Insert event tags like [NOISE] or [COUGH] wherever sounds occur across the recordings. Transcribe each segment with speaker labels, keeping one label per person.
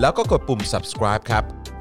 Speaker 1: แล้วก็กดปุ่ม subscribe ครับ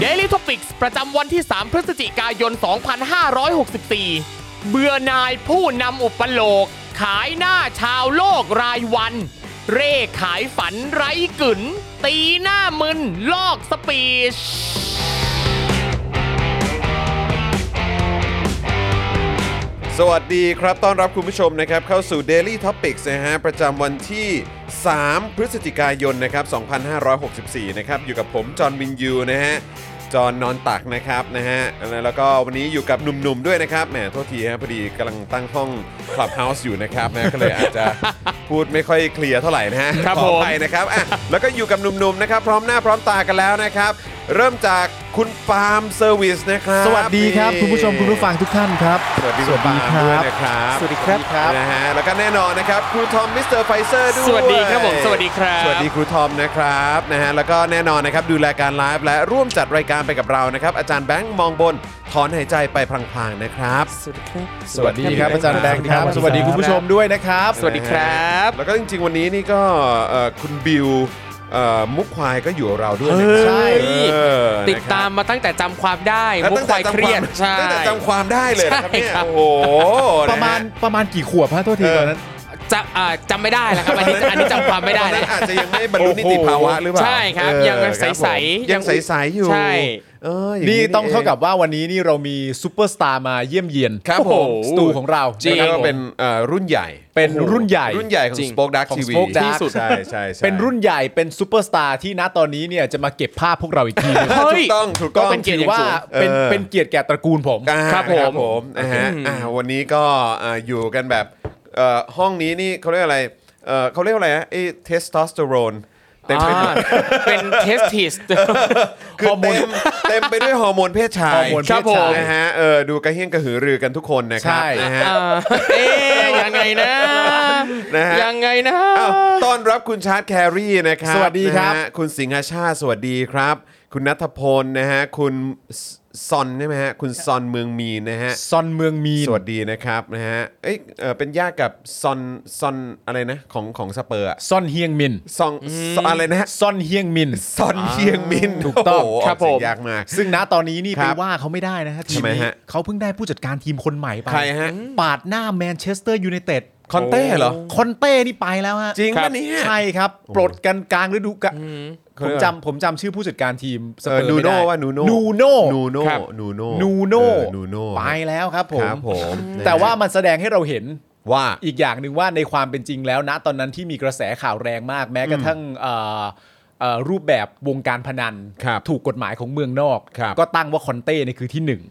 Speaker 2: d a i l y t o p i c s ประจำวันที่ 3 พฤศจิกายน 2564 เบื่อนายผู้นำอุปโลก ขายหน้าชาวโลกรายวัน เร่ขายฝันไร้กึ๋นตีหน้ามึน ลอกสปีช
Speaker 1: สวัสดีครับ ต้อนรับคุณผู้ชมนะครับ เข้าสู่ Daily Topics นะฮะ ประจำวันที่ 3 พฤศจิกายนนะครับ 2564 นะครับ อยู่กับผม จอห์นวินยูนะฮะ จอห์นนอนตักนะครับนะฮะ แล้วก็วันนี้อยู่กับหนุ่มๆด้วยนะครับ แหม โทษทีฮะ พอดีกำลังตั้งห้อง Clubhouse อยู่นะครับนะ ก็เลยอาจจะพูดไม่ค่อยเคลียร์เท่าไหร่นะฮะ
Speaker 2: ครับ
Speaker 1: ขออ
Speaker 2: ผม
Speaker 1: ภัย ไปนะครับอ่ะแล้วก็อยู่กับหนุ่มๆ นะครับ พร้อมหน้าพร้อมตากันแล้วนะครับ เริ่มจากคุณปาล์มเซอร์วิสนะครับ
Speaker 3: สวัสดีครับ
Speaker 1: นี่
Speaker 3: คุณผู้ชมคุณผู้ฟังทุกท่านครับ
Speaker 1: สวัสดีคุณปาล์มด้วยนะครับ
Speaker 3: สวัสดีครับครับ
Speaker 1: นะฮะ แล้วก็แน่นอนนะครับครูทอมมิสเตอร์ไฟเซอร์ด้วย
Speaker 2: สวัสดีครับผมสวัสดีครับ
Speaker 1: สวัสดีครูทอมนะครับนะฮะ แล้วก็แน่นอนนะครับดูแลการไลฟ์และร่วมจัดรายการไปกับเรานะครับ อาจารย์แบงค์มองบนถอนหายใจไปพลางๆนะครับ
Speaker 2: สวัสดีครับ
Speaker 1: สวัสดีครับอาจารย์แบงค์ครับ
Speaker 3: สวัสดีคุณผู้ชมด้วยนะครับ
Speaker 2: สวัสดีครับ
Speaker 1: แล้วก็จริงๆ วันนี้นี่ก็เอ่อคุณบิวเอ่อมุกควายก็อยู่กับเราด้วยนะครับ
Speaker 3: ใช่
Speaker 1: เออนะครับ
Speaker 2: ติดตามมาตั้งแต่จำความได้
Speaker 1: แล้ว
Speaker 2: มุก
Speaker 1: ตั้ง
Speaker 2: ค
Speaker 1: แต่
Speaker 2: วาย
Speaker 1: จำ
Speaker 2: เครียด
Speaker 1: ความตั้งแต่จำความได้เลยนะครับเนี่ย
Speaker 2: ใช่ครับ
Speaker 1: โอ้โห
Speaker 3: ประมาณ
Speaker 1: น
Speaker 3: ประมาณกี่ขวบฮะโทษทีตอนนั้น
Speaker 2: จะอ่าจำไม่ได้แล้วครับ อันนี้อันนี้จำความไม่
Speaker 1: ะ
Speaker 2: ได้
Speaker 1: ตอน
Speaker 2: แล้
Speaker 1: นั้
Speaker 2: วน
Speaker 1: อาจจะยังไม่บรรลุนิติภาวะหรือเปล่า
Speaker 2: ใช่ครับ
Speaker 1: เออ
Speaker 2: ยัง
Speaker 1: ค
Speaker 2: ใ
Speaker 1: รับผม
Speaker 2: สๆ
Speaker 1: ยังใสๆอยู่
Speaker 2: ใช่
Speaker 1: เอออย่าง
Speaker 3: นี่ต้อง
Speaker 1: เ
Speaker 3: เท่ากับว่าวันนี้นี่เรามีซูเปอร์สตาร์มาเยี่ยมเยียน
Speaker 1: ครับผม
Speaker 3: สตูของเรา
Speaker 2: จริง
Speaker 1: แล้วก็เป็นเอ่อรุ่นใหญ่
Speaker 3: เป็นรุ่นใหญ่
Speaker 1: รุ่นใหญ่ของ
Speaker 2: จริง
Speaker 1: Spoke Dark
Speaker 3: ของ
Speaker 1: TV
Speaker 3: Spoke Dark
Speaker 1: ใช่ใช่ใช่
Speaker 3: เป็นรุ่นใหญ่เป็นซูเปอร์สตาร์ที่ณตอนนี้เนี่ยจะมาเก็บภาพพวกเราอีกทีหนึง
Speaker 2: เฮ้
Speaker 1: ถู
Speaker 2: ย
Speaker 1: กต้องถูก
Speaker 3: ก็
Speaker 1: ต้อง
Speaker 3: เป็นเกียรติว่า
Speaker 1: เออ
Speaker 3: เป็นเป็นเกียรติแก่ตระกูลผม
Speaker 1: อ่า
Speaker 2: ครับผม
Speaker 1: นะฮะอ่าวันนี้ก็อ่าอยู่กันแบบเอ่อห้องนี้นี่เขาเรียกอะไรเอ่อเขาเรียกว่าอะไรฮะไอ้เทสโทสเตอโรนเต็มไปหมด
Speaker 2: อ่าเป็นเทสติส
Speaker 1: คือ
Speaker 3: ฮอร์โม
Speaker 1: เต็
Speaker 3: น
Speaker 1: มเต็มไปด้วยฮอร์โมนเพศชาย
Speaker 3: ฮอร์โมนเพศ
Speaker 2: ครับผมชาย
Speaker 1: นะฮะเออดูกระเฮี้ยงกระหือรือกันทุกคนนะครั
Speaker 3: ใช่
Speaker 1: นะฮะ
Speaker 2: อ่าเอ๊ะยังไงนะ
Speaker 1: นะฮะ
Speaker 2: ยังไงนะ
Speaker 1: อ้าวต้อนรับคุณชาร์ตแครีนะครับ
Speaker 3: สวัสดีครับ
Speaker 1: นะฮะคุณสิงหาชาติสวัสดีครับ คุณนัทพลนะฮะคุณซซอนใช่ไหมฮะคุณซอนเมืองมีนนะฮะ
Speaker 3: ซอนเมืองมีน
Speaker 1: สวัสดีนะครับนะฮะเอ้ยเออเป็นญาติกับซอนซอนอะไรนะของของสเปอร์อะ
Speaker 3: ซอนเฮียงมิน
Speaker 1: ซองซอนอะไรนะฮะ
Speaker 3: ซอนเฮียงมิน
Speaker 1: ซอนเฮียงมิน
Speaker 3: ถูกต้อง
Speaker 1: โโห
Speaker 2: ครับ
Speaker 1: ออก
Speaker 2: ผม
Speaker 1: เสียงยากมาก
Speaker 3: ซึ่งณตอนนี้นี่
Speaker 1: ค
Speaker 3: ไป
Speaker 1: รับ
Speaker 3: ว่าเขาไม่ได้นะฮะที
Speaker 1: ทำ
Speaker 3: ม
Speaker 1: ไม
Speaker 3: นี้
Speaker 1: ฮะ
Speaker 3: เขาเพิ่งได้ผู้จัดการทีมคนใหม่ไป
Speaker 1: ใครฮะ
Speaker 3: ปาดหน้าแมนเชสเตอร์ยูไนเต็ด
Speaker 1: คอนเต้เหรอ
Speaker 3: คอนเต้นี่ไปแล้วฮะ
Speaker 1: จริง
Speaker 3: ครับ
Speaker 1: ปะเนี่ย
Speaker 3: ใช่ครับ ปลดกันกลางฤดูกาล
Speaker 1: เขา
Speaker 3: ผ
Speaker 1: เรี
Speaker 3: ม
Speaker 1: ยก
Speaker 3: จำผมจำชื่อผู้จัดการทีมส
Speaker 1: เอ
Speaker 3: เป
Speaker 1: อ
Speaker 3: อร์
Speaker 1: นู
Speaker 3: ไม่
Speaker 1: โน่
Speaker 3: ได้
Speaker 1: ว่านูโน่
Speaker 3: นูโน่
Speaker 1: นูโน่
Speaker 2: ครับ
Speaker 1: นูโน่
Speaker 3: นูโน่
Speaker 1: เออนูโน่
Speaker 3: ไปแล้วครับผม
Speaker 1: ครับผม
Speaker 3: แต่ว่ามันแสดงให้เราเห็น
Speaker 1: ว่า
Speaker 3: อีกอย่างหนึ่งว่าในความเป็นจริงแล้วนะตอนนั้นที่มีกระแสข่าวแรงมาก แม้กระทั่งเอ่อเอ่อรูปแบบวงการพนัน
Speaker 1: ครับ
Speaker 3: ถูกกฎหมายของเมืองนอก
Speaker 1: ครับ
Speaker 3: ก็ตั้งว่าคอนเต้เนี่ยคือที่หนึ่ง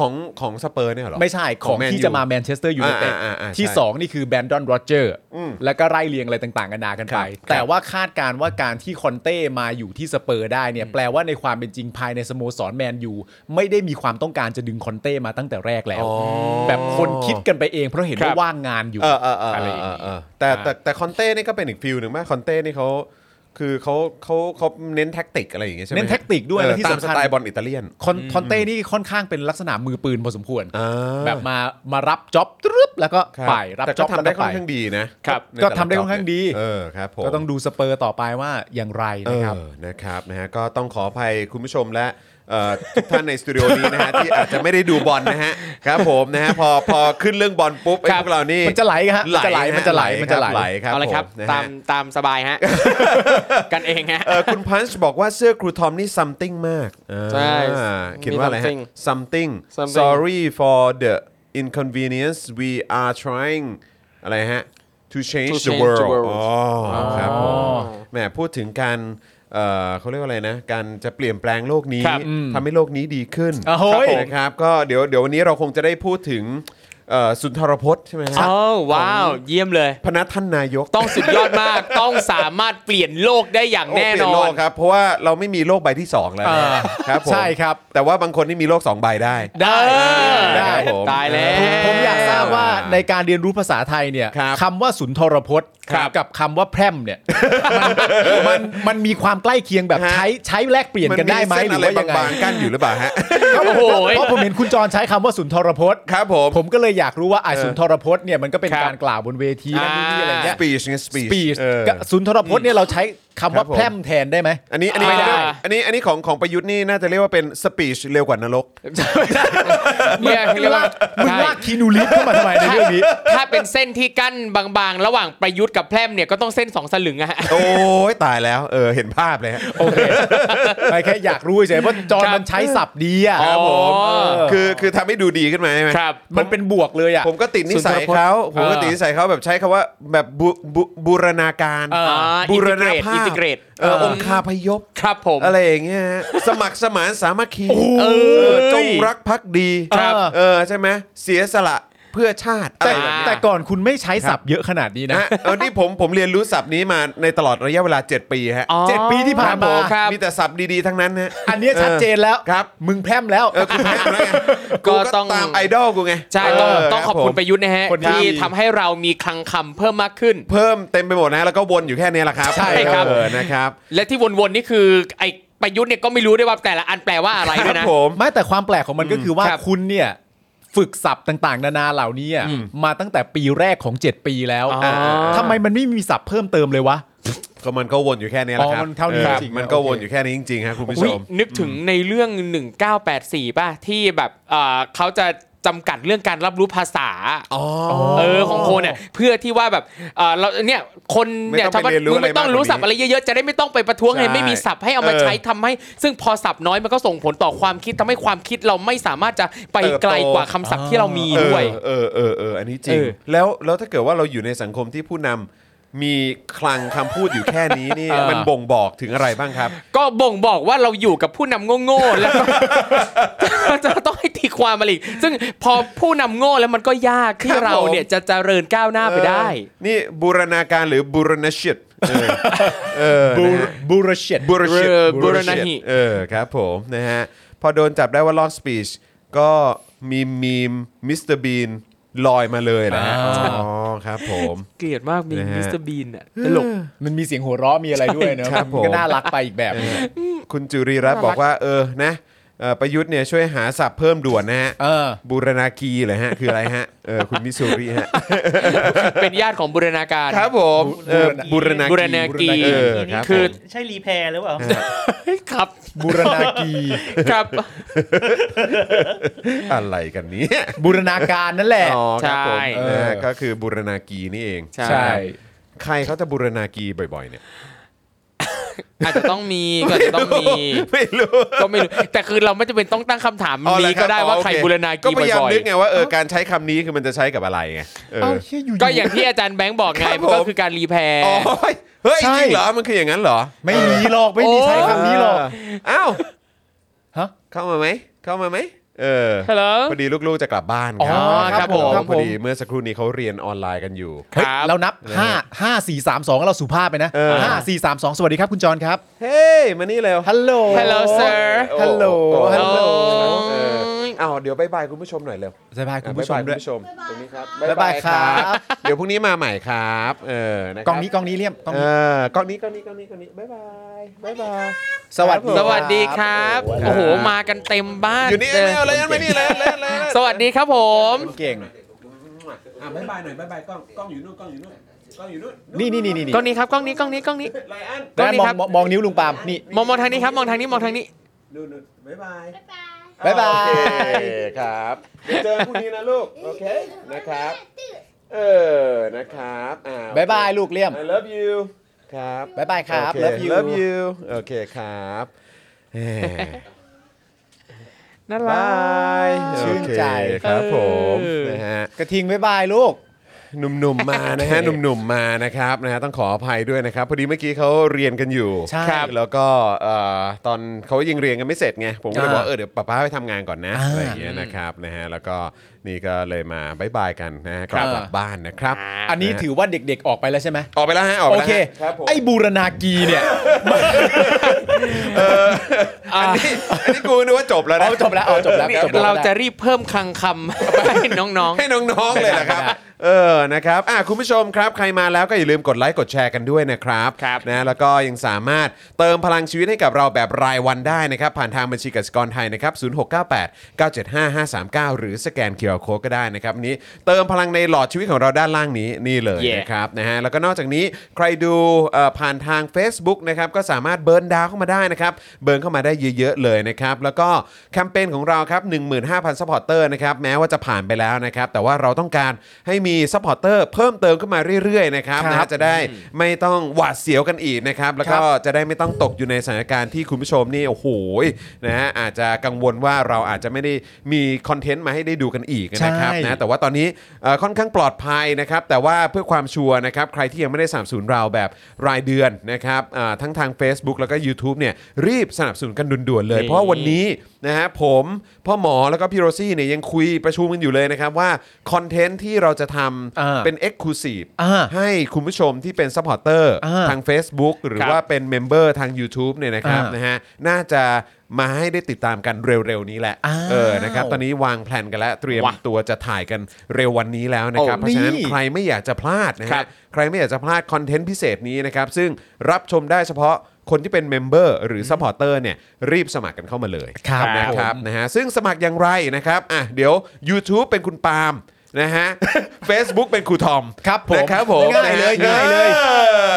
Speaker 1: ของของสเปอร์เนี่ยเหรอ
Speaker 3: ไม่ใช่ของที่จะมาแมนเชสเตอร์ยูไนเต็ด
Speaker 1: อ่าอ่าอ่าใช่
Speaker 3: ที่สองนี่คือแบรนดอนโรเจอร์
Speaker 1: อืม
Speaker 3: แล้วก็ไล่เรียงอะไรต่างๆกันานากัน
Speaker 1: ค
Speaker 3: ไป
Speaker 1: รับครับ
Speaker 3: แต่ว่าคาดการณ์ว่าการที่คอนเต้มาอยู่ที่สเปอร์ได้เนี่ยแปลว่าในความเป็นจริงภายในสโมสรแมนยูไม่ได้มีความต้องการจะดึงคอนเต้มาตั้งแต่แรกแล้ว
Speaker 1: อ๋อ
Speaker 3: แบบคนคิดกันไปเองเพราะเห็น
Speaker 2: ครั
Speaker 3: ว่า
Speaker 2: บ
Speaker 3: ว่างงานอยู่
Speaker 1: เออเออเออ
Speaker 3: อะไร
Speaker 1: เออ
Speaker 3: อ
Speaker 1: ย่าง เออ
Speaker 3: นี้
Speaker 1: เออแต่แต่แต่คอนเต้นี่ก็เป็นอีกฟิลหนึ่งมากคอนเต้นี่เขาคือเขาเขาเขาเน้นแท็กติกอะไรอย่างเงี้ยใช่ไหม
Speaker 3: เน้นแท็กติกด้วย
Speaker 1: เออ
Speaker 3: และที่
Speaker 1: ตาม
Speaker 3: สำคั
Speaker 1: ส
Speaker 3: ญ
Speaker 1: ไตล์บอลอิตาเลียน
Speaker 3: คอนคอนเต้นี่ค่อนข้างเป็นลักษณะมือปืนพอสมควร
Speaker 1: อ่า
Speaker 3: แบบมามารับจ็อบตรึบแล้วก็
Speaker 1: ครับ
Speaker 3: ไปรับ
Speaker 1: แต่
Speaker 3: จ็
Speaker 1: ก็
Speaker 3: อบ
Speaker 1: ทำได้
Speaker 3: แล้ว
Speaker 1: ค่
Speaker 3: ไป
Speaker 1: อนข้างดีนะครับ ใน
Speaker 3: ก็
Speaker 1: แต่ละ
Speaker 3: ทำได้ค่อนข้างดี
Speaker 1: เออครับผม
Speaker 3: ก็ต้องดูสเปอร์ต่อไปว่าอย่างไร
Speaker 1: เอ
Speaker 3: นะครับ
Speaker 1: อนะครับนะฮะก็ต้องขออภัยคุณผู้ชมและ เอ่อทุกท่านในสตูดิโอนี้นะฮะ ที่อาจจะไม่ได้ดูบอลนะฮะครับผมนะฮะพอพอขึ้นเรื่องบอลปุ๊บไอ้
Speaker 4: ครั
Speaker 1: พ
Speaker 4: บ
Speaker 1: วกเรานี่
Speaker 3: มันจะไหลฮะมันจะไหลมันจะไหลมันจะไหล
Speaker 1: ไหลครับ
Speaker 4: เอาละครับ
Speaker 1: ผมนะ
Speaker 4: ตา
Speaker 1: ฮะ
Speaker 4: มตามสบายฮะ กันเองฮะ
Speaker 1: เออคุณพันช์บอกว่าเสื้อครูทอมนี่ something มาก
Speaker 4: ใช่
Speaker 1: อ่าเขียนว่าอะไรฮะ
Speaker 4: something
Speaker 1: something
Speaker 4: something
Speaker 1: sorry for the inconvenience we are trying อะไรฮะ to change
Speaker 4: To
Speaker 1: the
Speaker 4: change the
Speaker 1: world
Speaker 4: world
Speaker 1: อ๋ออครับผมแหมพูดถึงการเอ่อเขาเรียกว่าอะไรนะ การจะเปลี่ยนแปลงโลกนี้
Speaker 4: ครับ
Speaker 1: ทำให้โลกนี้ดีขึ้น
Speaker 3: โอ้โห
Speaker 1: ครับผมนะครับ ก็เดี๋ยวเดี๋ยววันนี้เราคงจะได้พูดถึงเอ่อสุนทรพจน์ใช่ไหมฮะ
Speaker 4: ้าวว้าว เยี่ยมเลย
Speaker 1: พนักท่านนายก
Speaker 4: ต้องสุดยอดมาก ต้องสามารถเปลี่ยนโลกได้อย่างแน่น
Speaker 1: โเปลี่ย
Speaker 4: อ
Speaker 1: โล
Speaker 4: น
Speaker 1: กครับเพราะว่าเราไม่มีโลกใบที่ 2 แล้ว
Speaker 3: เออ
Speaker 1: ครับผม
Speaker 3: ใช่ครับ
Speaker 1: แต่ว่าบางคนนี่มีโลก 2 ใบได้
Speaker 3: ได้
Speaker 4: เออ
Speaker 3: ได้
Speaker 1: ครับผม
Speaker 4: ตายแล้ว
Speaker 3: ผมอยากทราบว่าในการเรียนรู้ภาษาไทยเนี่ย
Speaker 1: ครับ
Speaker 3: คำว่าสุนทรพจน์
Speaker 1: ครับ
Speaker 3: กับคำว่าแพร่ม
Speaker 1: [LAUGHS]
Speaker 3: เนี่ยมันมันมันมีความใกล้เคียงแบบ
Speaker 1: ฮะ
Speaker 3: ใช้ใช้แลกเปลี่ยนกันได้ไหม
Speaker 1: เส้
Speaker 3: หรือ
Speaker 1: อะ
Speaker 3: ว่ายังไง
Speaker 1: บางๆกั้นอยู่หรือเปล่าฮะ [LAUGHS]
Speaker 4: โอ้โห
Speaker 3: เพราะผมเห็นคุณจรใช้คำว่าสุนทรพจน์
Speaker 1: ครับผม
Speaker 3: ผมก็เลยอยากรู้ว่าไอ้สุนทรพจน์เนี่ยมันก็เป็น
Speaker 4: ครับ
Speaker 3: การกล่าวบนเวทีนั่นนี่อะไรเงี้ย
Speaker 1: speech ไง speech
Speaker 3: ปี
Speaker 1: เออ
Speaker 3: กับสุนทรพจน์เนี่ยเราใช้คำ
Speaker 1: ครั
Speaker 3: ว่า
Speaker 1: บผม
Speaker 3: แพร่มแทนได้ไหม
Speaker 1: อันนี้อันนี้
Speaker 4: ไม่ได้
Speaker 1: อันนี้อันนี้ของของประยุทธ์นี่น่าจะเรียกว่าเป็น speech เร็วกว่านรก
Speaker 4: เนี่ยเรียกว่า
Speaker 3: มึง
Speaker 4: ใช่
Speaker 3: ลากคีนูรีฟเข้ามาทำไมในเรื่องนี้
Speaker 4: ถ้าเป็นเส้นที่กั้นบางๆ ระหว่างประยุทธ์กับแพร่มเนี่ยก็ต้องเส้นสองสลึงอะฮะ
Speaker 1: โอ้ยตายแล้วเออเห็นภาพเลยฮะ
Speaker 3: โอเคไม่แค่อยากรู้เฉยๆว่าจอห์น
Speaker 4: ครับ
Speaker 3: มันใช้ศัพท์ดีอ่ะ
Speaker 4: ครับผม
Speaker 3: เออ
Speaker 1: คือคือทำให้ดูดีขึ้นมาใช่ไหม
Speaker 4: ครับ
Speaker 3: มันเป็นบวกเลยอ่ะ
Speaker 1: ผมก็ติดนิสัย
Speaker 3: สุนทรพจน์
Speaker 1: เขาผมก็
Speaker 4: เออ
Speaker 1: ติดนิสัยเขาแบบใช้คำว่าแบบบุบุบูรณาการ
Speaker 4: เออ
Speaker 1: บูรณา
Speaker 4: integrate
Speaker 1: ภาพ
Speaker 4: integrate
Speaker 1: เออองคาพยพ
Speaker 4: ครับผม
Speaker 1: อะไรอย่างเงี้ยฮะ สมัครสมานสามัคคีเออจงรักภักดี
Speaker 3: ครับ
Speaker 1: เออใช่ไหมเสียสละเพื่อชาติอะไร
Speaker 3: แต่
Speaker 1: แบบนี้
Speaker 3: แต่ก่อนคุณไม่ใช้ศัพท์เยอะขนาดนี้นะ
Speaker 1: นะฮะเออนี่ผมผมเรียนรู้ศัพท์นี้มาในตลอดระยะเวลา 7 ปีฮะ
Speaker 4: อ๋อ
Speaker 3: เจ็ดปีที่ผ่านมา
Speaker 4: ครับ
Speaker 1: มีแต่ศัพท์ดีๆทั้งนั้นนะ
Speaker 3: อันเนี้ยชัดเจนแล้ว
Speaker 1: ครับ
Speaker 3: มึงแพร่มแล้ว
Speaker 1: เออกูแพ้แล้วไงกู
Speaker 4: ก็ต้
Speaker 1: ก็
Speaker 4: อง
Speaker 1: ตามไอดอลกูไง
Speaker 4: ใช่ต้อง
Speaker 1: เ
Speaker 4: ต้องขอบ
Speaker 1: รั
Speaker 4: คุณ
Speaker 1: ผม
Speaker 4: ประยุทธ์นะฮะ
Speaker 1: คนที่
Speaker 4: ที่ทำให้เรามีคลังคำเพิ่มมากขึ้น
Speaker 1: เพิ่มเต็มไปหมดนะ แล้วก็วนอยู่แค่เนี้ยแหละครับ
Speaker 4: ใช่ครับ
Speaker 1: เออนะครับ
Speaker 4: และที่วนๆนี่คือไอ้ประยุทธ์เนี่ยก็ไม่รู้ด้วยว่าแต่ละอันแปลว่าอะไร
Speaker 1: ครั
Speaker 4: ด้วยนะ
Speaker 1: บผม
Speaker 3: ไม่แต่ความแปลกของมันก็คือว่า
Speaker 4: ครับ
Speaker 3: คุณเนี่ย ฝึกศัพท์ต่างๆ นานาเหล่านี้อะมาตั้งแต่ปีแรกของ 7 ปีแล้ว
Speaker 4: อ๋ออ่
Speaker 3: าทำไมมันไม่มีศัพท์เพิ่มเติมเลยวะ
Speaker 1: ก็มันก็วนอยู่แค่เนี้ยแหละครับ
Speaker 3: อ๋อมันเท่านี้
Speaker 1: ออ
Speaker 3: จริงๆ
Speaker 1: มันก็
Speaker 3: โอ
Speaker 1: ว
Speaker 3: เค
Speaker 1: นอยู่แค่นี้จริงๆครับคุณผู้ช
Speaker 4: อุ๊ย
Speaker 1: ม
Speaker 4: นึกถึงในเรื่อง 1984 ป่ะ ที่แบบเอ่อเขาจะจำกัดเรื่องการรับรู้ภาษาเออของคนเนี่ยเพื่อที่ว่าแบบเอ่อเราเนี่ยคนเนี่ย
Speaker 1: ไม่ต้องไปเรียนรู้
Speaker 4: มึงไม่ต้อง
Speaker 1: อะไรมาก
Speaker 4: รู้ศัพท์อะไรเยอะๆ จะได้ไม่ต้องไปประท้วง
Speaker 1: ใช่
Speaker 4: ให้ไม่มีศัพท์ให้เอามา
Speaker 1: เออ
Speaker 4: ใช้ทำให้ ซึ่งพอศัพท์น้อยมันก็ส่งผลต่อความคิดทำให้ความคิดเราไม่สามารถจะไป
Speaker 1: เติบโต
Speaker 4: ไกลกว่าคำศัพท์ที่เรามีด้วย
Speaker 1: เออเออเออเอออันนี้จริง
Speaker 4: เออ
Speaker 1: แล้วแล้วถ้าเกิดว่าเราอยู่ในสังคมที่ผู้นำมีคลังคำพูดอยู่แค่นี้นี่
Speaker 4: เออ
Speaker 1: มันบ่งบอกถึงอะไรบ้างครับ
Speaker 4: ก็บ่งบอกว่าเราอยู่กับผู้นำโง่ๆแล้วก็ [LAUGHS] จะต้องให้ตีความมาอีก ซึ่งพอผู้นำโง่แล้วมันก็ยากที่
Speaker 1: ครับ
Speaker 4: เรา
Speaker 1: ผม
Speaker 4: เนี่ยจะเจริญก้าวหน้าไปได้
Speaker 1: เออนี่บูรณาการหรือบูรณชิตเออ
Speaker 4: [LAUGHS]
Speaker 1: เออ
Speaker 3: บู
Speaker 1: นะฮะ
Speaker 3: บูรเชต
Speaker 1: บูรชิต
Speaker 4: เออบูรณหิ
Speaker 1: เออครับผมนะฮะ พอโดนจับได้ว่าลอกสปีชก็มีมีมมิสเตอร์บีนลอยมาเลยนะฮะ
Speaker 3: อ่า
Speaker 1: อ๋อครับผม
Speaker 4: เกลียดมากมี
Speaker 1: นะฮะ
Speaker 4: มิสเตอร์บีนอ่ะตลก
Speaker 3: มันมีเสียงหัวเราะมีอะไรด้วยเนอะ
Speaker 1: ครับผม
Speaker 3: มันก็น่ารักไปอีกแบบหนึ่ง
Speaker 1: คุณจุรีรัตน์บอกว่าเออนะเอ่อประยุทธ์เนี่ยช่วยหาศัพท์เพิ่มด่วนนะฮะ
Speaker 3: เออ
Speaker 1: บูรณากีเลยฮะ คืออะไรฮะเออคุณมิสซูรีฮะ
Speaker 4: เป็นญาติของบูรณาการ
Speaker 1: ครับผมเออบูรณา
Speaker 4: บูรณากี
Speaker 1: เออครับ
Speaker 4: คือ
Speaker 1: ผม
Speaker 5: ใช่รีแพร์หรือเปล่า
Speaker 4: ครับ
Speaker 3: บูรณากี
Speaker 4: ครับ
Speaker 1: อะไรกันเนี้
Speaker 3: บูรณาการนั่นแหละ
Speaker 1: อ๋อครับผม
Speaker 3: ใช่
Speaker 1: นะฮะก็คือบูรณากีนี่เอง
Speaker 4: ใช่
Speaker 3: ใช่
Speaker 1: ใครเขาจะบูรณากีบ่อยๆเนี่ย
Speaker 4: อาจจะต้องมีก็อาจจะต้องมี
Speaker 1: [LAUGHS] ไม่รู้
Speaker 4: ก็ไม่รู้แต่คือเราไม่จำเป็นต้องตั้งคำถาม
Speaker 1: อ๋อเหรอ
Speaker 4: นี้ก็ได้
Speaker 1: บ
Speaker 4: ว่า
Speaker 1: อ๋อ
Speaker 4: ใคร
Speaker 1: โอเ
Speaker 4: บูรณา
Speaker 1: ก็
Speaker 4: กี
Speaker 1: พยายาม
Speaker 4: บ่อย
Speaker 1: นึกไงว่าเออการใช้คำนี้คือมันจะใช้กับอะไรไงเออ
Speaker 3: เอ้าเชี่ยอยู่ๆ
Speaker 4: ๆก็อย่างที่อาจารย์แบงค์บอกไง
Speaker 1: ครับ
Speaker 4: มันก็
Speaker 1: ผม
Speaker 4: คือการรีแพร์
Speaker 1: อ๋อเฮ้ย
Speaker 3: ใช่
Speaker 1: จริงเหรอมันคืออย่างนั้นเหรอ
Speaker 3: ไม่มีหรอกไม่มีใช้คำนี้หรอก
Speaker 1: อ้าว
Speaker 3: ฮะ
Speaker 1: เข้ามาไหม เข้ามาไหม เออ
Speaker 4: Hello
Speaker 1: พอดีลูกๆจะกลับบ้าน
Speaker 4: อ๋อครับผม
Speaker 1: พอดีเมื่อสักครู่นี้เขาเรียนออนไลน์กันอยู่
Speaker 4: ครับ
Speaker 3: เรานับ 5 5 4 3 2 เราสุภาพไปนะ
Speaker 1: เออ
Speaker 3: 5 4 3 2 สวัสดีครับคุณจรครับ
Speaker 1: เฮ้ย มานี่เร็ว
Speaker 3: ฮัลโหล
Speaker 4: Hello sir
Speaker 3: ฮัลโหล ฮัลโหล
Speaker 4: โอ้
Speaker 1: เออเอาเดี๋ยวบายบายคุณผู้ชมหน่อยเร็ว
Speaker 3: สบายคุณผู้ชม
Speaker 1: อ่ะบ๊า
Speaker 3: ด้
Speaker 1: บา
Speaker 3: ว
Speaker 1: คุณ
Speaker 3: ย
Speaker 1: ผู้ชมตรงนี้ครับ
Speaker 3: บ๊ายบายครับ
Speaker 1: เดี๋ยวพรุ่งนี้มาใหม่ครับ เออนะค
Speaker 3: ก
Speaker 1: รับ
Speaker 3: องนี้กองนี้เลี่ยมกอง
Speaker 1: เอ
Speaker 3: นี้
Speaker 1: อกล้องนี้กล้องนี้กล้องนี้กล้องนี้บายบายบายบาย
Speaker 3: สวัสดี
Speaker 4: สวัสดีครับ
Speaker 1: โอ้
Speaker 4: โอ้
Speaker 1: โห
Speaker 4: โหมากันเต็มบ้าน
Speaker 1: อยู่นี่เร็วเลยมานี่เลยเลยเลย
Speaker 4: สวัสดีครับผม
Speaker 3: เก่ง
Speaker 1: อ่ะบายบายหน่อยบายบายกล้องกล้องอยู่นู่นกล้องอยู่นู่นกล้องอยู่นู่น
Speaker 3: นี่นี่นี่นี่
Speaker 4: กล้องนี้ครับกล้องนี้กล้องนี้กล้องนี้
Speaker 1: ไลออน
Speaker 4: กล้องนี้
Speaker 3: มอ
Speaker 4: ครั
Speaker 3: ง
Speaker 4: บ
Speaker 3: มองมองนิ้วลุงปาล์มนี่
Speaker 4: มองมองทางนี้ครับมองทางนี้มองทางนี้
Speaker 1: นู่นๆบ๊ายบาย
Speaker 5: บ๊าย
Speaker 3: บ๊าย
Speaker 5: บาย
Speaker 3: บาย
Speaker 1: โอเคครับเดี๋ยวเจอพรุ่งนี้นะลูก โอเค นะครับ เออ นะครับอ่า
Speaker 3: บายบายลูกเลี่ยม
Speaker 1: I love you ครับ
Speaker 3: บายบายครับ
Speaker 1: โอเ
Speaker 3: love you
Speaker 1: love you โอเคครับแหม
Speaker 2: น่า
Speaker 1: บ
Speaker 2: รัก
Speaker 1: าย
Speaker 3: ชื่นใจ
Speaker 1: โอเคครับผม
Speaker 2: เออ
Speaker 1: นะฮะ
Speaker 3: กระทิงบายบายลูก
Speaker 1: หนุ่มๆมานะ
Speaker 3: [LAUGHS]
Speaker 1: ฮะ หนุ่มๆมานะครับนะฮะต้องขออภัยด้วยนะครับ พอดีเมื่อกี้เขาเรียนกันอยู่
Speaker 3: ใช่
Speaker 1: ครับแล้วก็เอ่อตอนเขายังเรียนกันไม่เสร็จไงผมก็เลยบ
Speaker 3: อ่า
Speaker 1: อกว่าเออเดี๋ยวป้าๆไปทำงานก่อนนะ
Speaker 3: อ่า
Speaker 1: อะไรอย่างเงี้ยนะครับนะฮะแล้วก็นี่ก็เลยมาบายบายกันนะฮะ
Speaker 3: ครับ
Speaker 1: กลับบ้านนะครับ
Speaker 3: อันนี้ถือว่าเด็กๆออกไปแล้วใช่ไหม
Speaker 1: ออกไปแล้วฮะออกไป
Speaker 3: โอ
Speaker 1: แล้ว
Speaker 3: เค
Speaker 1: ฮะครับผม
Speaker 3: ไอ้บูรณากีเนี่ย [LAUGHS]
Speaker 1: อันนี้อันนี้กูนึกว่าจบแล้วนะ
Speaker 3: เอาจบแล้วเอาจบแล้วจบแล้ว
Speaker 2: เราจะรีบเพิ่มคลังคำ ให้น้อง
Speaker 1: ให้น้องๆเลยนะครับ เออนะครับอ่ะคุณผู้ชมครับ ใครมาแล้วก็อย่าลืมกดไลค์กดแชร์กันด้วยนะครับ
Speaker 2: ครับ
Speaker 1: นะแล้วก็ยังสามารถเติมพลังชีวิตให้กับเราแบบรายวันได้นะครับ ผ่านทางบัญชีกสิกรไทยนะครับ0698 975 539 หรือสแกนเคอร์โคก็ได้นะครับนี้เติมพลังในหลอดชีวิตของเราด้านล่างนี้นี่เลย
Speaker 2: Yeah
Speaker 1: นะครับนะฮะแล้วก็นอกจากนี้ใครดูเอ่อผ่านทาง Facebook นะครับก็สามารถเบิร์นดาวเข้ามาได้นะครับเบิร์นเข้ามาได้เยอะๆเลยนะครับแล้วก็แคมเปญของเราครับ15,000ซัพพอร์เตอร์นะครับแม้ว่าจะผ่านไปแล้วนะครับแต่ว่าเราต้องการให้มีซัพพอร์เตอร์เพิ่มเติมขึ้นมาเรื่อยๆนะครับ
Speaker 3: ครับ
Speaker 1: นะฮะจะได้ไม่ต้องหวาดเสียวกันอีกนะครับแล้วก็
Speaker 3: ครับ
Speaker 1: จะได้ไม่ต้องตกอยู่ในสถานการณ์ที่คุณผู้ชมนี่โอ้โหนะฮะอาจจะกังวลว่าเราอาจจะไม่ได้มีคอนเทนต์มาให้ได้ดูกันอีกนะครับ
Speaker 3: ใช่
Speaker 1: นะ แต่ว่าตอนนี้เอ่อค่อนข้างปลอดภัยนะครับ แต่ว่าเพื่อความชัวร์นะครับ ใครที่ยังไม่ได้สนับสนุนเราแบบรายเดือนนะครับอ่าทั้งทาง Facebook แล้วก็ YouTube เนี่ยรีบสนับสนุนกันด่วนๆเลย
Speaker 2: นี่
Speaker 1: เพราะวันนี้นะฮะผมพ่อหมอแล้วก็พี่โรซี่เนี่ยยังคุยประชุมกันอยู่เลยนะครับ ว่าคอนเทนต์ที่เราจะท
Speaker 3: อ่า
Speaker 1: ำเป็น Exclusive
Speaker 3: อ่า
Speaker 1: ให้คุณผู้ชมที่เป็นซัพพอร์เตอร์
Speaker 3: อ่า
Speaker 1: ทาง Facebook หรือ
Speaker 2: ครับ
Speaker 1: ว่าเป็นเมมเบอร์ทาง YouTube เนี่ยนะครับ
Speaker 3: อ่าน
Speaker 1: นะฮะน่าจะมาให้ได้ติดตามกันเร็วๆนี้แหละ
Speaker 3: อ้าว
Speaker 1: เออนะครับตอนนี้วางแผนกันแล้วเตรียม
Speaker 2: ว่ะ
Speaker 1: ตัวจะถ่ายกันเร็ววันนี้แล้วนะครับ
Speaker 3: โอ้
Speaker 1: เพราะฉะนั้น
Speaker 3: นี่
Speaker 1: ใครไม่อยากจะพลาดนะ
Speaker 2: ครั
Speaker 1: ฮะ
Speaker 2: บ
Speaker 1: ใครไม่อยากจะพลาดคอนเทนต์พิเศษนี้นะครับ ซึ่งรับชมได้เฉพาะคนที่เป็นเมมเบอร์หรือซัพพอร์เตอร์เนี่ยรีบสมัครกันเข้ามาเลย
Speaker 3: ครับ
Speaker 1: นะ
Speaker 3: ผม
Speaker 1: ครับนะฮะซึ่งสมัครอย่างไรนะครับอ่ะเดี๋ยว YouTube เป็นคุณปาล์มนะ
Speaker 3: [LAUGHS]
Speaker 1: ฮะ Facebook เป็นครูทอม
Speaker 3: ครับผม
Speaker 1: นะครับผม
Speaker 3: ง่ายเลย
Speaker 1: นะฮะ
Speaker 3: ง่ายเลย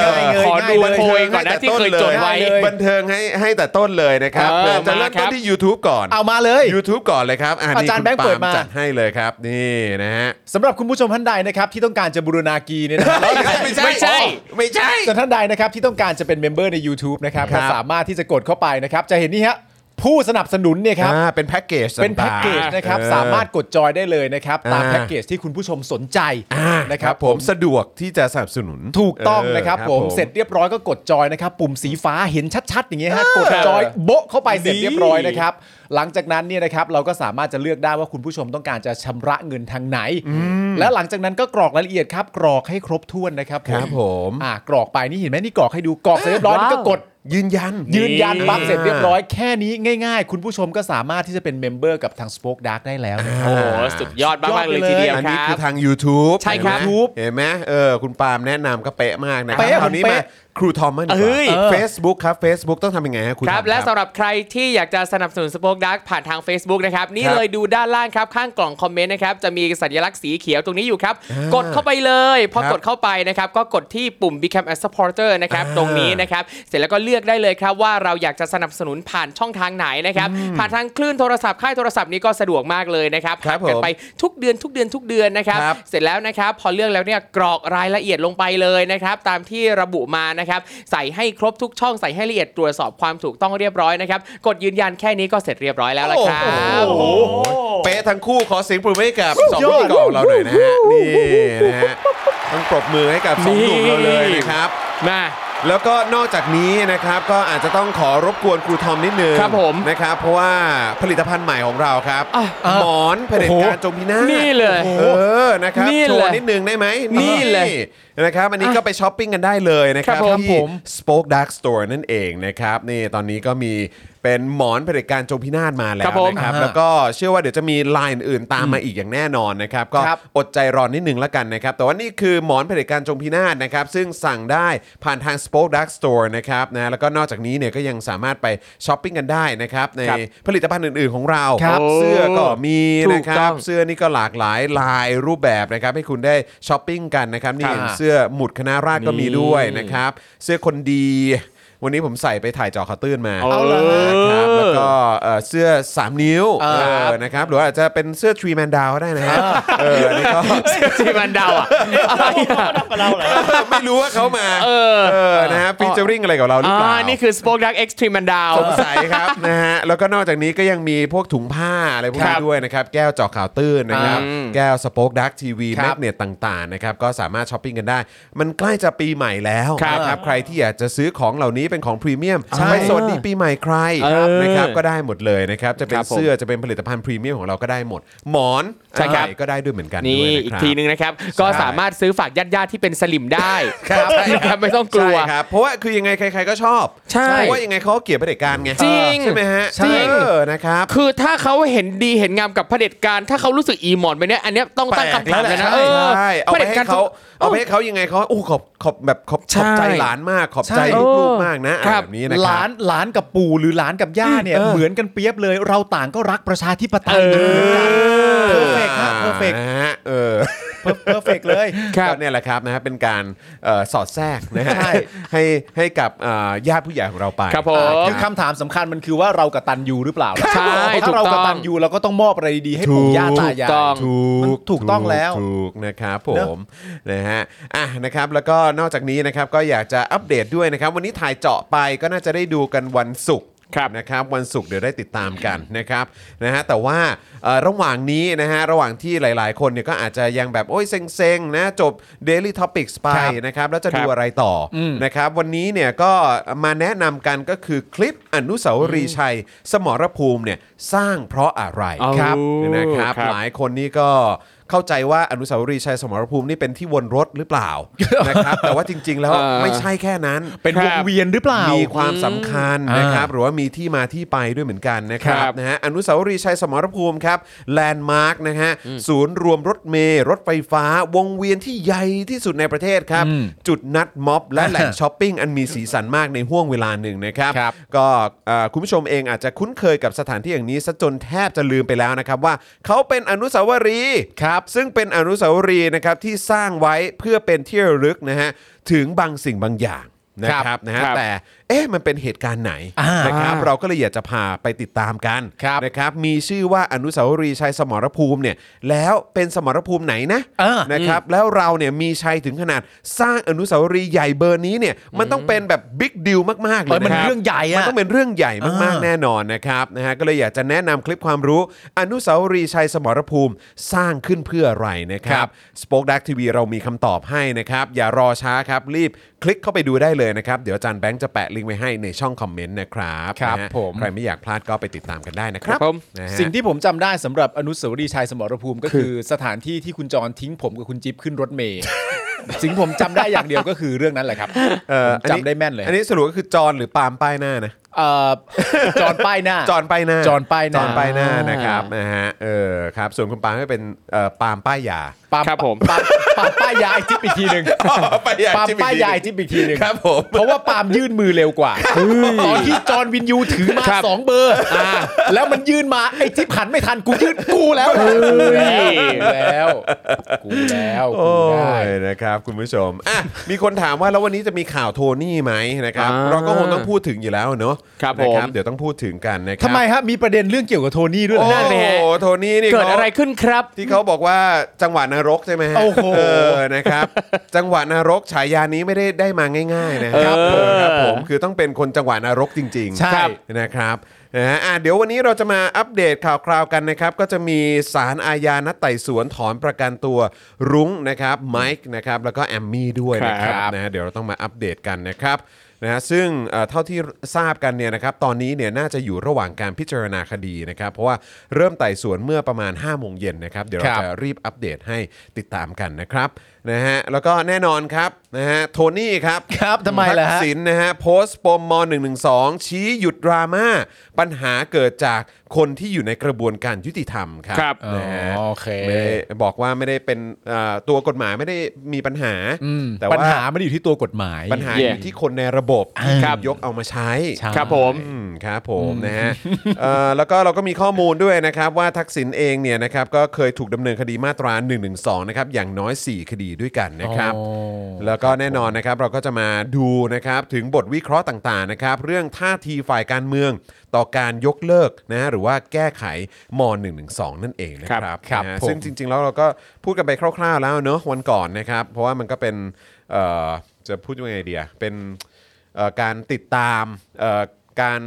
Speaker 1: ออ
Speaker 3: ง่ายเลย
Speaker 2: ขอดู
Speaker 1: บัน
Speaker 2: โพ
Speaker 1: เทิ
Speaker 2: ย
Speaker 1: ง
Speaker 2: ก่อน
Speaker 1: ให้
Speaker 2: นะ
Speaker 1: แต่
Speaker 2: ที่
Speaker 1: ต้น
Speaker 2: เคย
Speaker 1: เลย
Speaker 2: จดไว้
Speaker 3: เลย
Speaker 1: บันเทิงให้ให้แต่ต้นเลยนะครับ
Speaker 2: เออ
Speaker 1: นะจะเริ่ม
Speaker 2: มาครั
Speaker 1: ต้น
Speaker 2: บ
Speaker 1: ที่ YouTube ก่อน
Speaker 3: เอามาเลย
Speaker 1: YouTube ก่อนเลยครับะนี่
Speaker 3: อาจารย์แบงค์
Speaker 1: คุณ
Speaker 3: เปิ
Speaker 1: ล์
Speaker 3: ดมา
Speaker 1: จัดให้เลยครับ นี่นะฮะ
Speaker 3: สำหรับคุณผู้ชมท่านใดนะครับที่ต้องการจะบูรณากีเนี่ยนะครับ
Speaker 1: ไม่ใช่
Speaker 2: ไม่ใช่
Speaker 1: ไม่ใช่
Speaker 3: ส่วนท่านใดนะครับที่ต้องการจะเป็นเมมเบอร์ใน YouTube นะครับ
Speaker 1: ครับ
Speaker 3: ก็สามารถที่จะกดเข้าไปนะครับ จะเห็นนี่ฮะผู้สนับสนุนเนี่ยครับ
Speaker 1: อ่าเป็นแพ็กเกจ
Speaker 3: เป็น
Speaker 1: ต่างๆ
Speaker 3: แพ็กเกจนะครับ
Speaker 1: เออ
Speaker 3: สามารถกดจอยได้เลยนะครับ ตาม
Speaker 1: อ่า
Speaker 3: แพ็กเกจที่คุณผู้ชมสนใจ
Speaker 1: อ่านะ
Speaker 3: นะ
Speaker 1: ค
Speaker 3: ค
Speaker 1: รั
Speaker 3: รั
Speaker 1: บบ ผ
Speaker 3: ผม ม
Speaker 1: สะดวกที่จะสนับสนุน
Speaker 3: ถูกต้อง
Speaker 1: เ
Speaker 3: นะครับผมเสร็จเรียบร้อยก็กดจอยนะครับ ปุ่มสีฟ้าเห็นชัดๆ อย่างเงี้ยฮะกดจอยโบะเข้าไปเสร็จเรียบร้อยนะครับ หลังจากนั้นเนี่ยนะครับเราก็สามารถจะเลือกได้ว่าคุณผู้ชมต้องการจะชำระเงินทางไหน และหลังจากนั้นก็กรอกรายละเอียดครับกรอกให้ครบถ้วนนะครับผม
Speaker 1: ครับผม
Speaker 3: อ่ากรอกไปนี่เห็นไหมนี่กรอกให้ดูกรอกเสร็จเรียบร้อยนี่ก็กด
Speaker 1: ยืนยัน
Speaker 3: ยืนยันปั๊บ
Speaker 1: อ่า
Speaker 3: เสร็จเรียบร้อยแค่นี้ง่ายๆ คุณผู้ชมก็สามารถที่จะเป็นเมมเบอร์กับทาง Spoke Dark ได้แล้วนะครั
Speaker 2: โอ้
Speaker 3: บ
Speaker 2: โหสุดยอดมากๆเลยทีเดียว
Speaker 1: อัน
Speaker 2: ค
Speaker 1: นี้
Speaker 2: รั
Speaker 1: คื
Speaker 2: บ
Speaker 1: อทาง YouTube
Speaker 2: ใช่ครับ
Speaker 1: เห็นไหมเห็นไหมเออคุณปาล์มแนะนำก็เป๊ะมากนะครั
Speaker 3: เป๊ะ
Speaker 1: คราวนี้
Speaker 3: ผม
Speaker 1: มา
Speaker 3: เป๊ะ
Speaker 1: ครูทอมมันดีก
Speaker 2: เอ้
Speaker 1: ว่
Speaker 2: ย
Speaker 1: า Facebook ครับ Facebook ต้องทำยังไงฮะคุณ
Speaker 2: ครับ
Speaker 1: ทอม
Speaker 2: และสำหรับใครที่อยากจะสนับสนุนสป o อ e ดักผ่านทาง Facebook นะครับ นี่
Speaker 1: ครับ
Speaker 2: เลยดูด้านล่างครับ ข้างกล่องคอมเมนต์นะครับ จะมีสัญลักษณ์สีเขียวตรงนี้อยู่ครับ
Speaker 1: อ่าก
Speaker 2: ดเข้าไปเลย พอ
Speaker 1: ครับ
Speaker 2: กดเข้าไปนะครับ ก็กดที่ปุ่ม Become a supporter นะครับ
Speaker 1: อ่า
Speaker 2: ตรงนี้นะครับ เสร็จแล้วก็เลือกได้เลยครับ ว่าเราอยากจะสนับสนุนผ่านช่องทางไหนนะครับ ผ่านทางคลื่นโทรศัพท์ค่ายโทรศัพท์นี้ก็สะดวกมากเลยนะครับ
Speaker 1: ครับ
Speaker 2: หักกัน
Speaker 1: ผม
Speaker 2: ไปทุกเดือนทุกเดือนทุกเดือนนะครับ
Speaker 1: ครับ
Speaker 2: เสร็จแล้วนะครับพอเลือกแล้วเนี่ยกรอกรายละเอียดลงไปเลยนะครับตามที่ระบุมานะครับใส่ให้ครบทุกช่องใส่ให้ละเอียดตรวจสอบความถูกต้องเรียบร้อยนะครับกดยืนยันแค่นี้ก็เสร็จเรียบร้อยแล้วละครับ
Speaker 1: โอ้โหเป๊ะทั้งคู่ขอเสียงปรบมือให้กับสอง
Speaker 3: ย
Speaker 1: พิ
Speaker 3: อด
Speaker 1: ธีกรเราหน่อยนะฮะนี่นะฮะต้องปรบมือให้กับสองหนุ่มเราเลยนะครับ
Speaker 2: มา
Speaker 1: แล้วก็นอกจากนี้นะครับก็อาจจะต้องขอรบกวนครูทอมนิดนึง
Speaker 2: ครับผม
Speaker 1: นะครับเพราะว่าผลิตภัณฑ์ใหม่ของเราครับ
Speaker 2: อ่ะ
Speaker 1: หมอนเผด็จการ
Speaker 3: โอ้โห
Speaker 1: จงพินาศ
Speaker 2: นี่เลย
Speaker 1: เออนะครับ
Speaker 2: นี่
Speaker 1: โช
Speaker 2: เล
Speaker 1: ว์
Speaker 2: ย
Speaker 1: นิดนึงได้ไหม
Speaker 2: นี่เลย
Speaker 1: นะครับอันนี้ก็ไปช้อปปิ้งกันได้เลยนะครับ
Speaker 2: ครับผม
Speaker 1: ที่ Spoke Dark Store นั่นเองนะครับนี่ตอนนี้ก็มีเป็นหมอนเผด็จการจงพินาศมาแล้ว
Speaker 2: ครับผม
Speaker 1: นะครับ
Speaker 3: อ่า
Speaker 1: แล้วก็เชื่อว่าเดี๋ยวจะมีไลน์อื่นๆตามมาอีกอย่างแน่นอนนะครับก็
Speaker 3: ครับ
Speaker 1: อดใจรอนิดนึงแล้วกันนะครับ แต่ว่านี่คือหมอนเผด็จการจงพินาศนะครับ ซึ่งสั่งได้ผ่านทาง Spoke Dark Store นะครับนะแล้วก็นอกจากนี้เนี่ยก็ยังสามารถไปช้อปปิ้งกันได้นะครับ ใน
Speaker 2: ครับ
Speaker 1: ผลิตภัณฑ์อื่น ๆของเรา
Speaker 3: ครับ
Speaker 1: เสื้อก็มีนะค
Speaker 2: ถูกต้
Speaker 1: รั
Speaker 2: อบ ง
Speaker 1: เสื้อนี่ก็หลากหลายลายรูปแบบนะครับ ให้คุณได้ช้อปปิ้งกันนะครับ นี่
Speaker 3: ครับ
Speaker 1: เห็นเสื้อหมุดคณะราษฎรก็มีด้วยนะครับ เสื้อคนดี วันนี้ผมใส่ไปถ่ายเจอข่าวตื้นมา
Speaker 3: เอาเหรอฮะ
Speaker 1: นะครับแล้วก็เอ่อเสื้อ 3 นิ้ว
Speaker 3: ครับ
Speaker 1: เออนะครับหรือว่าอาจจะเป็นเสื้อทรีแมนดาวก็ได้นะฮะเอออันนี่ก็
Speaker 2: ที่มันเดาอ่ะ
Speaker 5: ทำกับเราเหรอ
Speaker 1: ไม่รู้ว่าเขามา
Speaker 2: เออ
Speaker 1: เออนะฮะฟีเจอริงอะไรกับเราหรือ
Speaker 2: อ่า
Speaker 1: เปล่า
Speaker 2: นี่คือ Spoke Dark Extreme มันดาว
Speaker 1: สงสัยครับ นะฮะแล้วก็นอกจากนี้ก็ยังมีพวกถุงผ้าอะไรพวก
Speaker 2: ครั
Speaker 1: นี้
Speaker 2: บ
Speaker 1: ด้วยนะครับ แก้วเจอข่าวตื้นนะครับ
Speaker 2: อืม
Speaker 1: แก้วสป็อคดักทีวี
Speaker 3: ค
Speaker 1: แม
Speaker 3: รับ
Speaker 1: กเนตต่างๆนะครับก็สามารถช้อปปิ้งกันได้ มันใกล้จะปีใหม่แล้ว
Speaker 2: ครับ
Speaker 1: นะครับใครที่อยากจะซื้อของเหล่านี้เป็นของพรีเมียม
Speaker 3: ใช่
Speaker 1: ไปสวัสดีปีใหม่ใคร
Speaker 2: เออ
Speaker 1: นะครับก็ได้หมดเลยนะครับจะเป็
Speaker 2: คน รับผม
Speaker 1: เสื้อจะเป็นผลิตภัณฑ์พรีเมียมของเราก็ได้หมด หมอน
Speaker 2: ใช่ครับ
Speaker 1: อะไก็ได้ด้วยเหมือนกัน
Speaker 2: นี่
Speaker 1: ด้วยะ
Speaker 2: อีก
Speaker 1: ครับ
Speaker 2: ทีนึงนะครับ ก็สามารถซื้อฝากญาติๆที่เป็นสลิมได้
Speaker 1: ครับ
Speaker 2: นะครับไม่ต้องกลัว
Speaker 1: ใช่ครับเพราะว่าคือยังไงใครๆก็ชอบ
Speaker 2: ใช่
Speaker 1: เพราะว่ายังไงเขาก็เกลียดเผด็จการไง
Speaker 2: จริง
Speaker 1: ใช่ไหมฮะ
Speaker 2: จริง
Speaker 1: เออนะครับ
Speaker 2: คือถ้าเขาเห็นดีเห็นงามกับเผด็จการ ถ้าเขารู้สึกอีหมอนไปเนี้ยอันเนี้ยต้องตั้งคำถามเลยนะ
Speaker 1: ใช่
Speaker 2: เออ
Speaker 1: ใช่เอาไปให้เขา
Speaker 2: เอ
Speaker 1: เอา
Speaker 2: อ
Speaker 1: ไปให้เขายังไงเขาโอ้ขอบขอบแบบขอบข
Speaker 2: ใช่
Speaker 1: อบใจหลานมากขอบใจ
Speaker 3: ใช่
Speaker 1: ลูกๆมากนะอะ
Speaker 2: ค
Speaker 1: ไร
Speaker 2: รับ
Speaker 1: แบบนี้นะครั
Speaker 3: หลา
Speaker 1: บ
Speaker 3: นหลานกับปู่หรือหลานกับย่าเนี่ย
Speaker 1: เออ
Speaker 3: เหมือนกันเปรียบเลย เราต่างก็รักประชาธิปไต
Speaker 2: เอย
Speaker 3: เหมือน
Speaker 2: อ
Speaker 3: กันเพอร์เฟกต์ฮะเพอร์เฟกต์
Speaker 1: นะฮะเออ
Speaker 3: เพอร์เฟกต์เลย
Speaker 2: ครับ
Speaker 1: ก็เนี่ยแหละครับนะฮะเป็นการเอ่อสอดแทรกนะฮะ
Speaker 3: ใช่
Speaker 1: ให้ให้กับเอ่อญาติผู้ใหญ่ของเราไป
Speaker 2: ครับผม
Speaker 3: คือคำถามสำคัญมันคือว่าเรากตันยูหรือเปล่า
Speaker 2: ใช่
Speaker 3: ถ้าเรากตันยูเราก็ต้องมอบอะไรดีๆให้ปู่ย่าตายา
Speaker 2: ถูก
Speaker 3: ย
Speaker 2: ต้อง
Speaker 1: ถู
Speaker 3: มัน
Speaker 1: ก
Speaker 3: ถูกต้องแล้ว
Speaker 1: ถูกนะครับผมนะฮะอ่ะนะครับแล้วก็นอกจากนี้นะครับก็อยากจะอัปเดตด้วยนะครับ วันนี้ถ่ายเจาะไปก็น่าจะได้ดูกันวันศุกร์
Speaker 2: ครับ
Speaker 1: นะครับวันศุกร์เดี๋ยวได้ติดตามกันนะครับนะฮะแต่ว่าเอ่อระหว่างนี้นะฮะระหว่างที่หลาย ๆ คนเนี่ยก็อาจจะยังแบบโอ้ยเซ็งๆนะจบ Daily Topics ไป
Speaker 3: ครับ
Speaker 1: นะครับแล้วจะ
Speaker 2: ครั
Speaker 1: ดู
Speaker 2: บ
Speaker 1: อะไรต่ออนะครับวันนี้เนี่ยก็มาแนะนำกันก็คือคลิปอนุสาวรีย์ชัย สมรภูมิเนี่ยสร้างเพราะอะไร
Speaker 2: เอา
Speaker 1: ครับนะครับ
Speaker 2: ครับ
Speaker 1: หลายคนนี่ก็เข้าใจว่าอนุสาวรีย์ชัยสมรภูมินี่เป็นที่วนรถหรือเปล่า นะครับแต่ว่าจริง ๆ แล้ว
Speaker 2: เออ
Speaker 1: ไม่ใช่แค่นั้น
Speaker 3: เป็นวงเวียนหรือเปล่า
Speaker 1: มีความสำคัญ
Speaker 3: อ่าน
Speaker 1: นะครับ หรือว่ามีที่มาที่ไปด้วยเหมือนกันนะครั
Speaker 2: ครับ บ
Speaker 1: นะฮะอนุสาวรีย์ชัยสมรภูมิครับแลนด์มาร์กนะฮะศูนย์รวมรถเมล์รถไฟฟ้า วงเวียนที่ใหญ่ที่สุดในประเทศครับ จุดนัดม็อบ และแหล่งช้อปปิ้งอันมีสีสันมากในห่วงเวลาหนึ่งนะครับ
Speaker 3: ครับ
Speaker 1: ก็เอ่อคุณผู้ชมเองอาจจะคุ้นเคยกับสถานที่อย่างนี้ซะจนแทบจะลืมไปแล้วนะครับ ว่าเขาเป็นอนุสาวรีย์ครับซึ่งเป็นอนุสาวรีย์นะครับที่สร้างไว้เพื่อเป็นที่ระลึกนะฮะถึงบางสิ่งบางอย่างนะค
Speaker 2: ครั
Speaker 1: รับบนะฮะ
Speaker 2: ครับ
Speaker 1: แต่เอ๊ะมันเป็นเหตุการณ์ไหน
Speaker 3: อ่าน
Speaker 1: นะครับ เราก็เลยอยากจะพาไปติดตามกัน
Speaker 2: ครับ
Speaker 1: นะครับมีชื่อว่าอนุสาวรีย์ชัยสมรภูมิเนี่ยแล้วเป็นสมรภูมิไหนนะ
Speaker 3: เออ
Speaker 1: นะครับแล้วเราเนี่ยมีชัยถึงขนาดสร้างอนุสาวรีย์ใหญ่เบอร์นี้เนี่ยมันต้องเป็นแบบบิ๊กดิลมากๆเล
Speaker 3: เอย อมัน
Speaker 1: นะครับ
Speaker 3: เรื่องใหญ่อะ
Speaker 1: มันต้องเป็นเรื่องใหญ่มากๆแน่นอนนะครับนะฮะก็เลยอยากจะแนะนำคลิปความรู้อนุสาวรีย์ชัยสมรภูมิสร้างขึ้นเพื่ออะไรนะค
Speaker 3: ค
Speaker 1: รั
Speaker 3: รั
Speaker 1: บบ สป็อคดักทีวีเรามีคำตอบให้นะครับอย่ารอช้าครับรีบคลิกเข้าไปดูได้เลยนะครับเดี๋ยวอาจารย์แบงค์จะแปะลิงก์ไว้ให้ในช่องคอมเมนต์นะครับ
Speaker 3: ครับ
Speaker 1: นะฮะ
Speaker 3: ผม
Speaker 1: ใครไม่อยากพลาดก็ไปติดตามกันได้นะครับ
Speaker 2: ครับผม
Speaker 1: นะฮะ
Speaker 3: สิ่งที่ผมจำได้สำหรับอนุสาวรีย์ชัยสมรภูมิก็คือสถานที่ที่คุณจรทิ้งผมกับคุณจิ๊บขึ้นรถเมล์ สิ่งผมจำได้อย่างเดียวก็คือเรื่องนั้นแหละครับ
Speaker 1: เอ่อ
Speaker 3: ผมจำได้แม่นเลย
Speaker 1: อันนี้สรุปก็คือจอนหรือปาล์มป้ายหน้านะ
Speaker 3: เอ่อจอนป้ายหน้า
Speaker 1: จอนป้ายหน้า
Speaker 3: จอนป้ายหน้า
Speaker 1: จอนป้ายหน้านะครับนะฮะเออครับ ส่วนคุณปาล์มก็เป็นเอ่อปาล์มป้ายยา
Speaker 3: ปา
Speaker 2: ครับผม
Speaker 3: ปาปาป้ายยายจิ๊บอีกทีหนึ่ง
Speaker 1: ป้ายยา
Speaker 3: ปาล์มป้ายยายจิ๊บอีกทีหนึ่ง
Speaker 1: ครับผม
Speaker 3: เพราะว่าปาล์มยื่นมือเร็วกว่าตอนที่จอห์นวินยูถือมา
Speaker 2: ครับ
Speaker 3: สองเบอร์แล้วมันยื่นมาไอ้จิ๊บหันไม่ทันกูยื่นกูแล้วกูแล้วกูแล้วกูแล้ว
Speaker 1: โอ้
Speaker 3: กูได้
Speaker 1: ยนะครับคุณผู้ชมอ่ะมีคนถามว่าแล้ววันนี้จะมีข่าวโทนี่ไหมนะครับ
Speaker 2: อ่า
Speaker 1: เราก็คงต้องพูดถึงอยู่แล้วเนอะ
Speaker 2: ครับ
Speaker 1: นะ
Speaker 2: ผม
Speaker 1: เดี๋ยวต้องพูดถึงกันนะครั
Speaker 3: ทำไมครับมีประเด็นเรื่องเกี่ยวกับโทนี่ด้วยเหร
Speaker 1: โอ้
Speaker 3: อฮะ
Speaker 2: นสิฮะ
Speaker 1: โหโทนี่นี่
Speaker 2: เกิด
Speaker 1: ขา
Speaker 2: อะไรขึ้นครับ
Speaker 1: ที่เขาบอกว่าจังหวะนรกใช่ไหมฮะ
Speaker 3: โอ้โห
Speaker 1: เออนะครับ จังหวะนรกฉายานี้ไม่ได้ได้มาง่าย ๆ นะครั
Speaker 2: เออ
Speaker 1: ครับผมคือต้องเป็นคนจังหวะนรกจริงๆ
Speaker 3: ใช่
Speaker 1: ครับนะครับนะฮะอ่ะเดี๋ยววันนี้เราจะมาอัปเดตข่าวคราวกันนะครับ ก็จะมีสารอาญานัดไต่สวนถอนประกันตัวรุ้งนะครับไมค์นะครับแล้วก็แอมมี่ด้วยนะครับ
Speaker 2: ครับ
Speaker 1: นะฮะเดี๋ยวเราต้องมาอัปเดตกันนะครับนะฮะซึ่งเอ่อเท่าที่ทราบกันเนี่ยนะครับตอนนี้เนี่ยน่าจะอยู่ระหว่างการพิจารณาคดีนะครับ เพราะว่าเริ่มไต่สวนเมื่อประมาณ5้าโมงเย็นนะครับเดี๋ยวเรา
Speaker 3: ครับ
Speaker 1: จะ รีบอัปเดตให้ติดตามกันนะครับนะฮะแล้วก็แน่นอนครับนะฮะโทนี่ครับ
Speaker 3: ครับทำไมล่ะฮะ
Speaker 1: ทักษิณนะฮะโพสต์ปมม .112 ชี้หยุดดราม่าปัญหาเกิดจาก คนที่อยู่ในกระบวนการยุติธรรมครั
Speaker 2: ครับ
Speaker 1: นะฮะ
Speaker 3: อ๋อโอเค
Speaker 1: ไม่ได้บอกว่าไม่ได้เป็นอ่าตัวกฎหมายไม่ได้มีปัญหา
Speaker 3: อืม
Speaker 1: แต่
Speaker 3: ปัญ
Speaker 1: ว่า
Speaker 3: หาไม่ได้อยู่ที่ตัวกฎหมาย
Speaker 1: ปัญหา
Speaker 2: เย่
Speaker 1: อยู่ที่คนในระบบที่
Speaker 3: ครับ
Speaker 1: ยกเอามาใช้
Speaker 3: ใช่
Speaker 2: ครับผม
Speaker 1: อืมครับผมนะฮะเอ่อแล้วก็เราก็มีข้อมูลด้วยนะครับ ว่าทักษิณเองเนี่ยนะครับก็เคยถูกดำเนินคดีมาตรา1นึนะครับอย่างน้อย 4 คดีด้วยกันนะครับ
Speaker 3: อ๋อ
Speaker 1: แล้วก็แน่นอนนะครับเราก็จะมาดูนะครับถึงบทวิเคราะห์ต่างๆนะครับเรื่องท่าทีฝ่ายการเมืองต่อการยกเลิกนะฮะหรือว่าแก้ไขม .112 นั่นเองนะครับ
Speaker 3: ครับ
Speaker 1: นะฮะ
Speaker 3: ผม
Speaker 1: ซึ่งจริงๆแล้วเราก็พูดกันไปคร่าวๆแล้วเนอะวันก่อนนะครับ เพราะว่ามันก็เป็นเอ่อจะพูดยังไงเดียเป็นเอ่อการติดตามเอ่อการ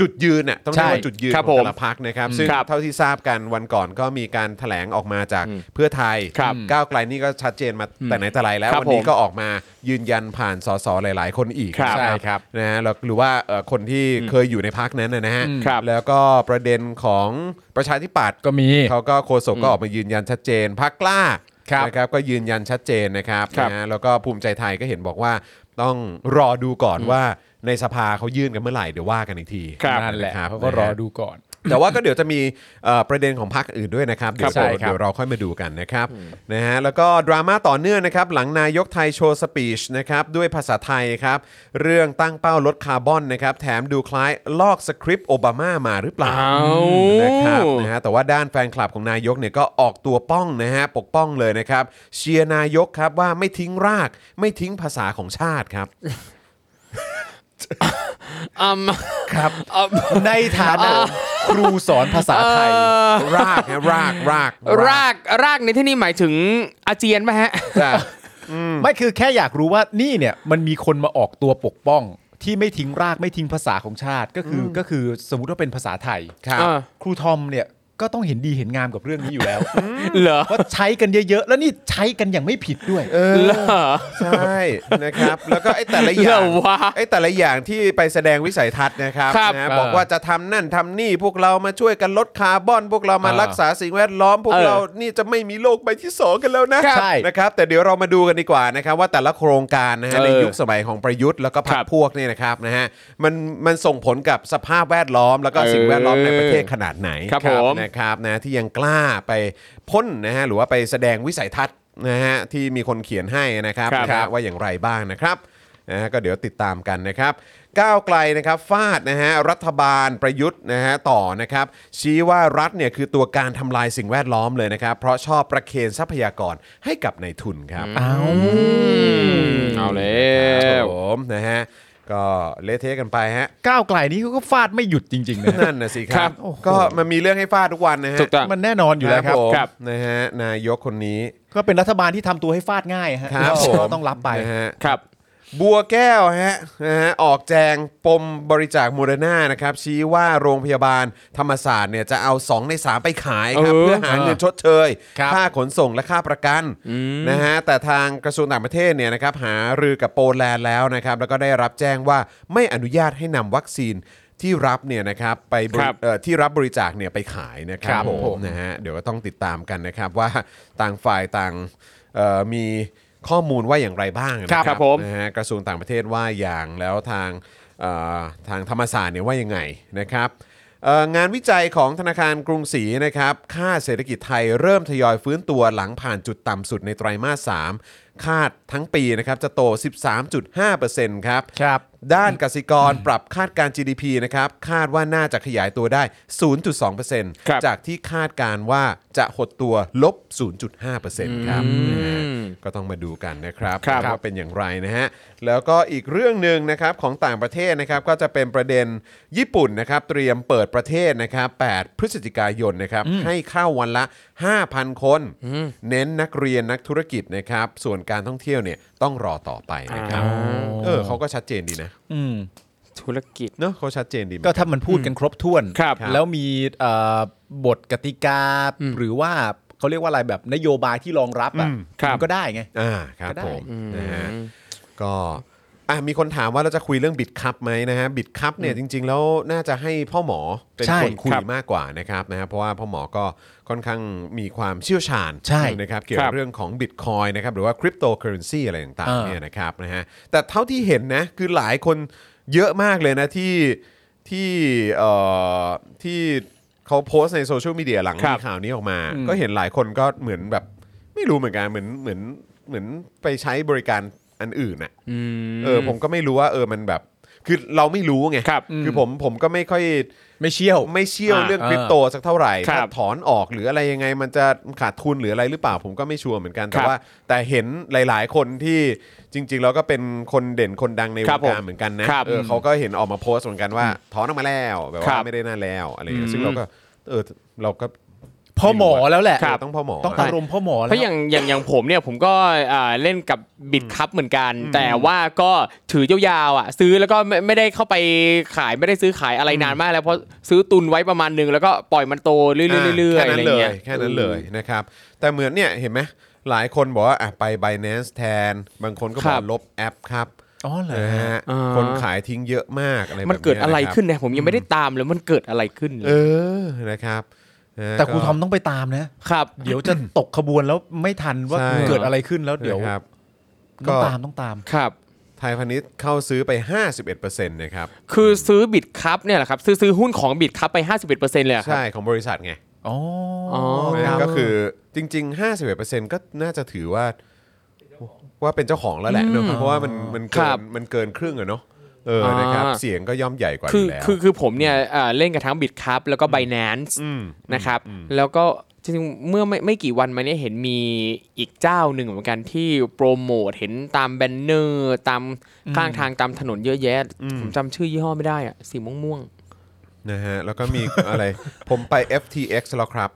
Speaker 1: จุดยืนน่ะต้องเรียกว่า
Speaker 3: ใช่
Speaker 1: จุดยืน
Speaker 2: ครับ
Speaker 1: ขอ
Speaker 2: ผ
Speaker 1: ง
Speaker 2: ม
Speaker 1: แต่ละพักนะครับซึ่ง
Speaker 2: ครับ
Speaker 1: เท่าที่ทราบกันวันก่อนก็มีการแถลงออกมาจากเพื่อไทย
Speaker 2: ครับ
Speaker 1: ก้าวไกลนี่ก็ชัดเจนมาแต่ไหนแต่ไรแล้ว
Speaker 2: ครับ
Speaker 1: วันนี้
Speaker 2: ผม
Speaker 1: ก็ ก็ออกมายืนยันผ่านสสหลาย ๆ คนอีก
Speaker 2: ครับ
Speaker 1: นะ
Speaker 3: ใช่ครับ
Speaker 1: นะฮะแล้วหรือว่าเอ่อคนที่เคยอยู่ในพักนั้นนะนะฮะ
Speaker 2: ครับ
Speaker 1: แล้วก็ประเด็นของประชาธิปัตย์
Speaker 3: ก็มี
Speaker 1: เขาก็โฆษกก็ออกมายืนยันชัดเจนพักกล้า
Speaker 3: ครับ
Speaker 1: นะครับก็ยืนยันชัดเจนนะครับ
Speaker 2: ครับ
Speaker 1: นะฮะแล้วก็ภูมิใจไทยก็เห็นบอกว่าต้องรอดูก่อนว่าในสภาเขายื่นกันเมื่อไหร่เดี๋ยวว่ากันอีกที
Speaker 2: ครับ
Speaker 3: นั่นแหละ
Speaker 1: ครับ
Speaker 3: เขาก็รอดูก่อน
Speaker 1: แต่ว่าก็เดี๋ยวจะมีเอ่อประเด็นของพรรคอื่นด้วยนะครับเดี๋ยว
Speaker 3: ครับ
Speaker 1: เรา
Speaker 3: ใช่ครับ
Speaker 1: เดี๋ยวเราค่อยมาดูกันนะครับนะฮะแล้วก็ดราม่าต่อเนื่องนะครับ หลังนายกไทยโชว์สปีชนะครับด้วยภาษาไทยครับ เรื่องตั้งเป้าลดคาร์บอนนะครับ แถมดูคล้ายลอกสคริปต์โอบามามาหรือเปล่า
Speaker 2: อ้าว
Speaker 1: นะครับนะฮะแต่ว่าด้านแฟนคลับของนายกเนี่ยก็ออกตัวป้องนะฮะปกป้องเลยนะครับ เชียร์นายกครับว่าไม่ทิ้งรากไม่ทิ้งภาษาของชาติครับ
Speaker 2: อืม
Speaker 3: ครับ
Speaker 2: อืม
Speaker 3: ในฐานะครูสอนภาษาไทย
Speaker 1: รากฮะรากราก
Speaker 2: รากรากในที่นี่หมายถึงอาเจียนไหมฮะ
Speaker 1: จ้ะ
Speaker 3: ไม่คือแค่อยากรู้ว่านี่เนี่ยมันมีคนมาออกตัวปกป้องที่ไม่ทิ้งรากไม่ทิ้งภาษาของชาติก็คืออก็คือสมมติว่าเป็นภาษาไทย
Speaker 1: ครับ
Speaker 2: อ่า
Speaker 3: ครูทอมเนี่ยก็ต้องเห็นดีเห็นงามกับเรื่องนี้อยู่แล้ว
Speaker 2: เหรอ
Speaker 3: ว่าะใช้กันเยอะๆ แล้วนี่ใช้กันอย่างไม่ผิดด้วย
Speaker 2: เหรอ
Speaker 1: ใช่
Speaker 2: [LAUGHS]
Speaker 1: นะครับ แล้วก็ไอ้แต่ละอย่าง
Speaker 2: เหรอวะ
Speaker 1: ไอ้แต่ละอย่างที่ไปแสดงวิสัยทัศน์นะครับ
Speaker 2: ครับ
Speaker 1: นะ
Speaker 3: เออ
Speaker 1: บอกว่าจะทำนั่นทำนี่พวกเรามาช่วยกันลดคาร์บอน พวกเรามา
Speaker 3: เออ
Speaker 1: รักษาสิ่งแวดล้อม พวก
Speaker 2: เออ
Speaker 1: เรานี่จะไม่มีโลกใบที่สองกันแล้วนะครับ
Speaker 3: ใช่
Speaker 1: นะครับ แต่เดี๋ยวเรามาดูกันดีกว่านะครับ ว่าแต่ละโครงการนะฮะ
Speaker 2: เออ
Speaker 1: ในยุคสมัยของประยุทธ์แล้วก็พร
Speaker 2: ค
Speaker 1: ร
Speaker 2: รั
Speaker 1: ค
Speaker 2: บ
Speaker 1: พวกเนี่ยนะครับนะฮะมันมันส่งผลกับสภาพแวดล้อม แล้วก็
Speaker 2: เออ
Speaker 1: สิ่งแวดล้อมในประเทศขนาดไหน
Speaker 2: ครับผม
Speaker 1: นะครับนะที่ยังกล้าไปพ่นนะฮะหรือว่าไปแสดงวิสัยทัศน์นะฮะที่มีคนเขียนให้นะครับ ค
Speaker 2: ครั
Speaker 1: รับบ นะฮะว่าอย่างไรบ้างนะครับนะฮะก็เดี๋ยวติดตามกันนะครับ ก้าวไกลนะครับฟาดนะฮะรัฐบาลประยุทธ์นะฮะต่อนะครับ ชี้ว่ารัฐเนี่ยคือตัวการทำลายสิ่งแวดล้อมเลยนะครับ เพราะชอบประเคนทรัพยากรให้กับนายทุนครับ
Speaker 2: เอาแล้
Speaker 1: ครับ
Speaker 2: ว
Speaker 1: ผมนะฮะก็เละเทะกันไป
Speaker 2: [LAUGHS]
Speaker 1: ฮะ
Speaker 3: ก้าวไกลนี่เขาก็ฟาดไม่หยุดจริงๆนะ
Speaker 1: นั่นนะสิค
Speaker 2: ครั
Speaker 1: รับ
Speaker 2: บ
Speaker 1: ก็มันมีเรื่องให้ฟาดทุกวันนะฮะ
Speaker 2: ถูกต้อง
Speaker 3: มันแน่นอนอยู่แล้วครับ
Speaker 1: ผม
Speaker 2: ครับ
Speaker 1: นะฮะนายกคนนี้
Speaker 3: ก็เป็นรัฐบาลที่ทำตัวให้ฟาดง่ายฮะ
Speaker 1: ครับ
Speaker 3: ก็
Speaker 1: ผม
Speaker 3: ก็ต้องรับไป
Speaker 1: นะฮะ
Speaker 2: ครับ
Speaker 1: บัวแก้วฮะนะฮะออกแจงปมบริจาคโมเดอร์นานะครับ ชี้ว่าโรงพยาบาลธรรมศาสตร์เนี่ยจะเอา 2 ใน 3 ไปขายครับ
Speaker 2: เออ
Speaker 1: เพื่อหาเงินชดเชย
Speaker 3: ครับ
Speaker 1: ค่าขนส่งและค่าประกันนะฮะแต่ทางกระทรวงต่างประเทศเนี่ยนะครับหารือกับโปแลนด์แล้วนะครับ แล้วก็ได้รับแจ้งว่าไม่อนุญาตให้นำวัคซีนที่รับเนี่ยนะครับไปบริ
Speaker 2: ครับ
Speaker 1: เอ่อที่รับบริจาคเนี่ยไปขายนะครั
Speaker 3: ครับ บ
Speaker 1: ผ
Speaker 3: ผม ม
Speaker 1: นะฮะเดี๋ยวก็ต้องติดตามกันนะครับว่าต่างฝ่ายต่างเอ่อมีข้อมูลว่าอย่างไรบ้างนะ
Speaker 2: ครับผม
Speaker 1: นะฮะกระทรวงต่างประเทศว่าอย่างแล้วทางเอ่อทางธรรมศาสตร์เนี่ยว่ายังไงนะครับเอ่องานวิจัยของธนาคารกรุงศรีนะครับค่าเศรษฐกิจไทยเริ่มทยอยฟื้นตัวหลังผ่านจุดต่ำสุดในไตรมาส 3 คาดทั้งปีนะครับจะโต 13.5%ครับ
Speaker 3: ครับ
Speaker 1: ด้านกสิกรปรับคาดการณ์ GDP นะครับคาดว่าน่าจะขยายตัวได้
Speaker 2: ครับ
Speaker 1: 0.2%จากที่คาดการณ์ว่าจะหดตัวลบ 0.5%ครับนะฮะ ก็ต้องมาดูกันนะครับ
Speaker 2: ครับ
Speaker 1: ว่าเป็นอย่างไรนะฮะ แล้วก็อีกเรื่องหนึ่งนะครับของต่างประเทศนะครับก็จะเป็นประเด็นญี่ปุ่นนะครับเตรียมเปิดประเทศนะครับ 8 พฤศจิกายนนะครับให้เข้าวันละ 5,000 คน เน้นนักเรียนนักธุรกิจนะครับ ส่วนการท่องเที่ยวเนี่ยต้องรอต่อไปนะครับ
Speaker 2: อ๋อ
Speaker 1: เออเขาก็ชัดเจนดีนะ
Speaker 2: ธุรกิจ
Speaker 1: เนอะเขาชัดเจนดีไหม
Speaker 3: ก็ถ้ามันพูดกันครบถ้วน
Speaker 2: ครับ
Speaker 3: แล้วมีเอ่อบทกติกา หรือว่าเขาเรียกว่าอะไรแบบนโยบายที่รองรับอ่ะ
Speaker 2: ครับ
Speaker 3: มันก็ได้ไง
Speaker 1: อ่าครับ
Speaker 3: ก็ได้
Speaker 1: ผมนะฮะก็อ่ะมีคนถามว่าเราจะคุยเรื่องบิดคัพไหมนะฮะบิดคัพเนี่ยจริง ๆ แล้วน่าจะให้พ่อหมอเป็น
Speaker 3: ใช่
Speaker 1: คนคุ
Speaker 2: ครั
Speaker 1: ย
Speaker 2: บ
Speaker 1: มากกว่านะครับนะฮะเพราะว่าพ่อหมอก็ค่อนข้างมีความเชี่ยวชาญ
Speaker 3: ใช่
Speaker 1: นะครับเกี่ยว
Speaker 2: ครั
Speaker 1: กับบ เรื่องของบิตคอยนะครับหรือว่าคริปโตเคอเรนซีอะไรต่าง
Speaker 3: เอ
Speaker 1: ๆ
Speaker 3: อ
Speaker 1: เนี่ยนะครับนะฮะแต่เท่าที่เห็นนะคือหลายคนเยอะมากเลยนะที่ที่เอ่อที่เขา เขาโพสต์ในโซเชียลมีเดียหลัง
Speaker 2: ครั
Speaker 1: มี
Speaker 2: บ
Speaker 1: ข่าวนี้ออกมา
Speaker 3: อืม
Speaker 1: ก็เห็นหลายคนก็เหมือนแบบไม่รู้เหมือนกันเหมือนเหมือนเหมือนไปใช้บริการอันอื่นน่ะ
Speaker 2: อืม
Speaker 1: เออผมก็ไม่รู้ว่าเออมันแบบ คือเราไม่รู้ไง
Speaker 2: ครับ
Speaker 1: คือผมผมก็ไม่ค่อย
Speaker 3: ไม่เชี่ยว
Speaker 1: ไม่เชี่ยว
Speaker 2: อ่า
Speaker 1: เรื่องคริปโตสักเท่าไหร่
Speaker 2: ครับ
Speaker 1: ถ้าถอนออกหรืออะไรยังไง มันจะขาดทุนหรืออะไรหรือเปล่าผมก็ไม่ชัวร์เหมือนกัน
Speaker 2: ค
Speaker 1: แต่
Speaker 2: รับ
Speaker 1: ว่า แต่เห็นหลาย ๆ คนที่จริง ๆ แล้วก็เป็นคนเด่นคนดังในว
Speaker 2: ครับ
Speaker 1: ง
Speaker 2: ผม
Speaker 1: การเหมือนกันนะครับ เออเขาก็เห็นออกมาโพสต์เหมือนกันว่าถอนออกมาแล้วแบบ
Speaker 2: ครั
Speaker 1: ว่า
Speaker 2: บ
Speaker 1: ไม่ได้น่าแล้วอะไรอย่างเงี้ยซึ่ง
Speaker 2: อืม
Speaker 1: เราก็เออเราก็
Speaker 3: พ่อหมอแล้วแหละ
Speaker 1: เออต้องพ่อหมอ
Speaker 3: ต้องอารมณ์พ่อหมอแล้ว
Speaker 2: เพราะอย่างอย่างอย่างผมเนี่ยผมก็อ่าเล่นกับบิดคัพเหมือนกัน แต่ว่าก็ถือยาวๆอ่ะซื้อแล้วก็ไม่ไม่ได้เข้าไปขายไม่ได้ซื้อขายอะไรนานมากแล้วเพราะซื้อตุนไว้ประมาณหนึงแล้วก็ปล่อยมันโตเรื่อยๆเรื่อยๆ
Speaker 1: แค่
Speaker 2: อะ
Speaker 1: นั้
Speaker 2: ไร
Speaker 1: นเล
Speaker 2: เงี้
Speaker 1: ย
Speaker 2: ย
Speaker 1: แค่นั้นเลยนะครับ แต่เหมือนเนี่ยเห็นไหมหลายคนบอกว่าอ่ะไป Binance แทน บางคนก็บ
Speaker 2: ค
Speaker 1: อ
Speaker 2: รั
Speaker 1: ก
Speaker 2: บ
Speaker 1: ลบแอปครับ
Speaker 3: อ๋อเหรอ
Speaker 1: นะฮะ
Speaker 2: อ่า
Speaker 1: คนขายทิ้งเยอะมากอะไรแบบ
Speaker 2: มันเกิดอะไร
Speaker 1: ยคบ
Speaker 2: ขึ้นเนี่ยผมยังไม่ได้ตามเลยมันเกิดอะไรขึ้นเล
Speaker 1: เอย อนะครับนะฮะ
Speaker 3: แต่ครู
Speaker 1: ก็
Speaker 3: ทอมต้องไปตามนะ
Speaker 2: ครับ
Speaker 3: เดี๋ยวจะตกขบวนแล้วไม่ทันว่า
Speaker 1: ใช่
Speaker 3: เกิดอะไรขึ้นแล้วเดี๋ยว
Speaker 1: นะครับ
Speaker 3: ต้อง
Speaker 1: ก็
Speaker 3: ตามต้องตาม
Speaker 2: ครับ
Speaker 1: ไทยพาณิชย์เข้าซื้อไป 51%นะครับ
Speaker 2: คือซื้อบิดคัพเนี่ยแหละครับซื้อซื้อหุ้นของบิดคัพไป 51%เลยอะครับ
Speaker 1: ใช่ของบริษัทไง
Speaker 3: อ๋ออ
Speaker 2: อ
Speaker 1: นะ
Speaker 3: ค
Speaker 1: ฮะ
Speaker 3: รับ
Speaker 1: ก็คือจริง ๆ 51%ก็น่าจะถือว่าว่าเป็นเจ้าของแล้วแหละเนอะเพราะว่ามันมัน
Speaker 2: ค
Speaker 1: เกิ
Speaker 2: รั
Speaker 1: น
Speaker 2: บ
Speaker 1: มันเกินครึ่งอะเนาะเออนะครับ
Speaker 2: อ่า
Speaker 1: เสียงก็ย่อมใหญ่กว่าอ
Speaker 2: คือยู่
Speaker 1: แล้ว
Speaker 2: คือคือผมเนี่ยเอ่อเล่นกับทั้งบิดคัพแล้วก็ b บ n a n c e
Speaker 1: อืม
Speaker 2: นะครับ แล้วก็จริงๆเมื่อไม่ไม่กี่วันมาเนี่ยเห็นมีอีกเจ้าหนึ่งเหมือนกันที่โปรโมทเห็นตามแบนเนอร์ตามข้างทางตามถนนเยอะแยะ ผมจำชื่อยี่ห้อไม่ได้อะสีม่วงม่วง
Speaker 1: นะฮะแล้วก็มี อะไร [LAUGHS] ผมไป FTX แล้วครับ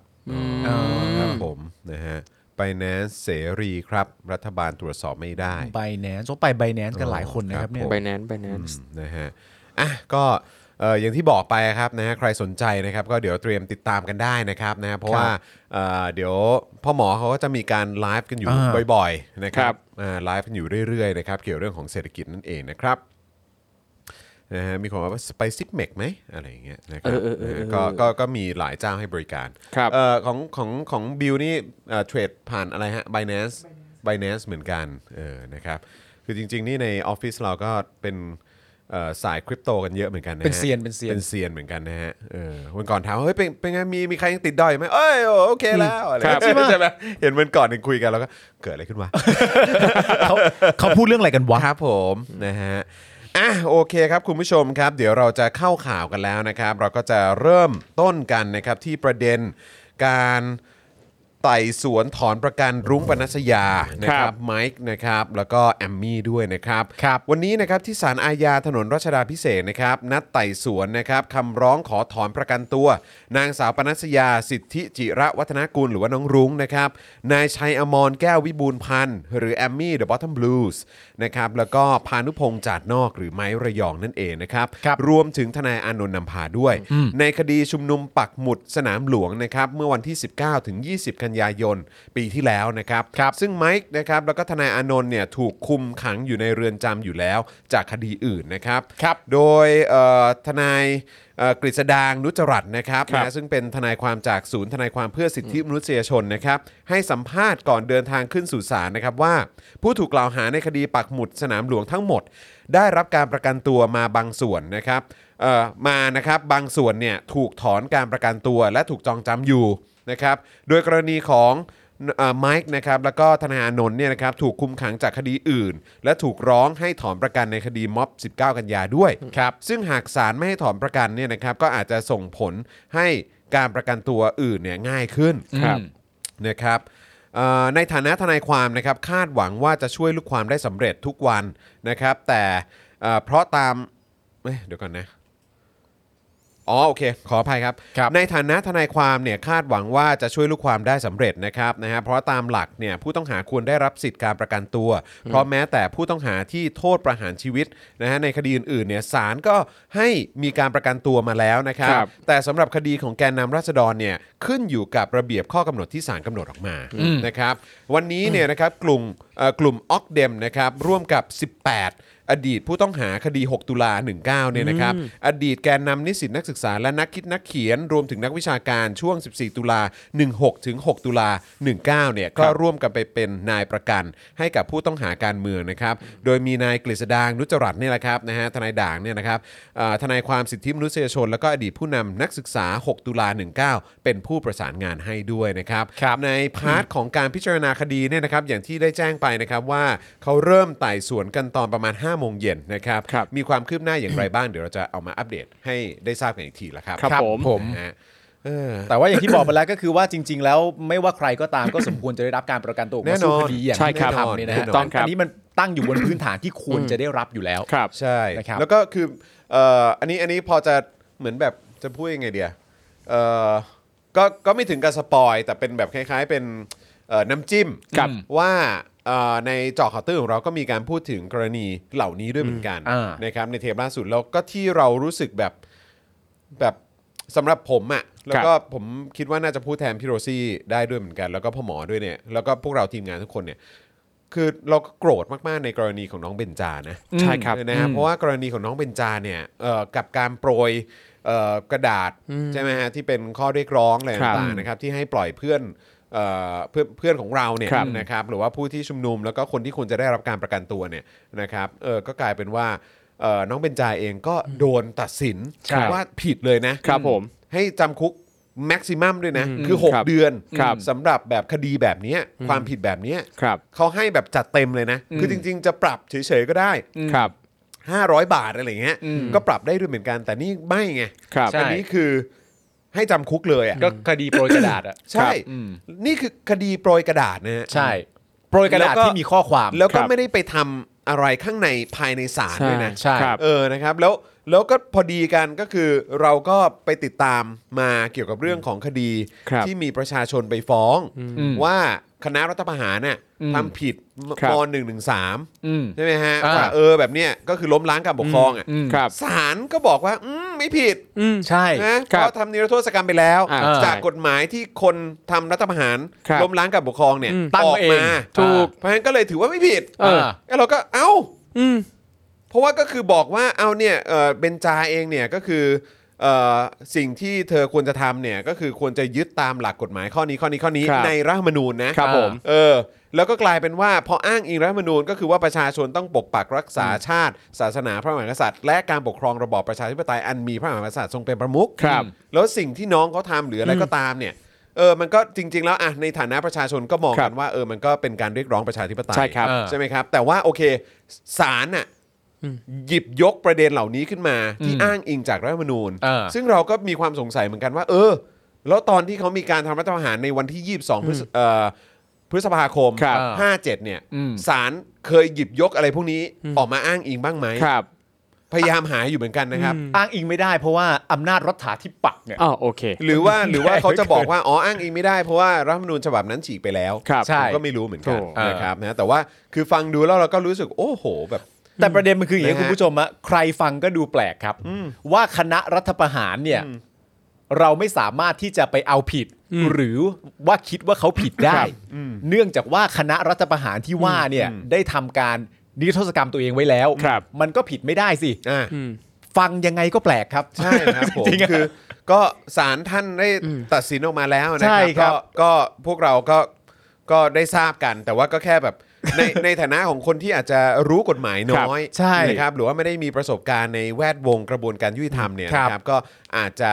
Speaker 1: ครับผมนะฮะไปแนนเสรีครับ รัฐบาลตรวจสอบไม่ได้
Speaker 3: ใบแนนต้องไปใบแนนกันหลายคนนะ
Speaker 1: ค
Speaker 3: ค
Speaker 1: รั
Speaker 3: รั
Speaker 1: บบ ผม
Speaker 3: เนี่ย
Speaker 2: ไบแนนซ์ไบแนน
Speaker 1: อืมนะฮะอ่ะก็เอ่ออย่างที่บอกไปครับนะฮะใครสนใจนะครับ ก็เดี๋ยวเตรียมติดตามกันได้นะครับนะฮะเพราะว่าเอ่อเดี๋ยวพ่อหมอเขาก็จะมีการไลฟ์กันอยู่
Speaker 3: อ่า
Speaker 1: บ่อยๆนะครั
Speaker 2: ครับ บ
Speaker 1: อ่าไลฟ์กันอยู่เรื่อยๆนะครับเกี่ยวเรื่องของเศรษฐกิจนั่นเองนะครับนะฮะมีคนบอกว่าไปซิกเมกไหมอะไรอย่างเงี้ยนะครั
Speaker 2: เออเออเออเออ
Speaker 1: ก็ก็ก็มีหลายเจ้าให้บริการ
Speaker 2: ครับ
Speaker 1: เอ่อของของของบิลนี่เอ่อเทรดผ่านอะไรฮะ Binance Binance เหมือนกันเออนะครับคือจริง ๆ นี่ในออฟฟิศเราก็เป็น เอ่อสายคริปโตกันเยอะเหมือนกันนะฮะ
Speaker 3: เป็นเซียนเป็นเซียน
Speaker 1: เป็นเซียนเหมือนกันนะฮะเออวันก่อนถามว่าเฮ้ยเป็นเป็นไงมีมีใครยังติดดอยไหมเอ้ยโอเคแล้วอะไร
Speaker 2: ครับ
Speaker 1: ใช่ไหมเห็นวันก่อนยังคุยกันแล้วก็เกิดอะไรขึ้นวะ
Speaker 3: เขาเขาพูดเรื่องอะไรกันวะ
Speaker 1: ครับผมนะฮะอ่ะโอเคครับคุณผู้ชมครับ เดี๋ยวเราจะเข้าข่าวกันแล้วนะครับ เราก็จะเริ่มต้นกันนะครับที่ประเด็นการไต่สวนถอนประกันรุ้งปนัสยานะค
Speaker 2: ครั
Speaker 1: รับบ ไมค์นะครับแล้วก็แอมมี่ด้วยนะครับ
Speaker 3: ครับ
Speaker 1: วันนี้นะครับที่ศาลอาญาถนนรัชดาพิเศษกนะครับ นัดไต่สวนนะครับคำร้องขอถอนประกันตัว นางสาวปนัสยาสิทธิจิระวัฒนกุลหรือว่าน้องรุ้งนะครับนายชัยอมรแก้ววิบูลย์พันธ์หรือแอมมี่เดอะบอททอมบลูส์นะครับแล้วก็พานุพงษ์จาดนอกหรือไม้ระยองนั่นเองนะครับ
Speaker 3: ครับ
Speaker 1: รวมถึงทนายอานนท์นำพาด้วย ในคดีชุมนุมปักหมุดสนามหลวงนะครับเมื่อวันที่ 19ถึง20 กันยายน ปีที่แล้วนะครับ
Speaker 3: ครับ
Speaker 1: ซึ่งไมค์นะครับแล้วก็ทนายอานนท์เนี่ยถูกคุมขังอยู่ในเรือนจำอยู่แล้วจากคดีอื่นนะครับ
Speaker 3: ครับ
Speaker 1: โดยเอ่อทนายเอ่อกฤษดางนุจจรัตน์นะครับ
Speaker 2: ครับ
Speaker 1: นะซึ่งเป็นทนายความจากศูนย์ทนายความเพื่อสิทธิมนุษยชนนะครับให้สัมภาษณ์ก่อนเดินทางขึ้นสู่ศาลนะครับว่า ผู้ถูกกล่าวหาในคดีปักหมุดสนามหลวงทั้งหมด ได้รับการประกันตัวมาบางส่วนนะครับเอ่อมานะครับบางส่วนเนี่ยถูกถอนการประกันตัวและถูกจองจำอยู่นะครับโดยกรณีของ ไมค์นะครับแล้วก็ธนาอานนท์เนี่ยนะครับถูกคุมขังจากคดีอื่น และถูกร้องให้ถอนประกันในคดีม็อบ 19 กันยาด้วยครับซึ่งหากศาลไม่ให้ถอนประกันเนี่ยนะครับก็อาจจะส่งผลให้การประกันตัวอื่นเนี่ยง่ายขึ้น
Speaker 2: ครับ
Speaker 1: นะครับเอ่อในฐานะทนายความนะครับคาดหวังว่าจะช่วยลูกความได้สำเร็จทุกวันนะครับ แต่เอ่อเพราะตามเอ้ยเดี๋ยวก่อนนะอ๋อโอเค ขออภัยครับ
Speaker 3: ครับ
Speaker 1: ในฐานะทนายความเนี่ยคาดหวังว่าจะช่วยลูกความได้สำเร็จนะครับนะฮะเพราะตามหลักเนี่ยผู้ต้องหาควรได้รับสิทธิ์การประกันตัว เพราะแม้แต่ผู้ต้องหาที่โทษประหารชีวิตนะฮะในคดีอื่นๆเนี่ยศาลก็ให้มีการประกันตัวมาแล้วนะครับ
Speaker 2: ครับ
Speaker 1: แต่สำหรับคดีของแกนนำราษฎรเนี่ยขึ้นอยู่กับระเบียบข้อกำหนดที่ศาลกำหนดออกมานะครับ วันนี้เนี่ยนะครับกลุ่มเอ่อกลุ่มออกเดมนะครับร่วมกับ 18 อดีตผู้ต้องหาคดี 6 ตุลา 19เนี่ยนะครับ อดีตแกนนำนิสิตนักศึกษาและนักคิดนักเขียน รวมถึงนักวิชาการช่วง 14 ตุลา 16 ถึง 6 ตุลา 19เนี่ยก็ร่วมกันไปเป็นนายประกัน ให้กับผู้ต้องหาการเมืองนะครับ โดยมีนายกฤษดางนุจรัตน์เนี่ยแหละครับนะฮะทนายด่างเนี่ยนะครับเอ่อทนายความสิทธิมนุษยชน แล้วก็อดีตผู้นำนักศึกษา 6 ตุลา 19 เป็นผู้ประสานงานให้ด้วยนะครับ ในพาร์ทของการพิจารณาคดีเนี่ยนะครับอย่างที่ได้แจ้งไปนะครับว่าเขาเริ่มไต่สวนกันตอนประมาณ 5 โมงเย็นนะครับ
Speaker 2: ครับ
Speaker 1: มีความคืบหน้าอย่างไรบ้าง เดี๋ยวเราจะเอามาอัปเดตให้ได้ทราบกันอีกทีละครับ
Speaker 3: ครับผม
Speaker 1: นะฮะเออ
Speaker 3: แต่ว่าอย่างที่บอกไปแล้วก็คือว่าจริง ๆ แล้วไม่ว่าใครก็ตามก็สมควรจะได้รับการประกันตัวออกมาสู้คดีอย่าง
Speaker 1: ใช่
Speaker 3: ที่
Speaker 1: ครับ
Speaker 3: ทำเนี่ยนะ
Speaker 1: ถู
Speaker 3: ฮะ
Speaker 1: กต้องครับ
Speaker 3: นนี้มันตั้งอยู่บนพื้นฐานที่ควรจะได้รับอยู่แล้ว
Speaker 2: ครับ
Speaker 1: ใช่
Speaker 3: นะครับ
Speaker 1: แล้วก็คือเอ่ออันนี้อันนี้พอจะเหมือนแบบจะพูดยังไงเดียเอ่อก็ก็ไม่ถึงกับสปอยแต่เป็นแบบคล้าย ๆ เป็นเอ่อน้ำจิ้ม
Speaker 3: ครับ
Speaker 1: ว่าเอ่อในเจอข่าวตื้นของเราก็มีการพูดถึงกรณีเหล่านี้ด้วยเหมือนกัน
Speaker 3: อ่าน
Speaker 1: นะครับในเทปล่าสุดแล้วก็ที่เรารู้สึกแบบแบบสำหรับผมอะ่ะแล้วก็ผมคิดว่าน่าจะพูดแทนพี่โรซี่ได้ด้วยเหมือนกัน แล้วก็พ่อหมอด้วยเนี่ยแล้วก็พวกเราทีมงานทุกคนเนี่ย คือเราก็โกรธมากๆในกรณีของน้องเบนจานะ
Speaker 2: ใช่ครับ
Speaker 1: นะฮะเพราะว่ากรณีของน้องเบนจาเนี่ยเอ่อกับการโปรยเอ่อกระดาษใช่ไหมฮะที่เป็นข้อเรียกร้องอะไร
Speaker 2: ครับ
Speaker 1: ต่างๆนะครับที่ให้ปล่อยเพื่อนเอ่อเพื่อนเพื่อนของเราเนี่ย
Speaker 2: ครับ
Speaker 1: นะครับหรือว่าผู้ที่ชุมนุมแล้วก็คนที่ควรจะได้รับการประกันตัวเนี่ยนะครับเออก็กลายเป็นว่าเอ่อน้องเบนจาเองก็โดนตัดสิน
Speaker 2: ครับ
Speaker 1: ว่าผิดเลยนะครับ
Speaker 2: ผม
Speaker 1: ให้จำคุกแม็กซิมัมด้วยนะ
Speaker 2: อืม
Speaker 1: คือ
Speaker 2: ครับ
Speaker 1: 6 เดือน
Speaker 2: ครับ
Speaker 1: สำหรับแบบคดีแบบเนี้ยความผิดแบบเนี้ย
Speaker 2: ครับ
Speaker 1: เขาให้แบบจัดเต็มเลยนะ คือจริง ๆ จะปรับเฉย ๆ ก็ได้
Speaker 2: ครับ
Speaker 1: 500 บาทอะไรเงี้ย
Speaker 3: อืม
Speaker 1: ก็ปรับได้ด้วยเหมือนกัน แต่นี่ไม่ไง
Speaker 2: ครับ
Speaker 3: ใช่
Speaker 1: อันี้คือให้จำคุกเลยอ่ะ
Speaker 3: ก็คดีโปรยกระดาษอ่ะ
Speaker 1: ใช่
Speaker 3: ครับอืม
Speaker 1: นี่คือคดีโปรยกระดาษนะฮะ
Speaker 3: ใช่ โปรยกระดาษ
Speaker 1: แล้วก็
Speaker 3: ที่มีข้อความ
Speaker 1: แล้วก็
Speaker 2: ครับ
Speaker 1: ไม่ได้ไปทำอะไรข้างในภายในศาลด้วยนะ
Speaker 3: ใช่
Speaker 2: ครับ
Speaker 1: เออ นะครับ แล้ว แล้วก็พอดีกันก็คือเราก็ไปติดตามมาเกี่ยวกับเรื่องของคดี
Speaker 2: ครับ
Speaker 1: ที่มีประชาชนไปฟ้อง
Speaker 3: อืม
Speaker 1: ว่าคณะรัฐประหารน่ะ
Speaker 3: อืม
Speaker 1: ทำผิด
Speaker 2: ครั
Speaker 1: ม
Speaker 2: บ
Speaker 1: หนึ่งหนึ่งสาม
Speaker 3: อืม
Speaker 1: ใช่ไหมฮะ
Speaker 3: อ่า
Speaker 1: ว่าเออแบบเนี้ยก็คือล้มล้างการปกครองอ่ะ
Speaker 3: อืม
Speaker 2: ครับ
Speaker 1: ศาลก็บอกว่า อืมไม่ผิด
Speaker 2: อืม
Speaker 3: ใช่
Speaker 1: นะครับเพราะทำนิรโทษกรรมไปแล้ว
Speaker 2: อ่า
Speaker 1: จากกฎหมายที่คนทำรัฐประหาร
Speaker 2: ครับ
Speaker 1: ล้มล้างการปกครองเนี่ย
Speaker 2: อืม
Speaker 3: ตั้ง
Speaker 1: ออก
Speaker 3: เอง
Speaker 1: มา
Speaker 2: ถูก
Speaker 1: เพราะฉะนั้นก็เลยถือว่าไม่ผิด
Speaker 2: เออ
Speaker 1: แล้วเราก็เอ้า
Speaker 2: อืม
Speaker 1: เพราะว่าก็คือบอกว่าเอาเนี่ยเอ่อเบนจาเองเนี่ยก็คือเอ่อสิ่งที่เธอควรจะทำเนี่ยก็คือควรจะยึดตามหลักกฎหมายข้อนี้ข้อนี้ข้อนี้
Speaker 2: ครับ
Speaker 1: ในรัฐธรรมนูญนะครับ
Speaker 2: ผม
Speaker 1: เออแล้วก็กลายเป็นว่าพออ้างอิงรัฐธรรมนูญก็คือว่าประชาชนต้องปกปักรักษาชาติ ศาสนาพระมหากษัตริย์ และการปกครองระบอบประชาธิปไตยอันมีพระมหากษัตริย์ทรงเป็นประมุข
Speaker 2: ครับ
Speaker 1: แล้วสิ่งที่น้องเขาทำหรืออะไรก็ตามเนี่ยเออมันก็จริง ๆ แล้วอ่ะในฐานะประชาชนก็มองกันว่าเออมันก็เป็นการเรียกร้องประชาธิปไตย
Speaker 2: ใช่ครับ
Speaker 3: เออ
Speaker 1: ใช่ไหมครับ แต่ว่าโอเคศาลน่ะหยิบยกประเด็นเหล่านี้ขึ้นมา ที่
Speaker 3: อืม
Speaker 1: อ้างอิงจากรัฐธรรมนูญ
Speaker 3: เออ
Speaker 1: ซึ่งเราก็มีความสงสัยเหมือนกันว่า เออ แล้วตอนที่เขามีการทำรัฐประหารในวันที่ 22 พฤษเอ่อพฤษภาคม
Speaker 2: ครับ
Speaker 1: 57 เนี่ยศาลเคยหยิบยกอะไรพวกนี้ออกมาอ้างอิงบ้างไหม
Speaker 2: ครับ
Speaker 1: พยายามหาอยู่เหมือนกันนะครับ
Speaker 3: อ้างอิงไม่ได้เพราะว่าอำนาจรัฐาธิปัตย์เนี่ย
Speaker 2: อ๋อโอเค
Speaker 1: หรือว่าหรือว่าเขาจะบอก
Speaker 2: [LAUGHS]
Speaker 1: ว่าอ๋ออ้างอิงไม่ได้เพราะว่ารัฐธรรมนูญฉบับนั้นฉีกไปแล้ว
Speaker 2: ครับ
Speaker 3: ใช่
Speaker 1: ผมก็ไม่รู้เหมือนกัน
Speaker 2: ถูก
Speaker 1: นะครับนะแต่ว่าคือฟังดูแล้วเราก็รู้สึกโอ้โหแบบ
Speaker 3: แต่ประเด็นมันคืออย่างนี้
Speaker 1: นะฮะ
Speaker 3: คุณผู้ชมอะใครฟังก็ดูแปลกครับ ว่าคณะรัฐประหารเนี่ย เราไม่สามารถที่จะไปเอาผิด หรือว่าคิดว่าเขาผิดได้ เนื่องจากว่าคณะรัฐประหารที่ว่าเนี่ยได้ทำการนิรโทษกรรมตัวเองไว้แล้ว
Speaker 2: ครับ
Speaker 3: มันก็ผิดไม่ได้สิ
Speaker 1: ะ
Speaker 3: ฟังยังไงก็แปลกครับ
Speaker 1: ใช่ครับผม
Speaker 3: จริงๆอะ
Speaker 1: คือก็ศาลท่านได้ตัดสินออกมาแล้วนะ
Speaker 3: ใช่
Speaker 1: ค
Speaker 3: ครั
Speaker 1: รับบ ก็ก็พวกเราก็ก็ได้ทราบกัน แต่ว่าก็แค่แบบ [LAUGHS] ใน ในฐานะของคนที่อาจจะรู้กฎหมายน้อย
Speaker 3: ใช่
Speaker 1: นะครับหรือว่าไม่ได้มีประสบการณ์ในแวดวงกระบวนการยุติธรรมเนี่ย
Speaker 3: ครับ
Speaker 1: นะครับก็อาจจะ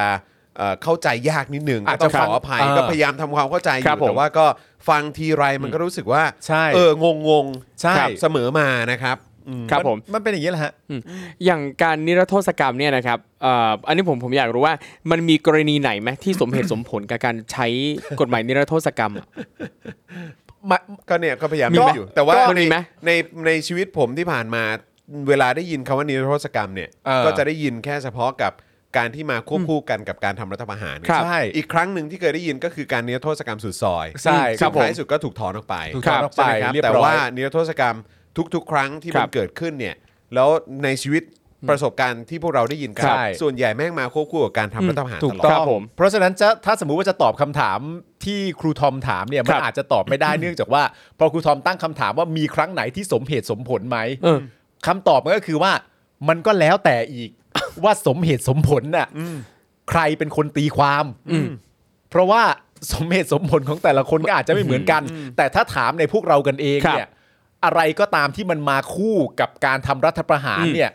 Speaker 1: เอ่อเข้าใจยากนิดนึง
Speaker 3: อาจ
Speaker 1: ก็
Speaker 3: จะ
Speaker 1: ต้องขออภัย
Speaker 3: เออ
Speaker 1: ก็พยายามทำความเข้าใจอ
Speaker 2: ครับ
Speaker 1: ยู่
Speaker 2: ผม
Speaker 1: แต่ว่าก็ฟังทีไรมันก็รู้สึกว่า
Speaker 3: ใช่
Speaker 1: เอองงงๆ
Speaker 3: ใช่
Speaker 1: ครับเสมอมานะครับอืม
Speaker 2: ครับผม
Speaker 3: นเป็นอย่างนี้แหละฮะ
Speaker 2: อย่างการนิรโทษกรรมเนี่ยนะครับเอ่ออันนี้ผมผมอยากรู้ว่ามันมีกรณีไหนไหมที่สมเหตุ สมผลกับการใช้กฎหมายนิรโทษกรรมอะ
Speaker 1: ก็เนี่ยก็พยายาม
Speaker 2: มีไหม
Speaker 1: ไม่อยู่ แต่ว่า
Speaker 2: ก็
Speaker 1: ใน
Speaker 2: มีไหม
Speaker 1: ในในชีวิตผมที่ผ่านมาเวลาได้ยินคำว่านิรโทษกรรมเนี่ย
Speaker 3: เออ
Speaker 1: ก็จะได้ยินแค่เฉพาะกับการที่มาควบคู่กันกับการทำรัฐประหาร
Speaker 2: ครับ
Speaker 3: ใช่
Speaker 1: อีกครั้งหนึ่งที่เคยได้ยินก็คือการนิรโทษกรรมสุดซอย
Speaker 3: ใช่ครับ
Speaker 1: ซึ่งท้าย
Speaker 2: ผม
Speaker 1: สุดก็ถูกถอนออกไป
Speaker 3: ถูกถอนออกไป
Speaker 1: ใช่หมครับ
Speaker 3: เรียบร้อย
Speaker 1: แต่ว่านิรโทษกรรมทุก ๆ ครั้งที่
Speaker 2: ครั
Speaker 1: มัน
Speaker 2: บ
Speaker 1: เกิดขึ้นเนี่ยแล้วในชีวิตประสบการณ์ที่พวกเราได้ยินกัน
Speaker 2: ใช่
Speaker 1: ส่วนใหญ่แม่งมาควบคู่กับการทำรัฐประหาร
Speaker 3: ถู
Speaker 1: ต
Speaker 3: ก
Speaker 1: ลอด
Speaker 3: ต้อง
Speaker 2: ครับผม
Speaker 3: เพราะฉะนั้นจะถ้าสมมุติว่าจะตอบคำถามที่ครูทอมถามเนี่ยมั
Speaker 2: คน รับ
Speaker 3: อาจจะตอบไม่ได้ เนื่องจากว่าพอครูทอมตั้งคำถามว่ามีครั้งไหนที่สมเหตุสมผลไหม
Speaker 2: เออ
Speaker 3: คำตอบมันก็คือว่ามันก็แล้วแต่อีก ว่าสมเหตุสมผลน่ะใครเป็นคนตีความเพราะว่าสมเหตุสมผลของแต่ละคนก็อาจจะไม่เหมือนกัน แต่ถ้าถามในพวกเรากันเองเนี่ย อะไรก็ตามที่มันมาคู่กับการทำรัฐประหารเนี่ย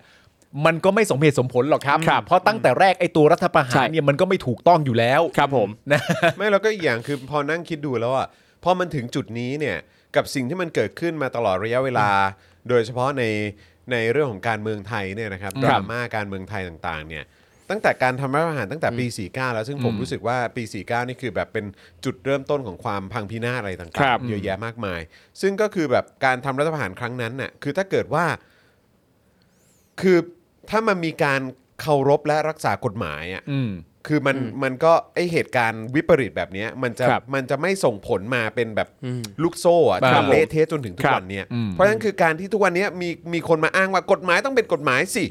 Speaker 3: มันก็ไม่สมเหตุสมผลหรอกครับเพราะตั้งแต่แรกไอ้ตัวรัฐประหารเนี่ยมันก็ไม่ถูกต้องอยู่แล้ว
Speaker 2: ครับผม
Speaker 3: นะ
Speaker 1: ไม่แล้วก็อีกอย่างคือพอนั่งคิดดูแล้วอ่ะพอมันถึงจุดนี้เนี่ยกับสิ่งที่มันเกิดขึ้นมาตลอดระยะเวลา โดยเฉพาะในในเรื่องของการเมืองไทยเนี่ยนะครับดราม่าการเมืองไทยต่างๆเนี่ยตั้งแต่การทำรัฐประหารตั้งแต่ปี 49 แล้วซึ่งผมรู้สึกว่าปี 49 นี่คือแบบเป็นจุดเริ่มต้นของความพังพินาศอะไรต่าง
Speaker 2: ครับ
Speaker 1: ๆเยอะแยะมากมาย ซึ่งก็คือแบบการทำรัฐประหารครั้งนั้นน่ะคือถ้าเกิดว่า คือถ้ามันมีการเคารพและรักษากฎหมายอ่ะ คือมันมันก็ไอเหตุการณ์วิปริตแบบเนี้ยมันจะ
Speaker 2: ครับ
Speaker 1: มันจะไม่ส่งผลมาเป็นแบบลูกโซ่อะที่
Speaker 3: ครั
Speaker 1: มั
Speaker 3: บ
Speaker 1: นเละเทะจนถึงทุ
Speaker 2: ค
Speaker 1: ก
Speaker 2: รับ
Speaker 1: วันเนี้ยเพราะฉะนั้นคือการที่ทุกวันเนี้ยมีมีคนมาอ้างว่ากฎหมายต้องเป็นกฎหมายสิ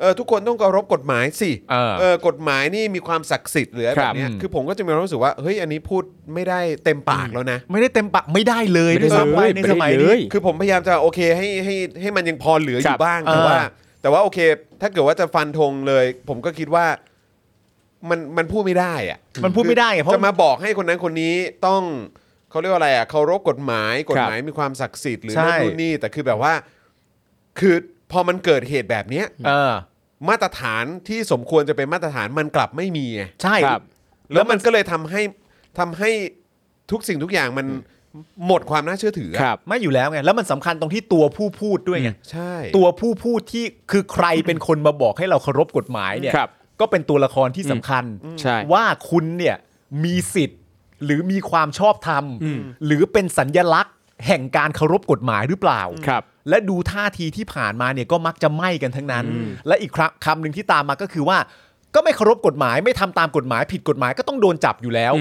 Speaker 1: เออทุกคนต้องเคารพกฎหมายสิ
Speaker 3: เออ
Speaker 1: เออกฎหมายนี่มีความศักดิ์สิทธิ์หรืออะไร
Speaker 3: ค
Speaker 1: แบ
Speaker 3: รับบ
Speaker 1: เนี้ย
Speaker 3: อืม
Speaker 1: คือผมก็จะมีความรู้สึกว่าเฮ้ยอันนี้พูดไม่ได้เต็มปากแล้วนะ
Speaker 3: ไม่ได้เต็มปากไม่ได้เลย
Speaker 2: ไม่ได้
Speaker 3: ด้วยซ้ำไป
Speaker 2: เลย
Speaker 3: ใน
Speaker 2: ไม่ได้
Speaker 3: สมัย
Speaker 2: เล
Speaker 3: นี้
Speaker 2: ย
Speaker 1: คือผมพยายามจะโอเคให้ให้ให้มันยังพอเหลืออ
Speaker 2: ครับ
Speaker 1: ยู่บ้างแต่
Speaker 3: เออ
Speaker 1: ว่า แต่ว่าโอเค ถ้าเกิดว่าจะฟันธงเลย ผมก็คิดว่ามันมันพูดไม่ได้อะ
Speaker 3: มันพูดไม่ได้ไงเพราะ
Speaker 1: จะมาบอกให้คนนั้นคนนี้ต้องเขาเรียกว่าอะไรอ่ะเคารพกฎหมายกฎหมายมีความศักดิ์สิทธิ์หรือ
Speaker 3: ใช่
Speaker 1: นั่นนู่นนี่แต่คือแบบว่า คือพอมันเกิดเหตุแบบเนี้ย
Speaker 3: เออ
Speaker 1: มาตรฐานที่สมควรจะเป็นมาตรฐานมันกลับไม่มีไง
Speaker 3: ใช่
Speaker 2: ครับ
Speaker 1: แล้วมันก็เลยทำให้ทำให้ทุกสิ่งทุกอย่างมันหมดความน่าเชื่อถืออะ
Speaker 2: ครับ
Speaker 3: ไม่อยู่แล้วไง แล้วมันสำคัญตรงที่ตัวผู้พูดด้วยไง
Speaker 1: ใช่
Speaker 3: ตัวผู้พูดที่คือใครเป็นคนมาบอกให้เราเคารพกฎหมายเนี่ย
Speaker 2: ครับ
Speaker 3: ก็เป็นตัวละครที่สำคัญ
Speaker 2: ใช่
Speaker 3: ว่าคุณเนี่ยมีสิทธิ์หรือมีความชอบธรรม หรือเป็นสัญญลักษณ์ แห่งการเคารพกฎหมายหรือเปล่า
Speaker 2: ครับ
Speaker 3: และดูท่าทีที่ผ่านมาเนี่ยก็มักจะไม่กันทั้งนั้น และอีกครับคำหนึ่งที่ตามมาก็คือว่า ก็ไม่เคารพกฎหมายไม่ทำตามกฎหมาย ผิดกฎหมายก็ต้องโดนจับอยู่แล้ว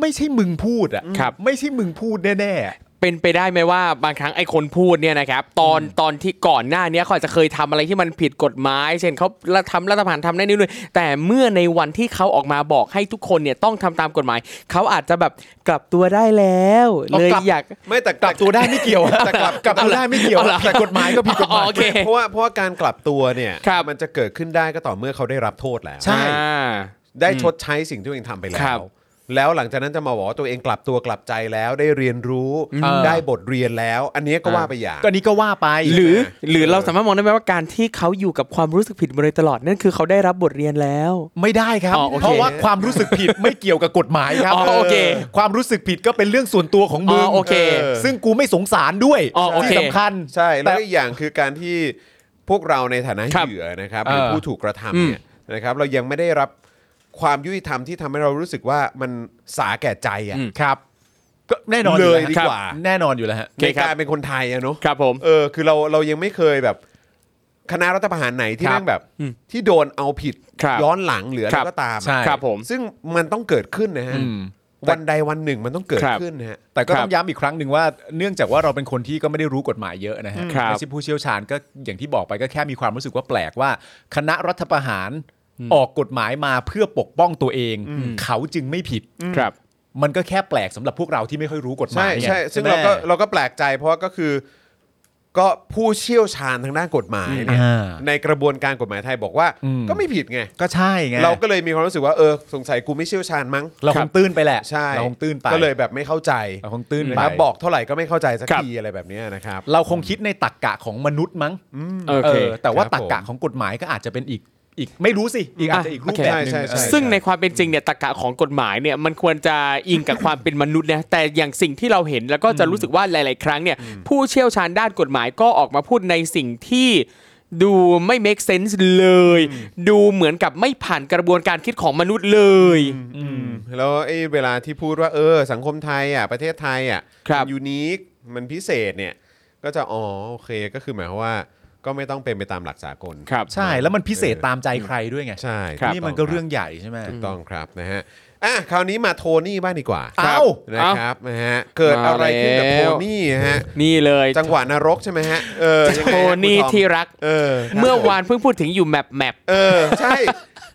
Speaker 3: ไม่ใช่มึงพูดอ่ะ
Speaker 2: ครับ
Speaker 3: ไม่ใช่มึงพูดแน่ๆ
Speaker 2: เป็นไปได้ไหมว่าบางครั้งไอ้คนพูดเนี่ยนะครับตอนตอนที่ก่อนหน้าเนี้ยเขาอาจจะเคยทำอะไรที่มันผิดกฎหมาย เช่นเขาทำรัฐประหารทำได้นี่ด้วยแต่เมื่อในวันที่เขาออกมาบอกให้ทุกคนเนี่ยต้องทำตามกฎหมาย เขาอาจจะแบบกลับตัวได้แล้ว
Speaker 3: อ๋อ
Speaker 2: เลย
Speaker 3: กลับ
Speaker 2: อยาก
Speaker 1: ไม่แต่
Speaker 3: กลับตัวได้ไม่เกี่ยว
Speaker 1: แต่กลับ
Speaker 3: กลับตัวได้ไม่เกี่ยว
Speaker 2: เอาเหรอ
Speaker 3: แต่กฎหมายก็ผิดกฎห
Speaker 2: อ๋อ
Speaker 3: มาย
Speaker 2: โอเค
Speaker 1: เพราะว่าเพราะว่าการกลับตัวเนี่ย
Speaker 2: ครับ
Speaker 1: มันจะเกิดขึ้นได้ก็ต่อเมื่อเขาได้รับโทษแล้ว
Speaker 3: ใช่
Speaker 2: อ่า
Speaker 1: ได้ชดใช้สิ่งที่ตัวเองทำไปแล้
Speaker 2: ครั
Speaker 1: ว
Speaker 2: บ
Speaker 1: แล้วหลังจากนั้นจะมาบอกว่าตัวเองกลับตัวกลับใจแล้วได้เรียนรู้
Speaker 3: เออ
Speaker 1: ได้บทเรียนแล้ว อันเนี้ยก็ว่าไปอย่าง
Speaker 3: ก็นี้ก็ว่าไป
Speaker 2: หรือหรือ
Speaker 1: เออ
Speaker 2: เราสามารถมองได้ไหมว่าการที่เขาอยู่กับความรู้สึกผิดมาโดยตลอดนั่นคือเขาได้รับบทเรียนแล้ว
Speaker 3: ไม่ได้ครับ
Speaker 2: อ๋อโอเค
Speaker 3: เพราะว่าความรู้สึกผิดไม่เกี่ยวกับกฎหมายครับ
Speaker 2: อ๋อโอเค
Speaker 3: ความรู้สึกผิดก็เป็นเรื่องส่วนตัวของมึง
Speaker 2: อ๋อโอเค
Speaker 3: ซึ่งกูไม่สงสารด้วย
Speaker 2: อ๋อโอ
Speaker 3: ที่
Speaker 2: เค
Speaker 3: สำคัญ
Speaker 1: ใช่แล้วก็อีกอย่างคือการที่พวกเราในฐานะครับ เหยื่อนะครับ
Speaker 3: เอ
Speaker 1: ห
Speaker 3: อ
Speaker 1: รือผู้ถูกกระทำเนี่ยนะครับ เรายังไม่ได้รับความยุติธรรมที่ทำให้เรารู้สึกว่ามันสาแก่ใจอ่ะ
Speaker 2: อืม
Speaker 3: ครับ ก็แน่นอนอ
Speaker 1: เลย
Speaker 3: แว
Speaker 1: ดีกว่า
Speaker 3: แน่นอนอยู่แล้วฮะ
Speaker 1: ในการเป็นคนไทยอะเนาะ
Speaker 2: ครับผม
Speaker 1: เออคือเราเรายังไม่เคยแบบคณะรัฐประหารไหนที่
Speaker 3: ครับ
Speaker 1: แม่งแบบ
Speaker 2: อืม
Speaker 1: ที่โดนเอาผิด
Speaker 2: ครับ
Speaker 1: ย้อนหลังหรืออะ
Speaker 2: ค
Speaker 1: ไร
Speaker 2: รับ
Speaker 1: ก็ตาม
Speaker 3: ใช่
Speaker 2: ครับผม
Speaker 1: ซึ่งมันต้องเกิดขึ้นนะฮะ
Speaker 3: อืม
Speaker 1: วันใดวันหนึ่งมันต้องเกิด
Speaker 2: ครับ
Speaker 1: ขึ้นนะฮะ
Speaker 3: แต่ก็ต้อ
Speaker 2: ครั
Speaker 3: ง
Speaker 2: บ
Speaker 3: ย้ำอีกครั้งหนึ่งว่าเนื่องจากว่าเราเป็นคนที่ก็ไม่ได้รู้กฎหมายเยอะนะฮะ
Speaker 2: ครับ
Speaker 3: ไม่ใช่ผู้เชี่ยวชาญก็อย่างที่บอกไปก็แค่มีความรู้สึกว่าแปลกว่า คณะรัฐประหารออกกฎหมายมาเพื่อปกป้องตัวเอง เขาจึงไม่ผิด
Speaker 2: ครับ
Speaker 3: มันก็แค่แปลกสำหรับพวกเราที่ไม่ค่อยรู้กฎหมา
Speaker 1: ใช่
Speaker 3: ยไ
Speaker 1: ใช่ซึ่งเราก็
Speaker 3: ใช่ไหม
Speaker 1: เราก็แปลกใจเพราะว่าก็คือก็ผู้เชี่ยวชาญทางด้านกฎหมายเนี่ย
Speaker 3: อ่า
Speaker 1: ในกระบวนการกฎหมายไทยบอกว่า
Speaker 3: อืม
Speaker 1: ก็ไม่ผิดไง
Speaker 3: ก็ใช่ไง
Speaker 1: เราก็เลยมีความรู้สึกว่าเออสงสัยกูไม่เชี่ยวชาญมั้ง
Speaker 3: เราคงตื้นไปแหละ
Speaker 1: ใช่
Speaker 3: เราคงตื้นไป
Speaker 1: ก็เลยแบบไม่เข้าใจ
Speaker 3: เราคงตื้นไป
Speaker 1: นะครับบอกเท่าไหร่ก็ไม่เข้าใจสัก
Speaker 2: ครับ
Speaker 1: ทีอะไรแบบเนี้ยนะครับ
Speaker 3: เราคงคิดในตรกกะของมนุษย์มั้ง
Speaker 2: โอเค
Speaker 3: อแต่ว่า
Speaker 1: ครับ
Speaker 3: ตรกกะของกฎหมายก็อาจจะเป็นอีกอีกไม่รู้สิอีกอาจจะอีกรูป
Speaker 2: โอเค
Speaker 3: แบบหนึ่ง
Speaker 1: ใช่ใช่ใช่
Speaker 3: เออ
Speaker 2: ซึ่งในความเป็นจริงเนี่ยตรรกะของกฎหมายเนี่ยมันควรจะอิงกับความเป็นมนุษย์นะ [COUGHS] แต่อย่างสิ่งที่เราเห็นแล้วก็จะรู้สึกว่าหลาย ๆ ครั้งเนี่ยผู้เชี่ยวชาญด้านกฎหมายก็ออกมาพูดในสิ่งที่ดูไม่ make sense เลย ดูเหมือนกับไม่ผ่านกระบวนการคิดของมนุษย์เลย
Speaker 1: แล้วไอ้เวลาที่พูดว่าเออ สังคมไทยอ่ะประเทศไทยอ่ะ
Speaker 2: ครับ
Speaker 1: ยูนิคมันพิเศษเนี่ย ก็จะอ๋อโอเคก็คือหมายความว่า ก็ไม่ต้องเป็นไปตามหลักสากล
Speaker 2: ครับ
Speaker 3: ใช่แล้วมันพิเศษตามใจใครด้วยไง
Speaker 1: ใช่
Speaker 2: ครับ
Speaker 3: นี่มันก็เรื่องใหญ่ใช่ไหม
Speaker 1: ถูกต้องครับนะฮะอ่ะคราวนี้มาโทนี่บ้างดีกว่า
Speaker 3: เอ้า
Speaker 1: นะครับนะฮะเกิดอะไรขึ้นกับโทนี่ฮะ
Speaker 2: นี่เลย
Speaker 1: จังหวะนรกใช่ไหมฮะเออยังไง
Speaker 2: โท
Speaker 1: ฮะ
Speaker 2: นี่
Speaker 1: คุณอม
Speaker 2: ที่รัก
Speaker 1: เออครับ
Speaker 2: เมื่อวานเพิ่งพูดถึงอยู่แมปแมป
Speaker 1: เออใช่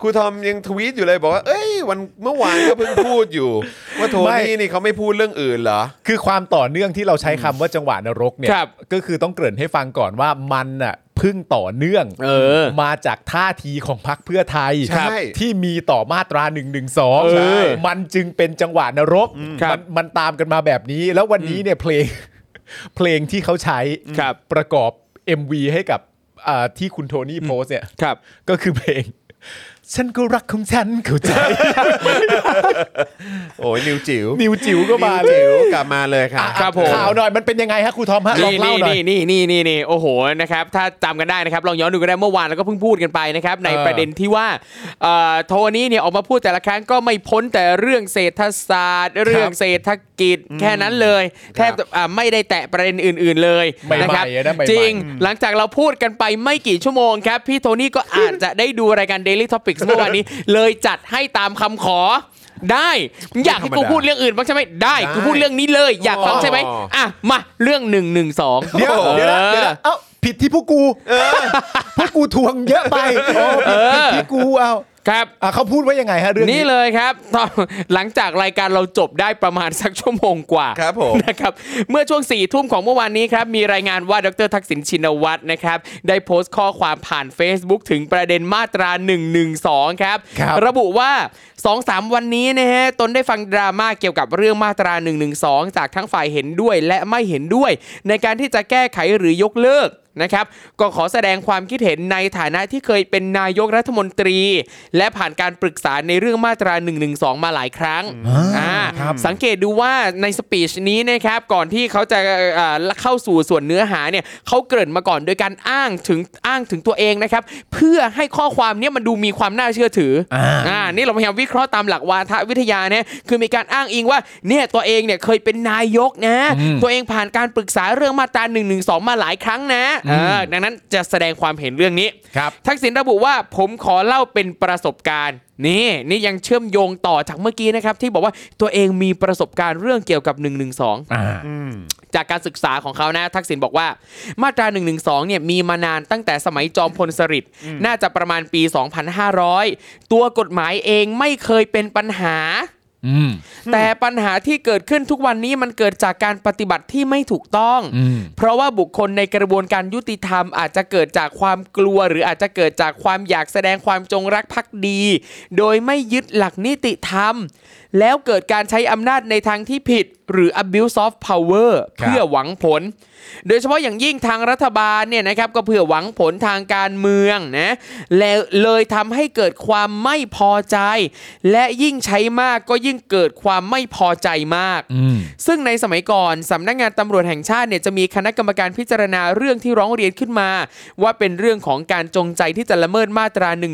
Speaker 1: ครูทอมยังทวีตอยู่เลยบอกว่า เอ้ยวันเมื่อวานก็เพิ่งพูดอยู่ ว่าโทนี่นี่เขาไม่พูดเรื่องอื่นเหรอ
Speaker 3: คือความต่อเนื่องที่เราใช้คำว่าจังหวะนรกเนี่ย
Speaker 4: ครับ
Speaker 3: ก็คือต้องเกริ่นให้ฟังก่อนว่ามันน่ะเพึ่งต่อเนื่อง
Speaker 4: เออ
Speaker 3: มาจากท่าทีของพรรคเพื่อไทย
Speaker 1: ใช่
Speaker 3: ที่มีต่อมาตรา1นึ
Speaker 4: เออ
Speaker 3: มันจึงเป็นจังหวะนรก
Speaker 4: ครับ
Speaker 3: มันมันตามกันมาแบบนี้ แล้ววันนี้เนี่ยเพลง เพลงที่เขาใช้
Speaker 4: ครับ
Speaker 3: ประกอบ MV ให้กับอ่าที่คุณโทนี่โพสต์เนี่ย
Speaker 4: ครับ
Speaker 3: ก็คือเพลง ฉันก็รักของฉันเข้าใจ [LAUGHS]
Speaker 1: โอ้ยนิวจิ๋ว
Speaker 3: นิวจิ๋วก็มาเล
Speaker 1: นิวย จิ๋วกลับมาเลยค่ะ
Speaker 3: อ่ะ
Speaker 4: ครับผม
Speaker 3: ข่าวหน่อยมันเป็นยังไงฮะครูทอมฮะลอ
Speaker 4: นี่
Speaker 3: งเล่า
Speaker 4: นี่
Speaker 3: หน่อย
Speaker 4: นี่นี่นี่นี่นี่โอ้โหนะครับถ้าจำกันได้นะครับลองย้อนดูก็ได้เมื่อวานเราก็เพิ่งพูดกันไปนะครับใน
Speaker 3: เออ
Speaker 4: ประเด็นที่ว่าเอ่อโทนี่เนี่ยออกมาพูดแต่ละครั้งก็ไม่พ้นแต่เรื่องเศรษฐศาสตร์ เรื่องเศรษฐกิจแค่นั้นเลยแทบจะอ่าไม่ได้แตะประเด็นอื่น ๆเลย
Speaker 3: ใหม่ๆ
Speaker 4: นะครับ
Speaker 3: อะนะใหม่ๆ
Speaker 4: จริง หลังจากเราพูดกันไปไม่กี่ชั่วโมงครับ พี่โทนี่ก็อาจจะได้ดูรายการ Daily Topics เมื่อวานนี้ เลยจัดให้ตามคำขอได้มึงอยากให้กูพูดเรื่องอื่นบ้างใช่ไหมได้กูพูดเรื่องนี้เลยอยากฟังใช่ไหม
Speaker 1: อ๋อ
Speaker 4: อ่ะ มาเรื่องหนึ่งหนึ่งสอง
Speaker 3: เดี๋ยวเดี๋ยวนะเดี๋ยวนะเอ้าผิดที่พวกกูพวกกูทวงเยอะไปโอ้ผิดผิดที่กูเอา
Speaker 4: ครับ
Speaker 3: อ่ะเขาพูดว่ายังไงฮะเรื่อง
Speaker 4: นี่
Speaker 3: นี้
Speaker 4: เลยครับ [LAUGHS] ตอนหลังจากรายการเราจบได้ประมาณสักชั่วโมงกว่า
Speaker 1: ครับผม
Speaker 4: [LAUGHS] นะครับเมื่อช่วง4ี่ทุ่มของเมื่อวานนี้ครับ มีรายงานว่าดรทักษิณชินวัตรนะครับ ได้โพสต์ข้อความผ่าน Facebook ถึงประเด็นมาตรา 112 ครับ
Speaker 3: ครับ
Speaker 4: ระบุว่า 2-3 วันนี้นะฮะ ตนได้ฟังดราม่าเกี่ยวกับเรื่องมาตรา 112 จากทั้งฝ่ายเห็นด้วยและไม่เห็นด้วย ในการที่จะแก้ไขหรือยกเลิกนะครับ ก็ขอแสดงความคิดเห็นในฐานะที่เคยเป็นนายกรัฐมนตรี และผ่านการปรึกษาในเรื่องมาตรา 112 มาหลายครั้งอ่า
Speaker 3: ครับ
Speaker 4: สังเกตดูว่าในสปีชนี้นะครับก่อนที่เขาจะเอ่อเข้าสู่ส่วนเนื้อหาเนี่ยเขาเกริ่นมาก่อนโดยการอ้างถึงอ้างถึงตัวเองนะครับ เพื่อให้ข้อความเนี้มันดูมีความน่าเชื่อถืออา อ่านี่เราพยายามวิเคราะห์ตามหลักวาทวิทยาเนี่ยคือมีการอ้างอิงว่าเนี่ยตัวเองเนี่ยเคยเป็นนายกนะ ตัวเองผ่านการปรึกษาเรื่องมาตรา1นึมาหลายครั้งนะเออดังนั้นจะแสดงความเห็นเรื่องนี้
Speaker 3: ครับ
Speaker 4: ทักษิณระบุว่าผมขอเล่าเป็นประสบการณ์ นี่นี่ยังเชื่อมโยงต่อจากเมื่อกี้นะครับ ที่บอกว่าตัวเองมีประสบการณ์เรื่องเกี่ยวกับ 1 1 2
Speaker 3: อ่า
Speaker 4: จากการศึกษาของเขานะ ทักษิณบอกว่ามาตรา1นึเนี่ยมีมานานตั้งแต่สมัยจอมพลสฤษดิ์น่าจะประมาณปี 2500 ตัวกฎหมายเองไม่เคยเป็นปัญหา
Speaker 3: อืม
Speaker 4: แต่ปัญหาที่เกิดขึ้นทุกวันนี้มันเกิดจากการปฏิบัติที่ไม่ถูกต้อง
Speaker 3: อืม
Speaker 4: เพราะว่าบุคคลในกระบวนการยุติธรรม อาจจะเกิดจากความกลัว หรืออาจจะเกิดจากความอยากแสดงความจงรักภักดี โดยไม่ยึดหลักนิติธรรม แล้วเกิดการใช้อำนาจในทางที่ผิด หรือ abuse of power เพื่อหวังผล โดยเฉพาะอย่างยิ่งทางรัฐบาลเนี่ยนะครับก็เพื่อหวังผลทางการเมืองนะและเลยทำให้เกิดความไม่พอใจ และยิ่งใช้มากก็ยิ่งเกิดความไม่พอใจมาก
Speaker 3: อืม
Speaker 4: ซึ่งในสมัยก่อนสำนักงานตำรวจแห่งชาติเนี่ยจะมีคณะกรรมการพิจารณาเรื่องที่ร้องเรียนขึ้นมา ว่าเป็นเรื่องของการจงใจที่จะละเมิดมาตรา1นึ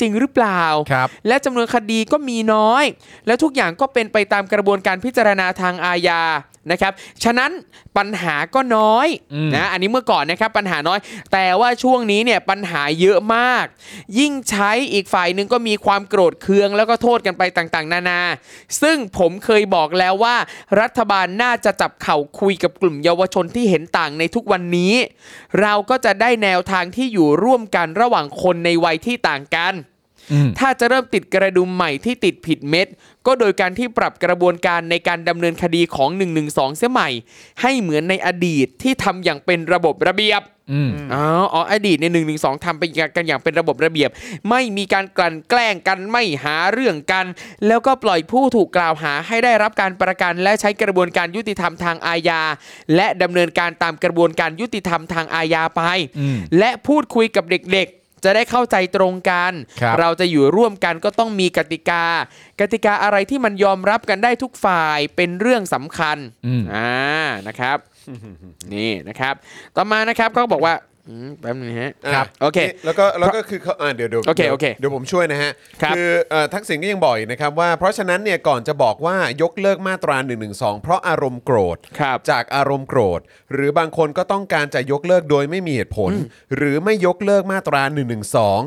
Speaker 4: จริงหรือเปล่า
Speaker 3: ครับ
Speaker 4: และจำนวนคดีก็มีน้อย และทุกอย่างก็เป็นไปตามกระบวนการพิจารณาทางอาญานะครับ ฉะนั้นปัญหาก็น้อยนะอันนี้เมื่อก่อนนะครับปัญหาน้อย แต่ว่าช่วงนี้เนี่ยปัญหาเยอะมาก ยิ่งใช้อีกฝ่ายหนึ่งก็มีความโกรธเคืองแล้วก็โทษกันไปต่างๆ นานา ซึ่งผมเคยบอกแล้วว่า รัฐบาลน่าจะจับเข่าคุยกับกลุ่มเยาวชนที่เห็นต่างในทุกวันนี้ เราก็จะได้แนวทางที่อยู่ร่วมกันระหว่างคนในวัยที่ต่างกัน
Speaker 3: อืม
Speaker 4: ถ้าจะเริ่มติดกระดุมใหม่ที่ติดผิดเม็ด ก็โดยการที่ปรับกระบวนการในการดำเนินคดีของ 112 เสียใหม่ ให้เหมือนในอดีตที่ทำอย่างเป็นระบบระเบียบ
Speaker 3: อืม
Speaker 4: อ๋ออ๋ออดีตใน1นึทำไปกันอย่างเป็นระบบระเบียบ ไม่มีการกลั่นแกล้งกันไม่หาเรื่องกัน แล้วก็ปล่อยผู้ถูกกล่าวหาให้ได้รับการประกัน และใช้กระบวนการยุติธรรมทางอาญา และดำเนินการตามกระบวนการยุติธรรมทางอาญาไป
Speaker 3: อืม
Speaker 4: [LAUGHS] และพูดคุยกับเด็กๆ จะได้เข้าใจตรงกัน
Speaker 3: ครับ
Speaker 4: เราจะอยู่ร่วมกันก็ต้องมีกติกา กติกาอะไรที่มันยอมรับกันได้ทุกฝ่ายเป็นเรื่องสำคัญ
Speaker 3: อืม
Speaker 4: อ่า นะครับ นี่นะครับ ต่อมานะครับเขาก็บอกว่าอืมแป๊บนึงนะฮะ
Speaker 1: ครับ
Speaker 4: โอเค
Speaker 1: แล้วก็แล้วก็คือเขาอ่าเดี๋ยวเดี๋ยว
Speaker 4: โอเค
Speaker 1: ดี๋ยว
Speaker 4: โอเค
Speaker 1: เดี๋ยวผมช่วยนะฮะ
Speaker 4: ครับ
Speaker 1: อเอ่อทักษิณก็ยังบอกอีกนะครับว่าเพราะฉะนั้นเนี่ยก่อนจะบอกว่ายกเลิกมาตรา1นึเพราะอารมณ์โกรธ
Speaker 4: ครับ
Speaker 1: จากอารมณ์โกรธ หรือบางคนก็ต้องการจะยกเลิกโดยไม่มีเหตุผล หรือไม่ยกเลิกมาตรา1นึ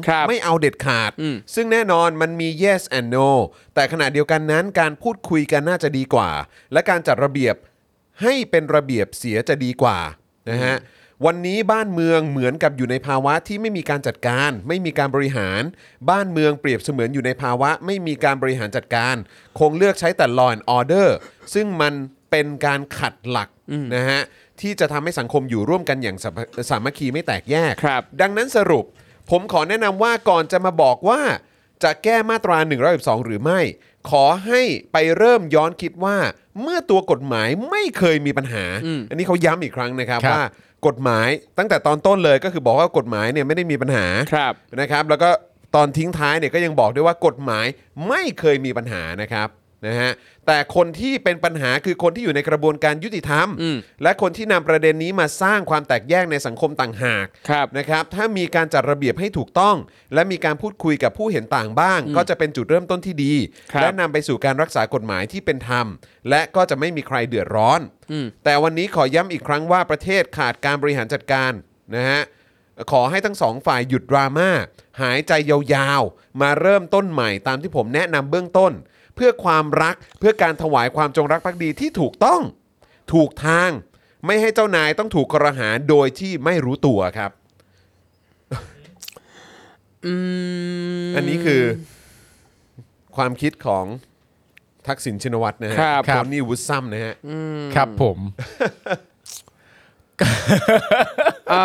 Speaker 4: ครับ
Speaker 1: ไม่เอาเด็ดขาด
Speaker 4: อืม
Speaker 1: ซึ่งแน่นอนมันมี yes and no แต่ขณะเดียวกันนั้นการพูดคุยกันน่าจะดีกว่า และการจัดระเบียบให้เป็นระเบียบเสียจะดีกว่านะฮะ วันนี้บ้านเมืองเหมือนกับอยู่ในภาวะที่ไม่มีการจัดการ ไม่มีการบริหาร บ้านเมืองเปรียบเสมือนอยู่ในภาวะ ไม่มีการบริหารจัดการ คงเลือกใช้แต่ law and order ซึ่งมันเป็นการขัดหลักนะฮะที่จะทำให้สังคมอยู่ร่วมกันอย่างสามัคสามัคคีไม่แตกแยก
Speaker 2: ครับ
Speaker 1: ดังนั้นสรุป ผมขอแนะนำว่าก่อนจะมาบอกว่า จะแก้มาตรา112 หรือไม่ ขอให้ไปเริ่มย้อนคิดว่า เมื่อตัวกฎหมายไม่เคยมีปัญหา อันนี้เขาย้ำอีกครั้งนะครับ
Speaker 3: ครับ
Speaker 1: ว่ากฎหมายตั้งแต่ตอนต้นเลยก็คือบอกว่ากฎหมายเนี่ยไม่ได้มีปัญหา
Speaker 2: ครับ
Speaker 1: นะครับแล้วก็ตอนทิ้งท้ายเนี่ยก็ยังบอกด้วยว่ากฎหมายไม่เคยมีปัญหานะครับนะฮะแต่คนที่เป็นปัญหาคือคนที่อยู่ในกระบวนการยุติธรรม
Speaker 2: อืม
Speaker 1: และคนที่นำประเด็นนี้มาสร้างความแตกแยกในสังคมต่างหาก
Speaker 2: ครับ
Speaker 1: นะครับถ้ามีการจัดระเบียบให้ถูกต้อง และมีการพูดคุยกับผู้เห็นต่างบ้าง ก็จะเป็นจุดเริ่มต้นที่ดี
Speaker 2: ครับ
Speaker 1: และนำไปสู่การรักษากฎหมายที่เป็นธรรม และก็จะไม่มีใครเดือดร้อน
Speaker 2: อืม
Speaker 1: แต่วันนี้ขอย้ำอีกครั้งว่าประเทศขาดการบริหารจัดการนะฮะขอให้ทั้งสองฝ่ายหยุดดราม่าหายใจยาวๆ มาเริ่มต้นใหม่ตามที่ผมแนะนำเบื้องต้น เพื่อความรักเพื่อการถวายความจงรักภักดีที่ถูกต้อง ถูกทาง ไม่ให้เจ้านายต้องถูกกระหาโดยที่ไม่รู้ตัวครับ
Speaker 2: อืม
Speaker 1: อันนี้คือความคิดของทักษิณชินวัตรนะฮะ
Speaker 2: ครับ
Speaker 1: โทนี่วุฒซัมนะฮะ
Speaker 3: ครับผม
Speaker 2: เอ่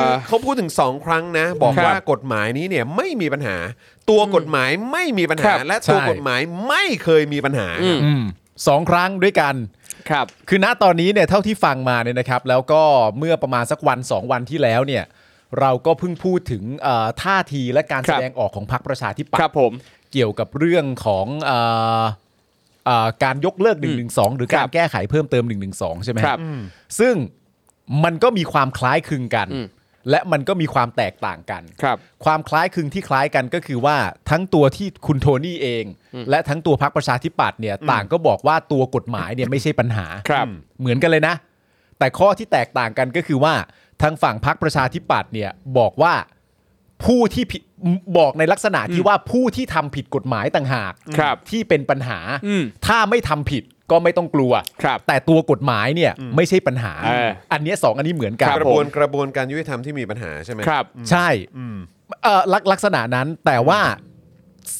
Speaker 2: อ
Speaker 1: เขาพูดถึงสองครั้งนะ บอก
Speaker 2: ครับ
Speaker 1: ว่ากฎหมายนี้เนี่ยไม่มีปัญหา ตัวกฎหมายไม่มีปัญ
Speaker 2: ครั
Speaker 1: หา
Speaker 2: บ
Speaker 1: และตัวกฎหมายไม่เคยมีปัญหา
Speaker 3: อืมสองครั้งด้วยกัน
Speaker 2: ครับ
Speaker 3: คือณตอนนี้เนี่ยเท่าที่ฟังมาเนี่ยนะครับ แล้วก็เมื่อประมาณสักวัน 2 วันที่แล้วเนี่ย เราก็เพิ่งพูดถึงเอ่อท่าทีและการ
Speaker 2: ค
Speaker 3: แส
Speaker 2: รับ
Speaker 3: ดงออกของพรรคประชาธิปัต
Speaker 2: ค
Speaker 3: ย์
Speaker 2: รับผม
Speaker 3: เกี่ยวกับเรื่องของเออเอ่อการยกเลิก 1 1 2 หรือการ
Speaker 2: คั
Speaker 3: ร
Speaker 2: บ
Speaker 3: แก้ไขเพิ่มเติม 1 1 2 ใช่ไหมฮะ
Speaker 2: ครับ
Speaker 3: ซึ่งมันก็มีความคล้ายคลึงกัน
Speaker 2: อืม
Speaker 3: และมันก็มีความแตกต่างกัน
Speaker 2: ครับ
Speaker 3: ความคล้ายคลึงที่คล้ายกันก็คือว่าทั้งตัวที่คุณโทนี่เอง และทั้งตัวพรรคประชาธิปัตย์เนี่ยต่างก็บอกว่าตัวกฎหมายเนี่ยไม่ใช่ปัญหา
Speaker 2: ค
Speaker 3: [COUGHS]
Speaker 2: รับ
Speaker 3: เหมือนกันเลยนะ แต่ข้อที่แตกต่างกันก็คือว่าทางฝั่งพรรคประชาธิปัตย์เนี่ยบอกว่าผู้ที่ผิดบอกในลักษณะที่ว่าผู้ที่ทำผิดกฎหมายต่างหาก
Speaker 2: ครับ
Speaker 3: ที่เป็นปัญหา
Speaker 2: อืม
Speaker 3: ถ้าไม่ทำผิดก็ไม่ต้องกลัว
Speaker 2: ครับ
Speaker 3: แต่ตัวกฎหมายเนี่ยไม่ใช่ปัญหา
Speaker 2: เอออั
Speaker 3: อันเนี้ยสองอันนี้เหมือนกั
Speaker 2: ค
Speaker 3: น
Speaker 2: รั
Speaker 1: ก
Speaker 2: บ
Speaker 1: ระบวนกระบวนการยุติธรรมที่มีปัญหาใช่ไหม
Speaker 2: ครับ
Speaker 3: ใช่เอ่อลักลักษณะนั้นแต่ว่า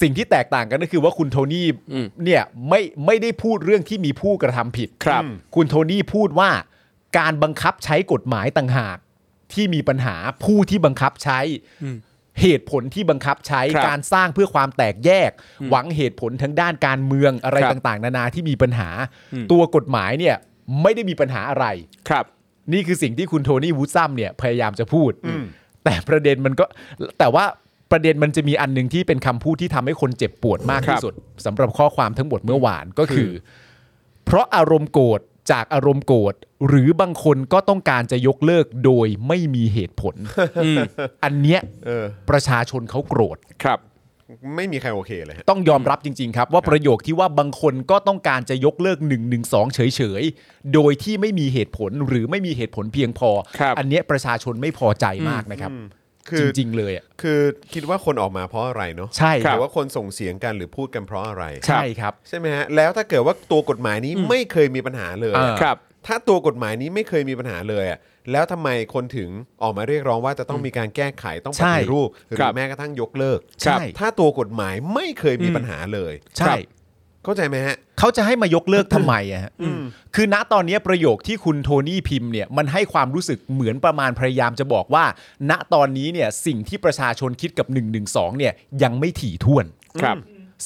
Speaker 3: สิ่งที่แตกต่างกันก็คือว่าคุณโทนี่
Speaker 2: อืม
Speaker 3: เนี่ยไม่ไม่ได้พูดเรื่องที่มีผู้กระทำผิด
Speaker 2: ครับ
Speaker 3: คุณโทนี่พูดว่าการบังคับใช้กฎหมายต่างหากที่มีปัญหาผู้ที่บังคับใช้ เหตุผลที่บังคับใช้
Speaker 2: ครับ
Speaker 3: การสร้างเพื่อความแตกแยก หวังเหตุผลทั้งด้านการเมืองอะไร
Speaker 2: ครับ
Speaker 3: ต่างๆ นานาที่มีปัญหา
Speaker 2: อืม
Speaker 3: ตัวกฎหมายเนี่ยไม่ได้มีปัญหาอะไร
Speaker 2: ครับ
Speaker 3: นี่คือสิ่งที่คุณโทนี่วูดซัมเนี่ยพยายามจะพูด แต่ประเด็นมันก็แต่ว่าประเด็นมันจะมีอันหนึ่งที่เป็นคำพูดที่ทำให้คนเจ็บปวดมาก
Speaker 2: ครับ
Speaker 3: ที่สุดสำหรับข้อความทั้งหมดเมื่อวานก็คือ เพราะอารมณ์โกรธจากอารมณ์โกรธหรือบางคนก็ต้องการจะยกเลิกโดยไม่มีเหตุผล อันเนี้ย
Speaker 1: เออ
Speaker 3: ประชาชนเขาโกรธ
Speaker 2: ครับ
Speaker 1: ไม่มีใครโอเคเลยฮะ
Speaker 3: ต้องยอมรับจริง ๆ ครับ ว่าประโยคที่ว่าบางคนก็ต้องการจะยกเลิก1นึเฉยๆ โดยที่ไม่มีเหตุผลหรือไม่มีเหตุผลเพียงพอ
Speaker 2: ครับ
Speaker 3: อันเนี้ยประชาชนไม่พอใจมากนะครับ
Speaker 1: คือ
Speaker 3: จริง ๆ เลยอ่ะ
Speaker 1: คือคิดว่าคนออกมาเพราะอะไรเนาะ
Speaker 3: ใช่ค
Speaker 1: ห
Speaker 3: รับ
Speaker 1: รือว่าคนส่งเสียงกันหรือพูดกันเพราะอะไร
Speaker 3: ใช่ครับ
Speaker 1: ใช่ไหมฮะแล้วถ้าเกิดว่าตัวกฎหมายนี้ไม่เคยมีปัญหาเลย
Speaker 3: อ่า
Speaker 2: ครับ
Speaker 1: ถ้าตัวกฎหมายนี้ไม่เคยมีปัญหาเลยอะแล้วทำไมคนถึงออกมาเรียกร้องว่าจะต้องมีการแก้ไขต้องป
Speaker 3: ใช่
Speaker 1: ฏิรูปหรื
Speaker 2: ครั
Speaker 1: อบ แม้กระทั่งยกเลิก
Speaker 2: ครับ
Speaker 3: ใช่
Speaker 1: ถ้าตัวกฎหมายไม่เคยมีปัญหาเลย
Speaker 3: ใช่
Speaker 1: เข้าใจไหมฮะ
Speaker 3: เขาจะให้มายกเลิกท [COUGHS] ำไมอะฮะคือณตอนเนี้ยประโยคที่คุณโทนี่พิมพ์เนี่ยมันให้ความรู้สึกเหมือนประมาณพยายามจะบอกว่า ณตอนนี้เนี่ยสิ่งที่ประชาชนคิดกับ1นึเนี่ยยังไม่ถี่ถ้วน
Speaker 2: ครับ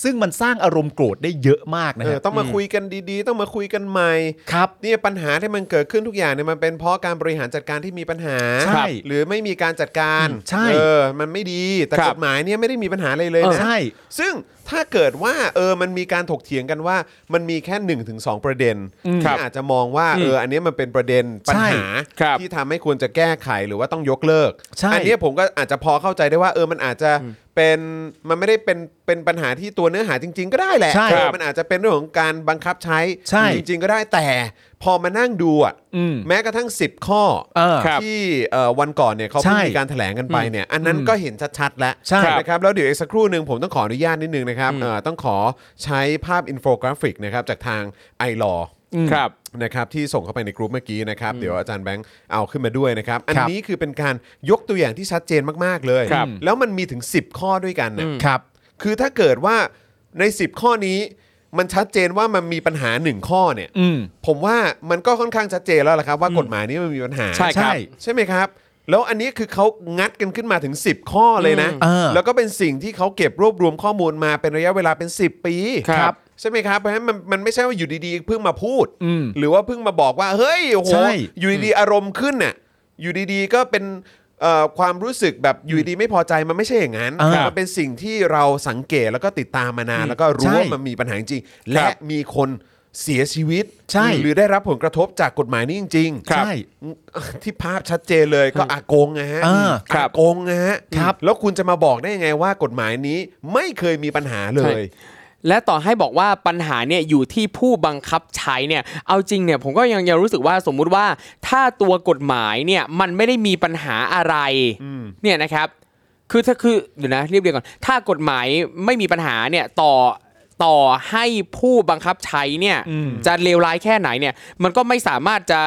Speaker 3: ซึ่งมันสร้างอารมณ์โกรธได้เยอะมากนะ
Speaker 1: เออ
Speaker 3: ฮะ
Speaker 1: ต้องมาคุยกันดีๆ ต้องมาคุยกันใหม่
Speaker 3: ครับ
Speaker 1: เนี่ยปัญหาที่มันเกิดขึ้นทุกอย่างเนี่ยมันเป็นเพราะการบริหารจัดการที่มีปัญหา
Speaker 3: ใช่
Speaker 1: หรือไม่มีการจัดการ
Speaker 3: อืมใช่
Speaker 1: เออมันไม่ดีแต่
Speaker 2: ครับ
Speaker 1: กฎหมายเนี่ยไม่ได้มีปัญหาอะไรเลยนะ
Speaker 3: ใช่
Speaker 1: ซึ่งถ้าเกิดว่าเออมันมีการถกเถียงกันว่า มันมีแค่1นถึงสประเด็น
Speaker 2: ครับ
Speaker 1: ที่อาจจะมองว่าเอออันเนี้ยมันเป็นประเด็นปัญหา
Speaker 2: ใช่ครับ
Speaker 1: ที่ทำให้ควรจะแก้ไขหรือว่าต้องยกเลิก
Speaker 3: ใช่
Speaker 1: อัเนี้ยผมก็อาจจะพอเข้าใจได้ว่าเออมันอาจจะเป็นมันไม่ได้เป็นเป็นปัญหาที่ตัวเนื้อหาจริง ๆ ก็ได้แหละ
Speaker 3: ใช่
Speaker 1: เอ
Speaker 2: ค
Speaker 1: อ
Speaker 2: รับ
Speaker 1: มันอาจจะเป็นเรื่องของการบังคับใช้
Speaker 3: ใช่
Speaker 1: จริง ๆ ก็ได้แต่พอมานั่งดูอ่ะ
Speaker 3: อืม
Speaker 1: แม้กระทั่ง 10 ข้อ
Speaker 3: เออ
Speaker 2: ครับ
Speaker 1: ที่เอ่อวันก่อนเนี่ยเขาเพิ่ง
Speaker 3: ใช่
Speaker 1: มีการแถลงกันไปเนี่ยอันนั้น
Speaker 3: อืม
Speaker 1: ก็เห็นชัดๆแล้ว
Speaker 3: ใช่
Speaker 1: นะครับ นะครับแล้วเดี๋ยวอีกสักครู่หนึ่งผมต้องขออนุญาตนิดนึงนะครับเอ่อต้องขอใช้ภาพอินโฟกราฟิกนะครับจากทางไอรอ
Speaker 4: ครับ
Speaker 1: นะครับที่ส่งเข้าไปในกรุ๊ปเมื่อกี้นะครับเดี๋ยวอาจารย์แบงค์เอาขึ้นมาด้วยนะครับ อัน
Speaker 3: ครับ
Speaker 1: นี้คือเป็นการยกตัวอย่างที่ชัดเจนมากๆเลย
Speaker 4: ครับ
Speaker 1: แล้วมันมีถึง 10 ข้อด้วยกันนะครับ คือถ้าเกิดว่าใน 10 ข้อนี้ มันชัดเจนว่ามันมีปัญหาหนึ่งข้อเนี่ย
Speaker 3: อืม
Speaker 1: ผมว่ามันก็ค่อนข้างชัดเจนแล้วล่ะครับ ว่ากฎหมายนี้มันมีปัญหา
Speaker 4: ใช่ครับ
Speaker 3: ใช่
Speaker 1: ใช่ไหมครับ แล้วอันนี้คือเขางัดกันขึ้นมาถึง 10 ข้อเลยนะ
Speaker 3: เออ
Speaker 1: แล้วก็เป็นสิ่งที่เขาเก็บรวบรวมข้อมูลมาเป็นระยะเวลาเป็น 10 ปี
Speaker 4: ครับ
Speaker 1: ใช่ไหมครับ เพราะฉะนั้นมันมันไม่ใช่ว่าอยู่ดีๆเพิ่งมาพูด
Speaker 3: อืม
Speaker 1: หรือว่าเพิ่งมาบอกว่า เฮ้ยโอ้โห
Speaker 3: ใช่
Speaker 1: อยู่ดีๆอารมณ์ขึ้นน่ะอยู่ดีๆก็เป็นเอ่อความรู้สึกแบบอยู่ดีๆไม่พอใจมันไม่ใช่อย่างนั้น
Speaker 3: อ่ามั
Speaker 1: มันเป็นสิ่งที่เราสังเกตแล้วก็ติดตามมานาน แล้วก็รู้
Speaker 3: ใช่
Speaker 1: ว่ามันมีปัญหาจริงๆและมีคนเสียชีวิต
Speaker 3: ใช่
Speaker 1: หรือได้รับผลกระทบจากกฎหมายนี้จริง ๆ
Speaker 4: ครับ
Speaker 3: ใช่
Speaker 1: ที่ภาพชัดเจนเลยก็อากงนะฮะ
Speaker 3: อ่า
Speaker 1: อาโกงนะฮะ
Speaker 3: ครับ
Speaker 1: แล้วคุณจะมาบอกได้ยังไงว่ากฎหมายนี้ไม่เคยมีปัญหาเลย
Speaker 4: และต่อให้บอกว่าปัญหาเนี่ยอยู่ที่ผู้บังคับใช้เนี่ยเอาจริงเนี่ยผมก็ยังยังรู้สึกว่าสมมุติว่าถ้าตัวกฎหมายเนี่ยมันไม่ได้มีปัญหาอะไรเนี่ยนะครับ คือถ้าคือเดี๋ยวนะเรียบเรียงก่อน ถ้ากฎหมายไม่มีปัญหาเนี่ยต่อต่อให้ผู้บังคับใช้เนี่ยจะเลวร้ายแค่ไหนเนี่ยมันก็ไม่สามารถจะ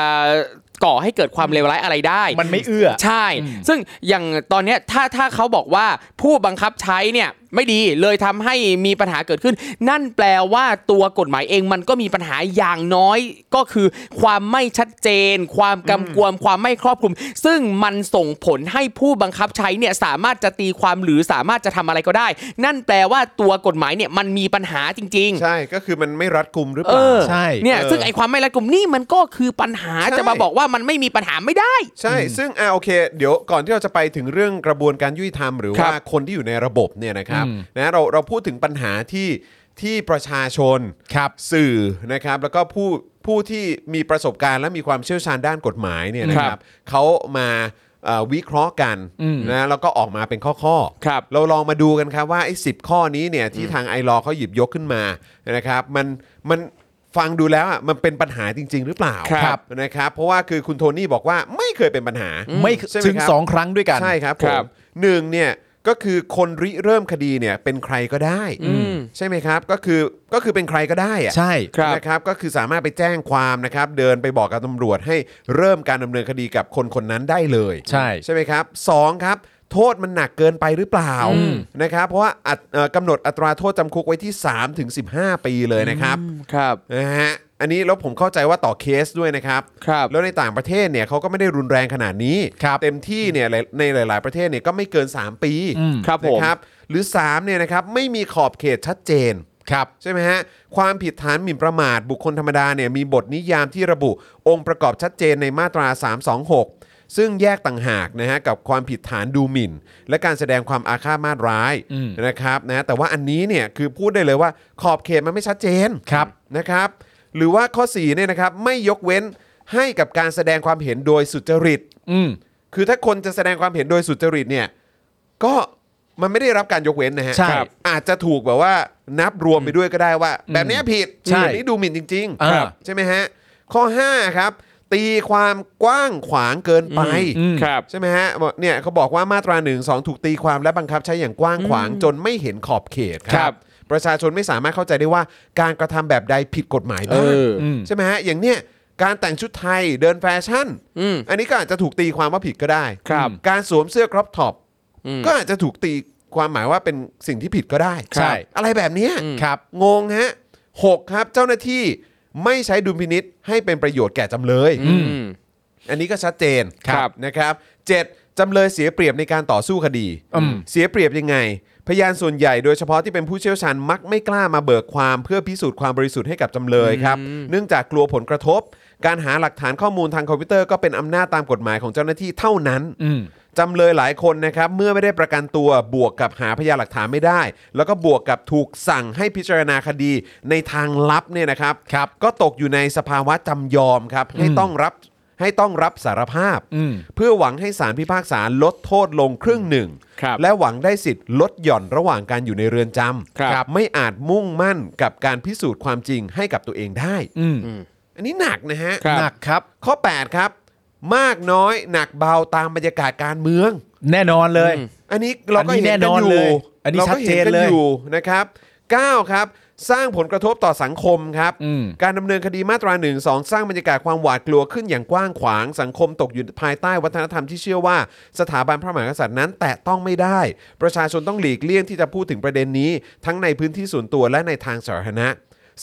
Speaker 4: ก่อให้เกิดความเลวร้ายอะไรได้
Speaker 3: มันไม่เอื้อ
Speaker 4: ใช่ ซึ่งอย่างตอนเนี้ยถ้าถ้าเขาบอกว่าผู้บังคับใช้เนี่ยไม่ดีเลยทำให้มีปัญหาเกิดขึ้น นั่นแปลว่าตัวกฎหมายเองมันก็มีปัญหาอย่างน้อย ก็คือความไม่ชัดเจน ความกำกวม ความไม่ครอบคลุม ซึ่งมันส่งผลให้ผู้บังคับใช้เนี่ยสามารถจะตีความหรือสามารถจะทำอะไรก็ได้ นั่นแปลว่าตัวกฎหมายเนี่ยมันมีปัญหาจริง ๆ
Speaker 1: ใช่ก็คือมันไม่รัดกุมหรือเป
Speaker 4: เอ
Speaker 1: ล่า
Speaker 4: อ
Speaker 3: ใช่
Speaker 4: เนี่ย
Speaker 1: เออ
Speaker 4: ซึ่งไอความไม่รัดกุมนี่มันก็คือปัญหา
Speaker 1: ใช่
Speaker 4: จะมาบอกว่ามันไม่มีปัญหาไม่ได้
Speaker 1: ใช่ ซึ่งอ่าโอเค เดี๋ยวก่อนที่เราจะไปถึงเรื่องกระบวนการยุติธรรม หรือ
Speaker 4: ครั
Speaker 1: ว่า
Speaker 4: บ
Speaker 1: คนที่อยู่ในระบบเนี่ยนะครับนะเราเราพูดถึงปัญหาที่ที่ประชาชน
Speaker 3: ครับ
Speaker 1: สื่อนะครับ แล้วก็ผู้ผู้ที่มีประสบการณ์และมีความเชี่ยวชาญด้านกฎหมายเนี่ยนะค
Speaker 4: ค
Speaker 1: รั
Speaker 4: รั
Speaker 1: บบ เขามาเอ่อวิเคราะห์กันนะแล้วก็ออกมาเป็นข้อๆ
Speaker 4: ครับ
Speaker 1: เราลองมาดูกันครับว่าไอ้สิข้อนี้เนี่ยที่ทางไอรอว์เขาหยิบยกขึ้นมานะครับมันมันฟังดูแล้วอ่ะมันเป็นปัญหาจริง ๆ หรือเปล่า
Speaker 4: ครับ
Speaker 1: นะครับ เพราะว่าคือคุณโทนี่บอกว่าไม่เคยเป็นปัญหา
Speaker 3: ไม่
Speaker 1: ใช่ห
Speaker 3: ถึง
Speaker 1: ครับ
Speaker 3: สองครั้งด้วยกัน
Speaker 1: ใช่ครับผ
Speaker 4: ครั
Speaker 1: ม
Speaker 4: บ
Speaker 1: หนึ่งเนี่ยก็คือคนริเริ่มคดีเนี่ยเป็นใครก็ได้
Speaker 4: อืม
Speaker 1: ใช่ไหมครับก็คือก็คือเป็นใครก็ได้อะ
Speaker 3: ใช่
Speaker 4: ครับ
Speaker 1: นะครับก็คือสามารถไปแจ้งความนะครับเดินไปบอกกับตำรวจให้เริ่มการดำเนินคดีกับคนคนนั้นได้เลย
Speaker 3: ใช่
Speaker 1: ใช่ไหมครับสองครับโทษมันหนักเกินไปหรือเปล่านะครับเพราะว่าอัตเอ่อกำหนดอัตราโทษจำคุกไว้ที่ 3 ถึง 15 ปีเลยนะครับ
Speaker 4: ครับ
Speaker 1: นะฮะอันนี้แล้วผมเข้าใจว่าต่อเคสด้วยนะครับ
Speaker 4: ครับ
Speaker 1: แล้วในต่างประเทศเนี่ยเขาก็ไม่ได้รุนแรงขนาดนี้
Speaker 3: ครับ
Speaker 1: เต็มที่เนี่ยหลายในหลาย ๆ ประเทศเนี่ยก็ไม่เกิน 3 ปี
Speaker 3: อืม
Speaker 4: ครับผม
Speaker 1: นะครับหรือ3เนี่ยนะครับไม่มีขอบเขตชัดเจน
Speaker 3: ครับ
Speaker 1: ใช่ไหมฮะ ความผิดฐานหมิ่นประมาท บุคคลธรรมดาเนี่ยมีบทนิยามที่ระบุองค์ประกอบชัดเจนในมาตรา 326 ซึ่งแยกต่างหากนะฮะกับความผิดฐานดูหมิ่น และการแสดงความอาฆาตมาตร้าย
Speaker 3: อืม
Speaker 1: นะครับนะแต่ว่าอันนี้เนี่ยคือพูดได้เลยว่าขอบเขตมันไม่ชัดเจน
Speaker 3: ครับ
Speaker 1: นะครับ หรือว่าข้อ4เนี่ยนะครับไม่ยกเว้นให้กับการแสดงความเห็นโดยสุจริต
Speaker 3: อืม
Speaker 1: คือถ้าคนจะแสดงความเห็นโดยสุจริตเนี่ยก็มันไม่ได้รับการยกเว้นนะฮะ
Speaker 3: ใช่
Speaker 1: ครับอาจจะถูกแบบว่านับรวมไปด้วยก็ได้ว่า แบบเนี้ยผิด
Speaker 3: ใช่
Speaker 1: แบบนี้ดูหมิ่นจริง
Speaker 3: อ่าครับ
Speaker 1: ใช่ไหมฮะ ข้อ 5 ครับ ตีความกว้างขวางเกินไป
Speaker 4: ครับ
Speaker 1: ใช่ไหมฮะบอกเนี่ยเขาบอกว่ามาตรา1นึถูกตีความและบังคับใช้อย่างกว้างขวางจนไม่เห็นขอบเขตค
Speaker 4: ครั
Speaker 1: รับ
Speaker 4: บ
Speaker 1: ประชาชนไม่สามารถเข้าใจได้ว่าการกระทำแบบใดผิดกฎหมาย
Speaker 4: เอ
Speaker 1: บ้าง
Speaker 4: อ
Speaker 3: ม
Speaker 1: ใช่ไหมฮะอย่างเนี้ยการแต่งชุดไทยเดินแฟชั่น
Speaker 4: อืม
Speaker 1: อันนี้ก็อาจจะถูกตีความว่าผิดก็ได้
Speaker 4: ครับ
Speaker 1: การสวมเสื้อครอปท็อป
Speaker 4: อืม
Speaker 1: ก็อาจจะถูกตีความหมายว่าเป็นสิ่งที่ผิดก็ได้
Speaker 3: ใช่
Speaker 1: อะไรแบบเนี้ย
Speaker 4: อืม
Speaker 3: ครับ
Speaker 1: งงฮะหกครับเจ้าหน้าที่ไม่ใช้ดุลพินิษให้เป็นประโยชน์แก่จำเลย
Speaker 4: อืม
Speaker 1: อันนี้ก็ชัดเจน
Speaker 4: ครับ
Speaker 1: นะครับเจ็ดจำเลยเสียเปรียบในการต่อสู้คดี
Speaker 3: อืม
Speaker 1: เสียเปรียบยังไง พยานส่วนใหญ่โดยเฉพาะที่เป็นผู้เชี่ยวชาญมักไม่กล้ามาเบิกความเพื่อพิสูจน์ความบริสุทธิ์ให้กับจำเลยครับ เนื่องจากกลัวผลกระทบ การหาหลักฐานข้อมูลทางคอมพิวเตอร์ก็เป็นอำนาจตามกฎหมายของเจ้าหน้าที่เท่านั้น
Speaker 3: อืม
Speaker 1: จำเลยหลายคนนะครับเมื่อไม่ได้ประกันตัวบวกกับหาพยานหลักฐานไม่ได้ แล้วก็บวกกับถูกสั่งให้พิจารณาคดีในทางลับเนี่ยนะครับ
Speaker 3: ครับ
Speaker 1: ก็ตกอยู่ในสภาวะจำยอมครับให้ต้องรับให้ต้องรับสารภาพ
Speaker 3: อืม
Speaker 1: เพื่อหวังให้สารพิพากษาลดโทษลงครึ่งหนึ่ง
Speaker 4: ครับ
Speaker 1: และหวังได้สิทธิ์ลดหย่อนระหว่างการอยู่ในเรือนจำ
Speaker 4: ครับ
Speaker 1: ไม่อาจมุ่งมั่นกับการพิสูจน์ความจริงให้กับตัวเองได้
Speaker 3: อืม
Speaker 1: อันนี้หนักนะฮะ
Speaker 4: ครับ
Speaker 3: หนักครับ
Speaker 1: ข้อ 8 ครับ มากน้อยหนักเบาตามบรรยากาศการเมือง
Speaker 3: แน่นอนเลย
Speaker 1: อันนี้เราก็
Speaker 3: อันนี้
Speaker 1: เห็น
Speaker 3: แน่
Speaker 1: กัน
Speaker 3: นอน
Speaker 1: อยู่
Speaker 3: เลยอันนี้
Speaker 1: เราก็
Speaker 3: ชัดเจน
Speaker 1: กั
Speaker 3: เลย
Speaker 1: อยู่นะครับ 9 ครับ สร้างผลกระทบต่อสังคมครับ
Speaker 3: อืม
Speaker 1: การดำเนินคดีมาตรา1นึสร้างบรรยากาศความหวาดกลัวขึ้นอย่างกว้างขวาง สังคมตกอยู่ภายใต้วัฒนธรรมที่เชื่อว่า สถาบันพระมหากษัตริย์นั้นแตะต้องไม่ได้ ประชาชนต้องหลีกเลี่ยงที่จะพูดถึงประเด็นนี้ ทั้งในพื้นที่ส่วนตัวและในทางสาธารณะ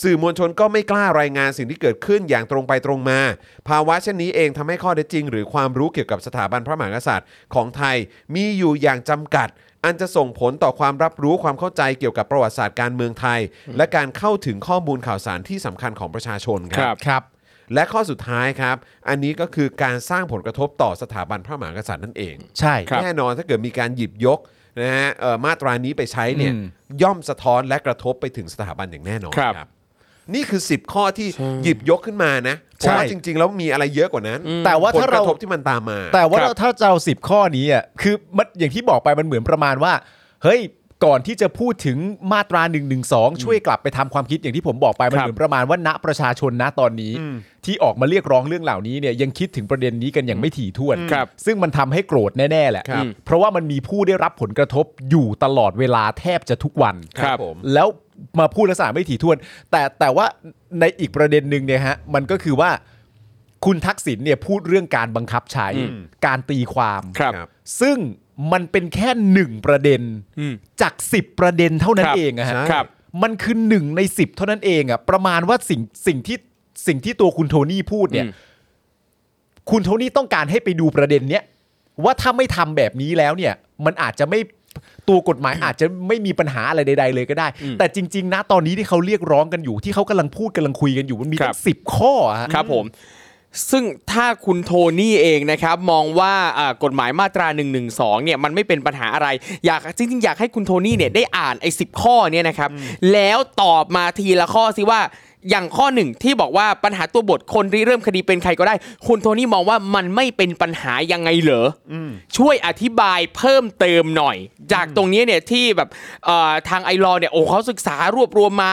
Speaker 1: สื่อมวลชนก็ไม่กล้ารายงานสิ่งที่เกิดขึ้นอย่างตรงไปตรงมา ภาวะเช่นนี้เองทำให้ข้อเท็จจริง หรือความรู้เกี่ยวกับสถาบันพระมหากษัตริย์ของไทยมีอยู่อย่างจำกัด อันจะส่งผลต่อความรับรู้ความเข้าใจเกี่ยวกับประวัติศาสตร์การเมืองไทย และการเข้าถึงข้อมูลข่าวสารที่สำคัญของประชาชนค
Speaker 4: ครั
Speaker 1: รับ
Speaker 4: บ
Speaker 3: ครับ
Speaker 1: และข้อสุดท้ายครับ อันนี้ก็คือการสร้างผลกระทบต่อสถาบันพระมหากษัตริย์นั่นเอง
Speaker 3: ใช่
Speaker 4: ครับ
Speaker 1: แน่นอนถ้าเกิดมีการหยิบยกนะฮะเอ่อมาตรานี้ไปใช้เนี่ย
Speaker 3: อืม
Speaker 1: ย่อมสะท้อนและกระทบไปถึงสถาบันอย่างแน่นอน
Speaker 4: ครับ
Speaker 1: นี่คือ 10 ข้อที่หยิบยกขึ้นมานะผมว่าจริง ๆ แล้วมีอะไรเยอะกว่านั้น
Speaker 3: แต่ว่า
Speaker 1: ผล
Speaker 3: ถ้าก เรา
Speaker 1: ระทบที่มันตามมา
Speaker 3: แต่ว่า
Speaker 4: ครับ
Speaker 3: เราถ้าจะเอาสิบข้อนี้อ่ะคือมันอย่างที่บอกไปมันเหมือนประมาณว่า เฮ้ยก่อนที่จะพูดถึงมาตรา1นึช่วยกลับไปทำความคิดอย่างที่ผมบอกไปมัน
Speaker 4: ครับ
Speaker 3: เหมือนประมาณว่าณประชาชนนะตอนนี้ ที่ออกมาเรียกร้องเรื่องเหล่านี้เนี่ยยังคิดถึงประเด็นนี้กันอย่างไม่ถี่ถ้วน
Speaker 4: ครับ
Speaker 3: ซึ่งมันทำให้โกรธแน่ๆแหละ
Speaker 1: ครับ
Speaker 3: เพราะว่ามันมีผู้ได้รับผลกระทบอยู่ตลอดเวลาแทบจะทุกวัน
Speaker 1: ครับผม
Speaker 3: แล้วมาพูดลักษณะไม่ถี่ถ้วน แต่แต่ว่าในอีกประเด็นหนึ่งเนี่ยฮะมันก็คือว่าคุณทักษิณเนี่ยพูดเรื่องการบังคับใช้ การตีความ
Speaker 4: ครับ
Speaker 1: ครับ
Speaker 3: ซึ่งมันเป็นแค่หนึ่งประเด็น
Speaker 4: อืม
Speaker 3: จากสิบประเด็นเท่านั้
Speaker 4: คนรับ
Speaker 3: เองอะฮะ
Speaker 1: ใช่
Speaker 4: ครับ
Speaker 3: มันคือหนึ่งในสิบเท่านั้นเองอะประมาณว่าสิ่งสิ่งที่สิ่งที่ตัวคุณโทนี่พูดเนี่ย
Speaker 4: อืม
Speaker 3: คุณโทนี่ต้องการให้ไปดูประเด็นเนี้ยว่าถ้าไม่ทำแบบนี้แล้วเนี่ย มันอาจจะไม่ตัวกฎหมาย อาจจะไม่มีปัญหาอะไรใด ๆ เลยก็ได้ แต่จริง ๆ นะตอนนี้ที่เขาเรียกร้องกันอยู่ที่เขากำลังพูดกำลังคุยกันอยู่มันมี
Speaker 4: ครั
Speaker 3: ตั้
Speaker 4: บ
Speaker 3: งสิบข้ออะฮะ
Speaker 4: ครับผม ซึ่งถ้าคุณโทนี่เองนะครับ มองว่าอ่ากฎหมายมาตรา1นึเนี่ยมันไม่เป็นปัญหาอะไร อยากจริงๆ อยากให้คุณโทนี่เนี่ยได้อ่านไอ้สิข้อเนี่ยนะครับ แล้วตอบมาทีละข้อสิว่าอย่างข้อหนึ่งที่บอกว่าปัญหาตัวบทคนริเริ่มคดีเป็นใครก็ได้ คุณโทนี่มองว่ามันไม่เป็นปัญหายังไงเหรออช่วยอธิบายเพิ่มเติมหน่อย จากตรงนี้เนี่ยที่แบบเอ่อทางไอรอว์เนี่ยโอ้เขาศึกษารวบรวมมา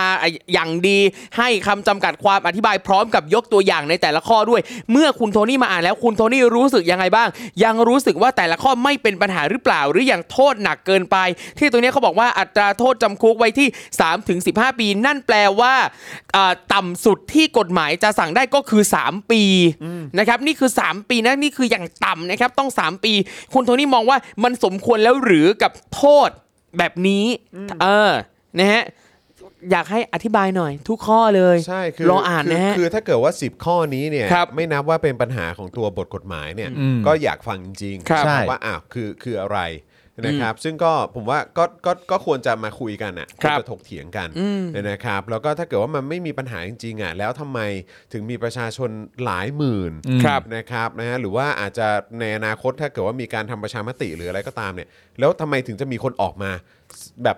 Speaker 4: อย่างดี ให้คำจำกัดความอธิบายพร้อมกับยกตัวอย่างในแต่ละข้อด้วย เมื่อคุณโทนี่มาอ่านแล้วคุณโทนี่รู้สึกยังไงบ้าง ยังรู้สึกว่าแต่ละข้อไม่เป็นปัญหาหรือเปล่า หรืออย่างโทษหนักเกินไป ที่ตรงนี้เขาบอกว่าอัตราโทษจำคุกไว้ที่3ถึง15 ปี นั่นแปลว่าอ่าต่ำสุดที่กฎหมายจะสั่งได้ก็คือ 3 ปีนะครับนี่คือ 3 ปีนะนี่คืออย่างต่ำนะครับต้อง 3 ปี คุณโทนี่มองว่ามันสมควรแล้วหรือกับโทษแบบนี้เออนะฮะอยากให้อธิบายหน่อย ทุกข้อเลย
Speaker 1: ใช่คื
Speaker 4: รออ่านนะฮะ
Speaker 1: คืคือถ้าเกิดว่า 10 ข้อนี้เนี่ย
Speaker 4: ครับ
Speaker 1: ไม่นับว่าเป็นปัญหาของตัวบทกฎหมายเนี่ย
Speaker 3: อืม
Speaker 1: ก็อยากฟังจริง
Speaker 4: ครับ
Speaker 3: ใช่
Speaker 1: ว่าอ้าวคือคืออะไรนะครับ ซึ่งก็ผมว่าก็ก็ก็ควรจะมาคุยกันอ่ะ
Speaker 4: ครับ
Speaker 1: วรจะถกเถียงกันนะครับ แล้วก็ถ้าเกิดว่ามันไม่มีปัญหาจริงๆอ่ะแล้วทำไมถึงมีประชาชนหลายหมื่น
Speaker 4: ครับ
Speaker 1: นะครับนะฮะหรือว่าอาจจะในอนาคตถ้าเกิดว่ามีการทำประชามติหรืออะไรก็ตามเนี่ย แล้วทำไมถึงจะมีคนออกมาแบบ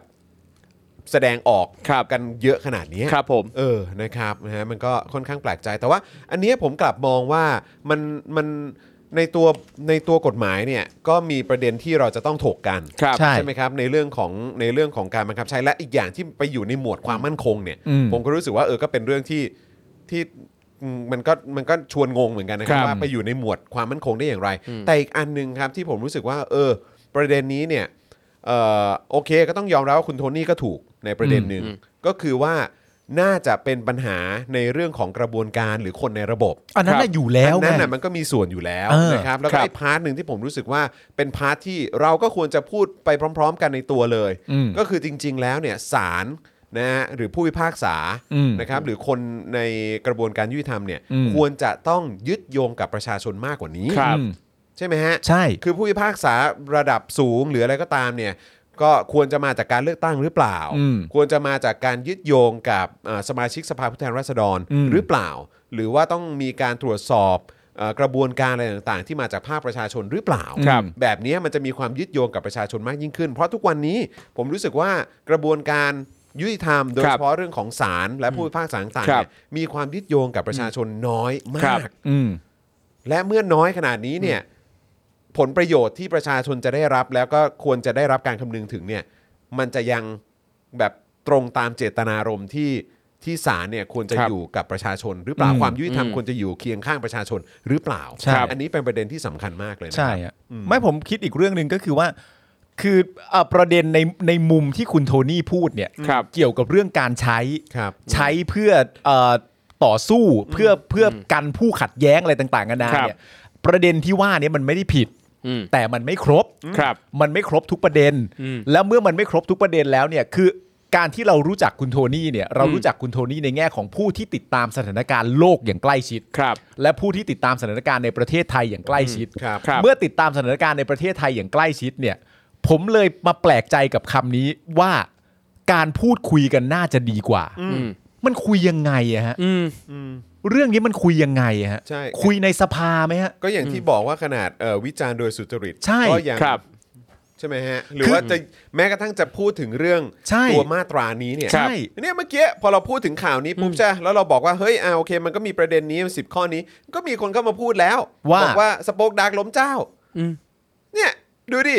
Speaker 1: แสดงออก
Speaker 4: ครับ
Speaker 1: กันเยอะขนาดเนี้ย
Speaker 4: ครับผม
Speaker 1: เออ นะครับนะฮะมันก็ค่อนข้างแปลกใจ แต่ว่าอันเนี้ยผมกลับมองว่ามันมันในตัวในตัวกฎหมายเนี่ยก็มีประเด็นที่เราจะต้องถกกัน
Speaker 4: ครับ
Speaker 3: ใช่
Speaker 1: ไหมครับในเรื่องของในเรื่องของการบังคับใช้และอีกอย่างที่ไปอยู่ในหมวดความมั่นคงเนี่ย
Speaker 3: อืม
Speaker 1: ผมก็รู้สึกว่าเออก็เป็นเรื่องที่ที่อืมมันก็มันก็ชวนงงเหมือนกันนะครับ
Speaker 3: ครับ
Speaker 1: ว่าไปอยู่ในหมวดความมั่นคงได้อย่างไร แต่อีกอันหนึ่งครับที่ผมรู้สึกว่า เออ ประเด็นนี้เนี่ย เอ่อโอเคก็ต้องยอมรับว่าคุณโทนี่ก็ถูกในประเด็นหนึ่ง ก็คือว่าน่าจะเป็นปัญหาในเรื่องของกระบวนการหรือคนในระบบ
Speaker 3: อันนั้นน่ะอยู่แล้ว
Speaker 1: อันนั้นน่ะ
Speaker 3: ไง
Speaker 1: มันก็มีส่วนอยู่แล้ว
Speaker 3: เออ
Speaker 1: นะครับแล้ว
Speaker 4: ค
Speaker 1: ก็
Speaker 4: รับ
Speaker 1: ไอ้พาร์ทหนึ่งที่ผมรู้สึกว่าเป็นพาร์ทที่เราก็ควรจะพูดไปพร้อม ๆ กันในตัวเลย
Speaker 3: อืม
Speaker 1: ก็คือจริง ๆ แล้วเนี่ยศาลนะฮะหรือผู้พิพากษา
Speaker 3: อืม
Speaker 1: นะครับหรือคนในกระบวนการยุติธรรมเนี่ย
Speaker 3: อืม
Speaker 1: ควรจะต้องยึดโยงกับประชาชนมากกว่านี้
Speaker 4: ครับ
Speaker 3: อืม
Speaker 1: ใช่ไหมฮะ
Speaker 3: ใช่
Speaker 1: คือผู้พิพากษาระดับสูงหรืออะไรก็ตามเนี่ยก็ควรจะมาจากการเลือกตั้งหรือเปล่า
Speaker 3: อืม
Speaker 1: ควรจะมาจากการยึดโยงกับอ่าสมาชิกสภาผู้แทนราษฎร
Speaker 3: อืม
Speaker 1: หรือเปล่า หรือว่าต้องมีการตรวจสอบเอ่อกระบวนการอะไรต่างๆ ที่มาจากภาคประชาชนหรือเปล่า
Speaker 4: ครับ
Speaker 1: แบบนี้มันจะมีความยึดโยงกับประชาชนมากยิ่งขึ้น เพราะทุกวันนี้ผมรู้สึกว่ากระบวนการยุติธรรมโดย
Speaker 4: ครั
Speaker 1: เฉ
Speaker 4: บ
Speaker 1: พาะเรื่องของศาลและผู้พิพากษาต่างๆ
Speaker 4: ครั
Speaker 1: เนี่
Speaker 4: บ
Speaker 1: ยมีความยึดโยงกับประชาชนน้อย
Speaker 4: ครั
Speaker 1: มา
Speaker 4: บ
Speaker 1: ก
Speaker 3: อืม
Speaker 1: และเมื่อน้อยขนาดนี้เนี่ยผลประโยชน์ที่ประชาชนจะได้รับแล้วก็ควรจะได้รับการคำนึงถึงเนี่ยมันจะยังแบบตรงตามเจตนารมณ์ที่ที่ศาลเนี่ยควรจะ
Speaker 4: ครับ
Speaker 1: อยู่กับประชาชน หรือเปล่า
Speaker 3: อืม
Speaker 1: ความยุติธรรม
Speaker 4: อืม
Speaker 1: ควรจะอยู่เคียงข้างประชาชนหรือเปล่า
Speaker 3: ใช่
Speaker 1: อันนี้เป็นประเด็นที่สำคัญมากเลยนะ
Speaker 3: ใช่
Speaker 1: ครับ
Speaker 3: อะไม่ผมคิดอีกเรื่องหนึ่งก็คือว่า คือเอ่อประเด็นในในมุมที่คุณโทนี่พูดเนี่ย
Speaker 4: ครับ
Speaker 3: เกี่ยวกับเรื่องการใช้
Speaker 1: ครับ
Speaker 3: ใช้เพื่อเอ่อต่อสู้เพื่อเพื่อกันผู้ขัดแย้งอะไรต่างๆกันานา
Speaker 4: ครับ
Speaker 3: เนี่ยประเด็นที่ว่าเนี้มันไม่ได้ผิด
Speaker 4: อืม
Speaker 3: แต่มันไม่ครบ
Speaker 4: ครับ
Speaker 3: มันไม่ครบทุกประเด็น
Speaker 4: อืม
Speaker 3: แล้วเมื่อมันไม่ครบทุกประเด็นแล้วเนี่ยคือการที่เรารู้จักคุณโทนี่เนี่ยเรารู้จักคุณโทนี่ในแง่ของผู้ที่ติดตามสถานการณ์โลกอย่างใกล้ชิด
Speaker 4: ครับ
Speaker 3: และผู้ที่ติดตามสถานการณ์ในประเทศไทยอย่างใกล้ชิด
Speaker 1: ครับ
Speaker 4: ครับ
Speaker 3: เมื่อติดตามสถานการณ์ในประเทศไทยอย่างใกล้ชิดเนี่ยผมเลยมาแปลกใจกับคำนี้ว่าการพูดคุยกันน่าจะดีกว่า
Speaker 4: อืม
Speaker 3: มันคุยยังไงอะฮะ
Speaker 4: อืม
Speaker 3: เรื่องนี้มันคุยยังไงอะฮะ
Speaker 1: ใช่
Speaker 3: คุยในสภาไหมฮะ
Speaker 1: ก็อย่างที่บอกว่าขนาดเอ่อวิจารณ์โดยสุจริต
Speaker 3: ใช่
Speaker 1: ก็ยัง
Speaker 4: ครับ
Speaker 1: ใช่ไหมฮะ หรือว่าจะแม้กระทั่งจะพูดถึงเรื่อง
Speaker 3: ใช่
Speaker 1: ตัวมาตรานี้เนี่ย
Speaker 3: ใช่
Speaker 1: เนี่ยเมื่อกี้พอเราพูดถึงข่าวนี้ปุ๊บใช่ไหมแล้วเราบอกว่าเฮ้ยอ่าโอเค มันก็มีประเด็นนี้สิบข้อนี้ ก็มีคนเข้ามาพูดแล้ว
Speaker 3: ว่า
Speaker 1: บอกว่าสปอคดักล้มเจ้า
Speaker 4: อืม
Speaker 1: เนี่ย ดูดิ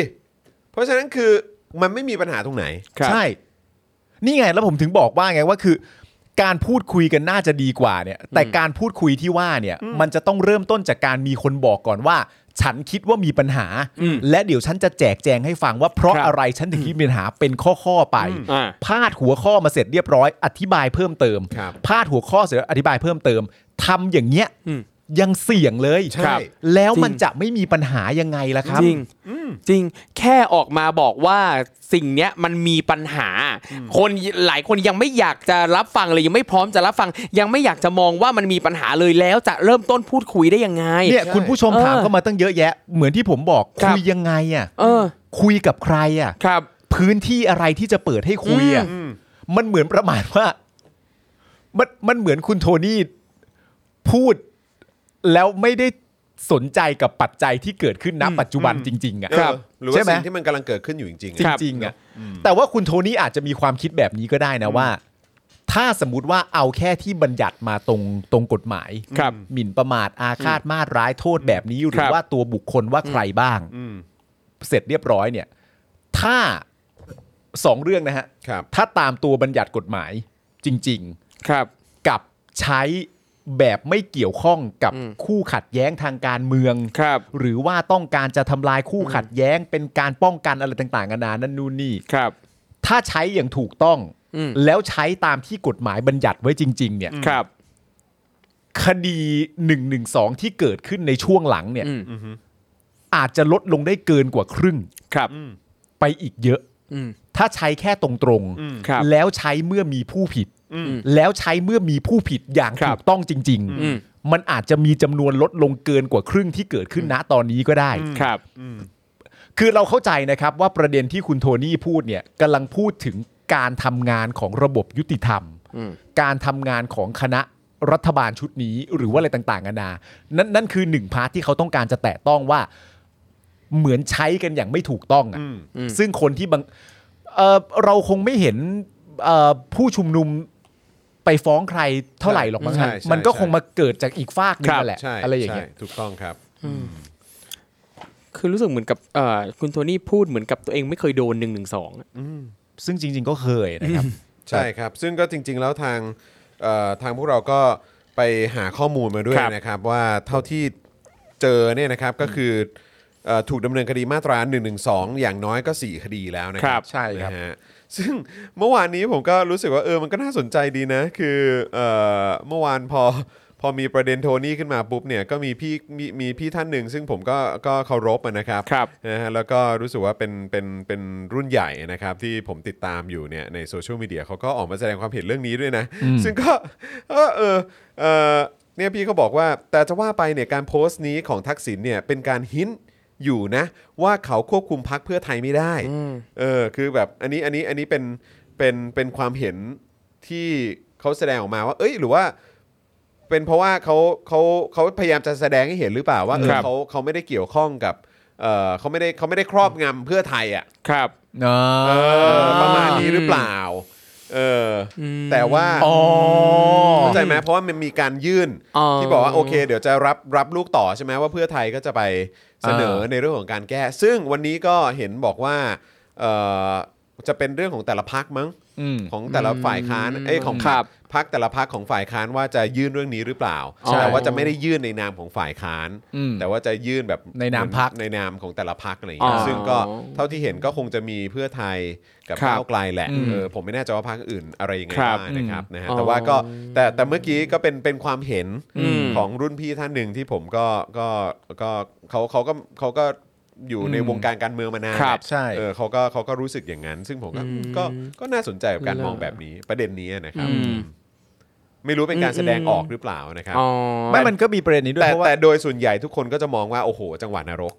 Speaker 1: เพราะฉะนั้นคือมันไม่มีปัญหาตรงไหน
Speaker 4: ครับ
Speaker 3: ใช่ นี่ไงแล้วผมถึงบอกว่าไงว่าคือ การพูดคุยกันน่าจะดีกว่าเนี่ย แต่การพูดคุยที่ว่าเนี่ย มันจะต้องเริ่มต้นจากการมีคนบอกก่อนว่า ฉันคิดว่ามีปัญหา
Speaker 4: อืม
Speaker 3: และเดี๋ยวฉันจะแจกแจงให้ฟังว่าเพราะ
Speaker 4: ครับ
Speaker 3: อะไรฉันถึงคิดมีปัญหาเป็นข้อๆไป
Speaker 4: อ่า
Speaker 3: พาดหัวข้อมาเสร็จเรียบร้อย อธิบายเพิ่มเติม
Speaker 1: ครับ
Speaker 3: พาดหัวข้อเสร็จแล้วอธิบายเพิ่มเติมทำอย่างเงี้ย
Speaker 4: อืม
Speaker 3: ยังเสี่ยงเลย
Speaker 1: ครับ
Speaker 3: แล้ว
Speaker 4: จริง
Speaker 3: มันจะไม่มีปัญหายังไงล่ะครับ
Speaker 4: จริงจริงแค่ออกมาบอกว่าสิ่งเนี้ยมันมีปัญหา คนหลายคนยังไม่อยากจะรับฟังเลยยังไม่พร้อมจะรับฟัง ยังไม่อยากจะมองว่ามันมีปัญหาเลยแล้วจะเริ่มต้นพูดคุยได้ยังไง
Speaker 3: เนี่ยคุณผู้ชม
Speaker 4: เออ
Speaker 3: ถามเข้ามาตั้งเยอะแยะ เหมือนที่ผมบอก
Speaker 4: ครับ
Speaker 3: คุยยังไงอ่ะ
Speaker 4: เออ
Speaker 3: คุยกับใครอ่ะ
Speaker 4: ครับ
Speaker 3: พื้นที่อะไรที่จะเปิดให้คุยอ่ะมันเหมือนประมาณว่า มันมันเหมือนคุณโทนี่พูด แล้วไม่ได้สนใจกับปัจจัยที่เกิดขึ้นณปัจจุบันจริง ๆ อ่ะ
Speaker 1: เออหรือว่า
Speaker 3: ใช่ไหม
Speaker 1: สิ่งที่มันกำลังเกิดขึ้นอยู่จริงๆ
Speaker 3: จ
Speaker 1: อะ
Speaker 3: ริงๆอ่ะแต่ว่าคุณโทนี่อาจจะมีความคิดแบบนี้ก็ได้นะว่า ถ้าสมมติว่าเอาแค่ที่บัญญัติมาตรงตรงกฎหมาย
Speaker 4: ครับ
Speaker 3: หมิ่นประมาทอาฆาตมาตร้ายโทษแบบนี้หรื
Speaker 4: ครั
Speaker 3: อบ ว่าตัวบุคคลว่าใครบ้าง
Speaker 1: อืม
Speaker 3: เสร็จเรียบร้อยเนี่ย ถ้าสองเรื่องนะฮะ
Speaker 1: ครับ
Speaker 3: ถ้าตามตัวบัญญัติกฎหมายจริง
Speaker 4: ครับ
Speaker 3: ๆ กับใช้แบบไม่เกี่ยวข้องกับ
Speaker 4: อืม
Speaker 3: คู่ขัดแย้งทางการเมือง
Speaker 4: ครับ
Speaker 3: หรือว่าต้องการจะทำลายคู่ขัดแย้ง เป็นการป้องกันอะไรต่างๆนานานั่นนู่นนี่
Speaker 4: ครับ
Speaker 3: ถ้าใช้อย่างถูกต้อง
Speaker 4: อืม
Speaker 3: แล้วใช้ตามที่กฎหมายบัญญัติไว้จริง ๆ เนี่ย
Speaker 4: ครับ
Speaker 3: คดี1นึที่เกิดขึ้นในช่วงหลังเนี่ย
Speaker 4: อืม
Speaker 3: อาจจะลดลงได้เกินกว่าครึ่ง
Speaker 4: ครับ
Speaker 3: ไปอีกเยอะ
Speaker 4: อืม
Speaker 3: ถ้าใช้แค่ตรงๆ
Speaker 4: ครับ
Speaker 3: แล้วใช้เมื่อมีผู้ผิด
Speaker 1: อืม
Speaker 3: แล้วใช้เมื่อมีผู้ผิดอย่าง
Speaker 4: ครับ
Speaker 3: ถูกต้องจริง
Speaker 4: อืม
Speaker 3: ๆ มันอาจจะมีจำนวนลดลงเกินกว่าครึ่งที่เกิดขึ้นณตอนนี้ก็ได้
Speaker 4: ครับ
Speaker 3: คือเราเข้าใจนะครับว่าประเด็นที่คุณโทนี่พูดเนี่ยกำลังพูดถึงการทำงานของระบบยุติธรรม
Speaker 4: อืม
Speaker 3: การทำงานของคณะรัฐบาลชุดนี้หรือว่าอะไรต่างๆนานานั่นนั่นคือหนึ่งพาร์ทที่เขาต้องการจะแตะต้องว่าเหมือนใช้กันอย่างไม่ถูกต้องอะ
Speaker 1: อืม
Speaker 3: ซึ่งคนที่บางเอ่อเราคงไม่เห็นเอ่อผู้ชุมนุมไปฟ้องใครเท่าไหร่หรอกมั้ง
Speaker 1: ใช่
Speaker 3: ฮะ
Speaker 1: ใช่
Speaker 3: มันก็
Speaker 1: ใช่
Speaker 3: คงมาเกิดจากอีกฝากหนึงนั่นแหละ
Speaker 1: ใช่
Speaker 3: อะไรอย่างเงี้ย
Speaker 1: ใช่ถูกต้องครับ
Speaker 4: คือรู้สึกเหมือนกับเอ่อคุณโทนี่พูดเหมือนกับตัวเองไม่เคยโดนหนึ่งหนึ่งสอง
Speaker 3: ซึ่งจริง ๆ ก็เคยนะครับ
Speaker 1: ใช่ครับ ซึ่งก็จริง ๆ แล้วทางเอ่อทางพวกเราก็ไปหาข้อมูลมาด้วย
Speaker 4: ครับ
Speaker 1: นะครับ ว่าเท่าที่เจอเนี่ยนะครับก็คือเอ่อถูกดำเนินคดีมาตรา1นึอย่างน้อยก็ 4 คดีแล้วนะค
Speaker 4: ครั
Speaker 1: รับบ
Speaker 3: ใช่ครับ
Speaker 1: นะฮะ [LAUGHS] ซึ่งเมื่อวานนี้ผมก็รู้สึกว่าเออมันก็น่าสนใจดีนะ คือเอ่อเมื่อวานพอพอมีประเด็นโทนี่ขึ้นมาปุ๊บเนี่ยก็มีพี่มีมีพี่ท่านหนึ่ง ซึ่งผมก็ก็เคารพอะนะครับ
Speaker 4: ครับ
Speaker 1: นะฮะแล้วก็รู้สึกว่าเป็นเป็นเป็นรุ่นใหญ่นะครับที่ผมติดตามอยู่เนี่ยในโซเชียลมีเดียเขาก็ออกมาแสดงความเห็นเรื่องนี้ด้วยนะ ซึ่งก็เออเออเออเนี่ยพี่เขาบอกว่าแต่จะว่าไปเนี่ยการโพสต์นี้ของทักษิณเนี่ยเป็นการหินอยู่นะ ว่าเขาควบคุมพักเพื่อไทยไม่ได้เออคือแบบอันนี้อันนี้อันนี้เป็นเป็นเป็นความเห็นที่เขาแสดงออกมาว่า เอ้ยหรือว่า เป็นเพราะว่าเขาเขาเขาพยายามจะแสดงให้เห็นหรือเปล่าว่าเออ
Speaker 4: ครับ
Speaker 1: เขาเขาไม่ได้เกี่ยวข้องกับ เออเขาไม่ได้เขาไม่ได้ครอบงำเพื่อไทยอ่ะ
Speaker 4: ครับ
Speaker 1: เออประมาณนี้หรือเปล่าเอออแต่ว่า
Speaker 3: อ๋อ
Speaker 1: เข้าใจไหมเพราะว่ามันมีการยื่น
Speaker 4: อ๋อ
Speaker 1: ที่บอกว่าโอเค เดี๋ยวจะรับรับลูกต่อใช่ไหมว่าเพื่อไทยก็จะไปเสนอ
Speaker 3: เออ
Speaker 1: ในเรื่องของการแก้ ซึ่งวันนี้ก็เห็นบอกว่าเออจะเป็นเรื่องของแต่ละพักมั้ง
Speaker 3: อืม
Speaker 1: ของแต่ละฝ่ายค้านเอ้ยของพ
Speaker 4: ค
Speaker 1: ร
Speaker 4: รั
Speaker 1: รค
Speaker 4: บ
Speaker 1: พักแต่ละพักของฝ่ายค้านว่าจะยื่นเรื่องนี้หรือเปล่า
Speaker 4: ใช่
Speaker 1: แต่ว่าจะไม่ได้ยื่นในนามของฝ่ายค้าน
Speaker 3: อืม
Speaker 1: แต่ว่าจะยื่นแบบ
Speaker 3: ในนามพรรค
Speaker 1: ในนามของแต่ละพักอะไรอย่างเงี้
Speaker 4: อ๋
Speaker 1: ย
Speaker 4: อ
Speaker 1: ซึ่งก็เท่าที่เห็นก็คงจะมีเพื่อไทยกับ
Speaker 4: ครับ
Speaker 1: ก้าวไกลแหละเออผมไม่แน่ใจว่าพรรคอื่นอะไรยังไง
Speaker 4: ครับ
Speaker 1: บ้างนะครับนะฮะ
Speaker 4: อ๋อ
Speaker 1: แต่ว่าก็แต่แต่เมื่อกี้ก็เป็นเป็นความเห็น
Speaker 4: อืม
Speaker 1: ของรุ่นพี่ท่านหนึ่งที่ผมก็ก็ก็เขาเขาก็เขาก็อยู่ในวงการการเมืองมานาน
Speaker 4: ครับ
Speaker 3: ใช่
Speaker 1: เออเขาก็เขาก็รู้สึกอย่างนั้น ซึ่งผมก็ก็ก็น่าสนใจกับการมองแบบนี้ประเด็นนี้นะครับ
Speaker 4: อืม
Speaker 1: ไม่รู้เป็นการแสดงออกหรือเปล่านะครับ
Speaker 4: อ๋อ
Speaker 3: ไม่มันก็มีประเด็นนี้ด้วย
Speaker 1: แต่
Speaker 3: เพราะว่า
Speaker 1: แต่โดยส่วนใหญ่ทุกคนก็จะมองว่าโอ้โห จังหวะนรก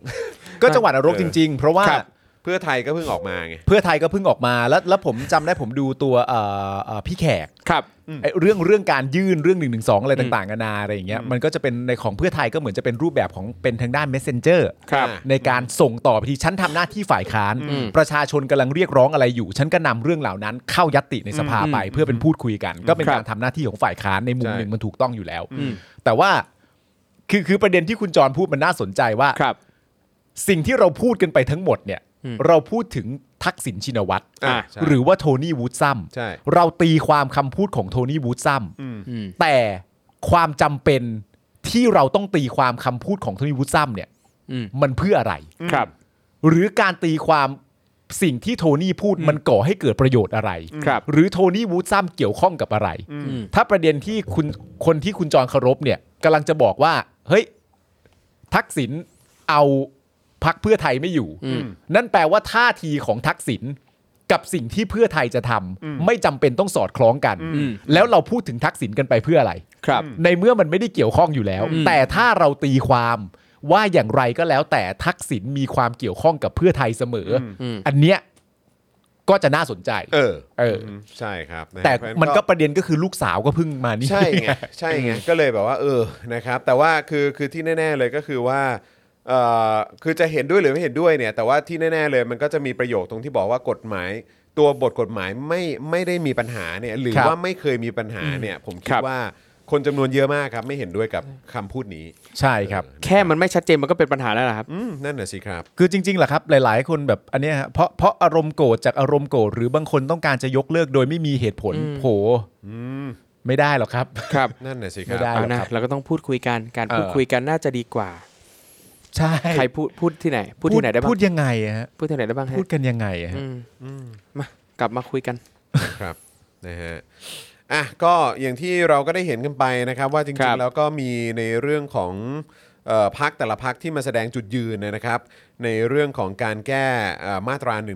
Speaker 3: ก็จังหวัดนรกจริง ๆ เพราะว่า
Speaker 1: ครับ เพื่อไทยก็เพิ่งออกมาไง
Speaker 3: เพื่อไทยก็เพิ่งออกมาแล้วแล้วผมจำได้ผมดูตัวเอ่อเอ่อพี่แขก
Speaker 4: ครับ
Speaker 3: ไอ้เรื่องเรื่องการยื่นเรื่อง1นึอะไรต่างๆกันานาอะไรอย่างเงี้ยมันก็จะเป็นในของเพื่อไทยก็เหมือนจะเป็นรูปแบบของเป็นทางด้าน messenger
Speaker 4: ครับ
Speaker 3: ในการส่งต่อไปที่ฉันทำหน้าที่ฝ่ายค้าน
Speaker 4: อืม
Speaker 3: ประชาชนกำลังเรียกร้องอะไรอยู่ ฉันก็นำเรื่องเหล่านั้นเข้ายัตติในสภาไป เพื่อเป็นพูดคุยกัน ก็เป็น
Speaker 4: ครับ
Speaker 3: การทำหน้าที่ของฝ่ายค้านในมุม
Speaker 1: ใช่
Speaker 3: หนึ่งมันถูกต้องอยู่แล้ว
Speaker 4: อืม
Speaker 3: แต่ว่าคือคือประเด็นที่คุณจรพูดมันน่าสนใจว่า
Speaker 4: ครับ
Speaker 3: สิ่งที่เราพูดกันไปทั้งหมดเนี่ย
Speaker 4: อืม
Speaker 3: เราพูดถึงทักษิณชินวัตร
Speaker 1: อ่ะใช่
Speaker 3: หรือว่าโทนี่วูดซัม
Speaker 1: ใช่
Speaker 3: เราตีความคำพูดของโทนี่วูดซัม
Speaker 1: อืม
Speaker 4: อืม
Speaker 3: แต่ความจำเป็นที่เราต้องตีความคำพูดของโทนี่วูดซัมเนี่ย
Speaker 4: อืม
Speaker 3: มันเพื่ออะไร
Speaker 4: ครับ
Speaker 3: หรือการตีความสิ่งที่โทนี่พูดมันก่อให้เกิดประโยชน์อะไร
Speaker 4: ครับ
Speaker 3: หรือโทนี่วูดซัมเกี่ยวข้องกับอะไร
Speaker 4: ม
Speaker 3: ถ้าประเด็นที่คุณคนที่คุณจรเคารพเนี่ยกำลังจะบอกว่า เฮ้ย ทักษิณเอาพักเพื่อไทยไม่อยู่ นั่นแปลว่าท่าทีของทักษิณกับสิ่งที่เพื่อไทยจะทำไม่จำเป็นต้องสอดคล้องกัน
Speaker 4: อืม
Speaker 3: แล้วเราพูดถึงทักษิณกันไปเพื่ออะไร
Speaker 4: ครับ
Speaker 3: ในเมื่อมันไม่ได้เกี่ยวข้องอยู่แล้ว
Speaker 4: อืม
Speaker 3: แต่ถ้าเราตีความว่าอย่างไรก็แล้ว แต่ทักษิณมีความเกี่ยวข้องกับเพื่อไทยเสมออ
Speaker 4: อืม
Speaker 3: อันเนี้ยก็จะน่าสนใจ
Speaker 1: เออ
Speaker 3: เออ
Speaker 1: ใช่ครับะฮะ
Speaker 3: แต่
Speaker 1: เพราะฉะ
Speaker 3: มันก็ประเด็นก็คือลูกสาวก็เพิ่งมานี่
Speaker 1: ใช่ไงใช่ไงก็เลยแบบว่า เออนะครับ แต่ว่าคือคือที่แน่ ๆเลยก็คือว่าเออคือจะเห็นด้วยหรือไม่เห็นด้วยเนี่ย แต่ว่าที่แน่ ๆเลยมันก็จะมีประโยคตรงที่บอกว่ากฎหมาย ตัวบทกฎหมายไม่ไม่ได้มีปัญหาเนี่ยหรือ
Speaker 3: ครับ
Speaker 1: ว่าไม่เคยมีปัญหาเนี่ย ผมคิด
Speaker 4: ครับ
Speaker 1: ว่าคนจำนวนเยอะมากครับไม่เห็นด้วยกับคำพูดนี้
Speaker 3: ใช่ครับ
Speaker 4: แค่มันไม่ชัดเจนมันก็เป็นปัญหาแล้วล่ะครับ
Speaker 1: อืมนั่นน่ะสิครับ
Speaker 3: คือจริงๆแหละครับ หลายๆ คนแบบอันเนี้ยฮะเพราะเพราะอารมณ์โกรธจากอารมณ์โกรธหรือบางคนต้องการจะยกเลิกโดยไม่มีเหตุผลโผ
Speaker 1: ม
Speaker 3: ไม่ได้หรอกครับ
Speaker 4: ครับ
Speaker 1: นั่นน่ะสิค
Speaker 3: ไม่
Speaker 1: รับ
Speaker 3: ได้
Speaker 4: เอา
Speaker 3: หรอก
Speaker 4: นะครับ เราก็ต้องพูดคุยกัน การพูด
Speaker 3: เออ
Speaker 4: คุยกันน่าจะดีกว่า
Speaker 3: ใช่
Speaker 4: ใครพูดพูดที่ไหน พูดที่ไหนได้บ้าง
Speaker 3: พูดยังไงอะฮะ
Speaker 4: พูดที่ไหนได้บ้างฮะ
Speaker 3: พูดกันยังไงอะฮะ
Speaker 4: อืมมา กลับมาคุยกัน
Speaker 1: ครับนะฮะอ่ะก็อย่างที่เราก็ได้เห็นกันไปนะครับ ว่าจ
Speaker 4: ค
Speaker 1: ริ
Speaker 4: รั
Speaker 1: ง
Speaker 4: บ
Speaker 1: ๆแล้วก็มีในเรื่องของเอ่อพักแต่ละพักที่มาแสดงจุดยืนนะครับ ในเรื่องของการแก้เอ่อมาตรา1นึ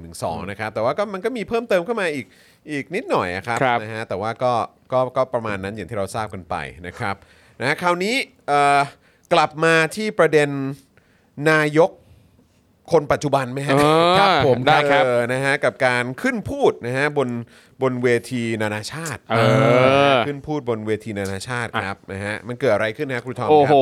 Speaker 1: นะครับแต่ว่าก็มันก็มีเพิ่มเติมเข้ามาอีกอีกนิดหน่อยอะครับ
Speaker 4: ครับ
Speaker 1: นะฮะแต่ว่าก็ก็ก็ประมาณนั้นอย่างที่เราทราบกันไปนะครับนะคราวนี้เอ่อกลับมาที่ประเด็นนายกคนปัจจุบันไหมฮะ
Speaker 3: ครับผม
Speaker 4: ได้ครับ
Speaker 1: เออนะฮะกับการขึ้นพูดนะฮะบนบนเวทีนานาชาติ
Speaker 4: เออ
Speaker 1: ขึ้นพูดบนเวทีนานาชาติครับนะฮะมันเกิดอะไรขึ้นนะครูทอม
Speaker 4: โอ้โห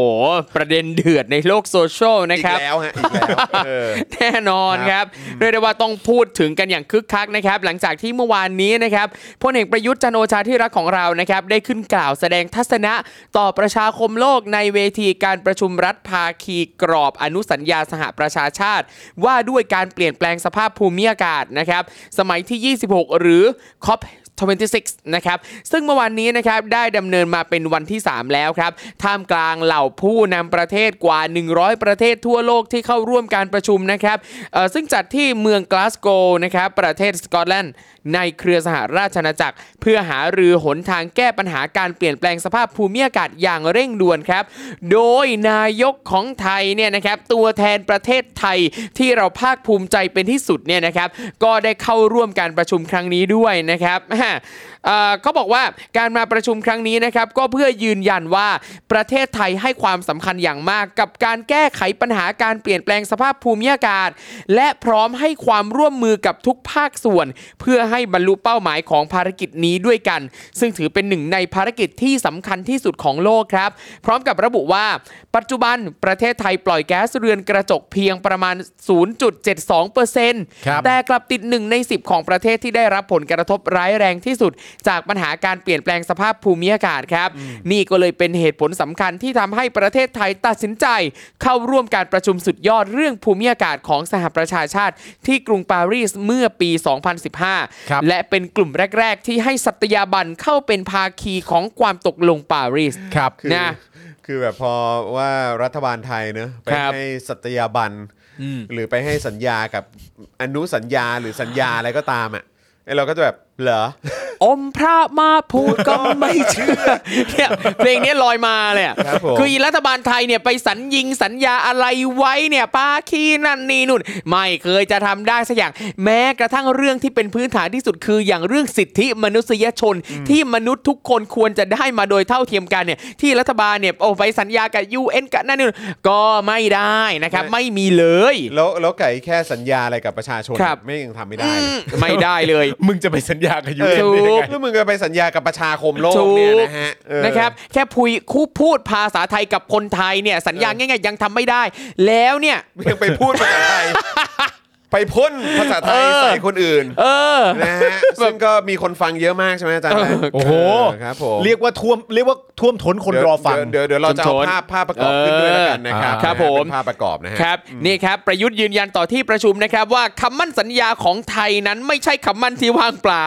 Speaker 1: ครั
Speaker 4: ประเด็นเดือดในโลกโซเชียล
Speaker 1: บ
Speaker 4: นะ
Speaker 1: อี
Speaker 4: ค
Speaker 1: ก
Speaker 4: รับ
Speaker 1: แล้วฮะอีกแล้ว
Speaker 4: [LAUGHS]
Speaker 1: เออ
Speaker 4: แน่นอนครับเรียกได้ว่าต้องพูดถึงกันอย่างคึกคักนะครับ หลังจากที่เมื่อวานนี้นะครับพลเอกประยุทธ์จันทร์โอชาที่รักของเรานะครับ ได้ขึ้นกล่าวแสดงทัศนะต่อประชาคมโลกในเวทีการประชุมรัฐภาคีกรอบอนุสัญญาสหประชาชาติ ว่าด้วยการเปลี่ยนแปลงสภาพภูมิอากาศนะครับ สมัยที่ 26 หรือ COP 26 นะครับ ซึ่งเมื่อวานนี้นะครับได้ดำเนินมาเป็นวันที่ 3 แล้วครับ ท่ามกลางเหล่าผู้นำประเทศกว่า 100 ประเทศทั่วโลกที่เข้าร่วมการประชุมนะครับเอ่อซึ่งจัดที่เมืองกลาสโกว์นะครับประเทศสกอตแลนด์ ในเครือสหราชอาณาจักร เพื่อหารือหนทางแก้ปัญหาการเปลี่ยนแปลงสภาพภูมิอากาศอย่างเร่งด่วนครับ โดยนายกของไทยเนี่ยนะครับตัวแทนประเทศไทยที่เราภาคภูมิใจเป็นที่สุดเนี่ยนะครับก็ได้เข้าร่วมการประชุมครั้งนี้ด้วยนะครับ [LAUGHS] อ่าเอ่อเขาบอกว่าการมาประชุมครั้งนี้นะครับก็เพื่อยืนยันว่าประเทศไทยให้ความสำคัญอย่างมากกับการแก้ไขปัญหาการเปลี่ยนแปลงสภาพภูมิอากาศ และพร้อมให้ความร่วมมือกับทุกภาคส่วน เพื่อให้บรรลุเป้าหมายของภารกิจนี้ด้วยกัน ซึ่งถือเป็นหนึ่งในภารกิจที่สำคัญที่สุดของโลกครับ พร้อมกับระบุว่า ปัจจุบันประเทศไทยปล่อยแก๊สเรือนกระจกเพียงประมาณ 0.72%
Speaker 3: ครับ
Speaker 4: แต่กลับติด 1 ใน 10 ของประเทศที่ได้รับผลกระทบร้ายแรง งที่สุด จากปัญหาการเปลี่ยนแปลงสภาพภูมิอากาศครับ นี่ก็เลยเป็นเหตุผลสำคัญที่ทำให้ประเทศไทยตัดสินใจ เข้าร่วมการประชุมสุดยอดเรื่องภูมิอากาศของสหประชาชาติ ที่กรุงปารีสเมื่อปี
Speaker 3: ครับ
Speaker 4: 2015 และเป็นกลุ่มแรก ๆ ที่ให้สัตยาบันเข้าเป็นภาคีของความตกลงปารีส
Speaker 3: ครับ
Speaker 1: คือ
Speaker 4: นะ
Speaker 1: คือแบบพอว่ารัฐบาลไทยเนอะไป
Speaker 4: ครับ
Speaker 1: ให้สัตยาบัน หรือไปให้สัญญากับอนุสัญญาหรือสัญญาอะไรก็ตามอ่ะไอ้เราก็จะแบบเหร [LAUGHS] อ
Speaker 4: อมพระมาพูดก็ไม่เชื่อ [LAUGHS] เนี่ยเพลงนี้ลอยมาเลยอะ
Speaker 1: ครับผม
Speaker 4: คือรัฐบาลไทยเนี่ยไปสัญญิงสัญญาอะไรไว้เนี่ยปาคีนั่นนี่นู่น ไม่เคยจะทำได้สักอย่าง แม้กระทั่งเรื่องที่เป็นพื้นฐานที่สุดคืออย่างเรื่องสิทธิมนุษยชนที่มนุษย์ทุกคนควรจะได้มาโดยเท่าเทียมกันเนี่ยที่รัฐบาลเนี่ยโอ้ไปสัญญากับ UN กันนั่นนี่นู่นก็ไม่ได้นะครับไม่มีเลย
Speaker 1: แล้วแล้วไก่แค่สัญญาอะไรกับประชาชน
Speaker 4: ครับ
Speaker 1: ไม่ยังทำไม่ได้
Speaker 4: อื
Speaker 1: เลย
Speaker 4: มไม่ได้เลย
Speaker 3: มึงจะไปสัญญากับยู
Speaker 1: เอ
Speaker 3: เอ็น
Speaker 4: ถู
Speaker 3: ได้
Speaker 4: ก
Speaker 3: ยังไง
Speaker 1: อแล้วมึงก็ไปสัญญากับประชาคมโลกเนี่ยนะฮะเออ
Speaker 4: นะครับแค่พูดคู่พูดภาษาไทยกับคนไทยเนี่ยสัญญาง่ายๆยังทำไม่ได้ แล้วเนี่ย
Speaker 1: ยังไปพูดภาษาไท
Speaker 4: [LAUGHS]
Speaker 1: ย ไปพ่นภาษาไทย
Speaker 4: เออ
Speaker 1: ใส่คนอื่น
Speaker 4: เออ
Speaker 1: นะฮะซึ่งก็มีคนฟังเยอะมากใช่ไหมอาจารย์
Speaker 4: เออ
Speaker 3: โอ้โห
Speaker 1: เออครับผม
Speaker 3: เรียกว่าท่วมเรียกว่าท่วมท้นคนรอฟัง
Speaker 1: เดี๋ยวเดี๋ยวเดี๋ยวเราจะเอาภาพภาพประกอบขึ้นด้วยแล้วกันนะครับ
Speaker 4: เออครับ
Speaker 1: นะฮะเป็น
Speaker 4: ผม
Speaker 1: ภาพประกอบนะฮะ
Speaker 4: ครับนี่ครับประยุทธ์ยืนยันต่อที่ประชุมนะครับว่าคำมั่นสัญญาของไทยนั้นไม่ใช่คำมั่นที่ว่างเปล่า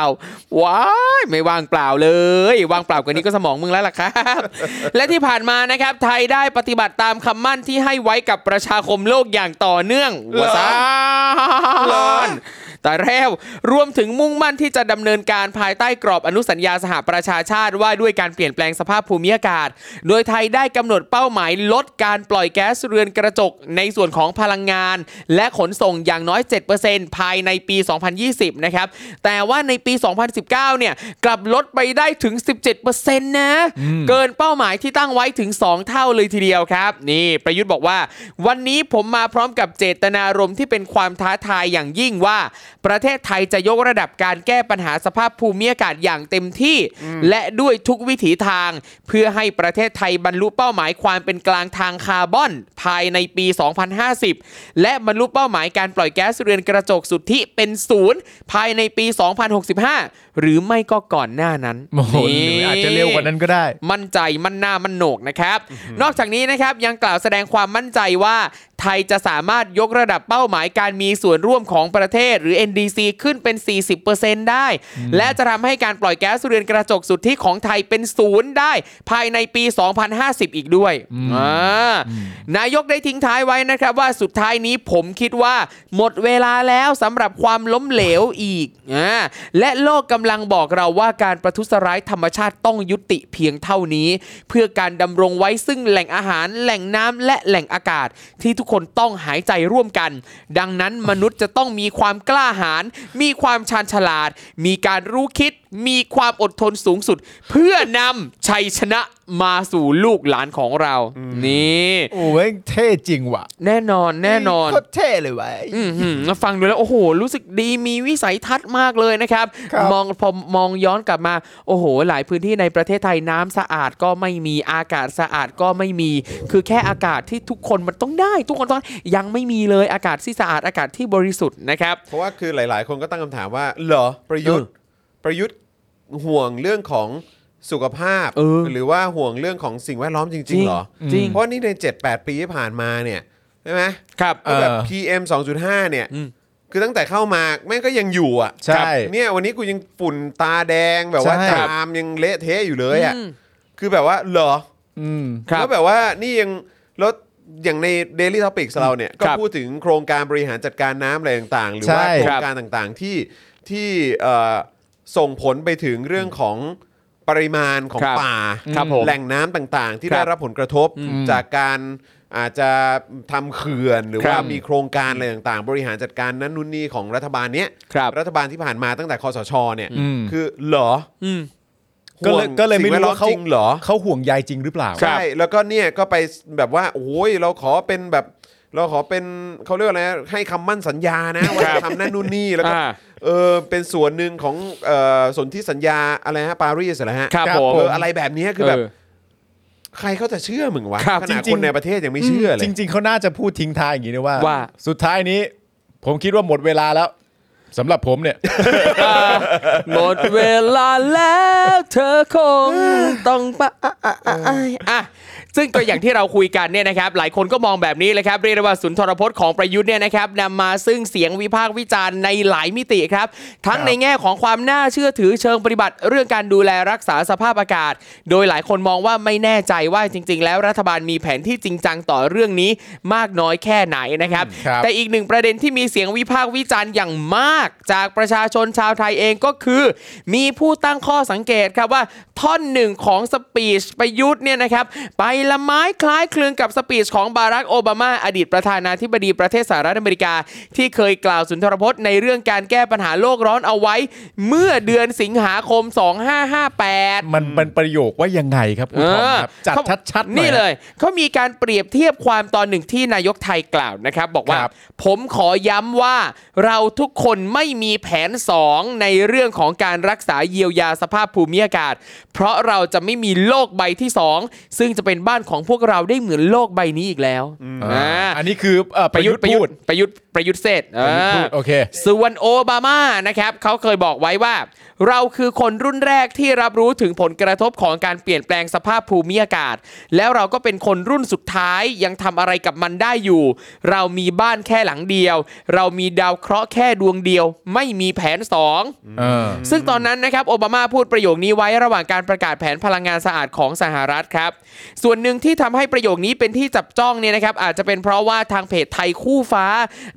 Speaker 4: ว้ายไม่ว่างเปล่าเลย ว่างเปล่ากว่านี้ก็สมองมึงแล้วล่ะครับ
Speaker 1: [LAUGHS]
Speaker 4: และที่ผ่านมานะครับไทยได้ปฏิบัติตามคำมั่นที่ให้ไว้กับประชาคมโลกอย่างต่อเนื่อง
Speaker 1: เหรอ
Speaker 4: วาซาน แต่แล้วรวมถึงมุ่งมั่นที่จะดำเนินการภายใต้กรอบอนุสัญญาสหประชาชาติว่าด้วยการเปลี่ยนแปลงสภาพภูมิอากาศ โดยไทยได้กำหนดเป้าหมายลดการปล่อยแก๊สเรือนกระจกในส่วนของพลังงาน และขนส่งอย่างน้อย 7%ภายในปี 2020 นะครับ แต่ว่าในปี 2019 เนี่ยกลับลดไปได้ถึง 17%นะ เกินเป้าหมายที่ตั้งไว้ถึง 2 เท่าเลยทีเดียวครับ นี่ประยุทธ์บอกว่า วันนี้ผมมาพร้อมกับเจตนารมณ์ที่เป็นความท้าทายอย่างยิ่งว่า ประเทศไทยจะยกระดับการแก้ปัญหาสภาพภูมิอากาศอย่างเต็มที่ และด้วยทุกวิถีทาง เพื่อให้ประเทศไทยบรรลุเป้าหมายความเป็นกลางทางคาร์บอน ภายในปี 2050 และบรรลุเป้าหมายการปล่อยแก๊สเรือนกระจกสุทธิเป็นศูนย์ภายในปี 2065 หรือไม่ก็ก่อนหน้านั้น
Speaker 3: โอ้โหหรืออาจจะเร็วกว่านั้นก็ได้
Speaker 4: มั่นใจมั่นหน้ามั่นโหนกนะครับ นอกจากนี้นะครับยังกล่าวแสดงความมั่นใจว่า ไทยจะสามารถยกระดับเป้าหมายการมีส่วนร่วมของประเทศหรือ NDC ขึ้นเป็น 40%ได้ และจะทำให้การปล่อยแก๊สเรือนกระจกสุทธิของไทยเป็นศูนย์ได้ ภายในปี 2050 อีกด้วยอ่านายกได้ทิ้งท้ายไว้นะครับว่าสุดท้ายนี้ผมคิดว่า หมดเวลาแล้วสำหรับความล้มเหลวอีกอ่าและโลกกำลังบอกเราว่าการประทุษร้ายธรรมชาติต้องยุติเพียงเท่านี้ เพื่อการดำรงไว้ซึ่งแหล่งอาหาร แหล่งน้ำและแหล่งอากาศ ที่ทุกคนต้องหายใจร่วมกัน ดังนั้นมนุษย์จะต้องมีความกล้าหาญมีความชาญฉลาด มีการรู้คิด มีความอดทนสูงสุด เพื่อนำชัยชนะมาสู่ลูกหลานของเรา นี่
Speaker 3: โอ้ยเท่จริงว่ะ
Speaker 4: แน่นอนแน่นอน
Speaker 3: โคตรเท่เลยว่ะ
Speaker 4: อืมหืมฟังดูแล้ว โอ้โห รู้สึกดีมีวิสัยทัศน์มากเลยนะครับ
Speaker 3: ครับ
Speaker 4: มองพอมองย้อนกลับมา โอ้โห หลายพื้นที่ในประเทศไทยน้ำสะอาดก็ไม่มีอากาศสะอาดก็ไม่มี คือแค่อากาศที่ทุกคนมันต้องได้ ทุกคนต้องยังไม่มีเลยอากาศที่สะอาดอากาศที่บริสุทธิ์นะครับ
Speaker 1: เพราะว่าคือหลาย ๆ คนก็ตั้งคำถามว่า เหรอประยุทธ์ ประยุทธ์ห่วงเรื่องของสุขภาพ
Speaker 4: เออ
Speaker 1: หรือว่าห่วงเรื่องของสิ่งแวดล้อมจริง ๆ เหรอ
Speaker 4: จริง
Speaker 1: เพราะนี่ใน 7-8 ปีที่ผ่านมาเนี่ยใช่ไหม
Speaker 4: ครับ
Speaker 1: ก็แบบ
Speaker 3: เออ
Speaker 1: PM 2.5 เนี่ย
Speaker 4: อืม
Speaker 1: คือตั้งแต่เข้ามาแม่งก็ยังอยู่อ่ะ
Speaker 3: ใช่
Speaker 1: ครับเนี่ยวันนี้กูยังฝุ่นตาแดงแบบว่า
Speaker 3: ใช่
Speaker 1: จามยังเละเทะอยู่เลยอ่ะ
Speaker 4: อืม
Speaker 1: คือแบบว่าเหรอ
Speaker 3: อืม
Speaker 4: ครับ
Speaker 1: แล้วแบบว่านี่ยังแล้วอย่างใน Daily Topics เราเนี่ย ก็
Speaker 4: ครับ
Speaker 1: พูดถึงโครงการบริหารจัดการน้ำอะไรต่างๆ หรือว่า
Speaker 3: ใช่
Speaker 1: โคร
Speaker 4: ครั
Speaker 1: ง
Speaker 4: บ
Speaker 1: การต่างๆที่ที่เอ่อส่งผลไปถึงเรื่องของปริมาณของ
Speaker 4: ครับ
Speaker 1: ป่า
Speaker 4: ครับผม
Speaker 1: แหล่งน้ำต่างๆ ที่
Speaker 4: ครับ
Speaker 1: ได้รับผลกระทบจากการอาจจะทำเขื่อนหรือ
Speaker 4: ครับ
Speaker 1: ว่ามีโครงการอะไรต่างๆ บริหารจัดการนั้นนู่นนี่ของรัฐบาลเนี้ย
Speaker 4: ครับ
Speaker 1: รัฐบาลที่ผ่านมาตั้งแต่คอสชเนี่ย
Speaker 3: อืม
Speaker 1: คือเหรอ
Speaker 4: อืม
Speaker 3: ก็เลยก็เลยไม่รู้ว่าเขา
Speaker 1: ห่งสิ่งแดล้อจริงเหรอ
Speaker 3: เขาห่วงใยจริงหรือเปล่า
Speaker 4: ครับ
Speaker 1: ใช่ แล้วก็เนี่ยก็ไปแบบว่า โอ้ยเราขอเป็นแบบ เราขอเป็นเขาเรียกว่าอะไรนะให้คำมั่นสัญญานะ ว่าจะทำนั่นนู่นนี่แล้วก็
Speaker 4: อ่า
Speaker 1: เออเป็นส่วนหนึ่งของเอ่อสนธิสัญญาอะไรฮะปารีสเหรอฮะ
Speaker 4: ครับผม
Speaker 1: เอออะไรแบบเนี้ยคือแบบ
Speaker 4: เออ
Speaker 1: ใครเขาจะเชื่อมึงวะ
Speaker 4: ครับ
Speaker 1: ขนาด
Speaker 3: จริ
Speaker 1: ค
Speaker 3: งๆ
Speaker 1: นในประเทศยังไม่เชื่อเลย
Speaker 3: จริง ๆ เขาน่าจะพูดทิ้งท้ายอย่างนี้นะว่า
Speaker 4: ว่า
Speaker 3: สุดท้ายนี้ ผมคิดว่าหมดเวลาแล้ว สำหรับผมเนี่ย
Speaker 4: หมดเวลาแล้วเธอคงต้องไปอ่ะอ่ะอ่ะอ่ะอ่ะซึ่งก็อย่างที่เราคุยกันเนี่ยนะครับ หลายคนก็มองแบบนี้เลยครับ เรียกได้ว่าสุนทรพจน์ของประยุทธ์เนี่ยนะครับนำมาซึ่งเสียงวิพากษ์วิจารณ์ในหลายมิติครับ ทั้งในแง่ของความน่าเชื่อถือเชิงปฏิบัติ เรื่องการดูแลรักษาสภาพอากาศ โดยหลายคนมองว่าไม่แน่ใจว่าจริง ๆ แล้วรัฐบาลมีแผนที่จริงจังต่อเรื่องนี้มากน้อยแค่ไหนนะครับ
Speaker 3: ครับ
Speaker 4: แต่อีกหนึ่งประเด็นที่มีเสียงวิพากษ์วิจารณ์อย่างมาก จากประชาชนชาวไทยเองก็คือ มีผู้ตั้งข้อสังเกตครับว่าท่อนหนึ่งของสปีชประยุทธ์เนี่ยนะครับ ไปละไม้คล้ายคลึงกับสปีชของบารักโอบามาอดีตประธานาธิบดีประเทศสหรัฐอเมริกา ที่เคยกล่าวสุนทรพจน์ในเรื่องการแก้ปัญหาโลกร้อนเอาไว้ เมื่อเดือนสิงหาคม 2558
Speaker 3: มันมันประโยคว่ายังไงครับคุณทอมครับจัด
Speaker 4: เขา
Speaker 3: ชัดๆหน่อย
Speaker 4: นี่เลยเขามีการเปรียบเทียบความตอนหนึ่งที่นายกไทยกล่าวนะครับ บอกว่า
Speaker 3: ครับ
Speaker 4: ผมขอย้ำว่าเราทุกคนไม่มีแผน 2 ในเรื่องของการรักษาเยียวยาสภาพภูมิอากาศ เพราะเราจะไม่มีโลกใบที่ 2 ซึ่งจะเป็นบ้านของพวกเราได้เหมือนโลกใบนี้อีกแล้ว
Speaker 3: อ่า
Speaker 4: อ่า
Speaker 3: อันนี้คือเอ่อประยุทธ์
Speaker 4: ประยุท
Speaker 3: พูด
Speaker 4: ธ์ประยุทธ์ประยุทธ์เสร็จ
Speaker 3: ประยุทธ์พู
Speaker 4: อ่า
Speaker 3: ดโอเค
Speaker 4: ส่วนโอบามานะครับเขาเคยบอกไว้ว่า เราคือคนรุ่นแรกที่รับรู้ถึงผลกระทบของการเปลี่ยนแปลงสภาพภูมิอากาศ แล้วเราก็เป็นคนรุ่นสุดท้ายยังทำอะไรกับมันได้อยู่ เรามีบ้านแค่หลังเดียว เรามีดาวเคราะห์แค่ดวงเดียว ไม่มีแผนสอง
Speaker 3: เออ
Speaker 4: ซึ่งตอนนั้นนะครับโอบามาพูดประโยคนี้ไว้ระหว่างการประกาศแผนพลังงานสะอาดของสหรัฐครับ ส่วนหนึ่งที่ทำให้ประโยคนี้เป็นที่จับจ้องเนี่ยนะครับ อาจจะเป็นเพราะว่าทางเพจไทยคู่ฟ้า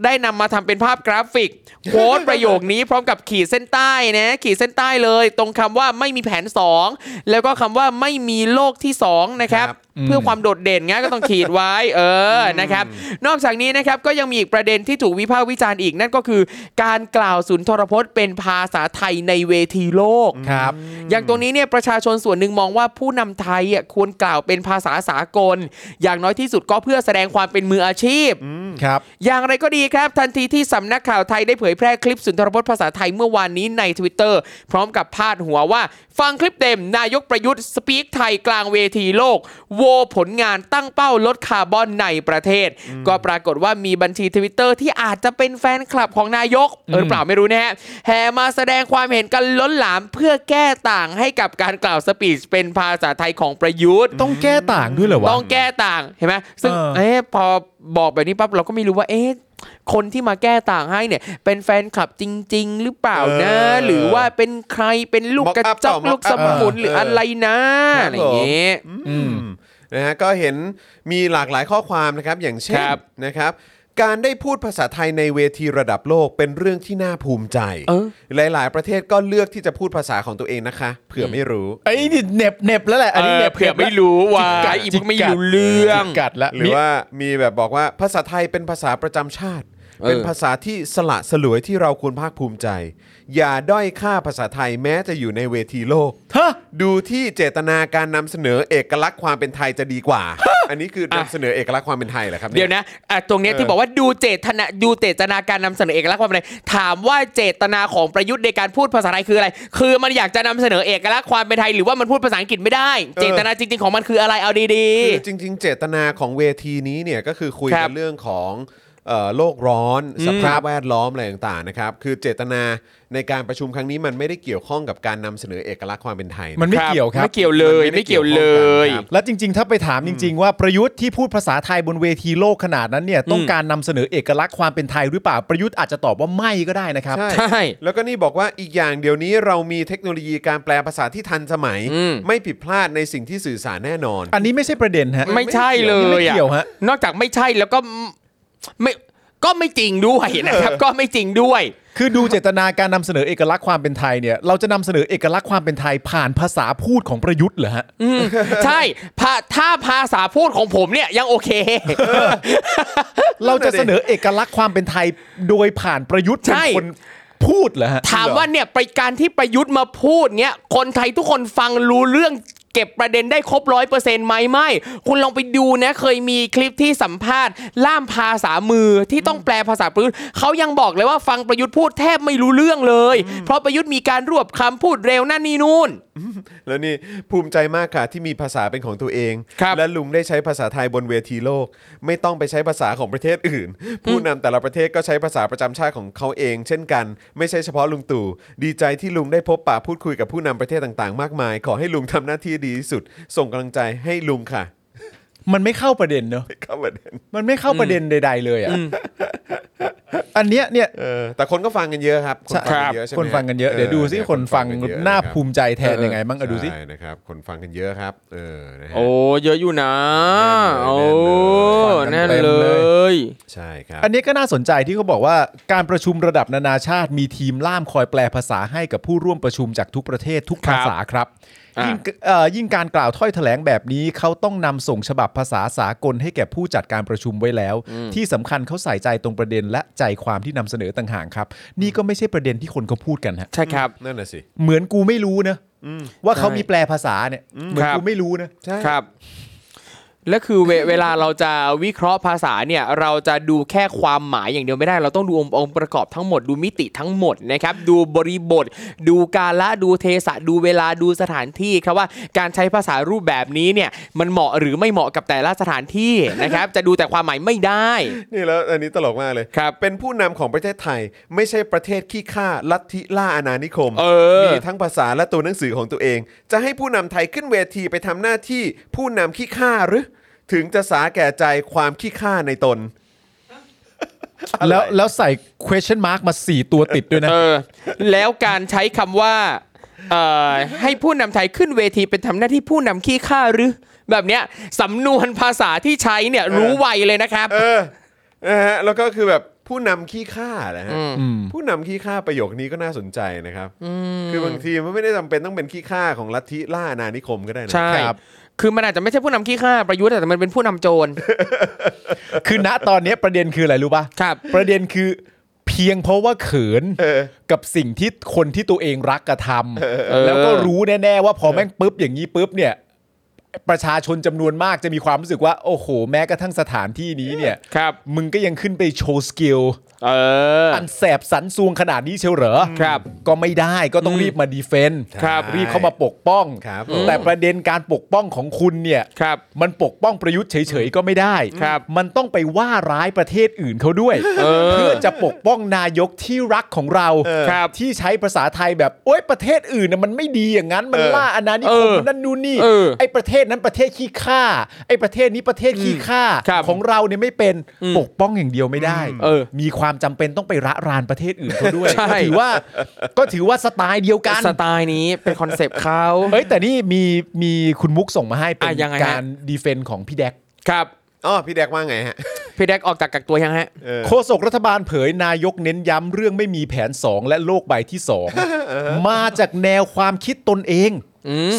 Speaker 4: ได้นำมาทำเป็นภาพกราฟิกโพสต์ประโยคนี้พร้อมกับขีดเส้นใต้นะขีดเส้นใต้เลย ตรงคำว่าไม่มีแผน 2 แล้วก็คำว่าไม่มีโลกที่ 2 นะครับ
Speaker 1: ครับ
Speaker 4: เพื่อความโดดเด่นงั้นก็ต้องขีดไว้ เออนะครับ นอกจากนี้นะครับก็ยังมีอีกประเด็นที่ถูกวิพากษ์วิจารณ์อีกนั่นก็คือ การกล่าวสุนทรพจน์เป็นภาษาไทยในเวทีโลก
Speaker 3: ครับ
Speaker 4: อย่างตรงนี้เนี่ยประชาชนส่วนหนึ่งมองว่าผู้นำไทยอ่ะควรกล่าวเป็นภาษาสากล อย่างน้อยที่สุดก็เพื่อแสดงความเป็นมืออาชีพ
Speaker 3: ครับ
Speaker 4: อย่างไรก็ดีครับ ทันทีที่สำนักข่าวไทยได้เผยแพร่คลิปสุนทรพจน์ภาษาไทยเมื่อวานนี้ใน Twitter พร้อมกับพาดหัวว่า ฟังคลิปเต็มนายกประยุทธ์สปีกไทยกลางเวทีโลก โวผลงานตั้งเป้าลดคาร์บอนในประเทศ ก็ปรากฏว่ามีบัญชี Twitter ที่อาจจะเป็นแฟนคลับของนายกเออหรือเปล่าไม่รู้นะฮะแห่มาแสดงความเห็นกันล้นหลามเพื่อแก้ต่างให้กับการกล่าวสปีชเป็นภาษาไทยของประยุทธ์
Speaker 3: ต้องแก้ต่างด้วยเหรอวะ
Speaker 4: ต้องแก้ต่างเห็นไหมซึ่ง
Speaker 3: เออ
Speaker 4: เอ๊ะพอบอกแบบนี้ปั๊บเราก็ไม่รู้ว่าเอ๊ะคนที่มาแก้ต่างให้เนี่ย เป็นแฟนคลับจริง ๆ หรือเปล่านะ
Speaker 1: เออ
Speaker 4: หรือว่าเป็นใครเป็นลูก
Speaker 1: Mock up
Speaker 4: กระจอก
Speaker 1: เปล่า Mock up
Speaker 4: ลูกสมุนหรืออะไรนะครับ อะไรอย่างเงี้ย
Speaker 1: อืมนะฮะก็เห็นมีหลากหลายข้อความนะครับอย่างเช่น
Speaker 4: ครับ
Speaker 1: นะครับ การได้พูดภาษาไทยในเวทีระดับโลกเป็นเรื่องที่น่าภูมิใจ
Speaker 4: เออ
Speaker 1: หลาย ๆ ประเทศก็เลือกที่จะพูดภาษาของตัวเองนะคะเผื่อไม่รู้
Speaker 3: ไอ้ยนี่เหน็บเหน็บแล้วแหละ อันนี้เหน็บ
Speaker 4: เผื่อไม่รู้ว่าอีพวกไม่รู้เรื่อง
Speaker 3: จิกกัดละ
Speaker 1: หรือว่ามีแบบบอกว่าภาษาไทยเป็นภาษาประจำชาติ
Speaker 4: เออ
Speaker 1: เป็นภาษาที่สละสลวยที่เราควรภาคภูมิใจ อย่าด้อยค่าภาษาไทยแม้จะอยู่ในเวทีโลก
Speaker 3: ฮะ
Speaker 1: ดูที่เจตนาการนำเสนอเอกลักษณ์ความเป็นไทยจะดีกว่า อันนี้คือนำเสนอเอกลักษณ์ความเป็นไทยเหรอครับ
Speaker 4: เดี๋ยวนะอ่ะตรงเนี้ย
Speaker 1: เออ
Speaker 4: ที่บอกว่าดูเจตนาดูเจตนาการนำเสนอเอกลักษณ์ความเป็นไทยถามว่าเจตนาของประยุทธ์ในการพูดภาษาไทยคืออะไร คือมันอยากจะนำเสนอเอกลักษณ์ความเป็นไทยหรือว่ามันพูดภาษาอังกฤษไม่ได้ เจตนาจริงๆของมันคืออะไรเอาดี
Speaker 1: คือ
Speaker 4: ๆ
Speaker 1: จริง ๆ เจตนาของเวทีนี้เนี่ยก็คือคุย
Speaker 4: ครั
Speaker 1: กัน
Speaker 4: บ
Speaker 1: เรื่องของเอ่อโลกร้อนสภาพแวดล้อมอะไรต่างๆนะครับคือเจตนาในการประชุมครั้งนี้มันไม่ได้เกี่ยวข้องกับการนำเสนอเอกลักษณ์ความเป็นไทยนะ
Speaker 3: มันไม่เกี่ยวครับ
Speaker 4: ไม่เกี่ยวเลย
Speaker 1: มันไม่ได้
Speaker 4: ไม่เกี่ยว
Speaker 1: เกี่
Speaker 4: เล
Speaker 1: ยวข้องกัน
Speaker 4: ย
Speaker 1: ครับ
Speaker 3: แล้วจริง ๆ ถ้าไปถามจริง ๆ ว่าประยุทธ์ที่พูดภาษาไทยบนเวทีโลกขนาดนั้นเนี่ยต้องการนำเสนอเอกลักษณ์ความเป็นไทยหรือเปล่าประยุทธ์อาจจะตอบว่าไม่ก็ได้นะครับ
Speaker 1: ใช่
Speaker 4: ใช่
Speaker 1: แล้วก็นี่บอกว่าอีกอย่างเดี๋ยวนี้เรามีเทคโนโลยีการแปลภาษาที่ทันสมัย
Speaker 4: อืม
Speaker 1: ไม่ผิดพลาดในสิ่งที่สื่อสารแน่นอน
Speaker 3: อันนี้ไม่ใช่ประเด็นฮะ
Speaker 4: ไม่ใช่เลย
Speaker 3: ไม่
Speaker 4: อ่ะ
Speaker 3: เกี่ยวฮะ
Speaker 4: นอกจากไม่ใช่แล้วก็ไม่ก็ไม่จริงด้วยนะครับ ก็ไม่จริงด้วย
Speaker 3: คือดูเจตนาการนำเสนอเอกลักษณ์ความเป็นไทยเนี่ยเราจะนำเสนอเอกลักษณ์ความเป็นไทยผ่านภาษาพูดของประยุทธ์เหรอฮะ
Speaker 4: อืมใช่ภาถ้าภาษาพูดของผมเนี่ยยังโอเค
Speaker 3: เราจะเสนอเอกลักษณ์ความเป็นไทยโดยผ่านประยุทธ์เป็
Speaker 4: ใช่
Speaker 3: นคนพูดเหรอฮะ
Speaker 4: ถามว่าเนี่ยไปการที่ประยุทธ์มาพูดเงี้ยคนไทยทุกคนฟังรู้เรื่อง เก็บประเด็นได้ครบร้อยเปอร์เซ็นต์ไหมไม่ คุณลองไปดูนะ เคยมีคลิปที่สัมภาษณ์ ล่ามภาษามือที่ต้องแปลภาษาประยุทธ์เขายังบอกเลยว่าฟังประยุทธ์พูดแทบไม่รู้เรื่องเลย เพราะประยุทธ์มีการรวบคำพูดเร็วนั่นนี่นู่น
Speaker 1: แล้วนี่ภูมิใจมากค่ะที่มีภาษาเป็นของตัวเอง
Speaker 4: ครับ
Speaker 1: และลุงได้ใช้ภาษาไทยบนเวทีโลก ไม่ต้องไปใช้ภาษาของประเทศอื่น ผู้นำแต่ละประเทศก็ใช้ภาษาประจำชาติของเขาเอง เช่นกัน ไม่ใช่เฉพาะลุงตู่ดีใจที่ลุงได้พบปะพูดคุยกับผู้นำประเทศต่างๆ มากมาย ขอให้ลุงทำหน้าที่ดีที่สุด ส่งกำลังใจให้ลุงค่ะ [LAUGHS]
Speaker 3: มันไม่เข้าประเด็นเนอะ
Speaker 1: เข้าประเด็น
Speaker 3: มันไม่เข้าประเด็นใด ๆ เลยอ่ะอันเนี้ยเนี่ย
Speaker 1: เออแต่คนก็ฟังกันเยอะครับคนฟัง
Speaker 4: ครั
Speaker 1: กัน
Speaker 4: บ
Speaker 1: เยอะใช่ไหม
Speaker 3: คนฟังกันเยอะเดี๋ยวดูซิ
Speaker 1: เออ
Speaker 3: คนฟัง
Speaker 1: กัเยอะ
Speaker 3: หน้า
Speaker 1: ะครับ
Speaker 3: ภูมิใจแทนยังไงบ้างอะดูซิ
Speaker 1: ใช่นะครับคนฟังกันเยอะครับเออนะฮะ
Speaker 4: โอ้เยอะอยู่นะ
Speaker 1: โอ้
Speaker 4: โอ้
Speaker 3: แน่
Speaker 4: แน่
Speaker 3: น
Speaker 4: น
Speaker 3: เลย
Speaker 4: เลย
Speaker 1: ใช่ครับ
Speaker 3: อันนี้ก็น่าสนใจที่เขาบอกว่าการประชุมระดับนานาชาติมีทีมล่ามคอยแปลภาษาให้กับผู้ร่วมประชุมจากทุกประเทศทุกภาษาครับ
Speaker 4: อ่ายิ่
Speaker 3: ยิ่งเอ่อยิ่งการกล่าวถ้อยแถลงแบบนี้เขาต้องนำส่งฉบับภาษาสากลให้แก่ผู้จัดการประชุมไว้แล้ว ที่สำคัญเขาใส่ใจตรงประเด็นและใจความที่นำเสนอต่างหากครับ นี่ก็ไม่ใช่ประเด็นที่คนเขาพูดกันฮะ
Speaker 4: ใช่ครับ
Speaker 1: นั่นน่ะสิ
Speaker 3: เหมือนกูไม่รู้นะว่าเขา
Speaker 4: ใช่
Speaker 3: มีแปลภาษาเนี่ยเหมือน
Speaker 4: ครับ
Speaker 3: กูไม่รู้นะ
Speaker 1: ใช่
Speaker 4: ครับ และคือเวเวลาเราจะวิเคราะห์ภาษาเนี่ย เราจะดูแค่ความหมายอย่างเดียวไม่ได้ เราต้องดูองค์องค์ประกอบทั้งหมดดูมิติทั้งหมดนะครับ ดูบริบท ดูกาละดูเทศะดูเวลาดูสถานที่ครับว่าการใช้ภาษารูปแบบนี้เนี่ย มันเหมาะหรือไม่เหมาะกับแต่ละสถานที่นะครับ จะดูแต่ความหมายไม่ได้
Speaker 1: นี่แล้วอันนี้ตลกมากเลย
Speaker 4: ครับ
Speaker 1: เป็นผู้นำของประเทศไทย ไม่ใช่ประเทศขี้ข้าลัทธิล่าอาณานิคม
Speaker 4: เออ
Speaker 1: มีทั้งภาษาและตัวหนังสือของตัวเอง จะให้ผู้นำไทยขึ้นเวทีไปทำหน้าที่ผู้นำขี้ข้าหรือ ถึงจะสาแก่ใจความขี้ข้าในตน
Speaker 3: แล้วแล้วใส่ question mark มาสี่ตัวติดด้วยนะ
Speaker 4: เออแล้วการใช้คำว่าเอ่อให้ผู้นำไทยขึ้นเวทีเป็นทำหน้าที่ผู้นำขี้ข้าหรือ แบบเนี้ยสำนวนภาษาที่ใช้เนี่ยรู้ไวเลยนะครับ
Speaker 1: เออนะฮะแล้วก็คือแบบผู้นำขี้ข้านะฮะผู้นำขี้ข้าประโยคนี้ก็น่าสนใจนะครับคือบางทีมันไม่ได้จำเป็นต้องเป็นขี้ข้าของลัทธิล่าอาณานิคมก็ได้นะ
Speaker 4: ใช่
Speaker 3: ครับ
Speaker 4: คือมันอาจจะไม่ใช่ผู้นำขี้ข้าประยุทธ์แต่มันเป็นผู้นำโจร
Speaker 3: คือณตอนเนี้ยประเด็นคืออะไรรู้ป่ะ
Speaker 4: ครับ
Speaker 3: ประเด็นคือเพียงเพราะว่าเขินกับสิ่งที่คนที่ตัวเองรักกระทำแล้วก็รู้แน่ๆว่าพอแม่งปุ๊บอย่างนี้ปุ๊บเนี่ย ประชาชนจำนวนมากจะมีความรู้สึกว่า โอ้โห แม้กระทั่งสถานที่นี้เนี่ย
Speaker 4: ครับ
Speaker 3: มึงก็ยังขึ้นไปโชว์สกิล
Speaker 4: เออ
Speaker 3: อันแสบสันซวงขนาดนี้เชียวเหรอ
Speaker 4: ครับ
Speaker 3: ก็ไม่ได้ก็ต้องรีบมาดีเฟนต์
Speaker 4: ครับ
Speaker 3: รีบเข้ามาปกป้อง
Speaker 1: ครับ
Speaker 3: แต่ประเด็นการปกป้องของคุณเนี่ย
Speaker 4: ครับ
Speaker 3: มันปกป้องประยุทธ์เฉยๆก็ไม่ได้
Speaker 4: ครับ
Speaker 3: มันต้องไปว่าร้ายประเทศอื่นเขาด้วย
Speaker 4: เออ
Speaker 3: เพื่อจะปกป้องนายกที่รักของเรา
Speaker 4: ครับ
Speaker 3: ที่ใช้ภาษาไทยแบบ โอ๊ยประเทศอื่นน่ะมันไม่ดีอย่างนั้น มันล่าอาณานิคมมันนั่นนู่นนี่
Speaker 4: เออ
Speaker 3: ไอ้ประเทศนั้นประเทศขี้ข้า ไอ้ประเทศนี้ประเทศขี้ข้า
Speaker 4: ครับ
Speaker 3: ของเราเนี่ยไม่เป็นปกป้องอย่างเดียวไม่ได้
Speaker 4: เออ
Speaker 3: มีความจำเป็นต้องไประรานประเทศอื่นเขาด้วย
Speaker 4: ใช่
Speaker 3: ก็ถือว่า ก็ถือว่าสไตล์เดียวกัน
Speaker 4: สไตล์นี้เป็นคอนเซปต์เขา
Speaker 3: เอ้ยแต่นี่มีมีคุณมุกส่งมาให้เป็
Speaker 4: อ่ะยั
Speaker 3: น
Speaker 4: งไงฮะ
Speaker 3: การดีเฟนต์ของพี่แดก
Speaker 4: ครับ
Speaker 1: อ๋อพี่แดกว่าไงฮะ
Speaker 4: พี่แดกออกจากกักตัวยังฮะ
Speaker 1: เออ
Speaker 3: โฆษกรัฐบาลเผยนายกเน้นย้ำเรื่องไม่มีแผน 2 และโลกใบที่ 2 มาจากแนวความคิดตนเอง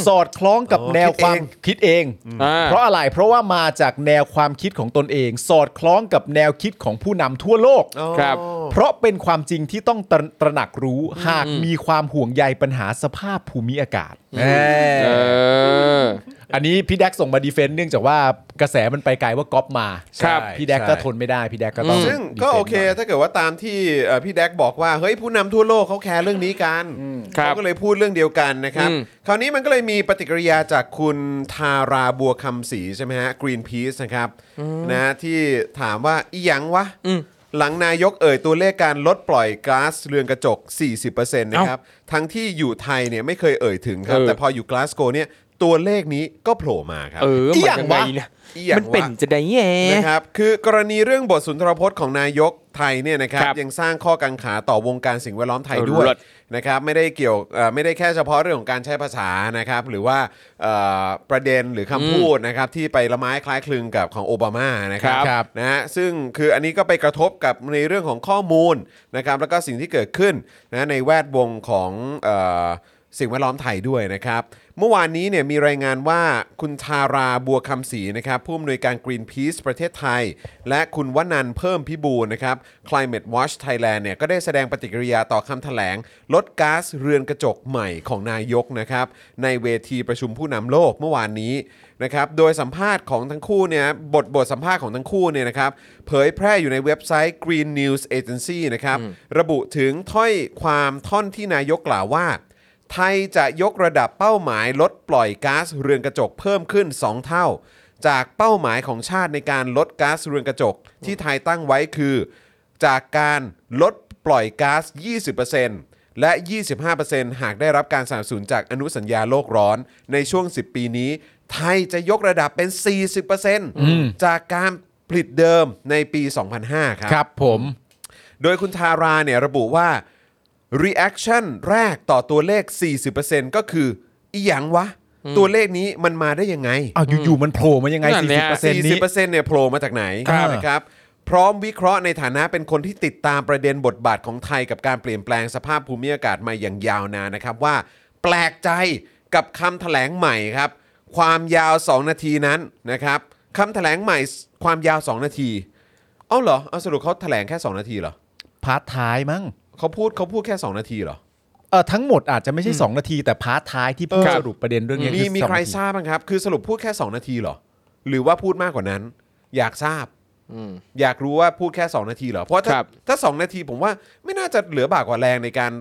Speaker 3: สอดคล้องกับ
Speaker 1: อ๋อ
Speaker 3: แนวความ
Speaker 1: คิดเอง
Speaker 3: คิดเอง
Speaker 4: อ่า
Speaker 3: เพราะอะไรเพราะว่ามาจากแนวความคิดของตนเอง สอดคล้องกับแนวคิดของผู้นำทั่วโลก
Speaker 1: อ๋อ
Speaker 4: ครับ
Speaker 3: เพราะเป็นความจริงที่ต้องตระตระหนักรู้หากมีความห่วงใยปัญหาสภาพภูมิอากาศแห
Speaker 4: เอ
Speaker 3: ม
Speaker 4: อ
Speaker 3: อันนี้พี่แดกส่งมาดีเฟนต์เนื่องจากว่ากระแสมันไปไกลว่าก๊อปมา
Speaker 1: ครับ
Speaker 3: พี่แดกก็
Speaker 1: ใช่
Speaker 3: ทนไม่ได้พี่แดกก็ต้อง
Speaker 1: ซึ่งก็
Speaker 3: ดีฟนต์
Speaker 1: โอเค
Speaker 3: หน่ย
Speaker 1: ถ้าเกิดว่าตามที่เอ่อพี่แดกบอกว่า เฮ้ยผู้นำทั่วโลกเขาแคร์เรื่องนี้กัน
Speaker 4: ครับ
Speaker 1: เขาก็เลยพูดเรื่องเดียวกันนะครับ
Speaker 4: อืม
Speaker 1: คราวนี้มันก็เลยมีปฏิกิริยาจากคุณทาราบัวคำศรีใช่ไหมฮะกรีนพีซนะครับนะที่ถามว่าอีหยังวะ
Speaker 4: อืม
Speaker 1: หลังนายกเอ่ยตัวเลขการลดปล่อยก๊าซเรือนกระจก 40%นะครับ ทั้งที่อยู่ไทยเนี่ยไม่เคยเอ่ยถึงครับ
Speaker 4: เออ
Speaker 1: แต่พออยู่กลาสโกเนี่ยตัวเลขนี้ก็โผล่มาครับ
Speaker 4: เออมั
Speaker 3: อี
Speaker 4: น
Speaker 3: หยัง
Speaker 4: ยังไง
Speaker 3: วะ
Speaker 4: นะ
Speaker 1: อีหยังวะ
Speaker 4: มันเป็นจะได้แย่
Speaker 1: นะครับคือกรณีเรื่องบทสุนทรพจน์ของนายกไทยเนี่ยนะครับ
Speaker 4: ครับ
Speaker 1: ยังสร้างข้อกังขาต่อวงการสิ่งแวดล้อมไทยด้วย
Speaker 4: เลิศ
Speaker 1: นะครับไม่ได้เกี่ยวเอ่อไม่ได้แค่เฉพาะเรื่องของการใช้ภาษานะครับหรือว่าเอ่อประเด็นหรือคำพูดนะครับที่ไปละไม้คล้ายคลึงกับของโอบามานะครั
Speaker 4: ครับ
Speaker 1: นะฮะซึ่งคืออันนี้ก็ไปกระทบกับในเรื่องของข้อมูลนะครับแล้วก็สิ่งที่เกิดขึ้นนะในแวดวงของเอ่อ สิ่งแวดล้อมไทยด้วยนะครับ เมื่อวานนี้เนี่ยมีรายงานว่าคุณทาราบัวคำศรีนะครับผู้อำนวยการ Greenpeace ประเทศไทย และคุณวนันท์เพิ่มพิบูลนะครับ Climate Watch Thailand เนี่ยก็ได้แสดงปฏิกิริยาต่อคำแถลง ลดก๊าซเรือนกระจกใหม่ของนายกนะครับ ในเวทีประชุมผู้นำโลกเมื่อวานนี้นะครับโดยสัมภาษณ์ของทั้งคู่เนี่ยบทบทสัมภาษณ์ของทั้งคู่เนี่ยนะครับเผยแพร่อยู่ในเว็บไซต์ Green News Agency นะครับระบุถึงถ้อยความท่อนที่นายกกล่าวว่า ไทยจะยกระดับเป้าหมายลดปล่อยก๊าซเรือนกระจกเพิ่มขึ้น 2 เท่า จากเป้าหมายของชาติในการลดก๊าซเรือนกระจก ที่ไทยตั้งไว้คือ จากการลดปล่อยก๊าซ 20%และ 25%หากได้รับการสนับสนุนจากอนุสัญญาโลกร้อนในช่วง 10 ปีนี้ ไทยจะยกระดับเป็น 40%จากการผลิตเดิมในปี 2005 ครับ
Speaker 3: ครับผม
Speaker 1: โดยคุณทาราเนี่ยระบุว่า reaction แรกต่อตัวเลข 40%ก็คืออีหยังวะ ตัวเลขนี้มันมาได้ยังไง
Speaker 3: เอาอยู่ๆมันโผล่มายังไง
Speaker 4: นั่นเนี่ย
Speaker 3: 40%นี้
Speaker 1: 40%เนี่ยโผล่มาจากไหน
Speaker 3: ครับ
Speaker 1: นะครับ พร้อมวิเคราะห์ในฐานะเป็นคนที่ติดตามประเด็นบทบาทของไทยกับการเปลี่ยนแปลงสภาพภูมิอากาศมาอย่างยาวนานนะครับว่า แปลกใจกับคำแถลงใหม่ครับ ความยาว 2 นาทีนั้นนะครับคำแถลงใหม่ความยาว 2 นาที เอ้าเหรอเอาสรุปเขาแถลงแค่ 2 นาทีเหรอ
Speaker 3: พาร์ทท้ายมั้ง
Speaker 1: เขาพูดเขาพูดแค่ 2 นาทีเหรอ
Speaker 3: เออทั้งหมดอาจจะไม่ใช่ 2 นาที แต่พาร์ทท้ายที่พูด
Speaker 1: ครับ
Speaker 3: สรุปประเด็นเรื่องนี้
Speaker 1: มีมี
Speaker 3: อสอง
Speaker 1: ใคร
Speaker 3: นาที
Speaker 1: ทราบบ้างครับ คือสรุปพูดแค่ 2 นาทีเหรอ หรือว่าพูดมากกว่านั้น อยากทราบ อยากรู้ว่าพูดแค่ 2 นาทีเหรอ เพราะถ้า
Speaker 4: ครับ
Speaker 1: ถ้า 2 นาทีผมว่าไม่น่าจะเหลือบากกว่าแรงในการ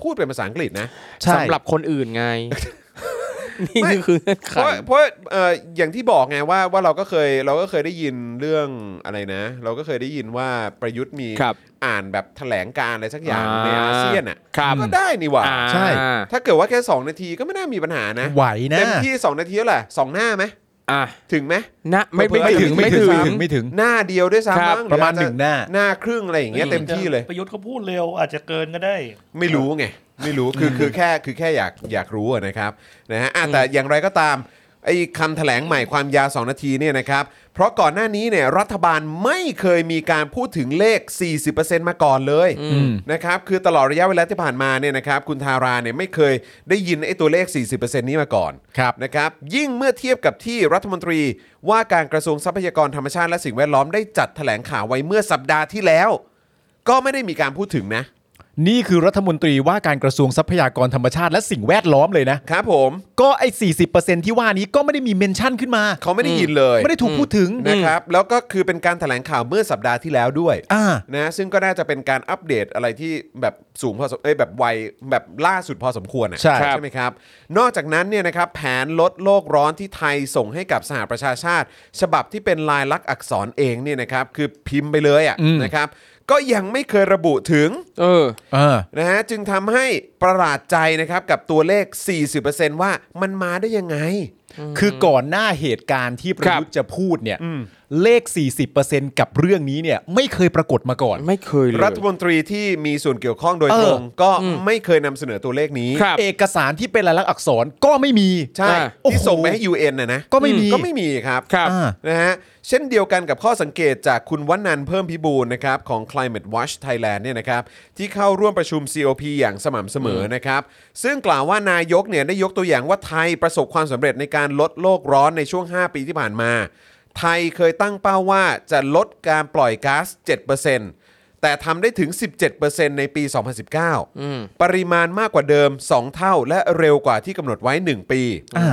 Speaker 1: พูดเป็นภาษาอังกฤษนะ
Speaker 3: ใช่
Speaker 4: สำหรับคนอื่นไง นี่คือคือเงื่อนไข
Speaker 1: เพราะเพราะเอ่ออย่างที่บอกไงว่าว่าเราก็เคยเราก็เคยได้ยินเรื่องอะไรนะ เราก็เคยได้ยินว่าประยุทธ์มี
Speaker 4: ครับ
Speaker 1: อ่านแบบแถลงการอะไรสักอย่าง
Speaker 4: อ่า
Speaker 1: ในอาเซียนอ่ะ
Speaker 4: ครับ
Speaker 1: ก็ได้นี่หว่า
Speaker 4: อ่า
Speaker 1: ถ้าเกิดว่าแค่ 2 นาทีก็ไม่น่ามีปัญหานะ
Speaker 3: ไหวนะ
Speaker 1: เต็มที่ 2 นาทีเท่าไหร่สองหน้าไหม
Speaker 4: อ่ะ
Speaker 1: ถึงไหม
Speaker 4: นะไม่ไม่
Speaker 1: ไม่ถึ
Speaker 4: ถึ
Speaker 1: ง
Speaker 4: ง
Speaker 3: ไม่
Speaker 4: ไม่
Speaker 3: ถึ
Speaker 4: ถึง
Speaker 3: งไม่ถึงไม่ถึง
Speaker 1: หน้าเดียวด้วยซ้ำ
Speaker 4: ครับ
Speaker 1: มั้ง
Speaker 3: ประมาณ
Speaker 1: อจจ
Speaker 3: หนึ่งหน้า
Speaker 1: หน้าครึ่งอะไรอย่างเงี้ยเต็มที่เลย
Speaker 5: ประยุทธ์เขาพูดเร็วอาจจะเกินก็ได้
Speaker 1: ไม่รู้ไง ไม่รู้คือคือแค่คือแค่อยากอยากรู้อะนะครับนะฮะอ่ะแต่อย่างไรก็ตามไอ้คำแถลงใหม่ความยาว 2 นาทีเนี่ยนะครับ เพราะก่อนหน้านี้เนี่ยรัฐบาลไม่เคยมีการพูดถึงเลข 40%มาก่อนเลยนะครับคือตลอดระยะเวลาที่ผ่านมาเนี่ยนะครับคุณทาราเนี่ยไม่เคยได้ยินไอ้ตัวเลข 40%นี้มาก่อน
Speaker 3: ครับ
Speaker 1: นะครับยิ่งเมื่อเทียบกับที่รัฐมนตรีว่าการกระทรวงทรัพยากรธรรมชาติและสิ่งแวดล้อมได้จัดแถลงข่าวไว้เมื่อสัปดาห์ที่แล้ว ก็ไม่ได้มีการพูดถึงนะ
Speaker 3: นี่คือรัฐมนตรีว่าการกระทรวงทรัพยากรธรรมชาติและสิ่งแวดล้อมเลยนะ
Speaker 1: ครับผม
Speaker 3: ก็ไอ้สี่สิบเปอร์เซ็นที่ว่านี้ก็ไม่ได้มีเมนชั่นขึ้นมา
Speaker 1: เขาไม่ได้ยินเลย
Speaker 3: ไม่ได้ถูกพูดถึง
Speaker 1: นะครับแล้วก็คือเป็นการแถลงข่าวเมื่อสัปดาห์ที่แล้วด้วย
Speaker 3: อ่า
Speaker 1: นะซึ่งก็น่าจะเป็นการอัปเดตอะไรที่แบบสูงพอสมเอ้ยแบบไวแบบล่าสุดพอสมควรอะ
Speaker 3: ใช่
Speaker 1: ใช่ไหมครับ นอกจากนั้นเนี่ยนะครับแผนลดโลกร้อนที่ไทยส่งให้กับสหประชาชาติ ฉบับที่เป็นลายลักษณ์อักษรเองเนี่ยนะครับคือพิมพ์ไปเลยอะนะครับ ก็ยังไม่เคยระบุถึง
Speaker 4: เออ
Speaker 3: อ่า
Speaker 1: นะฮะจึงทำให้ประหลาดใจนะครับกับตัวเลข 40%ว่ามันมาได้ยังไง
Speaker 3: คือก่อนหน้าเหตุการณ์ที่ประยุทธ์จะพูดเนี่ยเลข 40%กับเรื่องนี้เนี่ยไม่เคยปรากฏมาก่อน
Speaker 4: ไม่เคยเลย
Speaker 1: รัฐมนตรีที่มีส่วนเกี่ยวข้องโดยตรง ก็ไม่เคยนำเสนอตัวเลขนี้
Speaker 4: ครับ
Speaker 3: เอกสารที่เป็นลายลักษณ์อักษรก็ไม่มี
Speaker 1: ใช่
Speaker 4: อ่า
Speaker 1: ที่ส่งไปให้ UN นะนะ
Speaker 3: ก็ไม่มี
Speaker 1: ก็ไม่มีครับ
Speaker 4: ครับ
Speaker 3: อ่า
Speaker 1: นะฮะเช่นเดียวกันกับข้อสังเกตจากคุณวันนันท์เพิ่มพิบูลนะครับของ Climate Watch Thailand เนี่ยนะครับที่เข้าร่วมประชุม COP อย่างสม่ำเสมอนะครับซึ่งกล่าวว่านายกเนี่ยได้ยกตัวอย่างว่าไทยประสบความสำเร็จในการลดโลกร้อนในช่วง 5 ปีที่ผ่านมา ไทยเคยตั้งเป้าว่าจะลดการปล่อยก๊าซ7%แต่ทำได้ถึง 17%ในปี 2019 ปริมาณมากกว่าเดิม 2 เท่า และเร็วกว่าที่กำหนดไว้ 1 ปี
Speaker 3: อ่า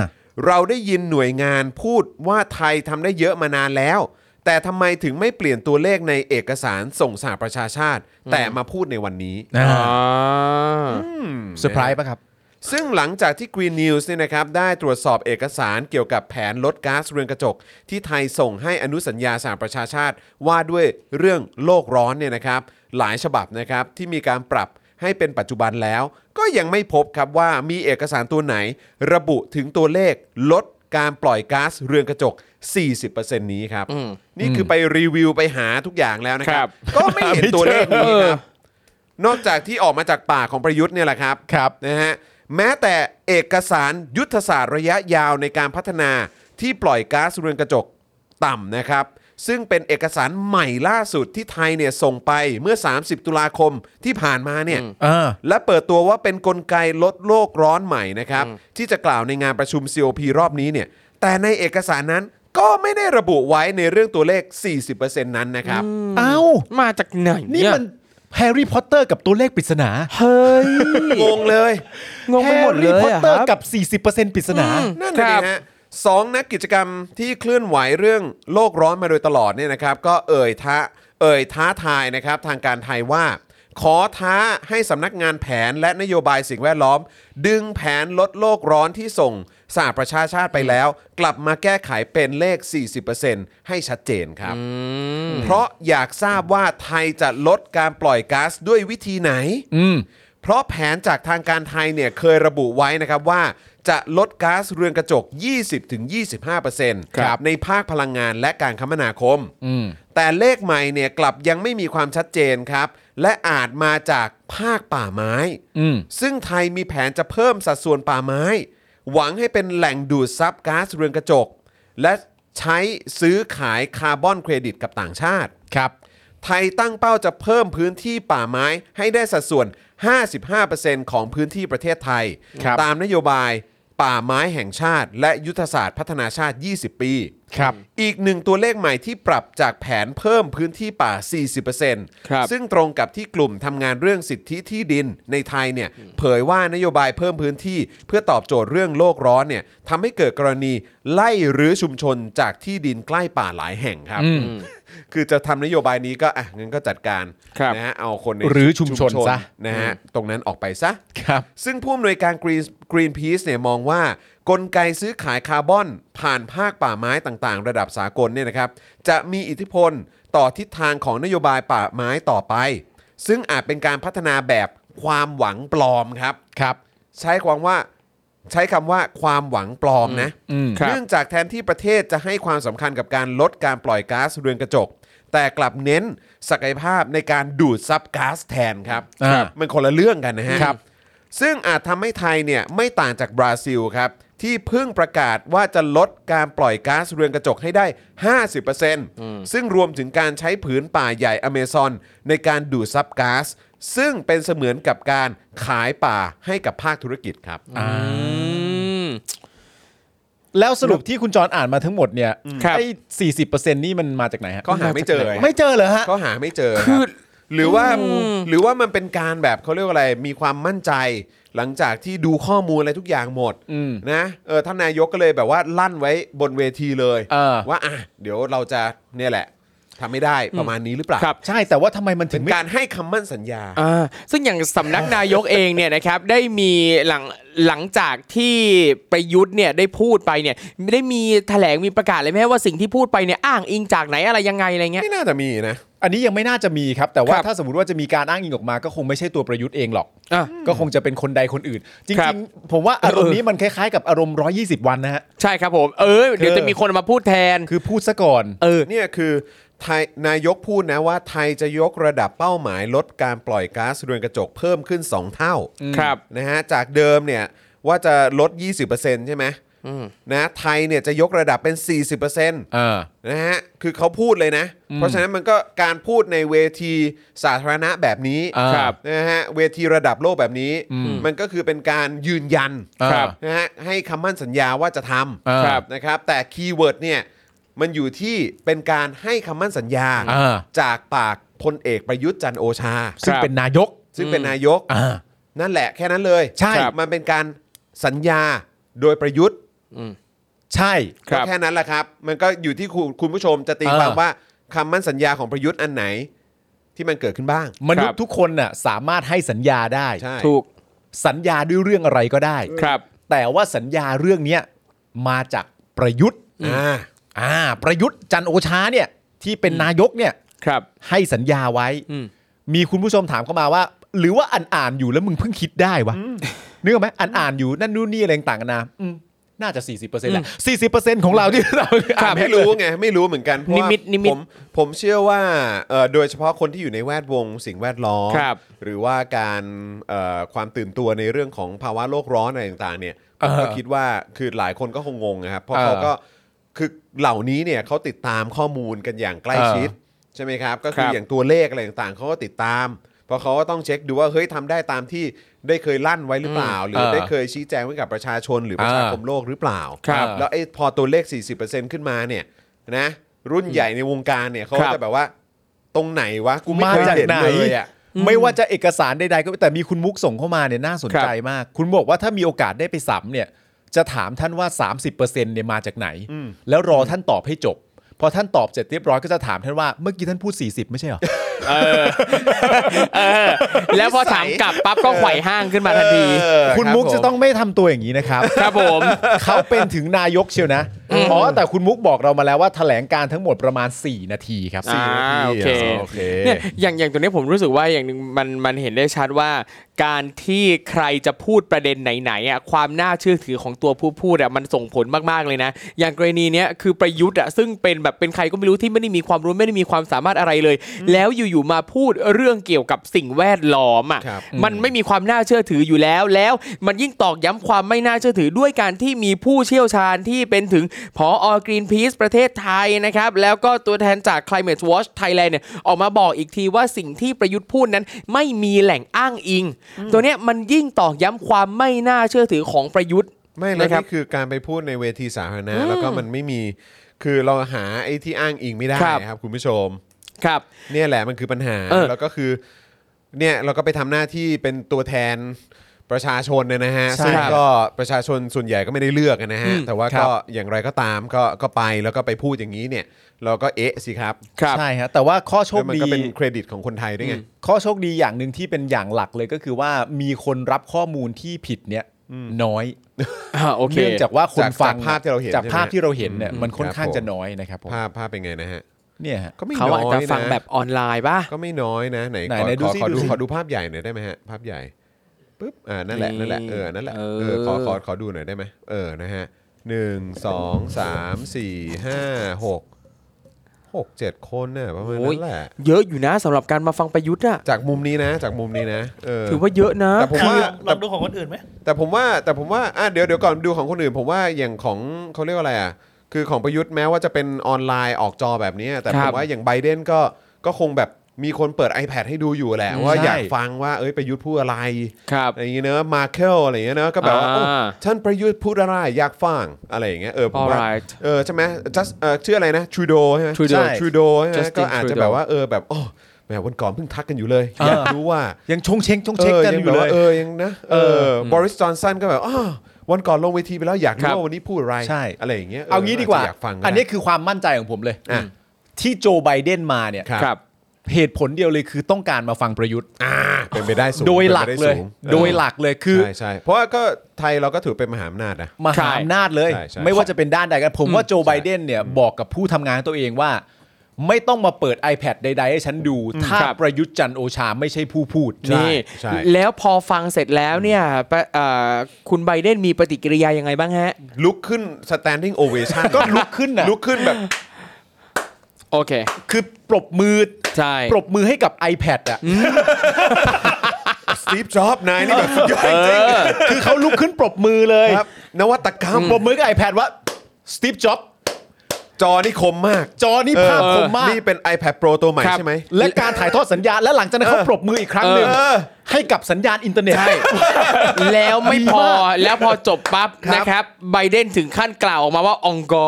Speaker 1: เราได้ยินหน่วยงานพูดว่าไทยทำได้เยอะมานานแล้ว แต่ทำไมถึงไม่เปลี่ยนตัวเลขในเอกสารส่งสหประชาชาติ แต่มาพูดในวันนี้
Speaker 3: อ่า
Speaker 4: อ่า
Speaker 3: เซอร์ไพรส์ป่ะครับ
Speaker 1: ซึ่งหลังจากที่ Green News เนี่ยนะครับได้ตรวจสอบเอกสารเกี่ยวกับแผนลดก๊าซเรือนกระจก ที่ไทยส่งให้อนุสัญญาสหประชาชาติว่าด้วยเรื่องโลกร้อนเนี่ยนะครับหลายฉบับนะครับที่มีการปรับให้เป็นปัจจุบันแล้ว ก็ยังไม่พบครับว่ามีเอกสารตัวไหน ระบุถึงตัวเลขลดการปล่อยก๊าซเรือนกระจก 40%นี้ครับนี่คือไปรีวิวไปหาทุกอย่างแล้วนะค
Speaker 4: ครั
Speaker 1: รับ
Speaker 4: บ
Speaker 1: ก็ไม่เห็นตัวเลขนี้
Speaker 4: เอ
Speaker 1: ค
Speaker 4: อ
Speaker 1: รับ นอกจากที่ออกมาจากปากของประยุทธ์เนี่ยแหละครับ
Speaker 3: ครับ
Speaker 1: นะฮะแม้แต่เอกสารยุทธศาสตร์ระยะยาวในการพัฒนาที่ปล่อยก๊าซเรือนกระจกต่ำนะครับ ซึ่งเป็นเอกสารใหม่ล่าสุดที่ไทยเนี่ยส่งไปเมื่อ 30 ตุลาคมที่ผ่านมาเนี่ย
Speaker 3: อ่า
Speaker 1: และเปิดตัวว่าเป็นกลไกลดโลกร้อนใหม่นะครับ ที่จะกล่าวในงานประชุม COP รอบนี้เนี่ย แต่ในเอกสารนั้นก็ไม่ได้ระบุไว้ในเรื่องตัวเลข 40%นั้นนะครับ
Speaker 3: เอ้า
Speaker 4: มาจากไหนเย
Speaker 3: นี่มันแฮร์รี่พอตเตอร์กับตัวเลขปริศนา
Speaker 4: เฮ้ย
Speaker 1: งงเลย
Speaker 4: งงไปหมดเลย
Speaker 3: แฮร์รี่พอต
Speaker 4: อะค
Speaker 3: เตอ
Speaker 4: รั
Speaker 3: ร์
Speaker 4: บ
Speaker 3: กับ 40%ปริศนา
Speaker 1: นั่นเอ
Speaker 4: ครับ
Speaker 1: งฮะสองนักกิจกรรมที่เคลื่อนไหวเรื่องโลกร้อนมาโดยตลอดเนี่ยนะครับ ก็เอ่ยท้าเอ่ยท้าทายนะครับทางการไทยว่า ขอท้าให้สำนักงานแผนและนโยบายสิ่งแวดล้อม ดึงแผนลดโลกร้อนที่ส่งสหประชาชาติไปแล้ว กลับมาแก้ไขเป็นเลข 40%ให้ชัดเจนครับ เพราะอยากทราบว่าไทยจะลดการปล่อยก๊าซด้วยวิธีไหน เพราะแผนจากทางการไทยเนี่ยเคยระบุไว้นะครับว่าจะลดก๊าซเรือนกระจก 20-25%
Speaker 3: ครับ
Speaker 1: ในภาคพลังงานและการคมนาคม แต่เลขใหม่เนี่ยกลับยังไม่มีความชัดเจนครับ และอาจมาจากภาคป่าไม้
Speaker 3: อืม
Speaker 1: ซึ่งไทยมีแผนจะเพิ่มสัดส่วนป่าไม้ หวังให้เป็นแหล่งดูดซับก๊าซเรือนกระจก และใช้ซื้อขายคาร์บอนเครดิตกับต่างชาติ
Speaker 3: ครับ
Speaker 1: ไทยตั้งเป้าจะเพิ่มพื้นที่ป่าไม้ให้ได้สัดส่วน 55%ของพื้นที่ประเทศไทย
Speaker 3: ครับ
Speaker 1: ตามนโยบายป่าไม้แห่งชาติ และยุทธศาสตร์พัฒนาชาติ 20 ปี
Speaker 3: ครับ
Speaker 1: อีกหนึ่งตัวเลขใหม่ที่ปรับจากแผนเพิ่มพื้นที่ป่า 40%
Speaker 4: ครับ
Speaker 1: ซึ่งตรงกับที่กลุ่มทำงานเรื่องสิทธิที่ดินในไทยเนี่ยเผยว่านโยบายเพิ่มพื้นที่เพื่อตอบโจทย์เรื่องโลกร้อนเนี่ยทำให้เกิดกรณีไล่รื้อชุมชนจากที่ดินใกล้ป่าหลายแห่งครับ คือจะทำนโยบายนี้ก็อ่ะงั้นก็จัดการ
Speaker 4: ครับ
Speaker 1: นะฮะเอาคนใน
Speaker 3: หรือชุมชนซะ
Speaker 1: นะฮะตรงนั้นออกไปซะ
Speaker 3: ครับ
Speaker 1: ซึ่งผู้อำนวยการ Green Greenpeace เนี่ยมองว่ากลไกซื้อขายคาร์บอน ผ่านภาคป่าไม้ต่างๆ ระดับสากลเนี่ยนะครับ จะมีอิทธิพลต่อทิศทางของนโยบายป่าไม้ต่อไป ซึ่งอาจเป็นการพัฒนาแบบความหวังปลอมครับ
Speaker 3: ครับ
Speaker 1: ใช้ความว่าใช้คำว่าความหวังปลอมนะ
Speaker 3: อืม
Speaker 4: ครับ
Speaker 1: เนื่องจากแทนที่ประเทศจะให้ความสำคัญกับการลดการปล่อยก๊าซเรือนกระจก แต่กลับเน้นศักยภาพในการดูดซับก๊าซแทนครับ
Speaker 3: อ่า
Speaker 1: มันคนละเรื่องกันนะฮะ
Speaker 3: ครับ
Speaker 1: ซึ่งอาจทำให้ไทยเนี่ยไม่ต่างจากบราซิลครับ ที่เพิ่งประกาศว่าจะลดการปล่อยก๊าซเรือนกระจกให้ได้ 50%ซึ่งรวมถึงการใช้ผืนป่าใหญ่อเมซอนในการดูดซับก๊าซซึ่งเป็นเสมือนกับการขายป่าให้กับภาคธุรกิจครับ
Speaker 3: แล้วสรุปที่คุณจรอ่านมาทั้งหมดเนี่ย
Speaker 4: ครับ
Speaker 3: ไอ้สี่สิบเปอร์เซ็นต์นี่มันมาจากไหนฮะ
Speaker 1: เขาหาไม่เจอ
Speaker 3: ไม่เจอเหรอฮะ
Speaker 1: เขาหาไม่เจอ
Speaker 4: คื
Speaker 1: คือ
Speaker 4: อ
Speaker 1: หรือว่าหรือว่ามันเป็นการแบบเขาเรียกว่าอะไรมีความมั่นใจ หลังจากที่ดูข้อมูลอะไรทุกอย่างหมด
Speaker 3: อืม
Speaker 1: นะเออท่านนายกก็เลยแบบว่าลั่นไว้บนเวทีเลย
Speaker 3: เออ
Speaker 1: ว่าอ่ะเดี๋ยวเราจะเนี่ยแหละทำไม่ได้ประมาณนี้หรือเปล่า
Speaker 4: ครับ
Speaker 3: ใช่แต่ว่าทำไมมันถึ
Speaker 1: เป็
Speaker 3: ง
Speaker 1: น
Speaker 3: ไม่
Speaker 1: การให้คำมั่นสัญญา
Speaker 4: อ่าซึ่งอย่างสำนักนายกเองเนี่ยนะครับได้มีหลังหลังจากที่ประยุทธ์เนี่ยได้พูดไปเนี่ยได้มีแถลงมีประกาศเลยไหมว่าสิ่งที่พูดไปเนี่ยอ้างอิงจากไหนอะไรยังไงอะไรเงี้ย
Speaker 1: ไม่น่าจะมีนะ
Speaker 3: อันนี้ยังไม่น่าจะมีครับ แต่
Speaker 4: ค
Speaker 3: ว่า
Speaker 4: รับ
Speaker 3: ถ้าสมมติว่าจะมีการอ้างอิงออกมาก็คงไม่ใช่ตัวประยุทธ์เองหรอก
Speaker 4: อ่ะ
Speaker 3: ก็คงจะเป็นคนใดคนอื่น จ
Speaker 4: ครั
Speaker 3: ริ
Speaker 4: บ
Speaker 3: งๆ ผมว่าอารมณ์นี้มันคล้ายๆกับอารมณ์ 120 วันนะฮะ
Speaker 4: ใช่ครับผม เออเดี๋ยวจะมีคนมาพูดแทน
Speaker 3: คือพูดซะก่อน
Speaker 4: เออ
Speaker 1: เนี่ยคือไทยนายกพูดนะว่าไทยจะยกระดับเป้าหมายลดการปล่อยก๊าซเรือนกระจกเพิ่มขึ้น 2 เท่า
Speaker 4: ครับ
Speaker 1: นะฮะจากเดิมเนี่ยว่าจะลด 20%ใช่ไหมนะไทยเนี่ยจะยกระดับเป็น 40%
Speaker 3: เออ
Speaker 1: นะฮะ คือเขาพูดเลยนะ เพราะฉะนั้นมันก็การพูดในเวทีสาธารณะแบบนี้
Speaker 3: อ่าครับ
Speaker 1: นะฮะ เวทีระดับโลกแบบนี้ มันก็คือเป็นการยืนยัน
Speaker 3: ครับ
Speaker 1: นะฮะ ให้คำมั่นสัญญาว่าจะท
Speaker 3: เออ
Speaker 1: ำ
Speaker 4: ครับ
Speaker 1: นะครับ แต่คีย์เวิร์ดเนี่ย มันอยู่ที่เป็นการให้คำมั่นสัญญา
Speaker 3: เออ
Speaker 1: จากปากพลเอกประยุทธ์จันทร์โอชา
Speaker 3: ซึ่งเป็นนายก
Speaker 1: ซึ่งเป็นนายก
Speaker 3: อ่า
Speaker 1: นั่นแหละแค่นั้นเลย
Speaker 3: ใช่
Speaker 1: ครับมันเป็นการสัญญาโดยประยุทธ์
Speaker 3: ใช่
Speaker 4: ครั
Speaker 1: ก็
Speaker 4: บ
Speaker 1: แค่นั้นแหละครับ มันก็อยู่ที่คุณคุณผู้ชมจะตี
Speaker 3: เออ
Speaker 1: ความว่าคำมั่นสัญญาของประยุทธ์อันไหน ที่มันเกิดขึ้นบ้าง
Speaker 3: มนุษย์ทุกคนน่ะสามารถให้สัญญาได้
Speaker 1: ใช่
Speaker 4: ถูก
Speaker 3: สัญญาด้วยเรื่องอะไรก็ได้
Speaker 4: ครับ
Speaker 3: แต่ว่าสัญญาเรื่องเนี้ยมาจากประยุทธ์
Speaker 1: อ่า
Speaker 3: อ่าประยุทธ์จันทร์โอชาเนี่ยที่เป็นนายกเนี่ย
Speaker 4: ครับ
Speaker 3: ให้สัญญาไว้
Speaker 4: อืม
Speaker 3: มีคุณผู้ชมถามเข้ามาว่า หรือว่าอ่านอ่านๆอยู่แล้วมึงเพิ่งคิดได้วะนึกออกไหมอ่านอ่านๆอยู่นั่นนู่นนี่อะไรต่างๆนานาอืมน่าจะ 40%แหละ40%ของเราที่เราอ่าน
Speaker 1: ไม่รู้ไงไม่รู้เหมือนกันเพราะว่า
Speaker 4: นิมิตนิมิต
Speaker 1: ผมผมเชื่อว่าเอ่อโดยเฉพาะคนที่อยู่ในแวดวงสิ่งแวดล้อม
Speaker 4: ครับ
Speaker 1: หรือว่าการเอ่อความตื่นตัวในเรื่องของภาวะโลกร้อนอะไรต่างๆ เนี่ยผมก็คิดว่าคือหลายคนก็คงงนะครับเพราะเขาก็ คือเหล่านี้เนี่ยเขาติดตามข้อมูลกันอย่างใกล้ชิด ใช่ไหมครับ ก็คือ
Speaker 4: ครับ
Speaker 1: อย่างตัวเลขอะไรต่างๆเขาก็ติดตาม เพราะเขาก็ต้องเช็คดูว่าเฮ้ยทำได้ตามที่ได้เคยลั่นไว้หรือเปล่า หรือ
Speaker 3: เออ
Speaker 1: ได้เคยชี้แจงไว้กับประชาชนหรือประชาคมโลกหรือเปล่า
Speaker 3: ครับ
Speaker 1: แล้วไอ้พอตัวเลข 40%ขึ้นมาเนี่ยนะรุ่นใหญ่ในวงการเนี่ยเขาก็
Speaker 4: ครับ
Speaker 1: จะแบบว่า ตรงไหนวะกูไม่
Speaker 3: [LAUGHS] มา
Speaker 1: เคย
Speaker 3: จาก
Speaker 1: เห็น
Speaker 3: ไหน
Speaker 1: เลยอะ
Speaker 3: ไม่ว่าจะเอกสารใดๆก็แต่มีคุณมุกส่งเข้ามาเนี่ยน่าสนใจมาก คุณบอกว่าถ้ามีโอกาสได้ไปสัมเนี่ย จะถามท่านว่า 30%เนี่ยมาจากไหน แล้วรอท่านตอบให้จบ พอท่านตอบเสร็จเรียบร้อยก็จะถามท่านว่าเมื่อกี้ท่านพูด 40 ไม่ใช่เหรอ
Speaker 4: เออแล้วพอถามกลับปั๊บก็ไขว่ห้างขึ้นมาทันที
Speaker 1: เออ
Speaker 3: คุณ
Speaker 1: รับ
Speaker 3: มุก
Speaker 1: ผ
Speaker 3: จะต้องไม่ทำตัวอย่างนี้นะครับ
Speaker 4: ครับผม
Speaker 3: เขาเป็นถึงนายกเชียวนะอ๋อแต่คุณมุกบอกเรามาแล้วว่าแถลงการทั้งหมดประมาณ 4 นาทีครับ
Speaker 4: อ่า โเค
Speaker 1: โอเค
Speaker 4: เนี่ยอย่างอย่างตัวเนี้ยผมรู้สึกว่าอย่างหนึ่งมันมันเห็นได้ชัดว่า การที่ใครจะพูดประเด็นไหนๆอ่ะความน่าเชื่อถือของตัวผู้พูดอ่ะมันส่งผลมากๆเลยนะ อย่างกรณีเนี้ยคือประยุทธ์อ่ะซึ่งเป็นแบบเป็นใครก็ไม่รู้ที่ไม่ได้มีความรู้ไม่ได้มีความสามารถอะไรเลย แล้วอยู่ๆมาพูดเรื่องเกี่ยวกับสิ่งแวดล้อมอ่ะ
Speaker 1: ครับ
Speaker 4: มันไม่มีความน่าเชื่อถืออยู่แล้ว แล้วมันยิ่งตอกย้ำความไม่น่าเชื่อถือด้วยการที่มีผู้เชี่ยวชาญที่เป็นถึงผออกรีนพีซประเทศไทยนะครับ แล้วก็ตัวแทนจาก Climate Watch Thailand เนี่ยออกมาบอกอีกทีว่าสิ่งที่ประยุทธ์พูดนั้นไม่มีแหล่งอ้างอิง ตัวเนี้ยมันยิ่งตอกย้ำความไม่น่าเชื่อถือของประยุทธ์
Speaker 1: ไม่แล้ว
Speaker 4: นะครับ
Speaker 1: นี่คือการไปพูดในเวทีสาธารณะแล้วก็มันไม่มี คือเราหาไอ้ที่อ้างอิงไม่ได้
Speaker 4: ครับ
Speaker 1: ครับคุณผู้ชม
Speaker 4: ครับ
Speaker 1: เนี่ยแหละมันคือปัญหา
Speaker 4: เออ
Speaker 1: แล้วก็คือเนี่ยเราก็ไปทำหน้าที่เป็นตัวแทนประชาชนเนี่ยนะฮะ
Speaker 3: ใช่
Speaker 1: ซึ่ง
Speaker 3: ครับ
Speaker 1: ก็ประชาชนส่วนใหญ่ก็ไม่ได้เลือกนะฮะ
Speaker 4: อืม
Speaker 1: แต่ว่า
Speaker 3: ครั
Speaker 1: ก็
Speaker 3: บ
Speaker 1: อย่างไรก็ตามก็ก็ไปแล้วก็ไปพูดอย่างนี้เนี่ย เราก็เอ๊ะสิครับ
Speaker 4: ครับ
Speaker 3: ใช่ฮะแต่ว่าข้อโช
Speaker 1: แล้
Speaker 3: ค
Speaker 1: วมัน
Speaker 3: ดี
Speaker 1: ก็เป็นเครดิตของคนไทยด้วยไง
Speaker 3: ข้อโชคดีอย่างหนึ่งที่เป็นอย่างหลักเลยก็คือว่ามีคนรับข้อมูลที่ผิดเนี่ยน้อย
Speaker 4: อ่าโอเค
Speaker 3: เนื่องจากว่าคน
Speaker 1: จาก
Speaker 3: ฟั
Speaker 1: จาก
Speaker 3: ง
Speaker 1: ภาพที่เราเห็น
Speaker 3: จาก
Speaker 1: ใช่ไหม
Speaker 3: ภาพที่เราเห็นเนี่ย
Speaker 1: อืม
Speaker 3: มันค่อนข้า
Speaker 1: ค
Speaker 3: ง
Speaker 1: รับผม
Speaker 3: จะน้อยนะครับผม
Speaker 1: ภาพภาพเป็นไงนะฮะ
Speaker 3: เนี่ยฮะ
Speaker 1: ก็ไม่
Speaker 4: เขา
Speaker 1: น้
Speaker 4: อาจ
Speaker 1: อย
Speaker 4: จะฟัง
Speaker 1: นะ
Speaker 4: แบบออนไลน์ป่ะ
Speaker 1: ก็ไม่น้อยนะไหน
Speaker 3: ไหน
Speaker 1: ขอ
Speaker 3: ไหนดู
Speaker 1: ขอ
Speaker 3: สิ
Speaker 1: ขอ
Speaker 3: ดู
Speaker 1: ดู
Speaker 3: สิ
Speaker 1: ขอดูภาพใหญ่หน่อยได้ไหมฮะภาพใหญ่ปึ๊บอ่านั่นแหละนั่นแหละเออนั่นแหละ
Speaker 4: เออ
Speaker 1: เออขอขอขอดูหน่อยได้ไหมเออนะฮะหนึ่งสองสามสี่ห้าหกหกเจ็ดคนเนี่ยประมาณนั้นแหละ
Speaker 4: เยอะอยู่นะสำหรับการมาฟังประยุทธ์อะ
Speaker 1: จากมุมนี้นะ จากมุมนี้นะเออ
Speaker 4: ถือว่าเยอะนะ
Speaker 1: แต่ผม
Speaker 5: คือ
Speaker 1: ว่า
Speaker 5: ลองดูของคนอื่นไหม
Speaker 1: แต่ผมว่าแต่ผมว่าอ่ะเดี๋ยวเดี๋ยวก่อนดูของคนอื่น ผมว่าอย่างของเขาเรียกว่าอะไรอ่ะคือของประยุทธ์แม้ว่าจะเป็นออนไลน์ออกจอแบบเนี้ยแต่
Speaker 4: ค
Speaker 1: ผ
Speaker 4: รับ
Speaker 1: มว่าอย่างไบเดนก็ก็คงแบบมีคนเปิด iPad ให้ดูอยู่แหละ
Speaker 3: อืม
Speaker 1: ว่า
Speaker 3: ใช่
Speaker 1: อยากฟังว่าเอ้ยประยุทธ์พูดอะไร
Speaker 4: ครับ
Speaker 1: อะไรอย่างเงี้ยเนอะมาเคิลอะไรอย่างเงี้ยเนอะก็แบบว่า
Speaker 4: อ่า
Speaker 1: โอ้ท่านประยุทธ์พูดอะไรอยากฟังอะไรอย่างเงี้ยเออผมว่า
Speaker 4: alright
Speaker 1: เออใช่ไหม just เออชื่ออะไรนะทรูโดใช่ไหม
Speaker 4: Trudeau
Speaker 1: ใช่ทรูโดใช่ไหม
Speaker 4: Justin
Speaker 1: ก็อาจจะ
Speaker 4: Trudeau
Speaker 1: แบบว่าเออแบบโอ้แหมวันก่อนเพิ่งทักกันอยู่เลยอยากรู้ว่า
Speaker 3: ยังชงเช็งชงเช็งกันอยู่เลย
Speaker 1: เออยังแบบว่าเออยังนะเอ
Speaker 3: เอ
Speaker 1: อ
Speaker 3: อ
Speaker 1: อบริสจอนสันก็แบบอ้าววันก่อนลงเวทีไปแล้วอยาก
Speaker 4: ครั
Speaker 1: รู้
Speaker 4: บ
Speaker 1: ว่าวันนี้พูดอะไร
Speaker 3: ใช่
Speaker 1: อะไรอย่างเงี้ย
Speaker 3: เอางี้ดีกว่า
Speaker 1: อยากฟัง
Speaker 3: อันนี้คือความมั่นใจของผมเลย
Speaker 1: อ่ะ
Speaker 3: ที่โจไบเดนมาเนี่ย
Speaker 1: ครับ
Speaker 4: ครับ
Speaker 3: เหตุผลเดียวเลยคือต้องการมาฟังประยุทธ์
Speaker 1: อ่าเป็นไปได้สูง
Speaker 3: โดยหลัก
Speaker 1: ป็นไป
Speaker 3: เลย
Speaker 1: ไสูง
Speaker 3: โดยหลักเลยคือ
Speaker 1: ใช่ใช่เพราะว่าก็ไทยเราก็ถือเป็นมหาอำนาจนะ
Speaker 3: มหาอำนาจเลย
Speaker 1: ใช่ใช่
Speaker 3: ไม่ว่าจะเป็นด้านใดกันผมว่าโจไบเดนเนี่ยบอกกับผู้ทำงานตัวเองว่า ไม่ต้องมาเปิด iPad ใด ๆ ให้ฉันดู ถ้า
Speaker 4: ครับ
Speaker 3: ประยุทธ์จันทร์โอชาไม่ใช่ผู้พูด
Speaker 4: นี่
Speaker 1: ใช่
Speaker 4: แล้วพอฟังเสร็จแล้วเนี่ยปะเอ่อคุณไบเดนมีปฏิกิริยายังไงบ้างฮะ
Speaker 1: ลุกขึ้น standing ovation
Speaker 3: ก็ลุกขึ้นนะ
Speaker 1: ลุกขึ้นแบบ
Speaker 4: โอเค
Speaker 3: คือปรบมือ
Speaker 4: ใช่
Speaker 3: ปรบมือให้กับ iPad อ่ะ
Speaker 1: Steve Jobs นายนี่แบบสุดยอดจริง
Speaker 3: คือเขาลุกขึ้นปรบมือเลย
Speaker 1: ๆครับนวัตกรรม
Speaker 3: ปรบมือกับ iPad ว่าสตีฟจ็อบ
Speaker 1: จอนี่คมมาก
Speaker 3: จอนี่ภาพคมมาก
Speaker 1: นี่เป็น iPad Pro ตัวใหม่
Speaker 4: ครับ
Speaker 1: ใช่ไหม
Speaker 3: และการถ่ายทอดสัญญาณและหลังจากนั้นเขาปรบมืออีกครั้งหนึ่ง
Speaker 1: เออ
Speaker 3: ให้กับสัญญาณอินเทอร์เน็ต
Speaker 4: แล้วไม่พอ
Speaker 3: ดีมาก
Speaker 4: แล้วพอจบปั๊บ
Speaker 1: ครับ
Speaker 4: นะครับ ไบเดนถึงขั้นกล่าวออกมาว่าองกอ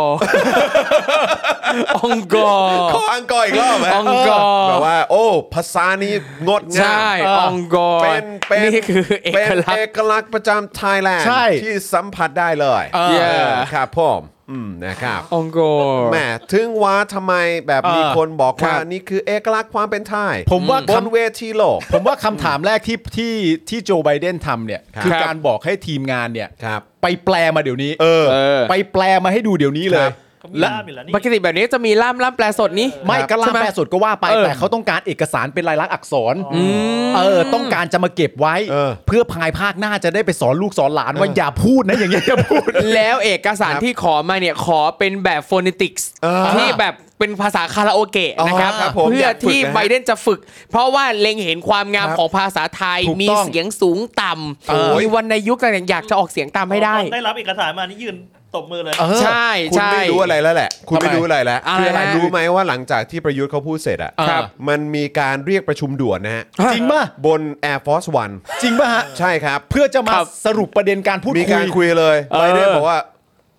Speaker 4: องกอ
Speaker 1: ขออังกอร์อีกรอบไหม
Speaker 4: อังกอร์
Speaker 1: แบบว่า โอ้ ภาษานี้งดงา
Speaker 4: ใช่
Speaker 1: ม
Speaker 4: องกอ
Speaker 1: เป็นเป็น
Speaker 4: นี่คือเอก
Speaker 1: ป็น
Speaker 4: ลักษ
Speaker 1: เอ
Speaker 4: ณ์
Speaker 1: กลักษณ์ประจำไทยแลนด์
Speaker 3: ใช่
Speaker 1: ที่สัมผัสได้เลย
Speaker 4: เออ
Speaker 1: เออครับผมอืมนะครับ
Speaker 4: องกอ
Speaker 1: แหมถึงว่าทำไมแบบมีคนบอกว่า
Speaker 4: ครับ
Speaker 1: นี่คือเอกลักษณ์ความเป็นไทย
Speaker 3: ผมว่า
Speaker 1: บ
Speaker 3: คำ
Speaker 1: นเวทีโลก
Speaker 3: ผมว่าคำถามแรกที่ที่ที่โจไบเดนทำเนี่ย
Speaker 1: ครับ
Speaker 3: คือการบอกให้ทีมงานเนี่ย
Speaker 1: ครับ
Speaker 3: ไปแปลมาเดี๋ยวนี้
Speaker 1: เออ
Speaker 4: เออ
Speaker 3: ไปแปลมาให้ดูเดี๋ยวนี้เล
Speaker 1: ครั
Speaker 3: ย
Speaker 1: บ
Speaker 5: ล่ามอีกแล้วนี่
Speaker 4: ปกติแบบนี้จะมีล่ามล่ามแปลสดนี้
Speaker 3: ไม่ก็ล่าม
Speaker 4: ใช่ไหม
Speaker 3: แปลสดก็ว่าไป
Speaker 4: เออ
Speaker 3: แต่เขาต้องการเอกสารเป็นลายลักษณ์อักษรเออต้องการจะมาเก็บไว้
Speaker 1: เออ
Speaker 3: เพื่อภายภาคหน้าจะได้ไปสอนลูกสอนหลานว่าอย่าพูดนะอย่างเงี้ยอย่าพูด
Speaker 4: แล้วเอกสารที่ขอมาเนี่ยขอเป็นแบบฟ o นิติกส์
Speaker 1: เออ
Speaker 4: ที่แบบเป็นภาษาคาราโอเกะนะครับ
Speaker 1: อ๋อครับผม
Speaker 4: เพื่อที่
Speaker 1: อยากฝึกนะฮะ
Speaker 4: ไบเดนจะฝึก เพราะว่าเล็งเห็นความงาม
Speaker 1: ครับ
Speaker 4: ของภาษาไทย
Speaker 3: ถูก
Speaker 4: มี
Speaker 3: ต้อง
Speaker 4: เสียงสูงต่
Speaker 1: โอ้ย
Speaker 4: ำมีวรรณยุกต์ต่างๆอยากจะออกเสียงตามให้ได้
Speaker 5: ได้รับเอกสารมานี่ยืน ตบมือเลย
Speaker 3: เออ
Speaker 4: ใช่
Speaker 1: คุณ
Speaker 4: ใช่
Speaker 1: ไม่รู้อะไรแล้วแหละ คุณไม่
Speaker 3: ทำไม
Speaker 1: รู้อะไรแล้ว
Speaker 4: อะไร
Speaker 1: คืออะไร
Speaker 4: ฮะ
Speaker 1: รู้ไหมว่าหลังจากที่ประยุทธ์เขาพูดเสร็จอะ
Speaker 3: ครับ
Speaker 1: มันมีการเรียกประชุมด่วนนะฮะ
Speaker 3: จริงป่ะ
Speaker 1: บน Air Force One
Speaker 3: จริงป่ะฮะ
Speaker 1: ใช่ครับ
Speaker 3: เพื่อจะมาสรุปประเด็นการพูด
Speaker 1: มี
Speaker 3: คุ
Speaker 1: การ
Speaker 3: ย
Speaker 1: คุยเลย
Speaker 4: เออ
Speaker 1: ไบเดนบอกว่า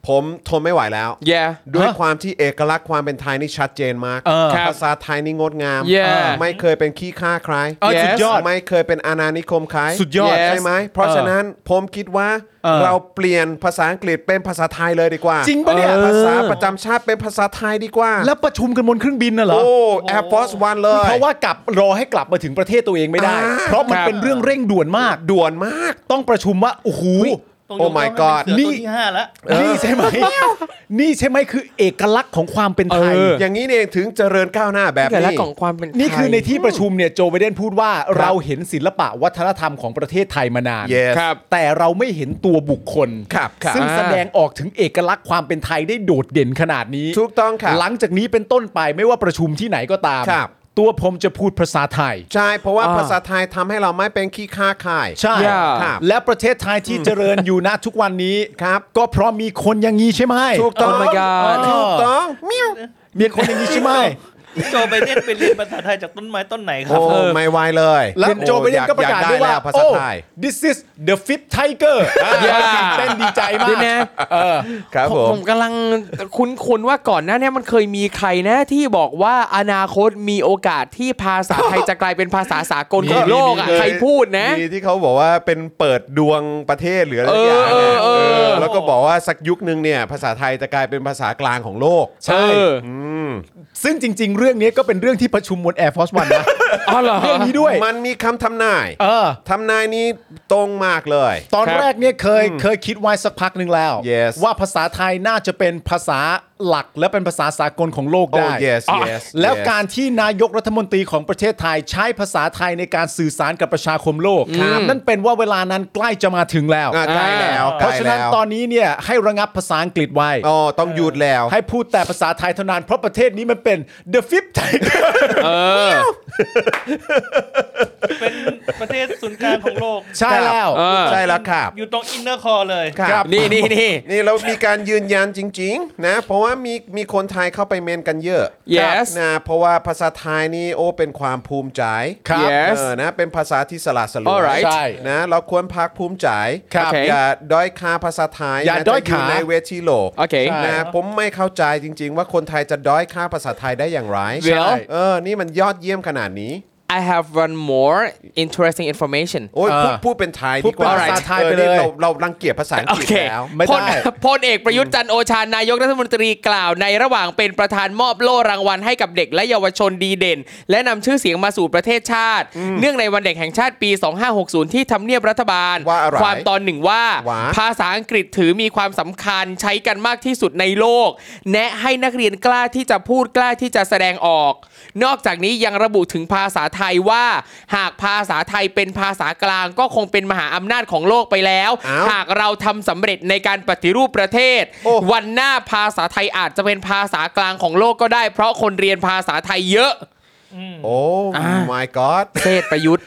Speaker 1: ผมทนไม่ไหวแล้ว
Speaker 4: แย่
Speaker 1: ด้วย
Speaker 3: ฮะ
Speaker 1: ความที่เอกลักษณ์ความเป็นไทยนี่ชัดเจนมาก
Speaker 3: เออ
Speaker 4: ครับ
Speaker 1: ภาษาไทยนี่งดงาม
Speaker 4: เย้
Speaker 1: ไม่เคยเป็นขี้ข้าใคร
Speaker 3: เออ
Speaker 4: Yes
Speaker 3: สุดยอด
Speaker 1: ไม่เคยเป็นอาณานิคมใคร
Speaker 3: สุดยอด
Speaker 4: Yes
Speaker 1: ใช่ไหม เพราะฉะนั้นผมคิดว่า
Speaker 3: เออ
Speaker 1: เราเปลี่ยนภาษาอังกฤษเป็นภาษาไทยเลยดีกว่า
Speaker 3: จริงป่ะเนี่ย
Speaker 4: เออ
Speaker 1: ภาษาประจำชาติเป็นภาษาไทยดีกว่า
Speaker 3: แล้วประชุมกันบนเครื่องบินน่ะเหรอ
Speaker 1: โอ้ Air Force One เลย
Speaker 3: เพราะว่ากลับรอให้กลับมาถึงประเทศตัวเองไม่ได้
Speaker 1: อ่า
Speaker 3: เพราะมัน
Speaker 4: ครับ
Speaker 3: เป็นเรื่องเร่งด่วนมาก
Speaker 1: ด่วนมาก
Speaker 3: ต้องประชุมว่าโอ้โห
Speaker 5: ต้องย
Speaker 1: โอ้
Speaker 5: กย่องให้
Speaker 1: my
Speaker 5: เป็
Speaker 1: god
Speaker 5: นเสือ
Speaker 3: นี่
Speaker 5: ตัวที่ห้าแล้ว
Speaker 3: นี่ใช่ไหมนี่ใช่ไหมคือเอกลักษณ์ของความเป็นไทย
Speaker 4: เออ
Speaker 1: อย่างนี้เนี่ยถึงเจริญก้าวหน้าแบบ
Speaker 4: เกิดละ
Speaker 1: นี้
Speaker 4: ของความเป็น
Speaker 3: นี่คือ
Speaker 4: ไทย
Speaker 3: ในที่ประชุมเนี่ยโจไบเดนพูดว่าเราเห็นศิลปะวัฒนธรรมของประเทศไทยมานาน
Speaker 1: Yes
Speaker 4: ครับ
Speaker 3: แต่เราไม่เห็นตัวบุคคล
Speaker 1: ครับครับ
Speaker 3: ซึ่ง
Speaker 4: อ่า
Speaker 3: แสดงออกถึงเอกลักษณ์ความเป็นไทยได้โดดเด่นขนาดนี้
Speaker 1: ถูกต้องครับ
Speaker 3: หลังจากนี้เป็นต้นไปไม่ว่าประชุมที่ไหนก็ตาม
Speaker 1: ครับ
Speaker 3: ตัวผมจะพูดภาษาไทย
Speaker 1: ใช่ เพราะว่า
Speaker 4: อ่า
Speaker 1: ภาษาไทยทำให้เราไม่เป็นขี้ข้าขาย
Speaker 3: ใช่
Speaker 4: อย่า
Speaker 1: ครับ
Speaker 3: และประเทศไทยที่เจริญอยู่ณทุกวันนี้
Speaker 1: ครับ
Speaker 3: ก็เพราะมีคนอย่างนี้ใช่ไหม
Speaker 1: ถูกต้อง
Speaker 4: Oh my god
Speaker 1: ถูกต้องมิว
Speaker 3: มีคนอย่างนี้ใช่ไหม
Speaker 5: โจไบเดนไปเรียนภาษาไทยจากต้นไม้ต้นไหนครับ
Speaker 1: โอ้ ไม่ไหวเลย
Speaker 3: แล้วโจไบเด
Speaker 1: อน ยา
Speaker 3: ก็ประกาศ
Speaker 1: อ
Speaker 3: ด้วยว่า
Speaker 1: แล้ภา
Speaker 3: โอ้
Speaker 1: ษาไทย
Speaker 3: this is the fifth tiger
Speaker 4: อย่า
Speaker 3: เต้นดีใจมา
Speaker 4: ดี
Speaker 3: ก
Speaker 4: นะ
Speaker 1: ครับ
Speaker 4: ผม
Speaker 1: ผ
Speaker 4: ผม มกำลังคุ้นๆว่าก่อนหน้าเนี้มันเคยมีใครนะที่บอกว่าอนาคตมีโอกาสที่ภาษาไทยจะกลายเป็นภาษาสากลของโลกอ่ะ
Speaker 1: มีมี
Speaker 4: ใครพูดนะ
Speaker 1: มีที่เขาบอกว่าเป็นเปิดดวงประเทศหรืออะไรสักอย่าง
Speaker 4: เออ
Speaker 1: เนี่ย
Speaker 4: เออเออ
Speaker 1: เออแล้วก็บอกว่าสักยุคนึงเนี่ยภาษาไทยจะกลายเป็นภาษากลางของโลก
Speaker 3: ใช่
Speaker 4: เออ
Speaker 3: ซึ่งจริง ๆ เรื่องนี้ก็เป็นเรื่องที่ประชุมบน Air Force One
Speaker 1: [LAUGHS]
Speaker 3: นะ
Speaker 4: อ๋อเหรอ
Speaker 3: เรื่องนี้ด้วย
Speaker 1: มันมีคำทำนาย
Speaker 3: เออ
Speaker 1: ทำนายนี้ตรงมากเลย
Speaker 3: ตอน
Speaker 4: ครับ
Speaker 3: แรกเนี่ยเคยเคยคิดไว้สักพักหนึ่งแล้ว
Speaker 1: Yes
Speaker 3: ว่าภาษาไทยน่าจะเป็นภาษาหลักและเป็นภาษาสากลของโลก
Speaker 1: โอ้
Speaker 3: ได้
Speaker 1: yes yes
Speaker 3: แล้ว
Speaker 1: yes
Speaker 3: การที่นายกรัฐมนตรีของประเทศไทยใช้ภาษาไทยในการสื่อสารกับประชาคมโลก นั่นเป็นว่าเวลานั้นใกล้จะมาถึงแล้ว
Speaker 1: อ่ะใกล้แล้ว
Speaker 3: เพราะฉะนั้น
Speaker 1: ใกล้แล้ว
Speaker 3: ตอนนี้เนี่ยให้ระงับภาษาอังกฤษไว้
Speaker 1: อ๋อต้องหยุดแล้ว
Speaker 3: ให้พูดแต่ภาษาไทยเท่านั้นเพราะประเทศนี้มันเป็น the fifth tiger
Speaker 5: เป็นประเทศศูนย์กลางของโลก
Speaker 3: ใช่แล้ว
Speaker 4: เออ
Speaker 1: ใช่แล้วครับ
Speaker 5: อยู่ตรงอินเนอร์คอร์เลย
Speaker 1: ครับ
Speaker 4: นี่นี่นี่
Speaker 1: นี่เรามีการยืนยันจริง ๆ นะ เพราะว่ามีมีคนไทยเข้าไปเมนกันเยอะ
Speaker 4: Yes
Speaker 1: นะเพราะว่าภาษาไทยนี่โอ้เป็นความภูมิใจ
Speaker 3: ครับ
Speaker 4: Yes
Speaker 1: เออนะเป็นภาษาที่สละสลวย
Speaker 4: Alright
Speaker 3: ใช่
Speaker 1: นะเราควรพักภูมิใจ
Speaker 4: ครับ Okay
Speaker 1: อย่าด้อยค่าภาษาไทย
Speaker 3: อย่า
Speaker 1: นะ
Speaker 3: ด้อย
Speaker 1: จะ
Speaker 3: ค่า
Speaker 1: ในเวทีโลก
Speaker 4: โอเค
Speaker 3: ใช่
Speaker 1: นะผมไม่เข้าใจจริง ๆ ว่าคนไทยจะด้อยค่าภาษาไทยได้อย่างไร
Speaker 4: เดี๋ยว
Speaker 1: เออนี่มันยอดเยี่ยมขนาดนี้
Speaker 4: I have one more interesting information
Speaker 1: โอ้ย
Speaker 3: เออ
Speaker 1: พูดพูดเป็นไทยดีกว่า
Speaker 3: พูดเป็นภาษาไทยไปเลย
Speaker 1: ออนี่เราเรารังเกียจภาษาอัง
Speaker 4: โอก
Speaker 1: ฤษ
Speaker 4: เค
Speaker 1: แล้ว
Speaker 3: ไม่
Speaker 4: พ
Speaker 3: ได้
Speaker 4: ลพลเอกประยุทธ์จันทร์โอชานายกรัฐมนตรีกล่าวในระหว่างเป็นประธานมอบโล่รางวัลให้กับเด็กและเยาวชนดีเด่น และนำชื่อเสียงมาสู่ประเทศชาติ เนื่องในวันเด็กแห่งชาติปี 2560 ที่ทำเนียบรัฐบาล
Speaker 1: ว่าอะไร
Speaker 4: ความตอนหนึ่งว่า
Speaker 1: ว่า
Speaker 4: ภาษาอังกฤษถือมีความสำคัญใช้กันมากที่สุดในโลก แนะให้นักเรียนกล้าที่จะพูดกล้าที่จะแสดงออก นอกจากนี้ยังระบุถึงภาษาไทยว่า หากภาษาไทยเป็นภาษากลางก็คงเป็นมหาอำนาจของโลกไปแล้ว
Speaker 1: อ้าว
Speaker 4: หากเราทำสำเร็จในการปฏิรูปประเทศ
Speaker 1: โอ้
Speaker 4: วันหน้าภาษาไทยอาจจะเป็นภาษากลางของโลกก็ได้ เพราะคนเรียนภาษาไทยเยอะ
Speaker 1: โอ้ my god
Speaker 4: เศรษฐประยุทธ์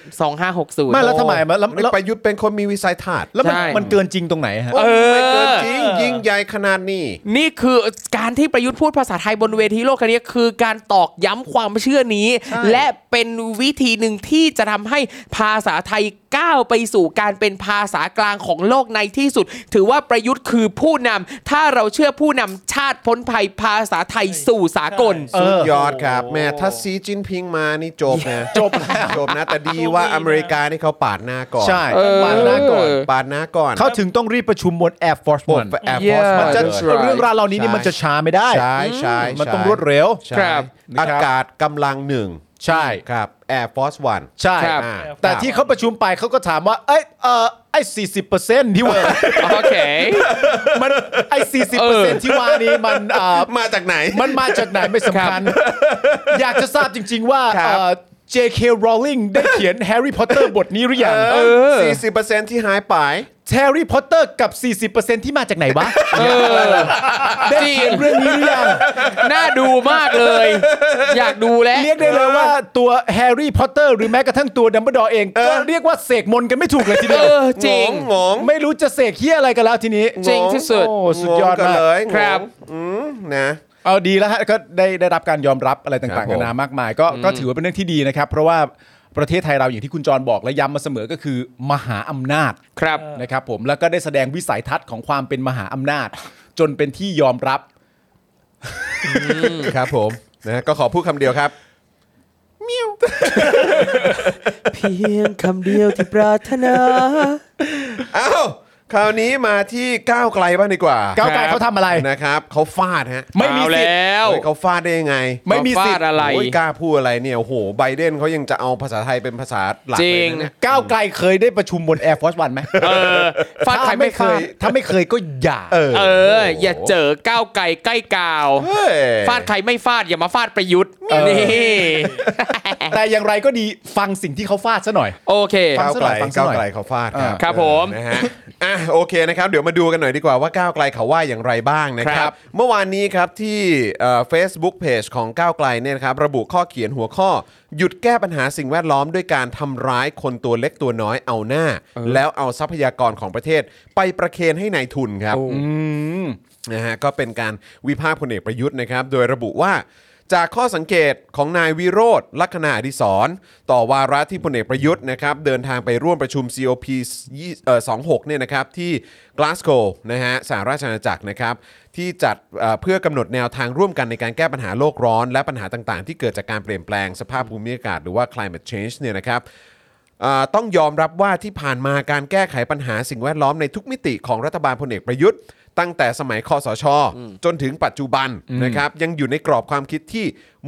Speaker 4: 2560
Speaker 3: ไม่แล้วทำไมมันแล้ว
Speaker 1: นี่
Speaker 3: แล้ว
Speaker 1: ประยุทธ์เป็นคนมีวิสัยทัศน์
Speaker 3: แล้วมัน
Speaker 4: ใช่
Speaker 3: มันเกินจริงตรงไหนฮะ
Speaker 1: โอ้ไม่เกินจริง
Speaker 5: เออ
Speaker 1: ยิ่งใหญ่ขนาดนี้
Speaker 4: นี่คือการที่ประยุทธ์พูดภาษาไทยบนเวทีโลกครั้งนี้คือการตอกย้ำความเชื่อนี้ และเป็นวิธีหนึ่งที่จะทำให้ภาษาไทยก้าวไปสู่การเป็นภาษากลางของโลกในที่สุด ถือว่าประยุทธ์คือผู้นำถ้าเราเชื่อผู้นำชาติพ้นภัยภาษาไทยสู่สากล
Speaker 3: เออ
Speaker 1: สุดยอดครับแม่ถ้าซีจิ้นพิงมานี่จบนะจบจบนะ แต่ดีว่าอเมริกานี่เขาปาดหน้าก่อน
Speaker 3: ใช่ต้องมาหน้าก่อน
Speaker 1: ปาดหน้าก่อน
Speaker 3: เขาถึงต้องรีบประชุมบน Air Force
Speaker 1: ปก
Speaker 3: One
Speaker 1: แอร์ฟอร์ส
Speaker 4: Yeah
Speaker 1: มั
Speaker 3: มัน น
Speaker 1: จะ
Speaker 3: จะ
Speaker 4: That's right
Speaker 3: เรื่องราวเหล่านี้นี่มันจะช้าไม่ได้
Speaker 1: ใช่ใช่
Speaker 3: มันต้อง
Speaker 1: ใช่
Speaker 3: รวดเร็ว
Speaker 1: ใช่
Speaker 4: ครับ
Speaker 1: อากาศกำลังหนึ่ง
Speaker 3: ใช่
Speaker 1: ครับแอร์ฟอร์สวัน
Speaker 3: ใช่
Speaker 4: ครับ
Speaker 3: แต่ที่เขาประชุมไปเขาก็ถามว่า เอ้ยเออไอ้สี่สิบเปอร์เซ็นต์ที่ว่า
Speaker 4: โอเค
Speaker 3: มันไอ้สี่สิบ
Speaker 4: เอ
Speaker 3: เปอร์
Speaker 4: อ
Speaker 3: เซ็นต์ที่ว่านี้มันเอ่อ
Speaker 1: มาจากไหน
Speaker 3: มันมาจากไหนไม่สำคัญ อยากจะทราบจริง ๆ ว่า
Speaker 1: ครับ
Speaker 3: เอ่อ J.K. Rowling ได้เขียนแฮร์รี่พอตเตอร์บทนี้หรือยัง
Speaker 1: สี่สิบเปอร์เซ็นต์ที่หายไป
Speaker 3: แฮร์รี่พอตเตอร์กับ 40%ที่มาจากไหนวะ
Speaker 4: เออ
Speaker 3: ได้เขียนเรื่องนี้หรือยัง
Speaker 4: น่าดูมากเลย อยากดูแล้ว
Speaker 3: เรียกได้เลยว่าตัวแฮร์รี่พอตเตอร์หรือแม้กระทั่งตัวดัมเบิลดอร์เองก็เรียกว่าเสกมนต์กันไม่ถูกเลยทีเดียว
Speaker 4: เออจริง
Speaker 1: งง
Speaker 3: ไม่รู้จะเสกเฮียอะไรกันแล้วทีนี้
Speaker 4: จริงที่สุด
Speaker 3: โอ้สุดยอด
Speaker 1: งงน
Speaker 3: มาก
Speaker 1: เลย
Speaker 4: ครับ
Speaker 1: งงอืมนะ
Speaker 3: เอาดีแล้วฮะก็ได้ได้รับการยอมรับอะไร
Speaker 1: ครั
Speaker 3: ต่า
Speaker 1: บ
Speaker 3: ง
Speaker 1: ผ
Speaker 3: ๆ
Speaker 1: ม
Speaker 3: นานามากมายก็ก็ถือว่าเป็นเรื่องที่ดีนะครับ เพราะว่าประเทศไทยเราอย่างที่คุณจรบอกและย้ำมาเสมอก็คือ มหาอำนาจ
Speaker 4: ครับ
Speaker 3: นะครับผมแล้วก็ได้แสดงวิสัยทัศน์ของความเป็นมหาอำนาจ จนเป็นที่ยอมรับ
Speaker 1: ครับผมนะก็ขอพูดคำเดียวครับ [LAUGHS]
Speaker 4: เพียงคำเดียวที่ปรารถนา
Speaker 1: อ้าวคราวนี้มาที่ก้าวไกลบ้างดีกว่า
Speaker 3: ก้าวไกลเขาทำอะไร
Speaker 1: นะครับเขาฟาดฮะ
Speaker 3: ไม่มีสิทธิ์
Speaker 4: แล้ว
Speaker 1: เฮ้ยเขาฟาดได้ยังไง
Speaker 3: ไม่มีสิท
Speaker 4: ฟาด
Speaker 3: ธิ์
Speaker 4: อะไร
Speaker 1: โอ้ยกล้าพูดอะไรเนี่ยโอ้โหไบเดนเขายังจะเอาภาษาไทยเป็นภาษาหลัก
Speaker 4: จริ
Speaker 1: เลย
Speaker 4: ง
Speaker 1: นะเนี่ย
Speaker 3: ก้าวไกลเคยได้ประชุมบน Air Force One ไหม
Speaker 4: เออฟาดใคร
Speaker 3: ถ้า
Speaker 4: ไม่
Speaker 3: เค
Speaker 4: ฟาด
Speaker 3: ยถ้าไม่เคยก็อย่า
Speaker 1: เออ
Speaker 4: เออ อย่าเจอก้าวไกลใกล้กาว
Speaker 1: เฮ้ย
Speaker 4: ฟาดใครไม่ฟาดอย่ามาฟาดประยุทธ์
Speaker 3: เออ
Speaker 4: นี่
Speaker 3: แต่อย่างไรก็ดีฟังสิ่งที่เขาฟาดซะหน่อย
Speaker 4: โอเค
Speaker 1: ก้าวไกล
Speaker 3: ฟังซะหน่อย
Speaker 1: ก้าว
Speaker 3: ฟังซะหน่อย
Speaker 1: ไกลเขาฟาดครับ
Speaker 3: อ่า
Speaker 4: ครับผม
Speaker 1: เออนะฮะอ่ะโอเคนะครับ เดี๋ยวมาดูกันหน่อยดีกว่าว่าก้าวไกลเขาว่าอย่างไรบ้างนะครั
Speaker 3: ครับ บ
Speaker 1: เมื่อวานนี้ครับที่เฟซบุ๊กเพจของก้าวไกลเนี่ยนะครับระบุข้อเขียนหัวข้อ หยุดแก้ปัญหาสิ่งแวดล้อมด้วยการทำร้ายคนตัวเล็กตัวน้อยเอาหน้า แล้วเอาทรัพยากรของประเทศ ไปประเคนให้ในายทุนครับ นะฮะก็เป็นการวิพากษ์พลเอกประยุทธ์นะครับ โดยระบุว่า จากข้อสังเกตของนายวิโรธลักษณะอดิศรณ์ต่อวาระที่พลเอกประยุทธ์นะครับ เดินทางไปร่วมประชุม COP 20เอ่อ26เนี่ยนะครับ ที่กลาสโกวนะฮะสหราชอาณาจักรนะครับ ที่จัดเอ่อเพื่อกำหนดแนวทางร่วมกันในการแก้ปัญหาโลกร้อน และปัญหาต่างๆ ที่เกิดจากการเปลี่ยนแปลงสภาพภูมิอากาศหรือว่า climate change เนี่ยนะครับ เอ่อต้องยอมรับว่าที่ผ่านมาการแก้ไขปัญหาสิ่งแวดล้อมในทุกมิติของรัฐบาลพลเอกประยุทธ์ ตั้งแต่สมัยคอสช จนถึงปัจจุบันนะครับยังอยู่ในกรอบความคิดที่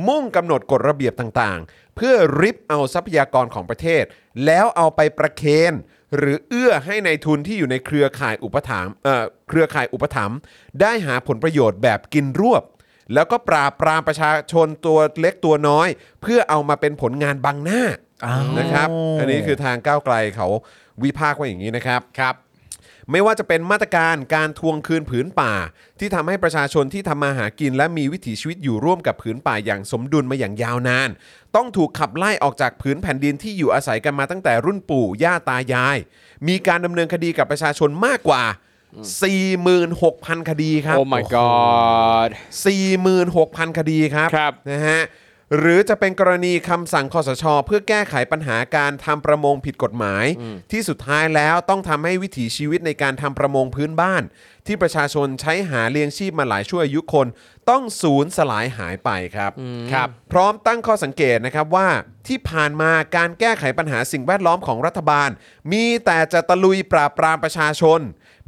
Speaker 1: มุ่งกำหนดกฎระเบียบต่างๆ เพื่อริบเอาทรัพยากรของประเทศ แล้วเอาไปประเคน หรือเอื้อให้ในายทุนที่อยู่ในเครือข่ายอุปถัมภ์เอ่อเครือข่ายอุปถัมภ์ได้หาผลประโยชน์แบบกินรวบ แล้วก็ปราบปรามประชาชนตัวเล็กตัวน้อย เพื่อเอามาเป็นผลงานบังหน้า
Speaker 3: อ้าว
Speaker 1: นะครับ อันนี้คือทางก้าวไกลเขาวิพากษ์ว่าอย่างนี้นะครับ ครับ ไม่ว่าจะเป็นมาตรการการทวงคืนผืนป่า ที่ทำให้ประชาชนที่ทำมาหากิน และมีวิถีชีวิตอยู่ร่วมกับผืนป่าอย่างสมดุลมาอย่างยาวนาน ต้องถูกขับไล่ออกจากผืนแผ่นดินที่อยู่อาศัยกันมาตั้งแต่รุ่นปู่ย่าตายาย มีการดำเนินคดีกับประชาชนมากกว่า 46,000 คดีครับ
Speaker 4: โอ้ my god
Speaker 1: 46,000 คดีครับ
Speaker 4: ครับ
Speaker 1: นะฮะหรือจะเป็นกรณีคำสั่งคอสช เพื่อแก้ไขปัญหาการทำประมงผิดกฎหมาย ที่สุดท้ายแล้วต้องทำให้วิถีชีวิตในการทำประมงพื้นบ้าน ที่ประชาชนใช้หาเลี้ยงชีพมาหลายชั่วอายุคน ต้องสูญสลายหายไปครับครับ พร้อมตั้งข้อสังเกตนะครับว่าที่ผ่านมาการแก้ไขปัญหาสิ่งแวดล้อมของรัฐบาล มีแต่จะตะลุยปราบปรามประชาชน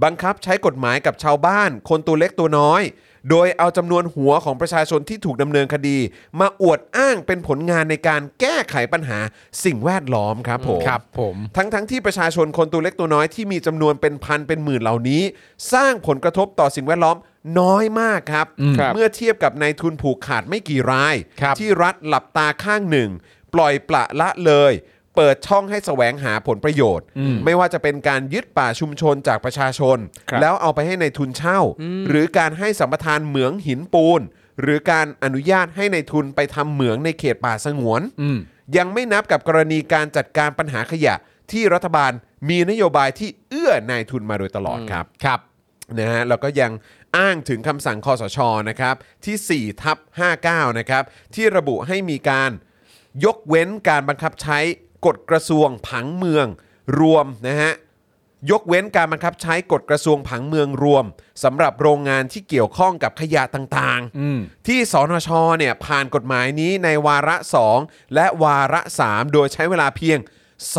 Speaker 1: บังคับใช้กฎหมายกับชาวบ้าน คนตัวเล็กตัวน้อย โดยเอาจำนวนหัวของประชาชนที่ถูกดำเนินคดี มาอวดอ้างเป็นผลงานในการแก้ไขปัญหาสิ่งแวดล้อมครับผม
Speaker 3: ครับผม
Speaker 1: ทั้งทั้งที่ประชาชนคนตัวเล็กตัวน้อยที่มีจำนวนเป็นพันเป็นหมื่นเหล่านี้ สร้างผลกระทบต่อสิ่งแวดล้อมน้อยมากครับ
Speaker 4: ครับ
Speaker 1: เมื่อเทียบกับนายทุนผูกขาดไม่กี่ราย
Speaker 3: ครับ
Speaker 1: ที่รัฐหลับตาข้างหนึ่ง ปล่อยปละละเลย เปิดช่องให้แสวงหาผลประโยชน์ ไม่ว่าจะเป็นการยึดป่าชุมชนจากประชาชน แล้วเอาไปให้ในายทุนเช่า หรือการให้สัมปทานเหมืองหินปูน หรือการอนุญาตให้ในายทุนไปทำเหมืองในเขตป่าสงวน ยังไม่นับกับกรณีการจัดการปัญหาขยะที่รัฐบาลมีนโยบายที่เอื้อนายทุนมาโดยตลอดครับ
Speaker 3: ครับ
Speaker 1: นะฮะแล้วก็ยังอ้างถึงคำสั่งคอสชนะครับที่4ทับ59นะครับที่ระบุให้มีการยกเว้นการบังคับใช้กฎกระทรวงผังเมืองรวมนะฮะยกเว้นการบังคับใช้กฎกระทรวงผังเมืองรวมสำหรับโรงงานที่เกี่ยวข้องกับขยะต่าง
Speaker 3: อืม
Speaker 1: ที่สนชเนี่ยผ่านกฎหมายนี้ในวาระ 2 และวาระ 3 โดยใช้เวลาเพียง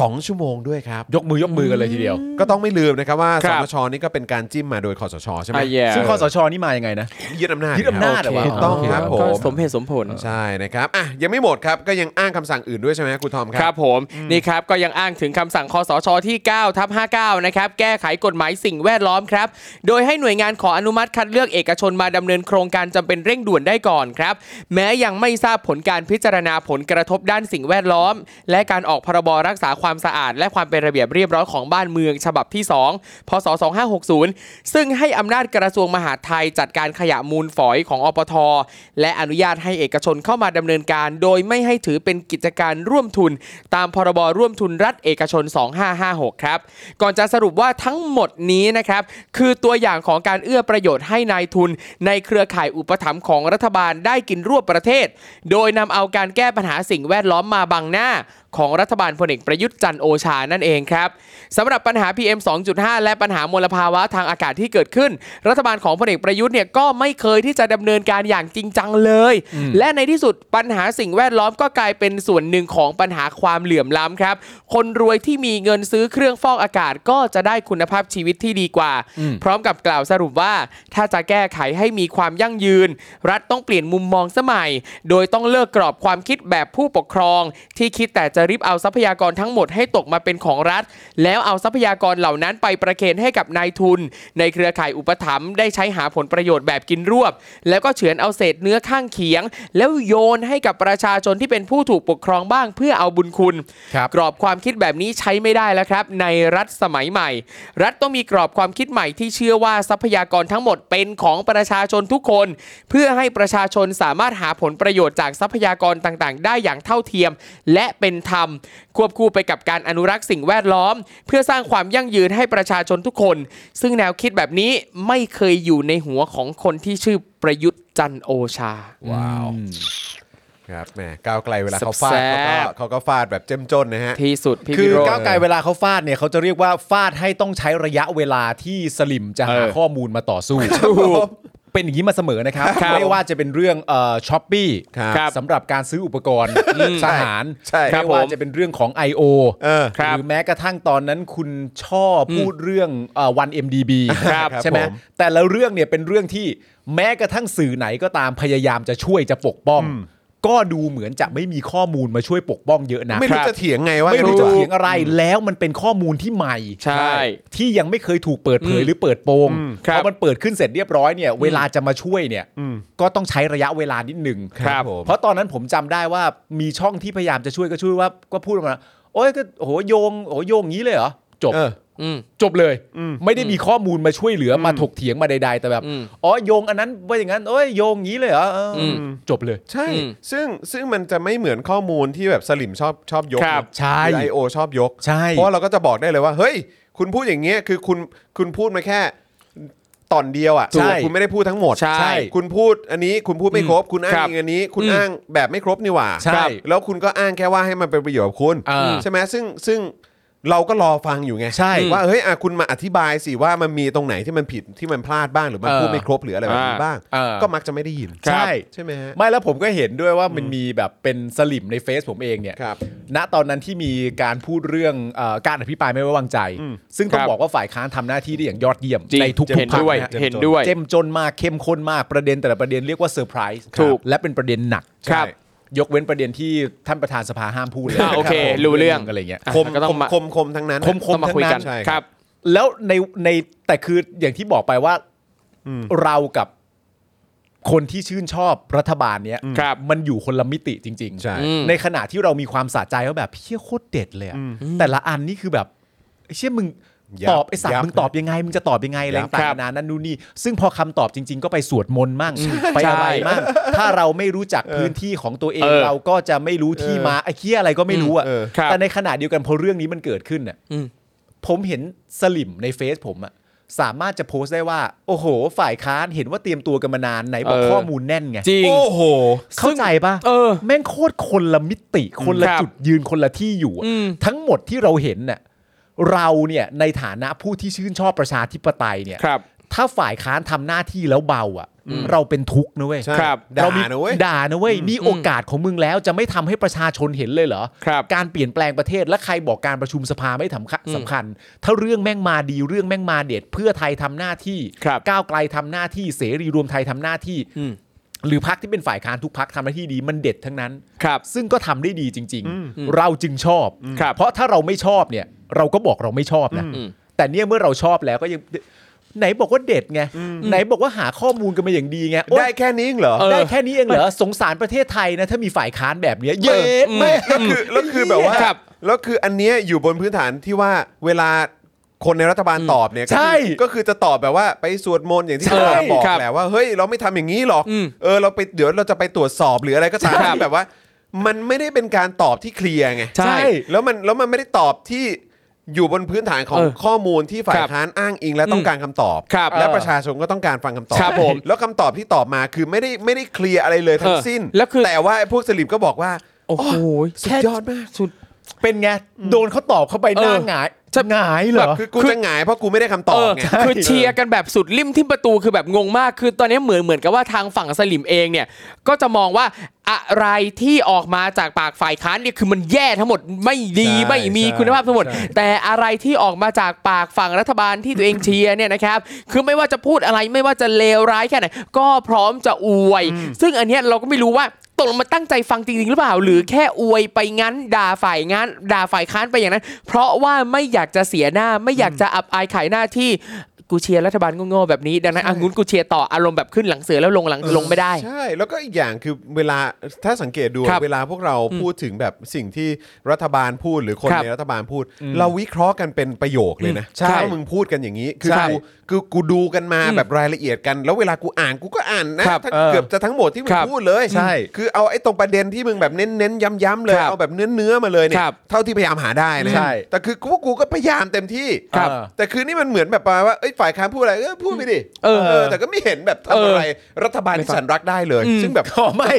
Speaker 1: 2 ชั่วโมงด้วยครับ
Speaker 3: ยกมือยกมือกันเลยทีเดียว
Speaker 1: ก็ต้องไม่ลืมนะครับว่าส
Speaker 4: ครับ
Speaker 1: นชนี่ก็เป็นการจิ้มมาโดยคอสชใช่ไหม
Speaker 4: อ่ะแย่
Speaker 3: ซึ่งคอสชนี่มายังไงนะ
Speaker 1: ยึดอำนาจ
Speaker 3: ยึดอำนาจเหรอวะ
Speaker 1: ถูกต้องครับผ
Speaker 4: ก็
Speaker 1: ม
Speaker 4: สมเหตุสมผล
Speaker 1: ใช่นะครับอ่ะยังไม่หมดครับก็ยังอ้างคำสั่งอื่นด้วยใช่ไหมครูทอมค
Speaker 4: ค
Speaker 1: รั
Speaker 4: รับ บผมนี่ครับก็ยังอ้างถึงคำสั่งคอสชที่9ทับ59นะครับแก้ไขกฎหมายสิ่งแวดล้อมครับ โดยให้หน่วยงานขออนุมัติคัดเลือกเอกชนมาดำเนินโครงการจำเป็นเร่งด่วนได้ก่อนครับ แม้ยังไม่ทราบผลการพิจารณาผลกระทบด้านสิ่งแวดล้อม และการออกพรบรักษา าความสะอาด และความเป็นระเบียบเรียบร้อยของบ้านเมือง ฉบับที่ 2 พศ 2560 ซึ่งให้อำนาจกระทรวงมหาดไทยจัดการขยะมูลฝอยของอปท และอนุญาตให้เอกชนเข้ามาดำเนินการ โดยไม่ให้ถือเป็นกิจการร่วมทุน ตามพรบร่วมทุนรัฐเอกชน 2556 ครับ ก่อนจะสรุปว่าทั้งหมดนี้นะครับ คือตัวอย่างของการเอื้อประโยชน์ให้นายทุน ในเครือข่ายอุปถัมภ์ของรัฐบาลได้กินรวบประเทศ โดยนำเอาการแก้ปัญหาสิ่งแวดล้อมมาบังหน้า ของรัฐบาลพลเอกประยุทธ์จันทร์โอชานั่นเองครับสำหรับปัญหา PM 2.5 และปัญหามลภาวะทางอากาศที่เกิดขึ้น รัฐบาลของพลเอกประยุทธ์เนี่ยก็ไม่เคยที่จะดำเนินการอย่างจริงจังเลย และในที่สุดปัญหาสิ่งแวดล้อมก็กลายเป็นส่วนหนึ่งของปัญหาความเหลื่อมล้ำครับ คนรวยที่มีเงินซื้อเครื่องฟอกอากาศก็จะได้คุณภาพชีวิตที่ดีกว่า พร้อมกับกล่าวสรุปว่า ถ้าจะแก้ไขให้มีความยั่งยืน รัฐต้องเปลี่ยนมุมมองสมัย โดยต้องเลิกกรอบความคิดแบบผู้ปกครอง ที่คิดแต่จะริบเอาทรัพยากรทั้งหมดให้ตกมาเป็นของรัฐ แล้วเอาทรัพยากรเหล่านั้นไปประเคนให้กับนายทุน ในเครือข่ายอุปถัมภ์ได้ใช้หาผลประโยชน์แบบกินรวบ แล้วก็เฉือนเอาเศษเนื้อข้างเคียง แล้วโยนให้กับประชาชนที่เป็นผู้ถูกปกครองบ้างเพื่อเอาบุญคุณ
Speaker 3: ครับ
Speaker 4: กรอบความคิดแบบนี้ใช้ไม่ได้แล้วครับ ในรัฐสมัยใหม่ รัฐต้องมีกรอบความคิดใหม่ที่เชื่อว่าทรัพยากรทั้งหมดเป็นของประชาชนทุกคน เพื่อให้ประชาชนสามารถหาผลประโยชน์จากทรัพยากรต่างๆ ได้อย่างเท่าเทียม และเป็นธรรม ควบคู่ไปกับการอนุรักษ์สิ่งแวดล้อม เพื่อสร้างความยั่งยืนให้ประชาชนทุกคน ซึ่งแนวคิดแบบนี้ไม่เคยอยู่ในหัวของคนที่ชื่อประยุทธ์จันทร์โอชา
Speaker 1: ว้าว ครับแหมก้าวไกลเวลาเขาฟาด
Speaker 4: แซ่
Speaker 1: เขาก็
Speaker 4: บ
Speaker 1: เขาก็ฟาดแบบเจ้มจนนะฮะ
Speaker 4: ที่สุดพี่
Speaker 3: คือ
Speaker 4: วิโรจน์
Speaker 3: ก้าวไกลเวลาเขาฟาดเนี่ยเขาจะเรียกว่าฟาดให้ต้องใช้ระยะเวลาที่สลิมจะหา
Speaker 4: เออ
Speaker 3: ข้อมูลมาต่อสู้เป็นอย่างนี้มาเสมอนะครับ
Speaker 4: ครับ
Speaker 3: ไม่ว่าจะเป็นเรื่องช้อปปี้
Speaker 1: ครับ
Speaker 4: ครับ
Speaker 3: สำหรับการซื้ออุปกรณ์ทหาร
Speaker 1: ใช่ใช่
Speaker 3: ไม่ว่าจะเป็นเรื่องของ I.O.
Speaker 1: เออ
Speaker 4: ครับ
Speaker 3: หรือแม้กระทั่งตอนนั้นคุณช่อพูดเรื่องวัน MDB
Speaker 1: ครับ
Speaker 3: ใช่ไหม
Speaker 1: ครับผม
Speaker 3: แต่ละเรื่องเนี่ยเป็นเรื่องที่แม้กระทั่งสื่อไหนก็ตามพยายามจะช่วยจะปกป้อง ก็ดูเหมือนจะไม่มีข้อมูลมาช่วยปกป้องเยอะนะ
Speaker 1: ไม่รู้จะเถียงไงว่า
Speaker 3: ไม่
Speaker 1: งั้น
Speaker 3: รู้
Speaker 1: ดีก
Speaker 3: จะ
Speaker 1: ว่า
Speaker 3: เถียงอะไรแล้วมันเป็นข้อมูลที่ใหม่
Speaker 4: ใช่
Speaker 3: ที่ยังไม่เคยถูกเปิดเผย
Speaker 4: อืม
Speaker 3: หรือเปิดโปง
Speaker 4: ครับ
Speaker 3: พอมันเปิดขึ้นเสร็จเรียบร้อยเนี่ยเวลาจะมาช่วยเนี่ยก็ต้องใช้ระยะเวลานิดหนึ่ง
Speaker 4: ครับผม
Speaker 3: เพราะตอนนั้นผมจำได้ว่ามีช่องที่พยายามจะช่วยก็ช่วยว่าก็พูดออกมาโอ้ยก็โหโยงโหโยงงี้เลยเหรอจบ
Speaker 1: เออ
Speaker 4: อืม
Speaker 3: จบเลย ไม่ได้มีข้อมูลมาช่วยเหลือมาถกเถียงมาใดๆแต่แบบ
Speaker 4: อืม
Speaker 3: อ๋อโยงอันนั้นว่าอย่างนั้นโอ้ยโยงงี้เลยเหรอเอออ
Speaker 4: ม
Speaker 3: จบเลย
Speaker 1: ใช่
Speaker 4: อืม
Speaker 1: ซึ่งซึ่งมันจะไม่เหมือนข้อมูลที่แบบสลิมชอบชอบยก
Speaker 4: ครับ
Speaker 3: ใช่
Speaker 1: ไอโอชอบยก
Speaker 3: ใช่
Speaker 1: เพราะเราก็จะบอกได้เลยว่า เฮ้ย คุณพูดอย่างเงี้ยคือคุณคุณพูดมาแค่ตอนเดียวอ่ะ
Speaker 3: ใช่
Speaker 1: คุณไม่ได้พูดทั้งหมด
Speaker 4: ใช่
Speaker 1: คุณพูดอันนี้คุณพูดไม่ครบ คุณอ้าง
Speaker 4: ครับ
Speaker 1: อย่างอันนี้ คุณ
Speaker 4: อืม
Speaker 1: อ้างแบบไม่ครบนี่หว่า
Speaker 3: ใช่
Speaker 1: ครับแล้วคุณก็อ้างแค่ว่าให้มันเป็นประโยชน์กับคุณ
Speaker 3: อ่า
Speaker 1: ใช่ไหมซึ่งซึ่งเราก็รอฟังอยู่ไง
Speaker 3: ใช่
Speaker 1: ว่าเฮ้ยอ่ะคุณมาอธิบายสิว่ามันมีตรงไหนที่มันผิดที่มันพลาดบ้างหรือมัน
Speaker 3: เออ
Speaker 1: พูดไม่ครบหรืออะไรแบบนี้
Speaker 4: อ่า
Speaker 1: บ้าง
Speaker 3: เออ
Speaker 1: ก็มักจะไม่ได้ยิน
Speaker 3: ใช่
Speaker 1: ใช่ไหมฮะ
Speaker 3: ไม่แล้วผมก็เห็นด้วยว่ามันมีแบบเป็นสลิมในเฟซผมเองเนี่ย
Speaker 1: ครับ
Speaker 3: ณตอนนั้นที่มีการพูดเรื่องเออการอภิปรายไม่ไว้วางใจ ซึ่งต้อ
Speaker 4: ค
Speaker 3: ง
Speaker 4: รับ
Speaker 3: บอกว่าฝ่ายค้านทำหน้าที่ได้อย่างยอดเยี่ยม
Speaker 4: จริง
Speaker 3: ในทุก
Speaker 4: เห็น
Speaker 3: ๆพัก
Speaker 4: ด้วย
Speaker 1: นะ
Speaker 4: เห็นด้วย
Speaker 3: เจ้มจนมากเข้มข้นมากประเด็นแต่ละประเด็นเรียกว่าเซอร์ไพรส์
Speaker 4: ถูก
Speaker 3: และเป็นประเด็นหนัก
Speaker 4: ครับ
Speaker 3: ยกเว้นประเด็นที่ท่านประธานสภาห้ามพูดเลย
Speaker 4: อ่าโอเค
Speaker 3: ผม
Speaker 4: รู้เรื่อง
Speaker 3: อะไรเงี้ย
Speaker 4: อ่ะ
Speaker 1: คม
Speaker 4: ก็ต้องมา
Speaker 1: คมคมทั้งนั้น
Speaker 3: คม
Speaker 4: ต้องมาคุยกั
Speaker 1: ทั้ง
Speaker 4: น
Speaker 1: นั้นใช่
Speaker 4: ค
Speaker 1: ครั
Speaker 4: รับ
Speaker 1: บ
Speaker 3: แล้วในในแต่คืออย่างที่บอกไปว่าเรากับคนที่ชื่นชอบรัฐบาลเนี้ย
Speaker 4: ครับ
Speaker 3: มันอยู่คนละมิติจริง
Speaker 1: ใช่
Speaker 4: อืม
Speaker 3: ในขณะที่เรามีความสะใจว่าแบบเชี่ยโคตรเด็ดเลยอะแต่ละอันนี่คือแบบเชี่ยมึง
Speaker 1: ยับ
Speaker 3: ตอบไอ้สัต
Speaker 1: ยั
Speaker 3: ว์
Speaker 1: บ
Speaker 3: มึงตอบยังไงมึงจะตอบยังไงอะไร
Speaker 1: ยับ
Speaker 3: ต่างๆนานานั่นนู่นนี่ซึ่งพอคำตอบจริง ๆ ก็ไปสวดมนต์มั่งไปอะไร
Speaker 4: ใช่
Speaker 3: มั่งถ้าเราไม่รู้จักพื้นที่ของตัวเอง
Speaker 4: เออ
Speaker 3: เราก็จะไม่รู้ที่มาไอ้เชี่ยอะไรก็ไม่รู้อะ
Speaker 1: เออ
Speaker 4: ครับ
Speaker 3: แต่ในขณะเดียวกันพอเรื่องนี้มันเกิดขึ้นน่ะ
Speaker 4: อืม
Speaker 3: ผมเห็นสลิมในเฟซผมอะสามารถจะโพสต์ได้ว่า โอ้โห ฝ่ายค้านเห็นว่าเตรียมตัวกันมานานไหนบอกข้อมูลแน่นไง
Speaker 4: จริง
Speaker 1: โอ้โห
Speaker 3: เข้าใจปะ
Speaker 4: เออ
Speaker 3: แม่งโคตรคนละมิติ คนละ
Speaker 4: ครับ
Speaker 3: จุดยืนคนละที่อยู่อะ
Speaker 4: อืม
Speaker 3: ทั้งหมดที่เราเห็นน่ะเราเนี่ยในฐานะผู้ที่ชื่นชอบประชาธิปไตยเนี่ย
Speaker 4: ครับ
Speaker 3: ถ้าฝ่ายค้านทำหน้าที่แล้วเบาอ่ะ เราเป็นทุกข์นะเว้ย
Speaker 1: ใช่
Speaker 4: ครับ
Speaker 1: ด่า
Speaker 3: เรามี
Speaker 1: นะเว้ย
Speaker 3: ด่านะเว้ยนี่โอกาสของมึงแล้วจะไม่ทำให้ประชาชนเห็นเลยเหรอ
Speaker 4: ครับ
Speaker 3: การเปลี่ยนแปลงประเทศและใครบอกการประชุมสภาไม่สำคัญสำคัญ ถ้าเรื่องแม่งมาดีเรื่องแม่งมาเด็ด เพื่อไทยทำหน้าที่
Speaker 4: ครับ
Speaker 3: ก้าวไกลทำหน้าที่เสรีรวมไทยทำหน้าที่
Speaker 4: อืม
Speaker 3: หรือพักที่เป็นฝ่ายค้านทุกพักทำหน้าที่ดีมันเด็ดทั้งนั้น
Speaker 4: ครับ
Speaker 3: ซึ่งก็ทำได้ดีจริง ๆ เราจึงชอบ
Speaker 4: ครับ
Speaker 3: เพราะถ้าเราไม่ชอบเนี่ย เราก็บอกเราไม่ชอบนะ
Speaker 4: อืม
Speaker 3: แต่เนี่ยเมื่อเราชอบแล้วก็ยัง ไหนบอกว่าเด็ดไงไหนบอกว่าหาข้อมูลกันมาอย่างดีไงโอ๊ย
Speaker 1: ได้แค่นี้เองเหรอ
Speaker 3: ได้แค่นี้เองเหรอ สงสารประเทศไทยนะ ถ้ามีฝ่ายค้านแบบเนี้ยเย้แม่
Speaker 1: แล้วคือแล้วคือแบบว่า
Speaker 4: ครับ
Speaker 1: แล้วคืออันเนี้ยอยู่บนพื้นฐานที่ว่าเวลาคนในรัฐบาลตอบเนี่ยก็คือ
Speaker 3: ใช่
Speaker 1: ก็คือจะตอบแบบว่าไปสวดมนต์อย่างที่
Speaker 3: ใช่
Speaker 1: เราบอก
Speaker 4: ครับ
Speaker 1: แหละว่าเฮ้ยเราไม่ทำอย่างนี้หรอก
Speaker 4: อืม
Speaker 1: เออเราไปเดี๋ยวเราจะไปตรวจสอบหรืออะไรก็ตาม
Speaker 4: ใช่
Speaker 1: ที่แบบว่า มันไม่ได้เป็นการตอบที่เคลียร์ไง
Speaker 4: ใช่
Speaker 3: ใช่
Speaker 1: แล้วมันแล้วมันไม่ได้ตอบที่อยู่บนพื้นฐานของ
Speaker 4: เออ
Speaker 1: ข้อมูลที่ฝ่าย
Speaker 4: ครับ
Speaker 1: ค้านอ้างอิงและต้องการคำตอบ
Speaker 4: ครับ
Speaker 1: และ
Speaker 3: เออ
Speaker 1: ประชาชนก็ต้องการฟังคำตอบ
Speaker 4: ครับผม
Speaker 1: แล้วคำตอบที่ตอบมาคือไม่ได้ไม่ได้เคลียร์อะไรเลยทั้ง
Speaker 4: เออ
Speaker 1: สิ้น
Speaker 4: แล้วคือ
Speaker 1: แต่ว่าไอ้พวกสลิมก็บอกว่า
Speaker 4: โอ้โห
Speaker 1: สุดยอดมาก
Speaker 4: สุด
Speaker 3: เป็นไง โดนเขาตอบเข้าไปหน้า
Speaker 4: เออ
Speaker 3: หงาย
Speaker 4: จะ
Speaker 3: หงายเหรอ
Speaker 1: คือกูจะหงายเพราะกูไม่ได้คำตอ
Speaker 4: เอบ อ
Speaker 1: ไง
Speaker 4: คือเชียร์กันแบบสุดริมที่ประตูคือแบบงงมาก คือตอนนี้เหมือนเหมือนกับว่าทางฝั่งสลิมเองเนี่ย ก็จะมองว่าอะไรที่ออกมาจากปากฝ่ายค้านเนี่ยคือมันแย่ทั้งหมดไม่ดี
Speaker 3: ใช่
Speaker 4: ไม่มี
Speaker 3: ใช่
Speaker 4: คุณภาพทั้งหมด
Speaker 3: ใช่
Speaker 4: แต่อะไรที่ออกมาจากปากฝั่งรัฐบาลที่ตัวเองเชียร์เนี่ยนะครับคือไม่ว่าจะพูดอะไรไม่ว่าจะเลวร้ายแค่ไหนก็พร้อมจะอวย ซึ่งอันเนี้ยเราก็ไม่รู้ว่าตกลงมาตั้งใจฟังจริงๆหรือเปล่า หรือแค่อวยไปงั้นด่าฝ่ายงั้นด่าฝ่ายค้านไปอย่างนั้น เพราะว่าไม่อยากจะเสียหน้าไม่อยากจะอับอายขายหน้าที่กูเชียร์รัฐบาลโง่ๆแบบนี้ดังนั้นอ่ะงุ้นกูเชียร์ต่ออารมณ์แบบขึ้นหลังเสือแล้วลงหลังลงไม่ได้
Speaker 1: ใช่ แล้วก็อีกอย่างคือเวลาถ้าสังเกตดู
Speaker 4: ครับ
Speaker 1: เวลาพวกเราพูดถึงแบบสิ่งที่รัฐบาลพูดหรือคน
Speaker 4: ครับ
Speaker 1: ในรัฐบาลพูด เราวิเคราะห์กันเป็นประโยคเลยนะ
Speaker 4: ใช่
Speaker 1: ถ้ามึงพูดกันอย่างนี้ คือ
Speaker 4: ใช่
Speaker 1: กูคือกูดูกันมา
Speaker 4: อืม
Speaker 1: แบบรายละเอียดกัน แล้วเวลากูอ่านกูก็อ่านนะครับ ทั้ง
Speaker 3: เออ
Speaker 1: เกือบจะทั้งหมดที่มึง
Speaker 4: ครับ
Speaker 1: พูดเลย
Speaker 3: ใช่
Speaker 1: คือเอาไอ้ตรงประเด็นที่มึงแบบเน้นๆย้ำๆเลย
Speaker 4: ครับ
Speaker 1: เอาแบบเนื้อๆมาเลยเนี่ย
Speaker 4: ครับ
Speaker 1: เท่าที่พยายามหาได้นะ
Speaker 3: ใช่
Speaker 1: แต่คือกูกูก็พยายามเต็มที่
Speaker 4: ครับ
Speaker 1: เออแต่คือนี่มันเหมือนแบบประมาณว่าเอ้ยฝ่ายค้านพูดอะไรเออพูดไปดิ
Speaker 4: เออ
Speaker 1: เออแต่ก็ไม่เห็นแบบทำอะไรรัฐบาลที่ฉันรักได้เลย
Speaker 4: อืม
Speaker 1: ซึ่งแบบ
Speaker 3: ก็ไม่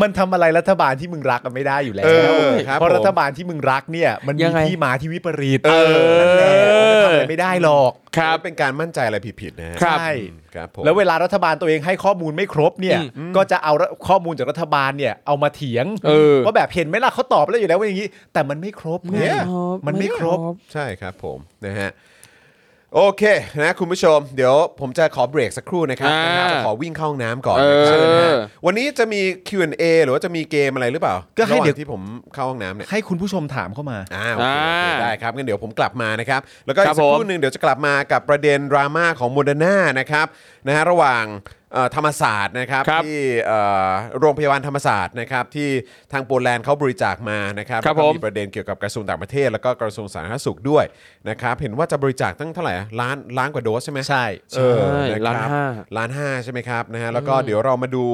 Speaker 3: มันทำอะไรรัฐบาลที่มึงรักกันไม่ได้อยู่แล้ว
Speaker 1: เออครับ
Speaker 3: เพราะ
Speaker 1: ผม
Speaker 3: รัฐบาลที่มึงรักเนี่ย มัน
Speaker 4: ยั
Speaker 3: มี
Speaker 4: งไง
Speaker 3: ที่มาที่วิปริต
Speaker 1: เออ
Speaker 3: นั่นแหละมันจะทำอะไรไม่ได้หรอก
Speaker 1: มันเป็นการมั่นใจอะไรผิดๆนะฮะ
Speaker 4: ครับ
Speaker 3: ใช่
Speaker 1: ครับผม
Speaker 3: แล้วเวลารัฐบาลตัวเองให้ข้อมูลไม่ครบเนี่ย
Speaker 4: อืม
Speaker 3: ก็จะเอาข้อมูลจากรัฐบาลเนี่ยเอามาเถียง
Speaker 4: เออ
Speaker 3: ว่าแบบเห็นไหมล่ะเขาตอบแล้วอยู่แล้วว่าอย่างนี้ แต่มันไม่ครบไงมันไม่ครบ
Speaker 1: ใช่ครับผมนะฮะโอเคนะคุณผู้ชม เดี๋ยวผมจะขอเบรกสักครู่นะครับ
Speaker 4: อ่า
Speaker 1: นะครับจะขอวิ่งเข้าห้องน้ำก่อน
Speaker 4: เอ
Speaker 1: นะ
Speaker 4: อ
Speaker 1: ครับนะฮะวันนี้จะมี Q&A หรือว่าจะมีเกมอะไรหรือเปล่า
Speaker 3: ก็ให้
Speaker 1: ระหว่าง
Speaker 3: เดี๋ยว
Speaker 1: ที่ผมเข้าห้องน้ำเนี่ย
Speaker 3: ให้คุณผู้ชมถามเข้ามา
Speaker 1: อ่าโอเคโอเค
Speaker 4: อ่า
Speaker 1: ได้ครับงั้นเดี๋ยวผมกลับมานะครับ แล้วก็อี
Speaker 4: ครั
Speaker 1: ก
Speaker 4: บ
Speaker 1: สักค
Speaker 4: ผ
Speaker 1: รู่
Speaker 4: ม
Speaker 1: หนึ่งเดี๋ยวจะกลับมากับประเด็นดราม่าของโมเดอร์นานะครับนะฮะระหว่างเอ่อธรรมศาสตร์นะครับ
Speaker 4: ครับ
Speaker 1: ที่เอ่อโรงพยาบาลธรรมศาสตร์นะครับที่ทางโปแลนด์เขาบริจาคมานะครับ
Speaker 4: ครับ
Speaker 1: แล้วก็
Speaker 4: ผม
Speaker 1: มีประเด็นเกี่ยวกับกระทรวงต่างประเทศ แล้วก็กระทรวงสาธารณสุขด้วยนะครับเห็นว่าจะบริจาคตั้งเท่าไหร่อะล้านล้านกว่าโดสใช่ไหม
Speaker 3: ใช่
Speaker 1: เออนะครับ
Speaker 4: ล้านห้า
Speaker 1: ล้านห้าใช่ไหมครับนะฮะแล้วก็เดี๋ยวเรามาดู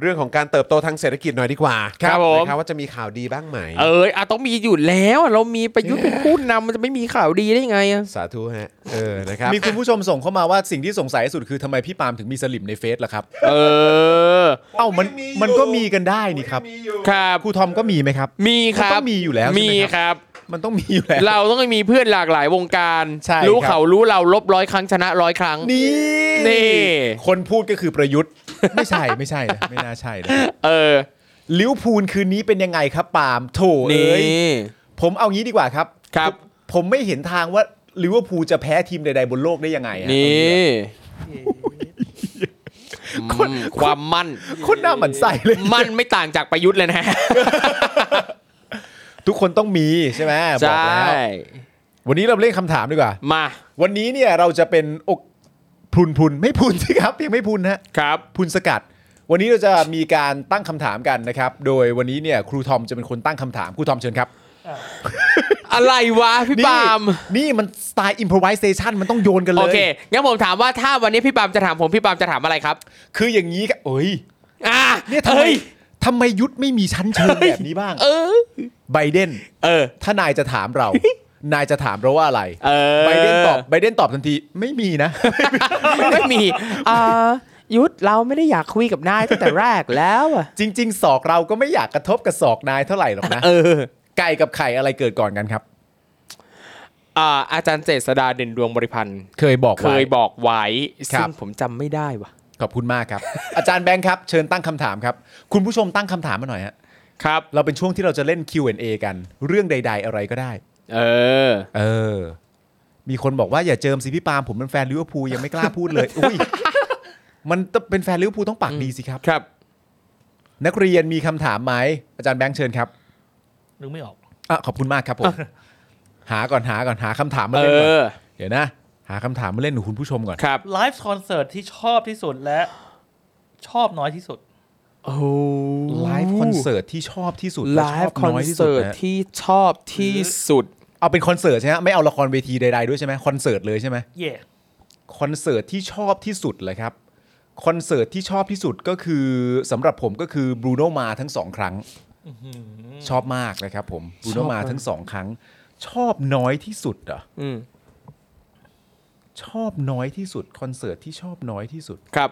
Speaker 1: เรื่องของการเติบโตทางเศรษฐกิจหน่อยดีกว่า
Speaker 4: ครับผม
Speaker 1: นะครับว่าจะมีข่าวดีบ้างไหม
Speaker 4: เอ้ยอ่ะต้องมีอยู่แล้วอ่ะเรามีประยุทธ์เป็นผู้นำมันจะไม่มีข่าวดีได้ยังไงอ่ะ
Speaker 1: สาธุฮะเออนะครับ
Speaker 3: มีคุณผู้ชมส่งเข้ามาว่าสิ่งที่สงสัยที่สุดคือทำไมพี่ปาล์มถึงมีสลิมในเฟซล่ะครับ
Speaker 4: เออ
Speaker 3: เอ้ามันมันก็มีกันได้นี่ครับ
Speaker 1: มีอยู่
Speaker 4: ครับ
Speaker 3: ครูทอมก็มีไหมครับ
Speaker 4: มีครับ
Speaker 3: มันต้องมีอยู่แล้วใช่ไหมครับ
Speaker 4: มีครับ
Speaker 3: มันต้องมีอยู่แล้ว
Speaker 4: เราต้องมีเพื่อนหลากหลายวงการ
Speaker 3: ใช่
Speaker 4: รู้
Speaker 3: ครับ
Speaker 4: เขารู้เราลบร้อยครั้งชนะร้อยครั้ง
Speaker 3: นี่
Speaker 4: นี่
Speaker 3: คนพูดก็คือประยุทธ์ ไม่ใช่ไม่ใช่นะไม่น่าใช่นะ
Speaker 4: เออ
Speaker 3: ลิเวอร์พูลคืนนี้เป็นยังไงครับปาล์มโถเอ้ย ผมเอางี้ดีกว่าครับ
Speaker 4: ครับ
Speaker 3: ผมไม่เห็นทางว่าลิเวอร์พูลจะแพ้ทีมใด ๆ บนโลกได้ยังไงอะ
Speaker 4: นี่อืมความมั่น
Speaker 3: โคนหน้าหมันใส่เลย
Speaker 4: มั่นไม่ต่างจากประยุทธ์เลยนะ
Speaker 3: ทุกคนต้องมีใช่ไหมบ
Speaker 4: ใช
Speaker 3: อกแล้ว
Speaker 4: ่
Speaker 3: วันนี้เราเล่นคำถามดีกว่า
Speaker 4: มา
Speaker 3: วันนี้เนี่ยเราจะเป็นอกพรุนพรุนไม่พรุนสิครับยังไม่พรุนฮะ
Speaker 4: ครับ
Speaker 3: พรุนสกัด วันนี้เราจะมีการตั้งคำถามกันนะครับ โดยวันนี้เนี่ยครูทอมจะเป็นคนตั้งคำถามครูทอมเชิญครับ
Speaker 4: อะไรวะพี่
Speaker 3: นี่
Speaker 4: ปาล์ม
Speaker 3: นี่มันสไตล์อิมพรไวเซชันมันต้องโยนกันเลย
Speaker 4: โอเค งั้นผมถามว่าถ้าวันนี้พี่ปาล์มจะถามผมพี่ปาล์มจะถามอะไรครับ
Speaker 3: คืออย่างนี้ครับเอ้ย
Speaker 4: อ่ะ
Speaker 3: เนี่ยทำไม
Speaker 4: อ้
Speaker 3: ทำไมยุทธไม่มีชั้นเชิงแบบนี้บ้าง
Speaker 4: เออ
Speaker 3: ไบเดน
Speaker 4: เออ
Speaker 3: ถ้านายจะถามเรา นายจะถามเราว่าอะไร
Speaker 4: เออ
Speaker 3: ไบเดนตอบไบเดนตอบทันทีไม่มีนะ
Speaker 4: ไม่มีอ่ายุทธเราไม่ได้อยากคุยกับนายตั้งแต่แรกแล้วอะ
Speaker 3: จริง ๆ ศอกเราก็ไม่อยากกระทบกับศอกนายเท่าไหร่หรอกนะ
Speaker 4: เออ
Speaker 3: ไก่กับไข่อะไรเกิดก่อนกันครับ
Speaker 4: อ่าอาจารย์เจษดาเด่นดวงบริพันธ์
Speaker 3: เคยบอก
Speaker 4: เค
Speaker 3: ไว้
Speaker 4: ยบอกไว้
Speaker 3: ครั
Speaker 4: ซึ่
Speaker 3: บ
Speaker 4: งผมจำไม่ได้ว่ะ
Speaker 3: ขอบคุณมากครับ [LAUGHS] อาจารย์แบงค์ครับ เชิญตั้งคำถามครับ คุณผู้ชมตั้งคำถามมาหน่อยฮะ
Speaker 4: ครับ
Speaker 3: เราเป็นช่วงที่เราจะเล่น Q&A กัน เรื่องใด ๆ อะไรก็ได้
Speaker 4: เออ
Speaker 3: เออ มีคนบอกว่าอย่าเจิมสิพี่ปาล์มผมเป็นแฟนลิเวอร์พูลยังไม่กล้าพูดเลย [LAUGHS] อุ้ยมันต้องเป็นแฟนลิเวอร์พูลต้องปากดีสิ [LAUGHS] ครับ
Speaker 4: ครับ
Speaker 3: นักเรียนมีคำถามไหมอาจารย์แบงค์เชิญครับ
Speaker 5: นึกไม่ออก
Speaker 3: อ่ะขอบคุณมากครับผม หาก่อนหาก่อนหาคำถามมา
Speaker 4: เอ
Speaker 3: เล่นก่อน
Speaker 4: อ
Speaker 3: เดี๋ยวนะ ห าคำถามมาเล่นหนูคุณผู้ชมก่อน
Speaker 4: ครับ
Speaker 5: ไลฟ์คอนเสิร์ตที่ชอบที่สุดและชอบน้อยที่สุด
Speaker 4: โอ้
Speaker 3: ไลฟ์คอนเสิร์ตที่ชอบที่สุด
Speaker 4: ไล
Speaker 3: และชอบ
Speaker 4: ฟ์คอน
Speaker 3: น้ยที่สุด
Speaker 4: เสิร์ต
Speaker 3: นะ
Speaker 4: ที่ชอบที่สุด
Speaker 3: เอาเป็นคอนเสิร์ตใช่ไหมไม่เอาละครเวทีใดๆด้วยใช่ไหมคอนเสิร์ตเลยใช่ไหม
Speaker 5: เย่
Speaker 3: คอนเสิร์ตที่ชอบที่สุดเลยครับคอนเสิร์ตที่ชอบที่สุดก็คือสำหรับผมก็คือบรูโนมาทั้งสองครั้ง ชอบมากนะครับผมบรู
Speaker 4: ช
Speaker 3: โน
Speaker 4: อ
Speaker 3: มาม
Speaker 4: บาก
Speaker 3: ทั้งสองครั้ง ชอบน้อยที่สุดเหรอ
Speaker 4: อืม
Speaker 3: ชอบน้อยที่สุดคอนเสิร์ตที่ชอบน้อยที่สุด
Speaker 4: ครับ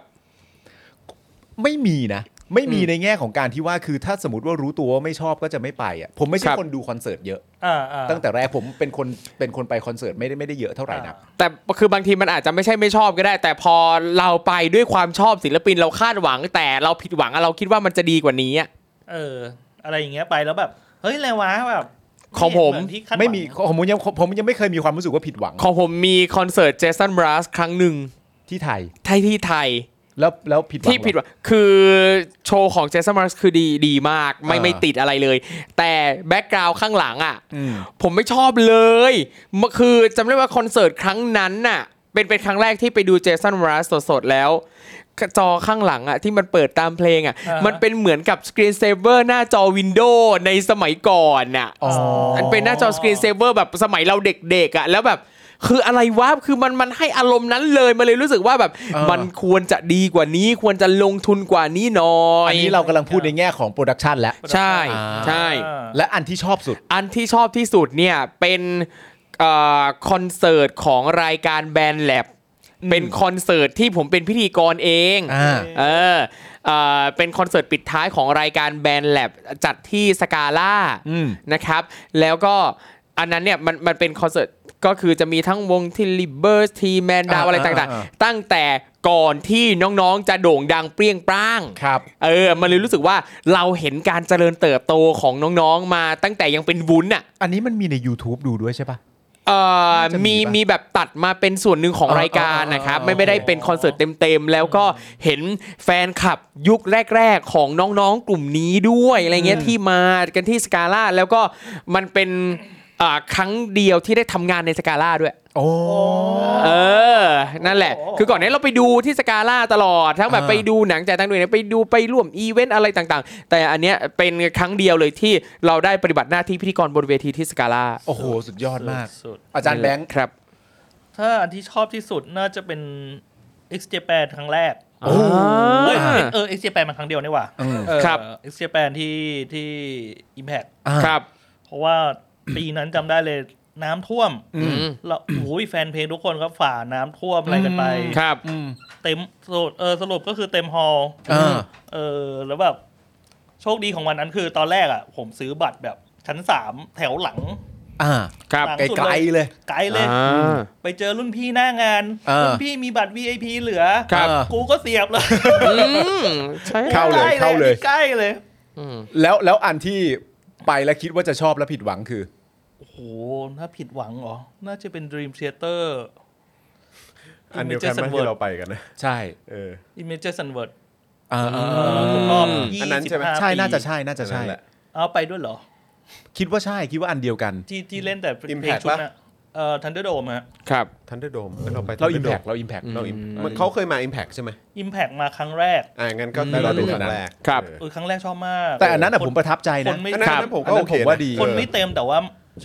Speaker 3: ไม่มีนะ ไม่มีในแง่ของการที่ว่าคือถ้าสมมติว่ารู้ตัวว่าไม่ชอบก็จะไม่ไปอ่ะผมไม่ใช่
Speaker 4: ครับ
Speaker 3: คนดูคอนเสิร์ตเยอะ
Speaker 5: อ่าอ่า
Speaker 3: ตั้งแต่แรกผมเป็นคนเป็นคนไปคอนเสิร์ตไม่ได้ไม่ได้เยอะเท่าไหร่นะ
Speaker 4: แต่คือบางทีมันอาจจะไม่ใช่ไม่ชอบก็ได้ แต่พอเราไปด้วยความชอบศิลปินเราคาดหวัง แต่เราผิดหวังอะเราคิดว่ามันจะดีกว่านี้อะ
Speaker 5: เออ อะไรอย่างเงี้ยไปแล้วแบบ เฮ้ยอะไรวะแบบ
Speaker 4: ของผม
Speaker 5: ไเห็นเหอนที่คาดหวัง
Speaker 3: ไม่มีผมผมยังผมผมยังไม่เคยมีความรู้สึกว่าผิดหวัง
Speaker 4: ของผมมีคอนเสิร์ตเจสันบรัสครั้งหนึ่ง
Speaker 3: ที่ไทย
Speaker 4: ไทยที่ไทย
Speaker 3: แล้วแล้วผิดหวัง
Speaker 4: ที่ผิด
Speaker 3: เหรอ
Speaker 4: ว่าคือโชว์ของเจสันมาร์สคือดีดีมาก ไม่
Speaker 3: อ่า
Speaker 4: ไม่ติดอะไรเลย แต่แบ็กกราวข้างหลังอ่ะ
Speaker 3: อืม
Speaker 4: ผมไม่ชอบเลยมันคือจำได้ว่าคอนเสิร์ตครั้งนั้นน่ะ เป็นเป็นครั้งแรกที่ไปดูเจสันมาร์สสดๆ แล้วจอข้างหลังอ่ะที่มันเปิดตามเพลงอ่ะ มันเป็นเหมือนกับสกรีนเซเวอร์หน้าจอวินโดว์ในสมัยก่อนน่ะ
Speaker 3: อ๋อ
Speaker 4: อันเป็นหน้าจอสกรีนเซเวอร์แบบสมัยเราเด็กๆอ่ะแล้วแบบ คืออะไรวะคือมันมันให้อารมณ์นั้นเลยมาเลยรู้สึกว่าแบบ
Speaker 3: เออ
Speaker 4: มันควรจะดีกว่านี้ควรจะลงทุนกว่านี้หน่อย
Speaker 3: อันนี้เรากำลังพูดในแง่ของโปรดักชันแล้ว
Speaker 4: ใช่
Speaker 3: อ่า
Speaker 4: ใช่
Speaker 5: อ่า
Speaker 3: และอันที่ชอบสุด
Speaker 4: อันที่ชอบที่สุดเนี่ยเป็นเอ่อคอนเสิร์ตของรายการแบนแลบเป็นคอนเสิร์ตที่ผมเป็นพิธีกรเอง
Speaker 3: อ่า
Speaker 4: เออเอ่อเป็นคอนเสิร์ตปิดท้ายของรายการแบนแลบจัดที่สกาล่า
Speaker 3: อืม
Speaker 4: นะครับแล้วก็อันนั้นเนี่ยมันมันเป็นคอนเสิร์ตก็คือจะมีทั้งวงที่ลิเบอร์ทีแมนดาว
Speaker 3: อ่า
Speaker 4: อะไรต่าง
Speaker 3: อ่าอ่า
Speaker 4: ๆ ตั้งแต่ก่อนที่น้องๆจะโด่งดังเปรี้ยงปร้าง
Speaker 3: ครับ
Speaker 4: เออ มันเลยรู้สึกว่าเราเห็นการเจริญเติบโตของน้องๆมาตั้งแต่ยังเป็นวุ้นอ่ะ
Speaker 3: อันนี้มันมีใน YouTube ดูด้วยใช่ปะ
Speaker 4: เออ
Speaker 3: น่าจะมี
Speaker 4: มี
Speaker 3: ปะ
Speaker 4: มีแบบตัดมาเป็นส่วนหนึ่งของ
Speaker 3: อ๋อ
Speaker 4: รายการนะครับ
Speaker 3: อ๋อ
Speaker 4: ไม่ไม่ได้เป็นคอนเสิร์ตเต็มๆ แล้วก็เห็นแฟนคลับยุคแรกๆ ของน้องๆ กลุ่มนี้ด้วยอะไรเงี้ยที่มากันที่สกาล่าแล้วก็มันเป็นอ่าครั้งเดียวที่ได้ทำงานในสกาล่าด้วย
Speaker 3: โอ้
Speaker 4: เออ นั่นแหละ
Speaker 5: โอ้โห
Speaker 4: คือก่อนหนานี้เราไปดูที่สกาล่าตลอด ทั้งแบบ
Speaker 3: อ่า
Speaker 4: ไปดูหนังจากต่างดวยไปดูไปร่วมอีเวนต์อะไรต่างๆ แต่อันเนี้ยเป็นครั้งเดียวเลยที่เราได้ปฏิบัติหน้าที่พิธีกรบนเวทีที่สกาล่า
Speaker 3: โอ้โห สุดยอดมาก
Speaker 5: สุด
Speaker 3: อาจารย์แบงค์
Speaker 4: ครับ
Speaker 5: ถ้าอันที่ชอบที่สุดน่าจะเป็น X Japan ครั้งแรก
Speaker 3: โอ้โห
Speaker 5: เฮ้ย
Speaker 4: อ่า
Speaker 5: เออ X Japan มันครั้งเดียวนี่หว่า
Speaker 3: อืม
Speaker 5: เออ
Speaker 4: ครับ
Speaker 5: X Japan ที่ที่ Impact
Speaker 3: อ่า
Speaker 4: ครับ
Speaker 5: เพราะว่าปีนั้นจำได้เลยน้ำท่วม
Speaker 3: อืม
Speaker 5: เราโอ้ยแฟนเพลงทุกคนก็ฝ่าน้ำท่วมอะไรกันไป
Speaker 4: ครับ
Speaker 3: อืม
Speaker 5: เต็มสรุปเออสรุปก็คือเต็มฮอลล์
Speaker 3: อ่า
Speaker 5: เออ แล้วแบบ โชคดีของวันนั้นคือตอนแรกอ่ะ ผมซื้อบัตรแบบชั้นสามแถวหลัง
Speaker 3: อ่า
Speaker 4: ครับ
Speaker 5: หลัง
Speaker 3: ไกลๆเลย
Speaker 5: ไกลเลย
Speaker 4: อ่า
Speaker 5: ไปเจอรุ่นพี่หน้างาน
Speaker 3: อ่ารุ่
Speaker 5: รุ่นพี่มีบัตร VIP เหลือ
Speaker 4: ครับ
Speaker 3: อ่ากู
Speaker 5: กูก็เสียบเลย
Speaker 4: อืมใช่
Speaker 3: เข้าเลยเข้าเลย
Speaker 5: ใกล้เลย
Speaker 4: อืม
Speaker 3: แล้วแล้วอันที่ไปแล้วคิดว่าจะชอบแล้วผิดหวังคือ
Speaker 5: โอ้โห ถ้าผิดหวังเหรอ น่าจะเป็น Dream Theater
Speaker 1: อันเดียวกันไหมที่เราไปกันนะ
Speaker 3: ใช่
Speaker 1: เออ
Speaker 5: Image and Word
Speaker 3: อ่าอ่า
Speaker 5: เออครบรอบ
Speaker 1: อันนั้นใช่ไหม
Speaker 5: 25
Speaker 3: ใช่น่าจะ
Speaker 5: ปี
Speaker 3: ใช่น่าจะใช่
Speaker 1: อันนั้นแหละ
Speaker 5: เอาไปด้วยเหรอ
Speaker 3: คิดว่าใช่คิดว่าอันเดียวกัน
Speaker 5: ที่ที่เล่นแต่เพลง
Speaker 1: Impact
Speaker 5: ชุดน่ะเอ่อ Thunderdome ฮะ
Speaker 4: ครับ
Speaker 1: ทันเดอร์โดมเราไป
Speaker 3: เราอิมแพก
Speaker 1: Thunderdome
Speaker 3: เราอิมแพก
Speaker 1: เรา Impact มันเขาเคยมา Impact ใช่ไหม
Speaker 5: Impact มาครั้งแรก
Speaker 1: อ่างั้นก็
Speaker 3: แต่เราดู
Speaker 1: ครั้
Speaker 3: ครั้
Speaker 1: ง
Speaker 3: ง
Speaker 1: แร
Speaker 3: แร
Speaker 1: ก
Speaker 3: ก
Speaker 4: ครับ
Speaker 5: เออครั้งแรกชอบมาก
Speaker 3: แต่อันนั้นอะผมประทับใจ
Speaker 5: ค
Speaker 3: นะ
Speaker 5: นไม่
Speaker 1: อันนั้น
Speaker 4: ครับ
Speaker 1: อันนั้นผมก็
Speaker 3: อันนั้
Speaker 1: โอน เค
Speaker 3: ผมว่าดี
Speaker 1: นะ
Speaker 5: คนไม่เต็มแต่ว่า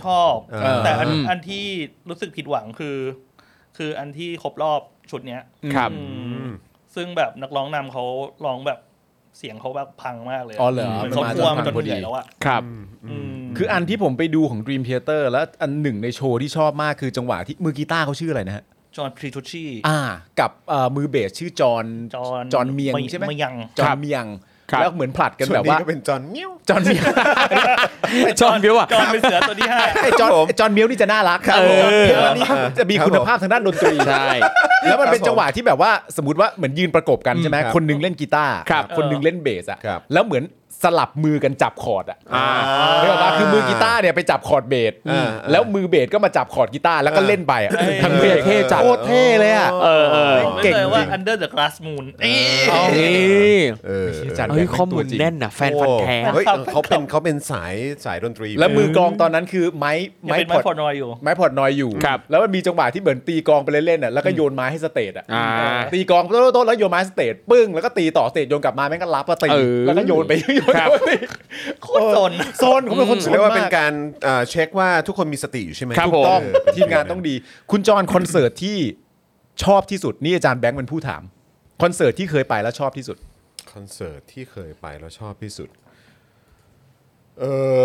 Speaker 5: ชอบ
Speaker 1: เออ
Speaker 5: แต่อัน
Speaker 4: อืม
Speaker 5: อันที่รู้สึกผิดหวังคือ คืออันที่ครบรอบชุดเนี้ย
Speaker 4: ครับ
Speaker 5: อืมซึ่งแบบนักร้องนำเขาร้องแบบเสียงเขาแบบพังมากเลยะ
Speaker 3: อ๋อเหรอ
Speaker 5: เหมือน
Speaker 3: มัน
Speaker 5: เขา
Speaker 3: มา
Speaker 5: พัว
Speaker 3: จาก
Speaker 5: มันจน
Speaker 3: พังพอ
Speaker 5: เห
Speaker 3: ดี
Speaker 5: นื่อยแล้วอ่ะ
Speaker 4: ครับ
Speaker 5: อืม
Speaker 3: คืออันที่ผมไปดูของ Dream Theater แล้วอันหนึ่งในโชว์ที่ชอบมากคือจังหวะที่มือกีตาร์เขาชื่ออะไรนะฮะ
Speaker 5: จอห์นทรีทูชี
Speaker 3: อ่า กับเอ่อมือเบสชื่อจอห์น
Speaker 5: จอห์น
Speaker 3: จอห์นเมียงใช่ไหม
Speaker 5: เมียง
Speaker 3: จอห์นเมียง
Speaker 4: ครับ
Speaker 3: แล้วเหมือนผลัดกัน
Speaker 1: ส่ว
Speaker 3: แบ
Speaker 1: น
Speaker 3: บ
Speaker 1: นี้
Speaker 3: ว่า
Speaker 1: ก็เป็นจอห์นเมียว
Speaker 3: [LAUGHS] จอห์นเมียง
Speaker 4: ชอบพี่ว่ะ
Speaker 5: จอห์นเป็นเสือตัวที่ห้า
Speaker 3: ไอ้จอห์
Speaker 1: ค
Speaker 3: น
Speaker 1: รับผม
Speaker 3: จอห์นเมียวนี่จะน่ารัก
Speaker 4: เออ
Speaker 3: เพราะว่านี่จะมีคุณภาพทางด้านดนตรี
Speaker 4: ใช่
Speaker 3: แล้วมันเป็น
Speaker 1: ครับผม
Speaker 3: จังหวะที่แบบว่าสมมติว่าเหมือนยืนประกบกันใช่ไหม
Speaker 1: ครับ
Speaker 3: คนหนึงเล่นกีตาร์
Speaker 4: ครับ
Speaker 3: คนหนึงเล่นเบสอะ
Speaker 1: ครับ
Speaker 3: แล้วเหมือน สลับมือกันจับคอร์ดอ่ะ
Speaker 1: อ่า
Speaker 3: ไม่บอกว่าคือมือกีตาร์เนี่ยไปจับคอร์ดเบส
Speaker 1: อ่า
Speaker 3: แล้วมือเบสก็มาจับคอร์ดกีตาร์แล้วก็เล่นไปอ่ะ
Speaker 5: เออ
Speaker 3: ทั้งเพลง
Speaker 4: เท่จัด
Speaker 3: โคตรเท่เลยอ่ะ
Speaker 2: เออเออ
Speaker 5: ไม่
Speaker 3: เก่ง
Speaker 5: เล
Speaker 3: จริ
Speaker 5: ย
Speaker 3: ง
Speaker 5: ว่า Under the Glass Moon เอ้ย
Speaker 4: นี่
Speaker 1: เออ
Speaker 3: จัด
Speaker 4: เฮ้ย
Speaker 3: แบบ
Speaker 4: ข้อมูล
Speaker 3: ตัวจริง
Speaker 4: แน่นนะแฟนพันธ์แท้
Speaker 1: เฮ้ยเขาเป็นเขาเป็นสายสายดนตรี
Speaker 3: แล้วมือกลองตอนนั้นคือไม้
Speaker 5: ยัง
Speaker 3: ไม้
Speaker 5: เป็น
Speaker 3: พ
Speaker 5: ไม้
Speaker 3: อด
Speaker 5: ฟอนอยอยู่
Speaker 3: ไม้พอดนอยอยู่
Speaker 4: ครับ
Speaker 3: แล้วมันมีจังหวะที่เหมือนตีกลองไปเล่นๆอ่ะแล้วก็โยนไม้ให้สเตจอ่ะ
Speaker 4: อ่า
Speaker 3: ตีกลองโต๊ะๆแล้วโยนไม้ให้สเตจปึ้งแล้วก็ตีต่อสเตจโยนกลับมาแม่งก็รับมาตี
Speaker 4: เออ
Speaker 3: แล้วก็โยนไป [LAUGHS] โยน
Speaker 4: ครับ
Speaker 3: ไปตี
Speaker 5: โคตรสน
Speaker 3: โซนเขาเป็นคนสน
Speaker 1: เรียกว่าเป็น
Speaker 3: มาก
Speaker 1: การเอ่อเช็คว่าทุกคนมีสติอยู่ใช่ไหม
Speaker 4: ครับ
Speaker 1: ถูก
Speaker 4: ผม
Speaker 1: เป็
Speaker 3: ทีมงานต้องดี คุณจอห์นคอนเสิร์ตที่ชอบที่สุด นี่อาจารย์แบงค์เป็นผู้ถาม คอนเสิร์ตที่เคยไปแล้วชอบที่สุด
Speaker 1: คอนเสิร์ตที่เคยไปแล้วชอบที่สุดเออ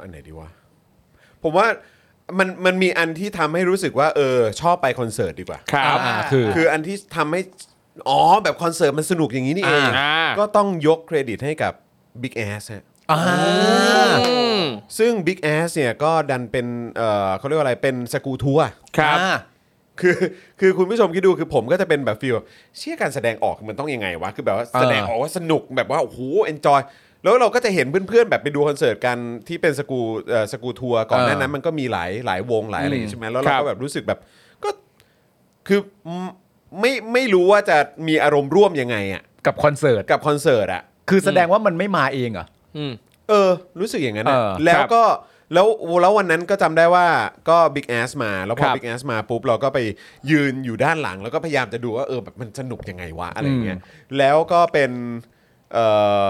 Speaker 1: อันไหนดีวะผมว่ามันมันมีอันที่ทำให้รู้สึกว่า เออ ชอบไปคอนเสิร์ตดีกว่า
Speaker 4: ครับคือ
Speaker 1: คืออันที่ทำให้ อ๋อ แบบคอนเสิร์ตมันสนุกอย่างนี้นี่เอง
Speaker 4: อ่า
Speaker 1: ก็ต้องยกเครดิตให้กับ Big Ass ฮะซึ่ง Big Ass เนี่ยก็ดันเป็นเอ่อเขาเรียกว่าอะไรเป็นสกูทัวร์
Speaker 4: ครับ
Speaker 1: คือ [LAUGHS] คือคุณผู้ชมคิดดูคือผมก็จะเป็นแบบฟีลแบบเชื่อการแสดงออกมันต้องยังไงวะ คือแบบว่าแสดงออกว่าสนุกแบบว่า โอ้โหเอนจอยแล้วเราก็จะเห็นเพื่อนๆ แบบไปดูคอนเสิร์ตกันที่เป็นสกูเอ่อสกูทัวร์ก่อนหน้านั้นมันก็มีหลายหลายวงหลายอะไรอย่างงี้ใช่ไหมแล้วเรา
Speaker 4: ครั
Speaker 1: ก็
Speaker 4: บ
Speaker 1: แบบรู้สึกแบบก็คือไม่ไม่รู้ว่าจะมีอารมณ์ร่วมยังไงอ่ะ
Speaker 3: กับคอนเสิร์ต
Speaker 1: กับคอนเสิร์ตอะ
Speaker 3: คือแสดงว่ามันไม่มาเองเหรอ่ะ
Speaker 4: อืม
Speaker 1: เออ รู้สึกอย่างนั้นอะ
Speaker 3: เออ
Speaker 1: แล้วก็แล้วแล้ววันนั้นก็จำได้ว่าก็ Big Ass มา แล้วพ
Speaker 4: ค
Speaker 1: อ
Speaker 4: รับ
Speaker 1: Big Ass มาปุ๊บ เราก็ไปยืนอยู่ด้านหลัง แล้วก็พยายามจะดูว่า เออแบบมันสนุกยังไงวะ อะไรเงี้ยแล้วก็เป็นเอ่อ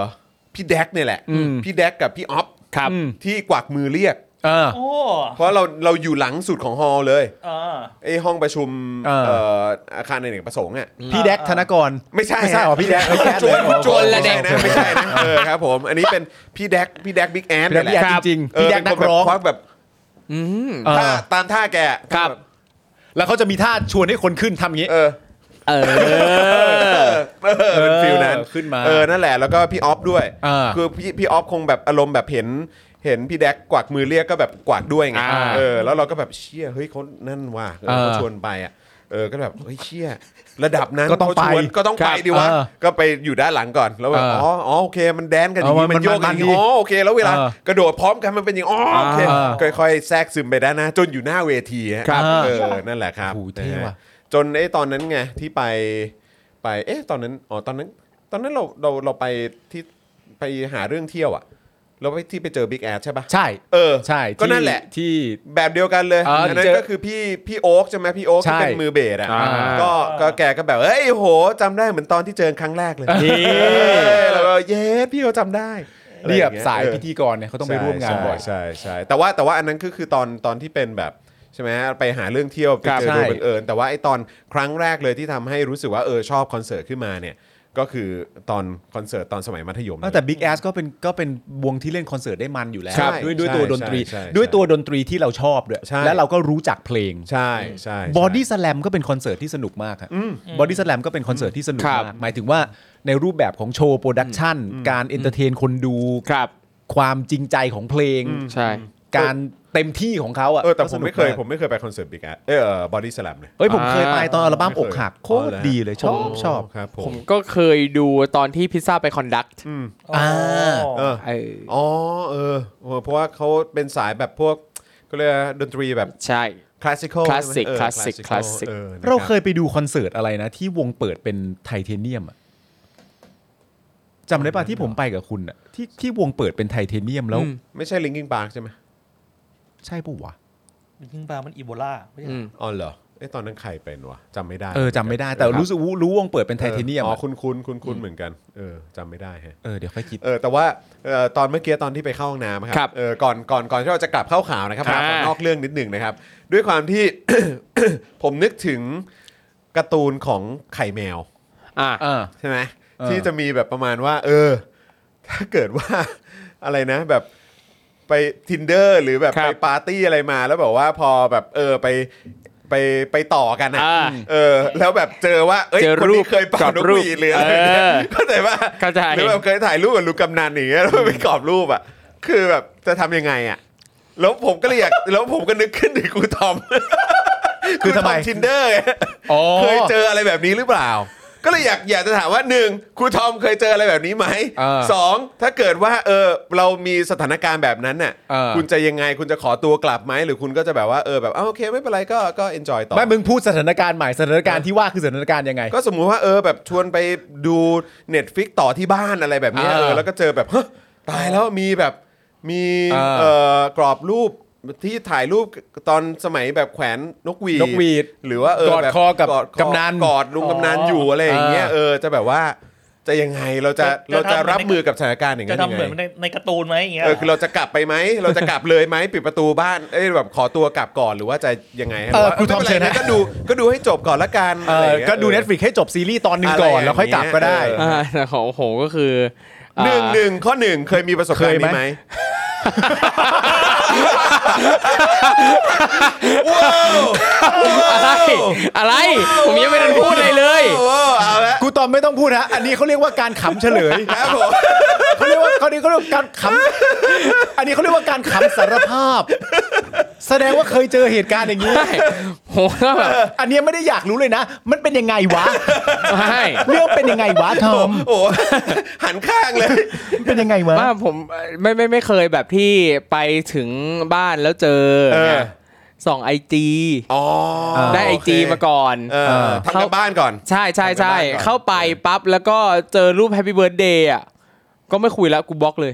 Speaker 1: พี่แดกเนี่ยแหละ พี่แดกกับพี่ออฟ
Speaker 4: ครับ
Speaker 3: อืม
Speaker 1: ที่กวักมือเรียก
Speaker 3: อ่า
Speaker 5: โอ้
Speaker 1: เพราะเราเราอยู่หลังสุดของฮอลล์เลย
Speaker 5: อ่า
Speaker 1: ไอห้องประชุม
Speaker 3: เออ
Speaker 1: เอ่ออาคารในหนึ่งประสงค์อ่ะ
Speaker 3: พี่แดกธนกร
Speaker 1: ไม่ใช่
Speaker 3: ไม่ใช่เหรอพี่แดก
Speaker 1: ไม่ใช่
Speaker 3: โจร
Speaker 1: โจร
Speaker 4: ละ
Speaker 1: ไม่
Speaker 4: แด
Speaker 1: ใช่
Speaker 4: ก
Speaker 1: นะไม่ใช่นะเออครับผมอันนี้เป็นพี่แดกพี่แดกบิ๊กแอน
Speaker 3: พี่แดก Big Ass จริงๆพี่แดกนักร้อง
Speaker 1: ควักแบบ
Speaker 4: อืม
Speaker 3: เออ
Speaker 1: ท่าตามท่าแก
Speaker 4: ครับ
Speaker 3: แล้วเขาจะมีท่าชวนให้คนขึ้นทำอย่างงี้
Speaker 1: เออ
Speaker 4: เออ
Speaker 1: เออเป็นฟิลนั้น
Speaker 3: ขึ้นมา
Speaker 1: เออนั่นแหละแล้วก็พี่ออฟด้วย
Speaker 3: อ่า
Speaker 1: คือพี่พี่ออฟคงแบบอารมณ์แบบเห็น เห็นพี่แดกกวักมือเรียกก็แบบกวักด้วยไง
Speaker 4: อ่า
Speaker 1: เออแล้วเราก็แบบเชี่ยเฮ้ยเขานั่นว่ะเออ
Speaker 3: เออ
Speaker 1: เขาชวนไปอ่ะเออก็แบบเฮ้ยเชี่ยระดับนั้น
Speaker 3: ก็ต้อง
Speaker 1: เขาชวน
Speaker 3: ไป
Speaker 1: ก็ต้อง
Speaker 4: ครั
Speaker 1: ไป
Speaker 4: บ
Speaker 1: ดิวะ
Speaker 3: เออ
Speaker 1: ก็ไปอยู่ด้านหลังก่อนแล้วแบบ
Speaker 3: เออ
Speaker 1: อ๋ออ๋อโอเคมันแดนกันอย่างนี้
Speaker 3: เออมัน
Speaker 1: มันโยกกันอย่าง
Speaker 3: มันมันดี
Speaker 1: นี้อ๋อโอเคแล้วเวลา
Speaker 3: เออก
Speaker 1: ระโดดพร้อมกันมันเป็นอย่างอ๋อโอเค
Speaker 3: อ่า
Speaker 1: ค่อยๆแทรกซึมไปด้านหน้าจนอยู่หน้าเวทีฮะ
Speaker 3: ครับ
Speaker 1: เออนั่นแหละครับ
Speaker 3: โอ้โหเท่ว่ะ
Speaker 1: จนไอ้ตอนนั้นไงที่ไป ไปเอ๊ะตอนนั้นอ๋อตอนนั้น ตอนนั้นเราเราเราไปที่ไปหาเรื่องเที่ยวอะเราไปที่ไปเจอบิ๊กแอดใช่ปะ
Speaker 3: ใช่
Speaker 1: เออ
Speaker 3: ใช่
Speaker 1: ก็นั่นแหละ
Speaker 3: ที่
Speaker 1: แบบเดียวกันเลย
Speaker 3: เอออั
Speaker 1: อันนั้
Speaker 3: เจ
Speaker 1: น
Speaker 3: อ
Speaker 1: ก็คือพี่พี่โอ๊กใช่ไหมพี่โอ๊ก
Speaker 3: ใช่
Speaker 1: ที่เป็นมือเบสอะ
Speaker 4: อ่า
Speaker 1: ก็ก็แกก็แบบเอ้ยโหจำได้เหมือนตอนที่เจอครั้งแรกเลย
Speaker 3: นี่
Speaker 1: เออแล้วก็เย้พี่เขาจำได้
Speaker 3: เรียบสาย
Speaker 1: ออ
Speaker 3: พิธีกรเนี่ยเขาต้องไปร่วมงาน
Speaker 1: ใช่
Speaker 3: บ่อย
Speaker 1: ใช่ใช่แต่ว่าแต่ว่าอันนั้นก็คือตอนตอนที่เป็นแบบใช่ไหมไปหาเรื่องเที่ยวไป
Speaker 3: ครับ
Speaker 1: เจอ
Speaker 3: ใช่
Speaker 1: โดยบังเอิญแต่ว่าไอ้ตอนครั้งแรกเลยที่ทำให้รู้สึกว่าเออชอบคอนเสิร์ตขึ้นมาเนี่ยก็คือตอนคอนเสิร์ตตอนสมัยมัธยม
Speaker 3: าแต่ Big Ass ก็เป็นก็เป็นวงที่เล่นคอนเสิร์ตได้มันอยู่แล้ว
Speaker 1: ใช่
Speaker 3: ด้วยด้วยตัว
Speaker 1: ใช่
Speaker 3: ดนตรี
Speaker 1: ใช่ใช่
Speaker 3: ด้วยตัวดนตรีที่เราชอบด้วย
Speaker 1: ใช่
Speaker 3: และเราก็รู้จักเพลง
Speaker 1: ใช่ใช่
Speaker 3: บอดี้สแลมก็เป็นคอนเสิร์ตที่สนุกมากครับบอดี้สแลมก็เป็นคอนเสิร์ตที่สนุก
Speaker 4: ครับ
Speaker 3: มาก หมายถึงว่าในรูปแบบของโชว์โปรดักชันการเอนเตอร์เทนคนดู
Speaker 4: ครับ
Speaker 3: ความจริงใจของเพลง
Speaker 4: ใช่
Speaker 3: การเต็มที่ของเขาอ่ะ
Speaker 1: เออแต่ผ
Speaker 3: ก็ส
Speaker 1: ม
Speaker 3: นุก
Speaker 1: ไม่เคย
Speaker 3: าก
Speaker 1: ผมไม่เคยไปคอนเสิร์ตบิ๊กแอเออบอดี้สแลมเลย
Speaker 3: เอ้ยผมเคย
Speaker 4: อ่า
Speaker 3: ไปตอนอัลบั้ม
Speaker 1: ไม่
Speaker 3: อ
Speaker 1: เค
Speaker 3: ก
Speaker 1: ย
Speaker 3: หักโคตร
Speaker 1: ห
Speaker 3: ดีเลยชอบชอบ
Speaker 1: ครับผ
Speaker 4: ผม มก็เคยดูตอนที่พิซซ่าไปคอนดักต์
Speaker 3: อ่า
Speaker 1: เออ
Speaker 4: เออ
Speaker 1: อ๋อเออเออเพราะว่าเขาเป็นสายแบบพวกก็เรียกว่าดนตรีแบบ
Speaker 4: ใช่
Speaker 1: คลาสสิคอล
Speaker 4: Classic Classic Classic
Speaker 3: เราเคยไปดูคอนเสิร์ตอะไรนะ ที่วงเปิดเป็นไทเทเนียมอะจำได้ปะที่ผมไปกับคุณอะที่ที่วงเปิดเป็นไทเทเนียมแล้ว
Speaker 4: อืม
Speaker 1: ไม่ใช่ลิงกิ้งปาร์กใช่ไหม
Speaker 3: ใช่ปะวะ
Speaker 5: ยิงปลามันอีโบลาไม่ใช่
Speaker 4: อืม
Speaker 1: อ๋อเหรอเอ้ตอนนั้นใครเป็นวะจำไม่ได้
Speaker 3: เออจำไม่ได้ แต่รู้สึกรู้รู้วงเปิดเป็นไทเทเนียม
Speaker 1: อ๋อ
Speaker 3: อะ
Speaker 1: คุณคุณคุณคุณเหมือนกันเออจำไม่ได้ฮะ
Speaker 3: เออเดี๋ยวค่อยคิด
Speaker 1: เออแต่ว่าเอ่อตอนเมื่อกี้ตอนที่ไปเข้าห้องน้ำค
Speaker 4: ครั
Speaker 1: รับเออก่อนก่อนก่อนที่เราจะกลับเข้าข่าวนะครับ
Speaker 4: อ่า
Speaker 1: ขอนอกเรื่องนิดหนึ่งนะครับ ด้วยความที่ [COUGHS] ผมนึกถึงการ์ตูนของไข่แมว
Speaker 4: อ่ะ
Speaker 3: อ่า
Speaker 1: ใช่ไหม
Speaker 3: เออ
Speaker 1: ที่จะมีแบบประมาณว่า เออ ถ้าเกิดว่า อะไรนะ แบบไป tinder หรือแบบ
Speaker 4: ครั
Speaker 1: ไป
Speaker 4: บ
Speaker 1: ปาร์ตี้อะไรมา แล้วแบบว่าพอแบบเออไปไปไปต่อกันนะ
Speaker 4: อ่า
Speaker 1: เออ แล้วแบบเจอว่า เอ้ย
Speaker 4: เจอ
Speaker 1: คน
Speaker 4: รู
Speaker 1: นี้
Speaker 4: ป
Speaker 1: เคยเป่า
Speaker 4: กับ
Speaker 1: นก
Speaker 4: รู
Speaker 1: ห
Speaker 4: ป
Speaker 1: วีดหรืออะไรเงี้ย
Speaker 4: เออ
Speaker 1: เข้าใจว่า
Speaker 4: เข้าใจ
Speaker 1: หรือแบบเคยถ่ายรูปกับลูกกำนันอย่างเงี้ยแล้วไปกรอบรูปอ่ะ คือแบบจะทำยังไงอ่ะ แล้วผมก็เลยอยาก แล้วผมก็นึกขึ้นถึงครูทอม
Speaker 3: คือทำไม
Speaker 1: ทินเดอร์
Speaker 3: อ๋อ
Speaker 1: เคยเจออะไรแบบนี้หรือเปล่า ก็เลยอยากอยากจะถามว่าหนึ่งครูทอมเคยเจออะไรแบบนี้ไหม
Speaker 3: เออ
Speaker 1: สองถ้าเกิดว่าเออเรามีสถานการณ์แบบนั้นน่ะ
Speaker 3: เออ
Speaker 1: คุณจะยังไงคุณจะขอตัวกลับไหมหรือคุณก็จะแบบว่าเออแบบอ้าวโอเคไม่เป็นไรก็ก็ enjoy ต่อ
Speaker 3: ไม่มึงพูดสถานการณ์ใหม่สถานการณ์ที่ว่าคือสถานการณ์ยังไง
Speaker 1: ก็สมมุติว่าเออแบบชวนไปดู Netflix ต่อที่บ้านอะไรแบบเนี้ย
Speaker 3: อ่า
Speaker 1: เออแล้วก็เจอแบบเฮ้ยตายแล้วมีแบบมี
Speaker 3: อ่า
Speaker 1: เอ่อกรอบรูปที่ถ่ายรูปตอนสมัยแบบแขวนนกหวีด
Speaker 3: นกหวีด
Speaker 1: หรือว่าเออก
Speaker 3: อด
Speaker 1: แบบ
Speaker 3: คอกับ
Speaker 1: ด
Speaker 3: กำนัน
Speaker 1: กอดลุงกำนัน
Speaker 5: อ๋อ
Speaker 1: อ
Speaker 5: อ
Speaker 1: ยู่อะไรอย่างเงี้ย
Speaker 3: อ่า
Speaker 1: เออจะแบบว่าจะยังไงเราจะเราจะรับมือกับสถานการณ์อย่าง
Speaker 5: จะ
Speaker 1: นั้น
Speaker 5: ทำ
Speaker 1: ยัง
Speaker 5: เหมือน
Speaker 1: ไง
Speaker 5: ในในการ์ตูนไหมอย่างเงี้ย
Speaker 1: เออคือเราจะกลับไปไหมเราจะกลับเลยไหมปิดประตูบ้านเอ้ยแบบขอตัวกลับก่อนหรือว่าจะยังไงฮะห
Speaker 3: เอ
Speaker 1: รื
Speaker 3: อ
Speaker 1: ว่า
Speaker 3: ครูทอม
Speaker 1: ไป็นไ
Speaker 3: เชิญนะ
Speaker 1: ก็ดูก็ดูให้จบก่อนละกัน
Speaker 3: เอ
Speaker 1: อะไร
Speaker 3: อ
Speaker 1: อย่างเงี้ย
Speaker 3: ก็ดู Netflix ให้จบซีรีส์ตอนหนึ่งก่อ
Speaker 1: อะไรอ
Speaker 3: น
Speaker 1: ย่าง
Speaker 3: แล้วค่อยกลับก็ได้
Speaker 1: เงี้ยเอ
Speaker 4: อ่าแต่ของโหก็คือ
Speaker 1: หนึ่ง
Speaker 4: อ่า
Speaker 1: หนึ่งข้อหนึ่งเคยมีประสบการณ์
Speaker 4: [LAUGHS]
Speaker 1: นี้ไหมว้าว
Speaker 4: อะไร อะไร ผมยังไม่ได้พูดอะไรเลย
Speaker 1: โอ้เอาละ
Speaker 3: กูตอมไม่ต้องพูดฮะอันนี้เขาเรียกว่าการขำเฉลย
Speaker 1: ครับผม
Speaker 3: เขาเรียกว่าเขาเรียกว่าการขำ อันนี้เขาเรียกว่าการขำสารภาพ แสดงว่าเคยเจอเหตุการณ์อย่างนี้
Speaker 4: ใช่ผมก็แบบ
Speaker 3: อันเนี้ยไม่ได้อยากรู้เลยนะ มันเป็นยังไงวะ
Speaker 4: ใช่
Speaker 3: เรื่องเป็นยังไงวะทอม
Speaker 1: โอ้โห [LAUGHS] หันข้างเลย
Speaker 3: มันเป็นยังไงวะ
Speaker 4: ว่าผมไม่ไม่ไม่เคยแบบที่ไปถึงบ้านแล้วเจอ
Speaker 1: เออ
Speaker 4: ส่องไอจี
Speaker 1: อ๋อ
Speaker 4: ได้ไอ
Speaker 1: โเค
Speaker 4: จีมาก่อน
Speaker 1: เออทำ
Speaker 4: เข้า
Speaker 1: กันบ้านก่อน
Speaker 4: ใช่ใช่ใช่
Speaker 1: ทำกันบ้านก่อน
Speaker 4: เข้าไปปั๊บแล้วก็เจอรูปแฮปปี้เบิร์ดเดย์อ่ะ ก็ไม่คุยแล้วกูบล็อกเลย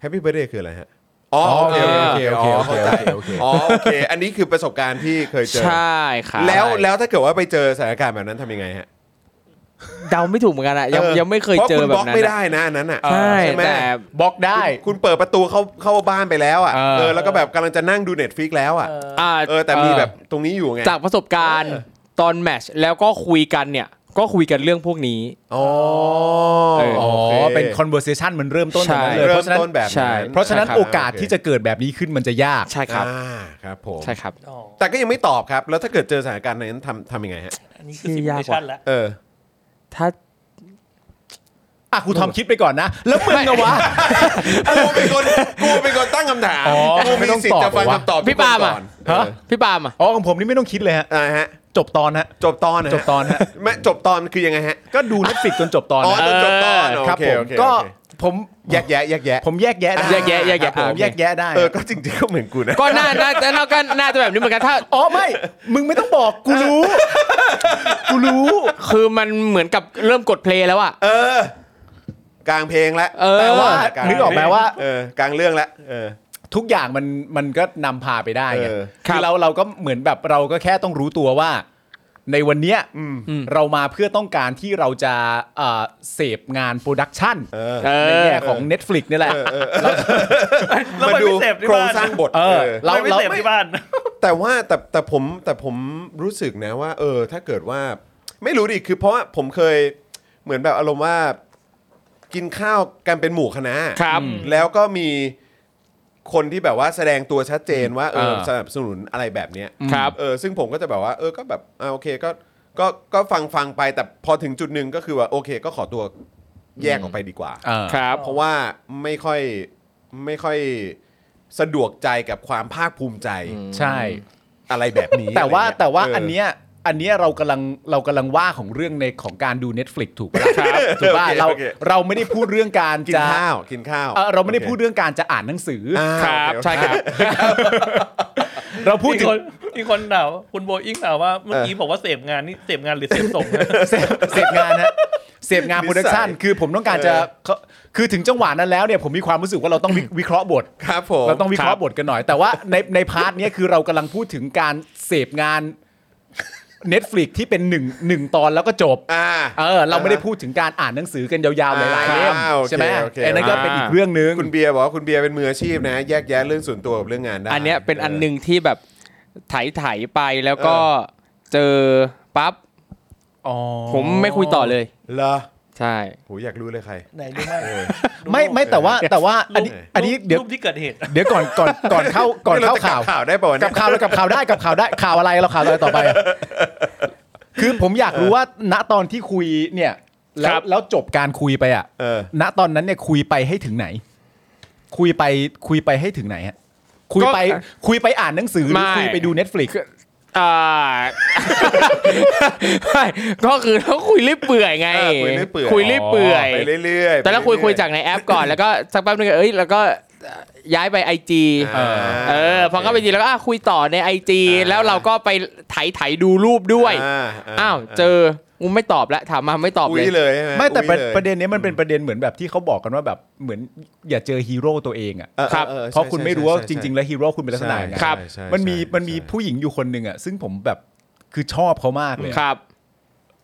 Speaker 1: แฮปปี้เบ t ร์ a เดย์คืออะไรฮะอ๋อโอเคโอเคโอเคโอเคเข้าใจ
Speaker 3: โอเค
Speaker 1: อ๋อโอเค อันนี้คือประสบการณ์ที่เคยเจอ
Speaker 4: ใช่ครับ
Speaker 1: แล้วแล้วถ้าเกิดว่าไปเจอสถานการณ์แบบนั้นทำยังไงฮะ
Speaker 4: เดาไม่ถูกเหมือนกันอ่ะ ยัง
Speaker 1: ออ
Speaker 4: ยังไม่เคยเจอ
Speaker 1: พราะคุณ
Speaker 4: แบบ บ
Speaker 1: ล็อก
Speaker 4: นั้น
Speaker 1: ไม่
Speaker 4: อะ
Speaker 1: ได้นะอันนั้นอ่ะ
Speaker 4: ใช่
Speaker 1: ไหม
Speaker 4: แต่
Speaker 3: บล็อกได้
Speaker 1: คุณเปิดประตูเข้าเข้าบ้านไปแล้วอ่ะ
Speaker 3: เออ
Speaker 1: เออแล้วก็แบบกำลังจะนั่งดู Netflix แล้วอ่ะ
Speaker 4: อ่า
Speaker 1: เออแต่มีแบบตรงนี้อยู่ไง
Speaker 4: จากประสบการณ์ตอนแมทชแล้วก็คุยกันเนี่ย ก็คุยกันเรื่องพวกนี้
Speaker 1: อ๋อ
Speaker 4: เออ
Speaker 1: โอ
Speaker 3: อ๋อ
Speaker 1: ค
Speaker 3: เป็น conversation เหมันเริ่มต้นแบบนั้นเลย
Speaker 1: เริ่ม
Speaker 3: เพราะฉะนั้น
Speaker 1: ต้นแบบ
Speaker 4: ใช่
Speaker 1: นั้น
Speaker 3: เพราะฉะนั้น
Speaker 1: คบ
Speaker 3: โอกาสที่
Speaker 1: โ
Speaker 3: จะเกิดแบบนี้ขึ้นมันจะยาก
Speaker 4: ใช่
Speaker 1: อเค
Speaker 4: ครับ
Speaker 1: อ่าครับผม
Speaker 4: ใช่ครับ
Speaker 5: อ๋อ
Speaker 1: แต่ก็ยังไม่ตอบครับ แล้วถ้าเกิดเจอสถานการณ์นั้นทำทำยังไงฮะ
Speaker 5: อันนี้คือ
Speaker 4: ชื่
Speaker 5: ซิ
Speaker 4: อ
Speaker 5: มู
Speaker 4: ยาก
Speaker 5: เล
Speaker 4: ว่ะ
Speaker 5: ชันแล้ว
Speaker 1: เออ
Speaker 4: ถ้า
Speaker 3: อ่ะครูทอมคิดไปก่อนนะ แล้วมึงอะวะ
Speaker 1: กูเป็นคนกูเป็นคนตั้งคำถาม
Speaker 3: อ๋อ
Speaker 1: กู
Speaker 3: ไม่
Speaker 1: มี
Speaker 3: ต้อง
Speaker 1: สิทธิ์จะฟัง
Speaker 3: ตอบเหรอวะ
Speaker 1: คำตอบทุกคน
Speaker 4: พี่ปาล์ม
Speaker 1: ก่
Speaker 4: อะ
Speaker 1: อน
Speaker 3: ฮะ
Speaker 4: พี่ปาล์มอ่ะ
Speaker 3: อ๋อของผมนี่ไม่ต้องคิดเลยฮะ
Speaker 1: เอออ่าฮะ
Speaker 3: จบตอนฮะ
Speaker 1: จบตอนนะฮะ
Speaker 3: จบตอนฮะ
Speaker 1: ไม่จบตอนคือยังไงฮะ
Speaker 3: ก็ดู Netflix จนจบตอน
Speaker 1: อ๋อ
Speaker 3: นะ
Speaker 1: จนจบตอน
Speaker 3: ครับ
Speaker 1: โอ
Speaker 3: ผม
Speaker 1: เโอเค
Speaker 3: ก็
Speaker 1: โอเค
Speaker 3: ผม
Speaker 1: แยกแยะแยกแยะ
Speaker 3: ผมแยกแยะได้
Speaker 4: แยกแยะแยกแยะ
Speaker 3: ผม
Speaker 4: โอเค
Speaker 3: แยกแยะได้
Speaker 1: เออก็จริงๆก็เหมือนกูนะ
Speaker 4: ก็น่าน่าจะน่าก็น่าจะแบบนี้เหมือนกันถ้า
Speaker 3: อ๋อไม่ มึงไม่ต้องบอกกูรู้ กูรู้
Speaker 4: คือมันเหมือนกับเริ่มกดเพลย์แล้วอ่ะ
Speaker 1: เออกลางเพลงแล้ว
Speaker 4: เออ
Speaker 3: แต่ว่านึกออกไหมว่า
Speaker 1: เออกลางเรื่องแล้วเออ
Speaker 3: ทุกอย่างมันมันก็นำพาไปได้ไง
Speaker 1: เออ
Speaker 3: คือเราเราก็เหมือนแบบเราก็แค่ต้องรู้ตัวว่า ในวันเนี้ยเรามาเพื่อต้องการที่เราจะเอ่อเสพงานโปรดักชัน
Speaker 1: เออ
Speaker 4: เอ
Speaker 3: ใน
Speaker 4: อ
Speaker 3: แง่ของ Netflix นี่แหละ
Speaker 5: แล้วมัน
Speaker 1: มาดู
Speaker 5: ไม่เสพที่
Speaker 1: โครง
Speaker 5: บ้าน
Speaker 1: สร้างบท
Speaker 3: เออ
Speaker 1: เออ
Speaker 3: เรา
Speaker 5: เราไม่
Speaker 3: เรา
Speaker 5: เสพที่บ้าน
Speaker 1: แต่ว่าแต่แต่ผมแต่ผมรู้สึกนะว่า เออ ถ้าเกิดว่า ไม่รู้ดิคือเพราะว่าผมเคยเหมือนแบบอารมณ์ว่า กินข้าวกันเป็นหมู่คณะ
Speaker 4: ครับ
Speaker 1: แล้วก็มีคนที่แบบว่าแสดงตัวชัดเจนว่าเออ
Speaker 3: เออ
Speaker 1: สนับสนุนอะไรแบบเนี้ย
Speaker 4: ครับ
Speaker 1: เออซึ่งผมก็จะแบบว่าเออก็แบบอ่าโอเคก็ก็ก็ฟังฟังไปแต่พอถึงจุดหนึ่งก็คือว่าโอเค ก็ขอตัวแยกออกไปดีกว่า
Speaker 3: เออ
Speaker 4: ครับ
Speaker 1: เพราะว่าไม่ค่อยไม่ค่อยสะดวกใจกับความภาคภูมิใจ
Speaker 3: ใช่
Speaker 1: อะไรแบบนี้
Speaker 3: แต่ว่า
Speaker 1: ะไรเงี้ย
Speaker 3: แต่ว่า
Speaker 1: เ
Speaker 3: อันเนี้ยอันเนี้ยเรากำลังเรากำลังว่าของเรื่องในของการดู Netflix ถูกปะล่ะ
Speaker 4: ครับ
Speaker 3: ถูกป่ะ
Speaker 1: โอเค
Speaker 3: เรา
Speaker 1: โอเค
Speaker 3: เราไม่ได้พูดเรื่องการ
Speaker 1: กิน
Speaker 3: จะ
Speaker 1: ข้าวกินข้าว
Speaker 3: เอ่อเราไม่ได้
Speaker 1: โอค
Speaker 3: พูดเรื่องการจะอ่านหนังสืออ
Speaker 1: อ่า
Speaker 4: ครับ
Speaker 1: โอเ
Speaker 4: ใช่ครับ
Speaker 3: เราพูดถึง
Speaker 5: อีกคนอีกคนถามคุณโบอิงถามว่าเมื่อกี้บอกว่าเสพงานนี่เสพงานหรือเสพส่งนะ
Speaker 3: เสพเสพงานฮะเสพงานโปรดักชัน
Speaker 1: นิสัย
Speaker 3: คือผมต้องการจะเขาคือถึงจังหวะนั้นแล้วเนี่ยผมมีความรู้สึกว่าเราต้องวิ วิเคราะห์บท
Speaker 1: ครับผม
Speaker 3: เราต้องวิเคราะห์บทกันหน่อย แต่ว่าในในพาร์ทเนี้ยคือเรากำลังพูดถึงการเสพงาน Netflix ที่เป็นหนึ่งหนึ่งตอนแล้วก็จบ
Speaker 1: อ่า
Speaker 3: เออเราไม่ได้พูดถึงการอ่านหนังสือกันยาวๆหลายๆเล่ม
Speaker 1: อ่าโอเค
Speaker 3: ใช่ไหม
Speaker 1: โอเค
Speaker 3: ไอ้นั่นก็เป็นอีกเรื่องหนึง
Speaker 1: คุณเบียร์บอกว่าคุณเบียร์เป็นมืออาชีพนะ แยกแยะเรื่องส่วนตัวกับเรื่องงานได้
Speaker 4: อั
Speaker 1: อั
Speaker 4: นเนี้ยเป็นอันหนึ่งที่แบบไถไถๆไปแล้วก็เจอปั๊บผมไม่คุยต่อเลย
Speaker 1: เหรอ
Speaker 4: ใช่
Speaker 1: โหอยากรู้เลยใคร
Speaker 5: ไหนรู้ไหมาก
Speaker 1: เออ
Speaker 3: ไม่ไม่แต่ว่าแต่ว่าอันนี้
Speaker 1: รูปไหน
Speaker 3: อันนี้เดี๋ยว
Speaker 5: รูปที่เกิดเหตุ
Speaker 3: เดี๋ยวก่อนก่อนก่อนเข้าก่อนเข้า
Speaker 1: จะลับ
Speaker 3: ข่าว
Speaker 1: ข่าวได้ป่าวะ
Speaker 3: กั
Speaker 1: เนี่
Speaker 3: บ
Speaker 1: ย
Speaker 3: ข่าวแล้วกับข่าวได้กับข่าวได้ข่าวอะไรเราข่าวอะไรต่อไป คือผมอยากรู้ว่าณตอนที่คุยเนี่ยแล้
Speaker 4: คว รับ
Speaker 3: แล้วจบการคุยไปอ่ะ
Speaker 1: เออ
Speaker 3: ณตอนนั้นเนี่ยคุยไปให้ถึงไหน คุยไปคุยไปให้ถึงไหนฮะคุยไปคุยไปอ่านหนังสือหรือ
Speaker 4: ไม่
Speaker 3: คุยไปดู Netflix
Speaker 4: อ่า ไม่ [LAUGHS] ก็คือต้องคุยเรื่อยเปื่อยไง
Speaker 1: เออคุยเรื่อยเปื่อย
Speaker 4: คุยเรื่อยเปื่อย
Speaker 1: ไปเรื่อยๆ
Speaker 4: แต่ละคุย
Speaker 1: ไป
Speaker 4: คุย
Speaker 1: เรื่อ
Speaker 4: จากในแอปก่อน แล้วก็สักแป๊บนึงก็เอ้ยแล้วก็ย้ายไปไอจี
Speaker 1: อ่า
Speaker 4: เออพอเข้าไปจีแล้วก็อ่ะคุยต่อในไอจี
Speaker 1: อ่า
Speaker 4: แล้วเราก็ไปไถไถดูรูปด้วย
Speaker 1: อ่า
Speaker 4: อ้าวเจอกูไม่ตอบแล้วถามมาไม่ตอบ
Speaker 1: คุ
Speaker 4: เลยย
Speaker 1: เลยใช่ห
Speaker 3: ไม่แต่ประ
Speaker 1: คุยลย
Speaker 3: ประเด็นเนี้ยมันเป็นประเด็นเหมือนแบบที่เขาบอกกันว่าแบบเหมือนอย่าเจอฮีโร่ตัวเองอ่ะ
Speaker 1: ออออ
Speaker 4: ครับ
Speaker 1: ออ
Speaker 3: เพราะคุณไม่รู้ว่า
Speaker 1: ใช่
Speaker 3: จ
Speaker 1: ใช่
Speaker 3: ริง ๆ แล้วฮีโร่คุณเป็นลักษณะยังไง
Speaker 1: ครับใช่
Speaker 3: มันมี
Speaker 1: ใช่
Speaker 3: มันมี
Speaker 1: ใช่
Speaker 3: ผู้หญิงอยู่คนหนึ่งอ่ะซึ่งผมแบบคือชอบเขามากเลยอะ
Speaker 4: ครับ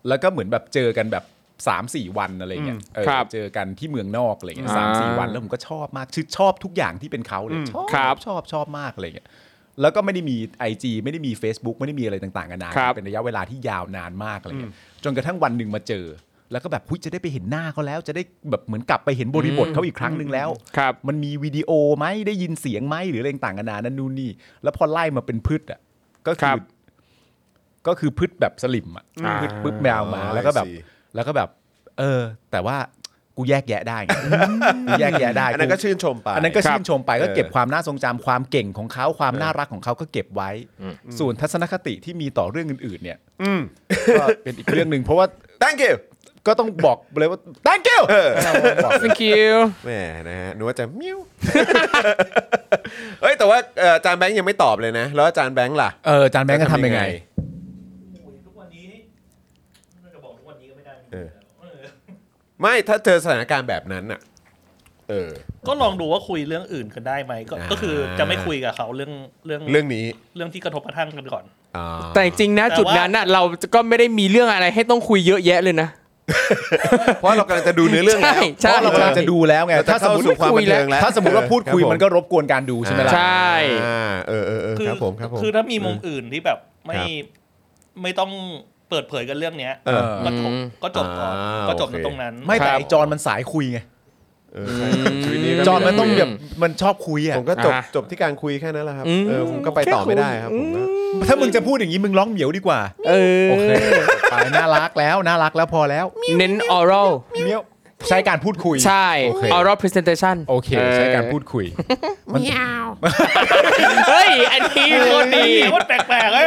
Speaker 3: แล้วก็เหมือนแบบเจอกันแบบ3ามสี่วันอะไรเงี้ยเออ
Speaker 4: ครับ
Speaker 3: เจอกันที่เมืองนอกอะไรเงี้ย
Speaker 4: อ่า
Speaker 3: สามสี่วันแล้วผมก็ชอบมากชื่อชอบทุกอย่างที่เป็นเขาเลยชอบ
Speaker 4: ครับ
Speaker 3: ชอบชอบมากอะไรเงี้ยแล้วก็ไม่ได้มี IG ไม่ได้มี Facebook ไม่ได้มีอะไรต่างๆกันานา
Speaker 4: ครับ
Speaker 3: เป็นระยะเวลาที่ยาวนานมากอะไรเงี้ยจนกระทั่งวันหนึ่งมาเจอ แล้วก็แบบหุ้ยจะได้ไปเห็นหน้าเขาแล้ว จะได้แบบเหมือนกลับไปเห็นบริบทเขาอีกครั้งหนึ่งแล้ว
Speaker 4: ครับ
Speaker 3: มันมีวิดีโอไหมได้ยินเสียงไหมหรืออะไรต่างกันานานั่นนู่นนี่แล้วพอไล่มาเป็นพืชอ่ะก็
Speaker 4: ค
Speaker 3: คื
Speaker 4: รั
Speaker 3: อ
Speaker 4: บ
Speaker 3: ก็คือพืชแบบสลิมอ่ะ
Speaker 4: อ่า
Speaker 3: พืชปึ๊บแมวมา
Speaker 1: อ๋อ
Speaker 3: แล้วก็แบบ
Speaker 1: I see
Speaker 3: แล้วก็แบบ เออ แต่ว่ากูแยกแยะได้ไงกูแยกแยะได้
Speaker 1: อันนั้นก็ชื่นชมไป
Speaker 3: อันนั้นก็
Speaker 4: ครับ
Speaker 3: ชื่นชมไปก็
Speaker 1: เออ
Speaker 3: เก็บความน่าทรงจำความเก่งของเขาความน่ารักของเขาก็เก็บไว้ ส่วนทัศนคติที่มีต่อเรื่องอื่น ๆ เนี่ยก็เป็นอีกเรื่องหนึ่งเพราะว่า
Speaker 1: thank you
Speaker 3: ก็ต้องบอกเลยว่า thank you
Speaker 1: เออ
Speaker 3: บอก
Speaker 4: thank you
Speaker 1: แหมนะฮะนึกว่าจะมิ้ว [LAUGHS] เอ้ยแต่ว่าเอ่ออาจารย์แบงค์ยังไม่ตอบเลยนะ แล้วอาจารย์แบงค์ล่ะ
Speaker 3: เอออาจานแบงค์จะทำยังไง
Speaker 5: โอ้ยทุกวันนี้น่าจะบอกทุกวันนี้ก็ไม่ได้นะ
Speaker 1: เออ
Speaker 5: เออ
Speaker 1: ไม่ถ้าเจอสถานการณ์แบบนั้นอ่ะ เออ
Speaker 5: ก็ลองดูว่าคุยเรื่องอื่นกันได้ไหมก็
Speaker 1: อ่า
Speaker 5: ก็คือจะไม่คุยกับเขาเรื่องเรื่อง
Speaker 1: เรื่องนี้
Speaker 5: เรื่องที่กระทบกระทั่งกันก่อน
Speaker 1: อ่า
Speaker 4: แต่จริงๆนะ
Speaker 5: แต่ว่า
Speaker 4: จุดนั้นน่ะเราก็ไม่ได้มีเรื่องอะไรให้ต้องคุยเยอะแยะเลยนะ
Speaker 1: เพราะเรากำลังจะดูเนื้อเรื่องแล้ว
Speaker 4: ใช่ใช่
Speaker 3: เพราะเรากำลังจะดูแล้วไง
Speaker 1: เราจะ
Speaker 3: ถ้าสมมติ
Speaker 1: เข้าสู่ความบันเทิงแล้ว
Speaker 3: ถ้าสมมติว่าพูดคุย
Speaker 1: ครับผม
Speaker 3: มันก็รบกวนการดูใช่ไหมล่ะ
Speaker 4: ใช่
Speaker 1: อ่าเออเออเออครับผมครับผม
Speaker 5: คือถ้ามีมุมอื่นที่แบบไม่
Speaker 1: ครับ
Speaker 5: ไม่ต้องเปิดเผยกันเรื่องเนี้ย
Speaker 1: เออ
Speaker 5: ก็จบก็จบก่อน
Speaker 1: อ่า
Speaker 5: ก็จบ
Speaker 1: โอเค
Speaker 5: ตรงนั้น
Speaker 3: ไม่แต่
Speaker 4: ครับ
Speaker 3: ไอ้จอนมันสายคุยไง
Speaker 1: เออใช่ชีวิตนี้ก็
Speaker 3: จอนมันต้องแบ
Speaker 4: อื
Speaker 3: บ
Speaker 4: ม
Speaker 3: มันชอบคุยอ่ะ
Speaker 1: ผมก็จบ
Speaker 4: อ่า
Speaker 1: จบที่การคุยแค่นั้นแหละครับ
Speaker 4: อืม
Speaker 1: เออผมก็ไปต่อ
Speaker 4: แค่คุย
Speaker 1: ไม่ได้ครับผมก็
Speaker 3: ถ้ามึงจะพูดอย่างนี้มึงร้องเหมียวดีกว่า
Speaker 4: เออ
Speaker 3: โอเคไปน่ารักแล้วน่ารักแล้วพอแล้ว
Speaker 4: เน้น oral
Speaker 3: เหมียวใช้การพูดคุย
Speaker 4: ใช่
Speaker 3: โอเค
Speaker 4: oral presentation
Speaker 3: โอเค ใช้การพูดคุย
Speaker 4: เฮ้ยอันนี้โคตรดี
Speaker 5: เสียงมันแปลกๆเลย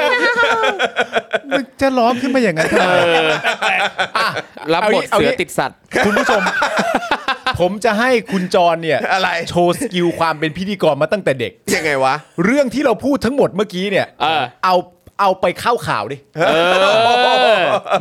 Speaker 3: มึงจะร้องขึ้นมาอย่างนั้นทำไมอ่ะ
Speaker 4: รับบท
Speaker 3: า
Speaker 4: เสือ
Speaker 3: งี้างี้
Speaker 4: ติดสัตว์
Speaker 3: คุณผู้ชม ผมจะให้คุณจอนเนี่ย
Speaker 1: อะไร
Speaker 3: โชว์สกิลความเป็นพิธีกรมาตั้งแต่เด็ก
Speaker 1: ยังไงวะ
Speaker 3: เรื่องที่เราพูดทั้งหมดเมื่อกี้เนี่ย
Speaker 4: เออ
Speaker 3: เอาเอาไปเข้าข่าวดิ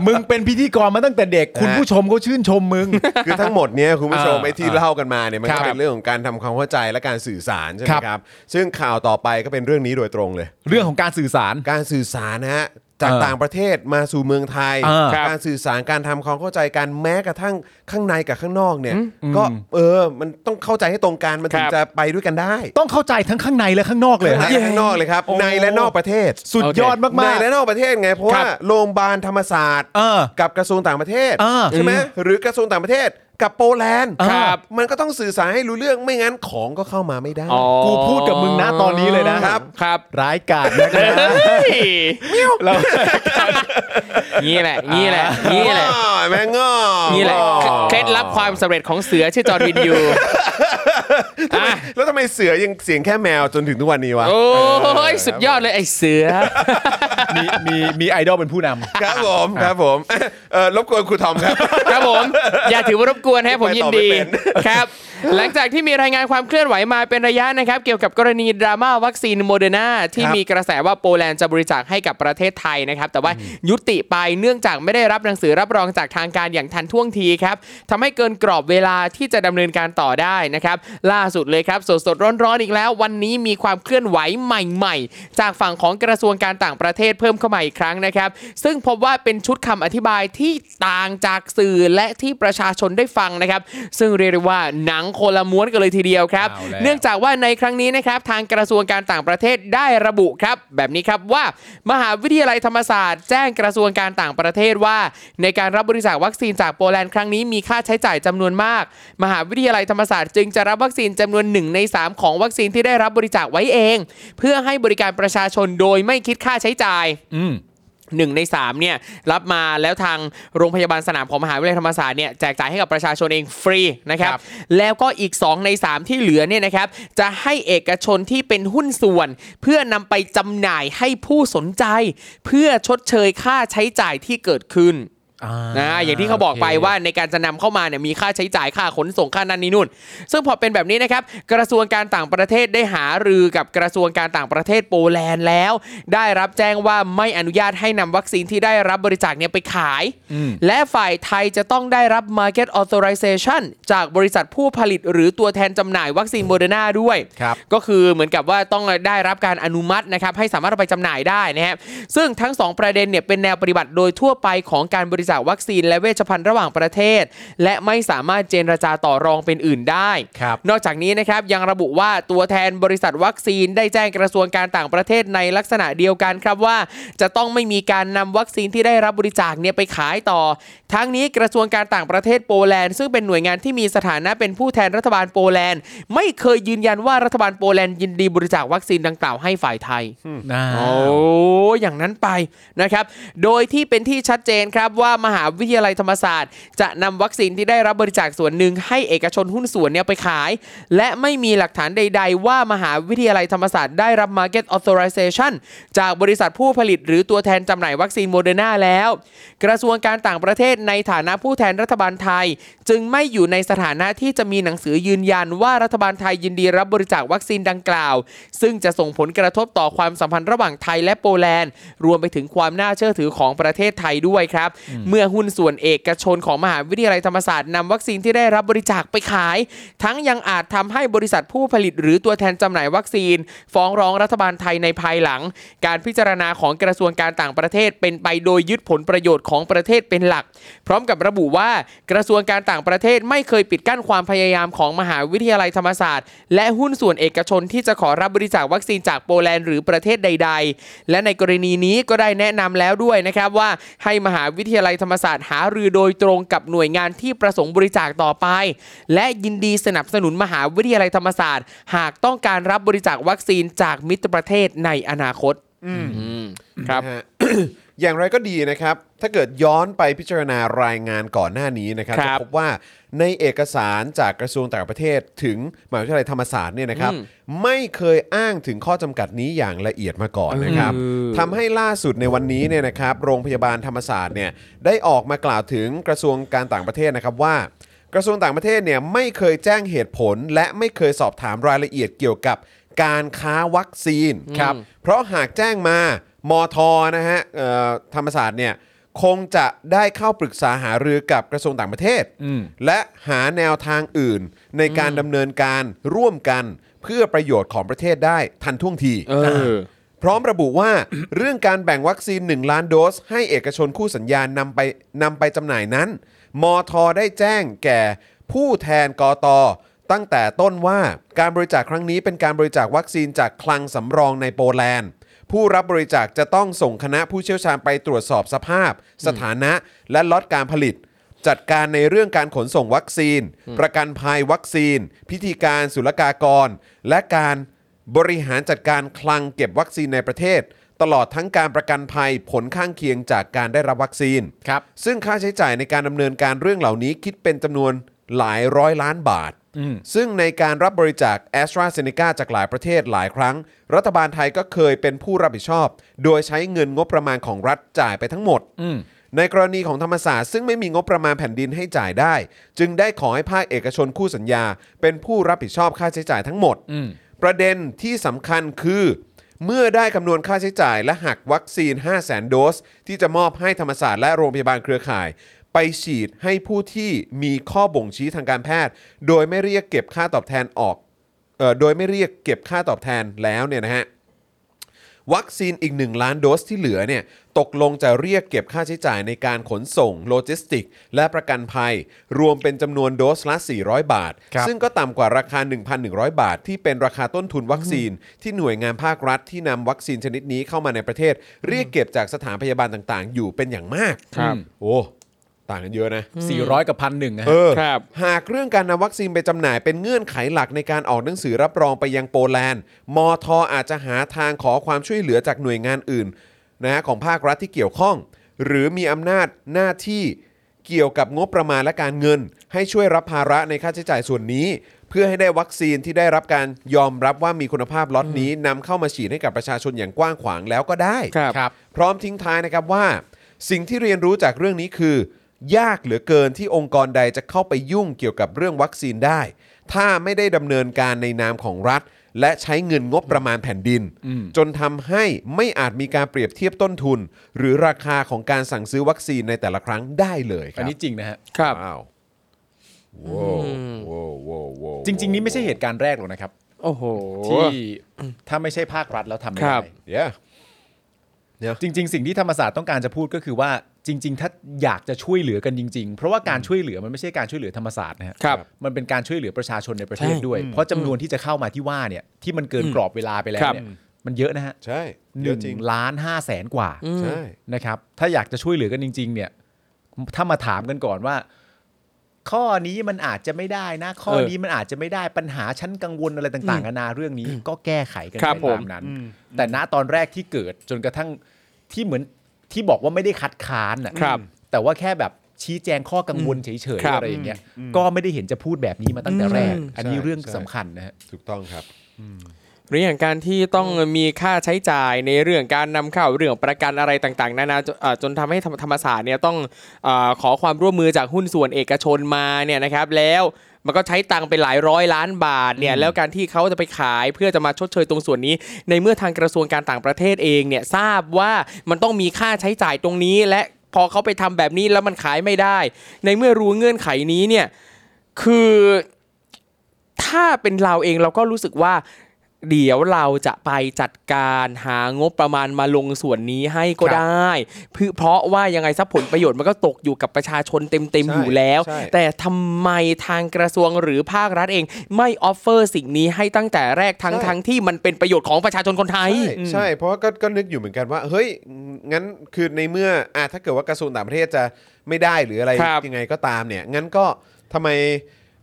Speaker 3: มึงเป็นพิธีกรมาตั้งแต่เด็ก คุณผู้ชมก็ชื่นชมมึง
Speaker 1: คือทั้งหมดเนี้ยคุณผู้ชม
Speaker 3: อ่า
Speaker 1: ไอ้ที่เล่ากันมาเนี่ยมัน
Speaker 3: ครั
Speaker 1: ก็
Speaker 3: บ
Speaker 1: เป็นเรื่องของการทำความเข้าใจและการสื่อสารใช่ไหม
Speaker 3: ครับ
Speaker 1: ครับ ซึ่งข่าวต่อไปก็เป็นเรื่องนี้โดยตรงเลย
Speaker 3: เรื่องของการสื่อสาร
Speaker 1: การสื่อสารนะฮะจาก
Speaker 3: เออ
Speaker 1: ต่างประเทศมาสู่เมืองไทย
Speaker 3: เออ
Speaker 4: ครับ
Speaker 1: การสื่อสารการทำความเข้าใจกันแม้กระทั่งข้างในกับข้างนอกเนี่ย ก็เออมันต้องเข้าใจให้ตรงกันมันถึง
Speaker 4: ครับ
Speaker 1: จะไปด้วยกันได้
Speaker 3: ต้องเข้าใจทั้งข้างในและข้างนอกเลย
Speaker 1: ข้าง
Speaker 3: ฮะ
Speaker 1: ในข้างนอกเลยครับ ในและนอกประเทศ
Speaker 3: สุดยอดมาก
Speaker 1: ใน
Speaker 3: ๆาก
Speaker 1: และนอกประเทศไงเพราะว่า
Speaker 3: ครับ
Speaker 1: โรงพยาบาลธรรมศาสตร์
Speaker 3: เออ
Speaker 1: กับกระทรวงต่างประเทศ
Speaker 3: เออ
Speaker 1: ใช่ไหมหรือกระทรวงต่างประเทศกับโปแลนด์
Speaker 3: ครับ
Speaker 1: มันก็ต้องสื่อสารให้รู้เรื่องไม่งั้นของก็เข้ามาไม่ได้
Speaker 4: อ๋อ
Speaker 3: กูพูดกับมึงนะตอนนี้เลยนะ
Speaker 1: ครับ
Speaker 4: ครับ
Speaker 3: ร้ายกาจนะครั
Speaker 4: เฮ้
Speaker 3: บ
Speaker 4: ย [LAUGHS]
Speaker 3: เรา
Speaker 4: งี้แหละงี้แหละงี้แหละ
Speaker 1: อ้าวแม่งอ้อ
Speaker 4: งี้แหละเคล็ดลับความสำเร็จของเสือชื่อจอร์นวินยูอ่ะ
Speaker 1: แล้วทำไมเสือยังเสียงแค่แมวจนถึงทุกวันนี้วะ
Speaker 4: โอ้ยสุดยอดเลยไอ้เสือ
Speaker 3: มีมีมีไอดอลเป็นผู้นำ
Speaker 1: ครับผมครับผม [LAUGHS] เอ่อรบกวนครูทอมครับ
Speaker 4: ครับผม อย่าถือว่ารบกวนฮะผมยินดี
Speaker 1: ไปต่อไม่เป็น
Speaker 4: ครับ หลังจากที่มีรายงานความเคลื่อนไหวมาเป็นระยะนะครับ เกี่ยวกับกรณีดราม่าวัคซีนโมเดอร์นาที่มีกระแสว่าโปแลนด์จะบริจาคให้กับประเทศไทยนะครับ แต่ว่ายุติไปเนื่องจากไม่ได้รับหนังสือรับรองจากทางการอย่างทันท่วงทีครับทำให้เกินกรอบเวลาที่จะดำเนินการต่อได้นะครับ ล่าสุดเลยครับสดสดๆร้อนๆอีกแล้ว วันนี้มีความเคลื่อนไหวใหม่ ๆ จากฝั่งของกระทรวงการต่างประเทศเพิ่มเข้ามาอีกครั้งนะครับ ซึ่งพบว่าเป็นชุดคำอธิบายที่ต่างจากสื่อและที่ประชาชนได้ฟังนะครับ ซึ่งเรียกได้ว่าหนังคนละม้วนกันเลยทีเดียวครับ
Speaker 3: เอาแล้ว
Speaker 4: เนื่องจากว่าในครั้งนี้นะครับ ทางกระทรวงการต่างประเทศได้ระบุครับ แบบนี้ครับว่า มหาวิทยาลัยธรรมศาสตร์แจ้งกระทรวงการต่างประเทศว่า ในการรับบริจาควัคซีนจากโปแลนด์ครั้งนี้มีค่าใช้จ่ายจำนวนมาก มหาวิทยาลัยธรรมศาสตร์จึงจะรับวัคซีนจำนวนหนึ่งในสามของวัคซีนที่ได้รับบริจาคไว้เอง เพื่อให้บริการประชาชนโดยไม่คิดค่าใช้จ่าย
Speaker 3: อืม
Speaker 4: หนึ่งในสามเนี่ยรับมาแล้วทางโรงพยาบาลสนามของมหาวิทยาลัยธรรมศาสตร์เนี่ยแจกจ่ายให้กับประชาชนเองฟรีนะครับ
Speaker 3: ครับ
Speaker 4: แล้วก็อีก 2 ใน 3 ที่เหลือเนี่ยนะครับจะให้เอกชนที่เป็นหุ้นส่วน เพื่อนำไปจำหน่ายให้ผู้สนใจ เพื่อชดเชยค่าใช้จ่ายที่เกิดขึ้น นะอย่างที่เขาบอกไปว่าในการจะนำเข้ามาเนี่ยมีค่าใช้จ่ายค่าขนส่งค่านั่นนี่นู่น ซึ่งพอเป็นแบบนี้นะครับกระทรวงการต่างประเทศได้หารือกับกระทรวงการต่างประเทศโปแลนด์แล้ว ได้รับแจ้งว่าไม่อนุญาตให้นำวัคซีนที่ได้รับบริจาคเนี่ยไปขาย
Speaker 3: อืม
Speaker 4: และฝ่ายไทยจะต้องได้รับ market authorization จากบริษัทผู้ผลิตหรือตัวแทนจำหน่ายวัคซีนโมเดอร์นาด้วย
Speaker 3: ครับ
Speaker 4: ก็คือเหมือนกับว่าต้องได้รับการอนุมัตินะครับให้สามารถเอาไปจำหน่ายได้นะฮะซึ่งทั้ง 2 ประเด็นเนี่ยเป็นแนวปฏิบัติโดยทั่วไปของการบริจาควัคซีนและเวชภัณฑ์ระหว่างประเทศ และไม่สามารถเจรจาต่อรองเป็นอื่นได้
Speaker 3: ครับ
Speaker 4: นอกจากนี้นะครับยังระบุว่าตัวแทนบริษัทวัคซีนได้แจ้งกระทรวงการต่างประเทศในลักษณะเดียวกันครับว่า จะต้องไม่มีการนำวัคซีนที่ได้รับบริจาคเนี่ยไปขายต่อ ทั้งนี้กระทรวงการต่างประเทศโปแลนด์ซึ่งเป็นหน่วยงานที่มีสถานะเป็นผู้แทนรัฐบาลโปแลนด์ ไม่เคยยืนยันว่ารัฐบาลโปแลนด์ยินดีบริจาควัคซีนดังกล่าวให้ฝ่ายไทย
Speaker 3: น่า
Speaker 4: โอ้อย่างนั้นไปนะครับ โดยที่เป็นที่ชัดเจนครับว่ามหาวิทยาลัยธรรมศาสตร์ จะนำวัคซีนที่ได้รับบริจาคส่วนหนึ่งให้เอกชนหุ้นส่วนเนี่ยไปขาย และไม่มีหลักฐานใด ๆ ว่ามหาวิทยาลัยธรรมศาสตร์ได้รับ Market Authorization จากบริษัทผู้ผลิตหรือตัวแทนจำหน่ายวัคซีนโมเดอร์นาแล้ว กระทรวงการต่างประเทศในฐานะผู้แทนรัฐบาลไทย จึงไม่อยู่ในสถานะที่จะมีหนังสือยืนยันว่ารัฐบาลไทยยินดีรับบริจาควัคซีนดังกล่าว ซึ่งจะส่งผลกระทบต่อความสัมพันธ์ระหว่างไทยและโปแลนด์ รวมไปถึงความน่าเชื่อถือของประเทศไทยด้วยครับ เมื่อหุ้นส่วนเอกชนของมหาวิทยาลัยธรรมศาสตร์นำวัคซีนที่ได้รับบริจาคไปขาย ทั้งยังอาจทำให้บริษัทผู้ผลิตหรือตัวแทนจำหน่ายวัคซีน ฟ้องร้องรัฐบาลไทยในภายหลัง การพิจารณาของกระทรวงการต่างประเทศเป็นไปโดยยึดผลประโยชน์ของประเทศเป็นหลัก พร้อมกับระบุว่ากระทรวงการต่างประเทศไม่เคยปิดกั้นความพยายามของมหาวิทยาลัยธรรมศาสตร์ และหุ้นส่วนเอกชนที่จะขอรับบริจาควัคซีนจากโปแลนด์หรือประเทศใด ๆ และในกรณีนี้ก็ได้แนะนำแล้วด้วยนะครับว่าให้มหาวิทยาลัยธรรมศาสตร์หารือโดยตรงกับหน่วยงานที่ประสงค์บริจาคต่อไป และยินดีสนับสนุนมหาวิทยาลัยธรรมศาสตร์ หากต้องการรับบริจาควัคซีนจากมิตรประเทศในอนาคตอืมครับ
Speaker 1: นะฮะ [COUGHS] อย่างไรก็ดีนะครับ ถ้าเกิดย้อนไปพิจารณารายงานก่อนหน้านี้นะครับ
Speaker 4: ค
Speaker 1: จะ
Speaker 4: รับ
Speaker 1: พบว่าในเอกสารจากกระทรวงต่างประเทศถึงมหาวิทยาลัยธรรมศาสตร์เนี่ยนะครับ
Speaker 4: อืม
Speaker 1: ไม่เคยอ้างถึงข้อจำกัดนี้อย่างละเอียดมาก่อนนะครับ
Speaker 4: เออ
Speaker 1: ทำให้ล่าสุดในวันนี้เนี่ยนะครับ โรงพยาบาลธรรมศาสตร์เนี่ยได้ออกมากล่าวถึงกระทรวงการต่างประเทศนะครับว่า กระทรวงต่างประเทศเนี่ยไม่เคยแจ้งเหตุผล และไม่เคยสอบถามรายละเอียดเกี่ยวกับการค้าวัคซีนครับ เพราะหากแจ้งมามทนะฮะเอ่อธรรมศาสตร์เนี่ยคงจะได้เข้าปรึกษาหารือกับกระทรวงต่างประเทศ
Speaker 3: อืม
Speaker 1: และหาแนวทางอื่นในการดำเนินการร่วมกันเพื่อประโยชน์ของประเทศได้ทันท่วงที
Speaker 4: เออ
Speaker 1: พร้อมระบุว่า เรื่องการแบ่งวัคซีน 1 ล้านโดส ให้เอกชนคู่สัญญานำไปนำไปจำหน่ายนั้น มทได้แจ้งแก่ผู้แทนกตตั้งแต่ต้นว่าการบริจาคครั้งนี้เป็นการบริจาควัคซีนจากคลังสำรองในโปแลนด์ ผู้รับบริจาคจะต้องส่งคณะผู้เชี่ยวชาญไปตรวจสอบสภาพ สถานะและล็อตการผลิต จัดการในเรื่องการขนส่งวัคซีน ประกันภัยวัคซีน พิธีการศุลกากร และการ บริหารจัดการคลังเก็บวัคซีนในประเทศ ตลอดทั้งการประกันภัยผลข้างเคียงจากการได้รับวัคซีน
Speaker 3: ครับ
Speaker 1: ซึ่งค่าใช้จ่ายในการดำเนินการเรื่องเหล่านี้คิดเป็นจำนวนหลายร้อยล้านบาท ซึ่งในการรับบริจาคแอสตราเซเนกาจากหลายประเทศหลายครั้ง รัฐบาลไทยก็เคยเป็นผู้รับผิดชอบ โดยใช้เงินงบประมาณของรัฐจ่ายไปทั้งหมด ในกรณีของธรรมศาสตร์ซึ่งไม่มีงบประมาณแผ่นดินให้จ่ายได้ จึงได้ขอให้ภาคเอกชนคู่สัญญา เป็นผู้รับผิดชอบค่าใช้จ่ายทั้งหมด ประเด็นที่สำคัญคือ เมื่อได้คำนวณค่าใช้จ่ายและหักวัคซีน 500,000 โดส ที่จะมอบให้ธรรมศาสตร์และโรงพยาบาลเครือข่าย ไปฉีดให้ผู้ที่มีข้อบ่งชี้ทางการแพทย์ โดยไม่เรียกเก็บค่าตอบแทนออกเอ่อโดยไม่เรียกเก็บค่าตอบแทนแล้วเนี่ยนะฮะ วัคซีนอีก 1 ล้านโดสที่เหลือเนี่ยตกลงจะเรียกเก็บค่าใช้จ่ายในการขนส่งโลจิสติก และประกันภัย รวมเป็นจำนวนโดสละ 400 บาท
Speaker 3: ครับ
Speaker 1: ซึ่งก็ต่ำกว่าราคา 1,100 บาท ที่เป็นราคาต้นทุนวัคซีน ที่หน่วยงานภาครัฐที่นำวัคซีนชนิดนี้เข้ามาในประเทศ เรียกเก็บจากสถานพยาบาลต่างๆ อยู่เป็นอย่างมาก
Speaker 4: ครับ
Speaker 1: โอ้ต่างกันเยอะนะ
Speaker 3: สี่ร้อยกับพันหนึ่งนะ
Speaker 1: เอ
Speaker 3: ฮะ
Speaker 1: อ
Speaker 4: ครับ
Speaker 1: หากเรื่องการนำวัคซีนไปจำหน่ายเป็นเงื่อนไขหลักในการออกหนังสือรับรองไปยังโปแลนด์ มทอาจจะหาทางขอความช่วยเหลือจากหน่วยงานอื่น นะฮะของภาครัฐที่เกี่ยวข้อง หรือมีอำนาจหน้าที่เกี่ยวกับงบประมาณและการเงิน ให้ช่วยรับภาระในค่าใช้จ่ายส่วนนี้ เพื่อให้ได้วัคซีนที่ได้รับการยอมรับว่ามีคุณภาพล็อตนี้นำเข้ามาฉีดให้กับประชาชนอย่างกว้างขวางแล้วก็ได้
Speaker 4: ครับ
Speaker 3: ครับ
Speaker 1: พร้อมทิ้งท้ายนะครับว่า สิ่งที่เรียนรู้จากเรื่องนี้คือ ยากเหลือเกินที่องค์กรใดจะเข้าไปยุ่งเกี่ยวกับเรื่องวัคซีนได้ ถ้าไม่ได้ดำเนินการในนามของรัฐ และใช้เงินงบประมาณแผ่นดิน จนทำให้ไม่อาจมีการเปรียบเทียบต้นทุน หรือราคาของการสั่งซื้อวัคซีนในแต่ละครั้งได้เลยค
Speaker 3: อั
Speaker 1: รั
Speaker 3: น
Speaker 1: บ
Speaker 3: นี้จริงนะฮะ
Speaker 4: ครับ
Speaker 1: ว้าวว้าวว้าวว้าวว้าว
Speaker 3: จริง ๆ นี่ไม่ใช่เหตุการณ์แรกหรอกนะครับ
Speaker 4: โอ้โห
Speaker 3: ที่ถ้าไม่ใช่ภาครัฐแล้วทำไม่
Speaker 4: ครั
Speaker 3: ได้
Speaker 4: บ
Speaker 1: เดี๋ยว
Speaker 3: จริง ๆ สิ่งที่ธรรมศาสตร์ต้องการจะพูดก็คือว่าจริง ๆ ถ้าอยากจะช่วยเหลือกันจริง ๆ เพราะว่าการช่วยเหลือมันไม่ใช่การช่วยเหลือธรรมศาสตร์นะฮะ
Speaker 4: ครับ
Speaker 3: มันเป็นการช่วยเหลือประชาชนในประเทศ
Speaker 4: ใช่
Speaker 3: ด้วย เพราะจำนวนที่จะเข้ามาที่ว่าเนี่ยที่มันเกินกรอบเวลาไปแล้ว
Speaker 4: ครับ
Speaker 3: เนี่ยมันเยอะนะฮะ
Speaker 1: ใช่
Speaker 3: ห
Speaker 1: เดี๋ย
Speaker 3: นึ่
Speaker 1: อะจริง
Speaker 3: งล้านห้าแสนกว่า
Speaker 4: อืม
Speaker 1: ใช่
Speaker 3: นะครับถ้าอยากจะช่วยเหลือกันจริง ๆ เนี่ยถ้ามาถามกันก่อนว่า ข้อนี้มันอาจจะไม่ได้นะ ข้อ
Speaker 4: เออ
Speaker 3: นี้มันอาจจะไม่ได้ปัญหาชั้นกังวลอะไรต่างๆนานาเรื่องนี้ ก็แก้ไขกัน
Speaker 4: ครับ
Speaker 3: ไป
Speaker 4: ผม
Speaker 3: ตามนั้น แต่ณตอนแรกที่เกิดจนกระทั่งที่เหมือนที่บอกว่าไม่ได้คัดค้านอ่ะ
Speaker 4: ครับ
Speaker 3: แต่ว่าแค่แบบชี้แจงข้อกังวลเฉย
Speaker 4: ครั
Speaker 3: ๆ
Speaker 4: บ
Speaker 3: อะไรอย่างเงี้ยก็ไม่ได้เห็นจะพูดแบบนี้มาตั้งแต่แรก
Speaker 4: อืม
Speaker 3: อันนี้เรื่องสำคัญนะฮะ
Speaker 1: ถูกต้องครับ
Speaker 4: หรืออย่างการที่ต้องมีค่าใช้จ่ายในเรื่องการนำเข้าเรื่องประกันอะไรต่างๆนานาจนเอ่อจนทำให้ธรรมธรรมศาสตร์เนี่ยต้องเออขอความร่วมมือจากหุ้นส่วนเอกชนมาเนี่ยนะครับ แล้วมันก็ใช้ตังค์ไปหลายร้อยล้านบาทเนี่ยแล้วการที่เขาจะไปขายเพื่อจะมาชดเชยตรงส่วนนี้ ในเมื่อทางกระทรวงการต่างประเทศเองเนี่ยทราบว่ามันต้องมีค่าใช้จ่ายตรงนี้ และพอเขาไปทำแบบนี้แล้วมันขายไม่ได้ ในเมื่อรู้เงื่อนไขนี้เนี่ยคือถ้าเป็นเราเองเราก็รู้สึกว่า เดี๋ยวเราจะไปจัดการหางบประมาณมาลงส่วนนี้ให้ก็
Speaker 3: ครับ
Speaker 4: ได้เพื่อเพราะว่ายังไงทรัพย์ผลประโยชน์มันก็ตกอยู่กับประชาชนเต็ม
Speaker 1: ใช่
Speaker 4: ๆอยู่แล้ว
Speaker 1: ใช่
Speaker 4: แต่ทำไมทางกระทรวงหรือภาครัฐเอง ไม่ออฟเฟอร์สิ่งนี้ให้ตั้งแต่แรกทั้ง
Speaker 1: ใช่
Speaker 4: ทั้งที่มันเป็นประโยชน์ของประชาชนคนไทย
Speaker 1: ใช่ใช่เพราะว่าก็ก็นึกอยู่เหมือนกันว่า เฮ้ยงั้นคือในเมื่ออ่ะถ้าเกิดว่ากระทรวงต่างประเทศจะไม่ได้หรืออะไร
Speaker 4: ครับ
Speaker 1: ยังไงก็ตามเนี่ย งั้นก็ทำไม